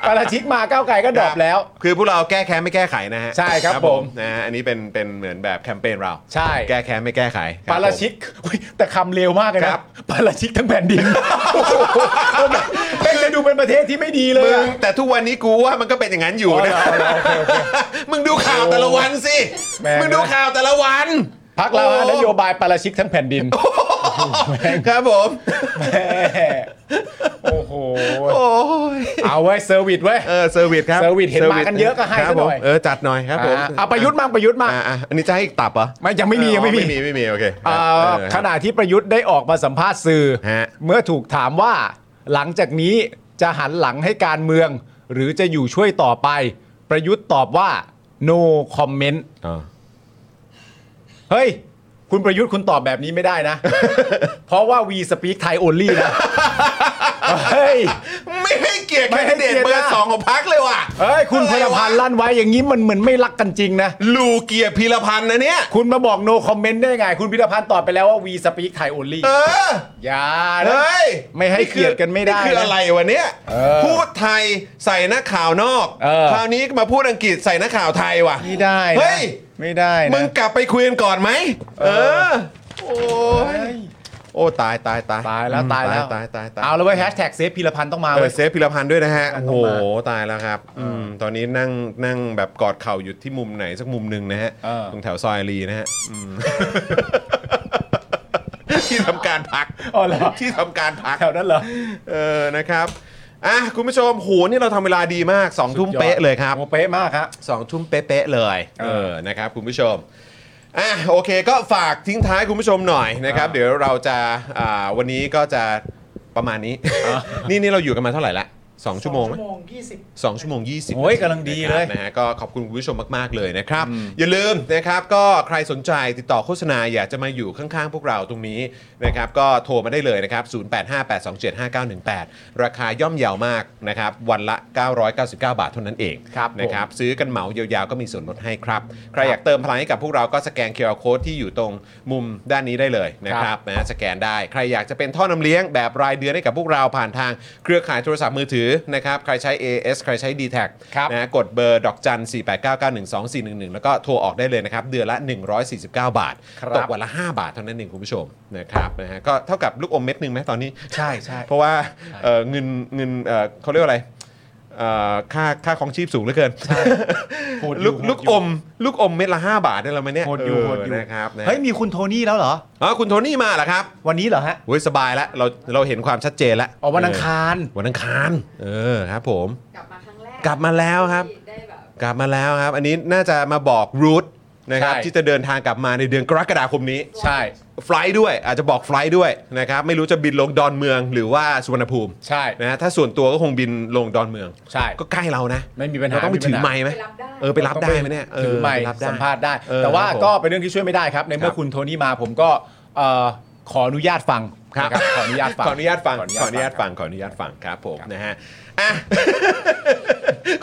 S2: ปาราชิกมาก้าวไกลก็ดรอปแล้ว
S1: คือพวกเราแก้แค้นไม่แก้ไขนะฮะ
S2: ใช่ครับผม
S1: นะฮะอันนี้เป็นเป็นเหมือนแบบแคมเปญเรา
S2: ใช่
S1: แก้แค้นไม่แก้ไขคบ
S2: ปาราชิ
S1: ผม
S2: กอุ๊ยแต่คำเร็วมากเลย
S1: ครั
S2: นะ
S1: บ
S2: ปาราชิกทั้งแผ่นดิน เป็นจะดูเป็นประเทศที่ไม่ดีเลย
S1: มึ
S2: อะ
S1: งแต่ทุกวันนี้กูว่ามันก็เป็นอย่างนั้นอยู่
S2: อ๋อเหร
S1: นะ
S2: อเหรอโอเคโอเค
S1: มึงดูข่าวแต่ละวันสิ
S2: แม่ง
S1: มึงดูข่าวแต่ละวัน
S2: พักเราฮะนโยบายปาราชิกทั้งแผ่นดิน
S1: ครับผม
S2: แม่โอ้โห
S1: โอ้ย
S2: เอาไว้ยเซอร์วิสเว้ย
S1: เออเซอร์วิสครับ
S2: เซอร์วิสเห็นมากันเยอะก็ให้
S1: ครับ
S2: ซะหน่อย
S1: ผมเออจัดหน่อยครับผม
S2: อ่าเอาประยุทธ์มั่งประยุทธ์มั่ง
S1: อ่าอ่าอันนี้จะให้อีกตับเหรอ
S2: ไม่ยังไม่มียังไม่มี
S1: ไม่มีไม่มีโอเค
S2: เอ่อ
S1: เออ
S2: ขณะที่ประยุทธ์ได้ออกมาสัมภาษณ์สื่อ
S1: ฮะ
S2: เมื่อถูกถามว่า หลังจากนี้จะหันหลังให้การเมือง หรือจะอยู่ช่วยต่อไป ประยุทธ์ตอบว่า no comment
S1: อ๋อ
S2: เฮ้ย คุณประยุทธ์คุณตอบแบบนี้ไม่ได้นะ เพราะว่า we speak Thai only นะ เฮ้ย
S1: ไม่ให้เกียรติ
S2: ไม่
S1: แคน
S2: ให้
S1: ดิเด
S2: เกียรติ
S1: ตเบอร์
S2: นะ
S1: สองของพักเลยว่ะ
S2: เฮ้ย คุณพลพันธ์ลั่นไว้อย่างนี้มันเหมือนไม่รักกันจริงนะ
S1: ลูเกียรติพีรพันธ์นะเนี่ย
S2: คุณมาบอก no comment ได้ไง คุณพิรพันธ์ตอบไปแล้วว่า we speak Thai only
S1: เออ
S2: อย่านะ
S1: เฮ้ย
S2: ไม่ให้เกียรติกันไม่ได้
S1: นี่คืออะไรวะเนี่ย
S2: เออ
S1: พูดไทยใส่หน้าข่าวนอก
S2: เออ
S1: คราวนี้มาพูดอังกฤษใส่หน้าข่าวไทยว่ะ
S2: ไม่ได้นะ
S1: เฮ้ย
S2: ไม่ได้นะ
S1: มึงกลับไปคุยกันก่อนไหม
S2: เอ
S1: เอ
S2: อ
S1: อ โอ้ย โอ้ตายตายตาย
S2: ตายแล้วตายแล้ว
S1: ตายตายตาย
S2: เอาแล้วเว้ยแฮชแท็กเซฟพิรพันธ์ต้องมา
S1: เอ
S2: เว้
S1: อย เซฟพิรพันธ์ด้วยนะฮะ
S2: ต้
S1: โอ้
S2: อง
S1: โห
S2: มา
S1: ตายแล้วครับอืมตอนนี้นั่งนั่งแบบกอดเข่าอยู่ที่มุมไหนสักมุมหนึ่งนะฮะ
S2: เออ
S1: ตรงแถวซอยอารีนะฮะอืม ที่ทำการพัก
S2: อ๋อเหรอ
S1: ที่ทำการพัก
S2: แถวนั้นเหรอ
S1: เออ นะครับ อ่ะ คุณผู้ชม โห นี่เราทำเวลาดีมาก2ทุ่มเป๊ะเลยครับ
S2: โอ้เป๊ะมากฮะ
S1: สองทุ่มเป๊ะๆเลย
S2: เอ
S1: เอ
S2: อ
S1: อ นะครับคุณผู้ชม อ่ะโอเคก็ฝากทิ้งท้ายคุณผู้ชมหน่อยนะครับ
S2: อ่า
S1: เดี๋ยวเราจะอ่าวันนี้ก็จะประมาณนี้
S2: อ่า
S1: นี่นี่เราอยู่กันมาเท่าไหร่ละสองชั่วโมงไหม
S7: ชั่วโมงยี่สิบ
S1: สองชั่วโมงยี่สิบ
S2: โอ้ยกำลังดีเลย
S1: นะฮะก็ขอบคุณคุณผู้ชมมากๆเลยนะครับ
S2: อืม
S1: อย่าลืมนะครับก็ใครสนใจติดต่อโฆษณาอยากจะมาอยู่ข้างๆ พวกเราตรงนี้นะครับก็โทรมาได้เลยนะครับ 0858275918 ราคาย่อมเยาวมากนะครับวันละ 999 บาทเท่านั้นเอง
S2: ครับผม
S1: นะครับ ครับซื้อกันเหมายาวๆก็มีส่วนลดให้ครับ ใครอยากเติมพลังให้กับพวกเราก็สแกน QR Code ที่อยู่ตรงมุมด้านนี้ได้เลยนะค
S2: ครั
S1: รับบ นะสแกนได้ ใครอยากจะเป็นท่อนำเลี้ยงแบบรายเดือนให้กับพวกเราผ่านทางเครือข่ายโทรศัพท์มือถือนะครับใครใช้ AS ใครใช้ d t แทนะกดเบอร์ดอกจัน 4 8 9 9 1 2 4 1 1 แล้วก็โทรออกได้เลยนะครับ เดือนละ 149 บาท ตกวันละ 5 บาทเท่านั้นเองคุณผู้ชมนะครับนะฮะก็เท่ากับลูกอมเม็ดหนึ่งไหมตอนนี้
S2: ใช่ใช่
S1: เพราะว่าเอ่อเงินเงินเอ่อเขาเรียกว่าอะไรเอ่อค่าค่าของชีพสูงเหลือเกิน
S2: โหดอยู่
S1: ลูก
S2: โหดอยู่
S1: ลูกอม ลูกอมเม็ดละ 5 บาทได้แล้วมั้ยเนี่ย
S2: โหดอยู่
S1: เ
S2: โหดอยู่
S1: นะครับนะ
S2: เฮ้ยมีคุณโทนี่แล้วเหรอ
S1: อ๋อคุณโทนี่มาเหรอครับ
S2: วันนี้เหรอฮะ
S1: โอ้ยสบายแล้วเราเราเห็นความชัดเจนแล้ว
S2: อ๋อวันอังคาร
S1: เออวันอังคารเออครับผม
S3: กลับมาครั้งแรก
S1: กลับมาแล้วครับ
S3: ที่ได้แบบ
S1: กลับมาแล้วครับ อันนี้น่าจะมาบอกรูทนะครับ
S2: ใช่
S1: ที่จะเดินทางกลับมาในเดือนกรกฎาคมนี้
S2: ใช่
S1: ไฟลท์ด้วยอาจจะบอกไฟลท์ด้วยนะครับไม่รู้จะบินลงดอนเมืองหรือว่าสุวรรณภูมิ
S2: ใช่
S1: นะฮะถ้าส่วนตัวก็คงบินลงดอนเมือง
S2: ใช่
S1: ก็ใกล้เรานะ
S2: ไม่มีปัญหา
S1: เราต้องไปถือไม้ไหม
S3: ไปรับได้
S1: เออไปรับได้ไหมเนี่ยเ
S2: ถือไมค์
S1: ปรับด้
S2: สัมภาษณ์ได้
S1: เออ
S2: แต่ว่า
S1: ครับผม
S2: ก็เป็นเรื่องที่ช่วยไม่ได้ครับ ใน
S1: ค
S2: เมื่อ
S1: รับ
S2: คุณโทนี่มาผมก็เอ่อขออนุญาตฟัง
S1: ครับ
S2: นะขออนุญาตฟัง
S1: ขออนุญาตฟัง
S2: ขออนุ
S1: ขออนุ
S2: ญา
S1: ญา
S2: ต
S1: ต
S2: ฟั
S1: ฟั
S2: ง
S1: ง ขออนุญาตฟังครับผม
S2: ครับ
S1: นะฮะอ่ะ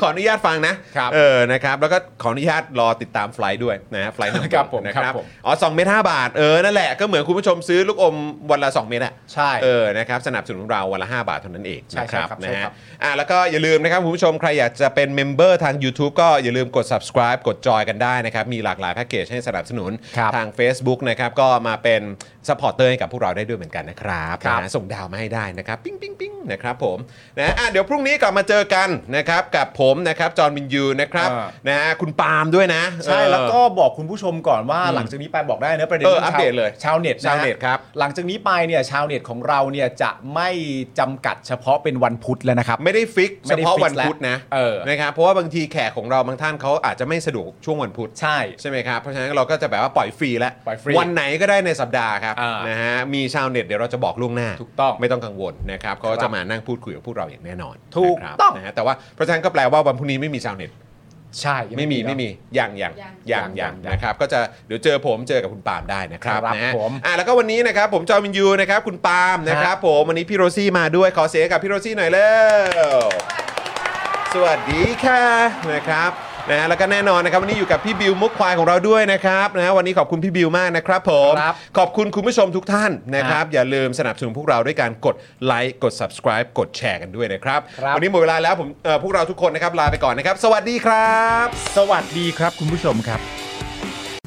S1: ขออนุญาตฟังนะครับ เออนะครับ แล้วก็ขออนุญาตรอติดตามไฟล์ด้วยนะฮะไฟล์หนึ่ง
S2: ครับผม
S1: นะ
S2: ค
S1: ค
S2: รั
S1: รั
S2: บบ ผม
S1: อ๋อสองเมตรห้าบาทเออนั่นแหละก็เหมือนคุณผู้ชมซื้อลูกอมวันละ 2 เมตรอะ
S2: ใช่
S1: เออ นะครับ สนับสนุนเราวันละ 5 บาทเท่านั้นเอง
S2: ใช่
S1: นะค
S2: ใช่ครั
S1: รั
S2: บบ ใช่
S1: นะ
S2: ครั
S1: ฮะ
S2: บ
S1: อ่ะแล้วก็อย่าลืมนะครับ คุณผู้ชม ใครอยากจะเป็นเมมเบอร์ทาง YouTube ก็อย่าลืมกด subscribe กดจอยกันได้นะครับ มีหลากหลายแพ็กเกจให้สนับสนุน
S2: ครับ
S1: ทาง Facebook นะครับ ก็มาเป็นซัพพอร์ตเตอร์ให้กับพวกเราได้ด้วยเหมือนกันนะครับ
S2: ครับ
S1: นะส่งดาวมาให้ได้นะครับ ปิ้งปิ้งปิ้งนะครับผม นะอ่ะเดี๋ยวพรุ่งนี้กลับมาเจอกันนะครับ กับผมนะครับ จอห์นวินยู นะครับ นะฮะคุณปาล์มด้วยนะ
S2: ใช่
S1: เออ
S2: แล้วก็บอกคุณผู้ชมก่อนว่า
S1: อืม
S2: หลังจากนี้ไปบอกได้นะประเด็น
S1: เออ
S2: รื่อง
S1: อัปเดตเลย
S2: ชาวเน็ตนะฮะ
S1: ชาวเน็ตครับ
S2: หลังจากนี้ไปเนี่ยชาวเน็ตของเราเนี่ยจะไม่จำกัดเฉพาะเป็นวันพุธแล้วนะครับ
S1: ไม่ได้ฟิก
S2: ไม่
S1: เฉ
S2: ได้
S1: พาะ
S2: ฟิก
S1: วันพุธนะ
S2: แล้วเออ
S1: นะครับ เพราะว่าบางทีแขกของเราบางท่านเขาอาจจะไม่สะดวกช่วงวันพุธ
S2: ใช่
S1: ใช่ไหมครับ เพราะฉะนั้นเราก็จะแบบว่าปล่อยฟรีแล้ว
S2: ปล่อยฟรี
S1: วันไหนก็ได้ในสัปดาห์ครับ
S2: อ่าน
S1: นะฮะมีชาวเน็ตเดี๋ยวเราจะบอกล่วงหน้า
S2: ถูกต้อง
S1: ไม่ต้องกังวลนะครับเขา
S2: ครับ
S1: จะมานั่งพูดคุยกับพวกเราอย่างแน่นอน
S2: ถูก
S1: นะครับ
S2: ต้อง
S1: นะฮะแต่ว่าเพราะฉะนั้นก็แปลว่าวันพรุ่งนี้ไม่มีชาวเน็ต
S2: ใช่ยัง
S1: ไม่มี
S2: เนอะ
S1: ไม่มีอย่างอย่าง
S2: ยั
S1: อย่าง งอย่าง
S2: ยัง
S1: นะครับก็จะเดี๋ยวเจอผมเจอกับคุณปาล์มได้นะครับ
S2: ครับ
S1: นะฮะ
S2: ผม
S1: อ่ะแล้วก็วันนี้นะครับผมจอมินยูนะครับคุณปาล์มนะครับผมวันนี้พี่โรซี่มาด้วยขอเสียงให้กับพี่โรซี่หน่อยเร็ว สวัสดีค่ะนะครับนะฮะแล้วก็แน่นอนนะครับวันนี้อยู่กับพี่บิวมุกควายของเราด้วยนะครับนะฮะวันนี้ขอบคุณพี่บิวมากนะครับผม
S2: ครับ
S1: ขอบคุณคุณผู้ชมทุกท่านนะครับ อย่าลืมสนับสนุนพวกเราด้วยการกดไลค์กด subscribe กดแชร์กันด้วยนะครับ
S2: ครับ
S1: วันนี้หมดเวลาแล้วผมเอ่อพวกเราทุกคนนะครับลาไปก่อนนะครับ สวัสดีครับ
S2: สวัสดีครับคุณผู้ชมครับ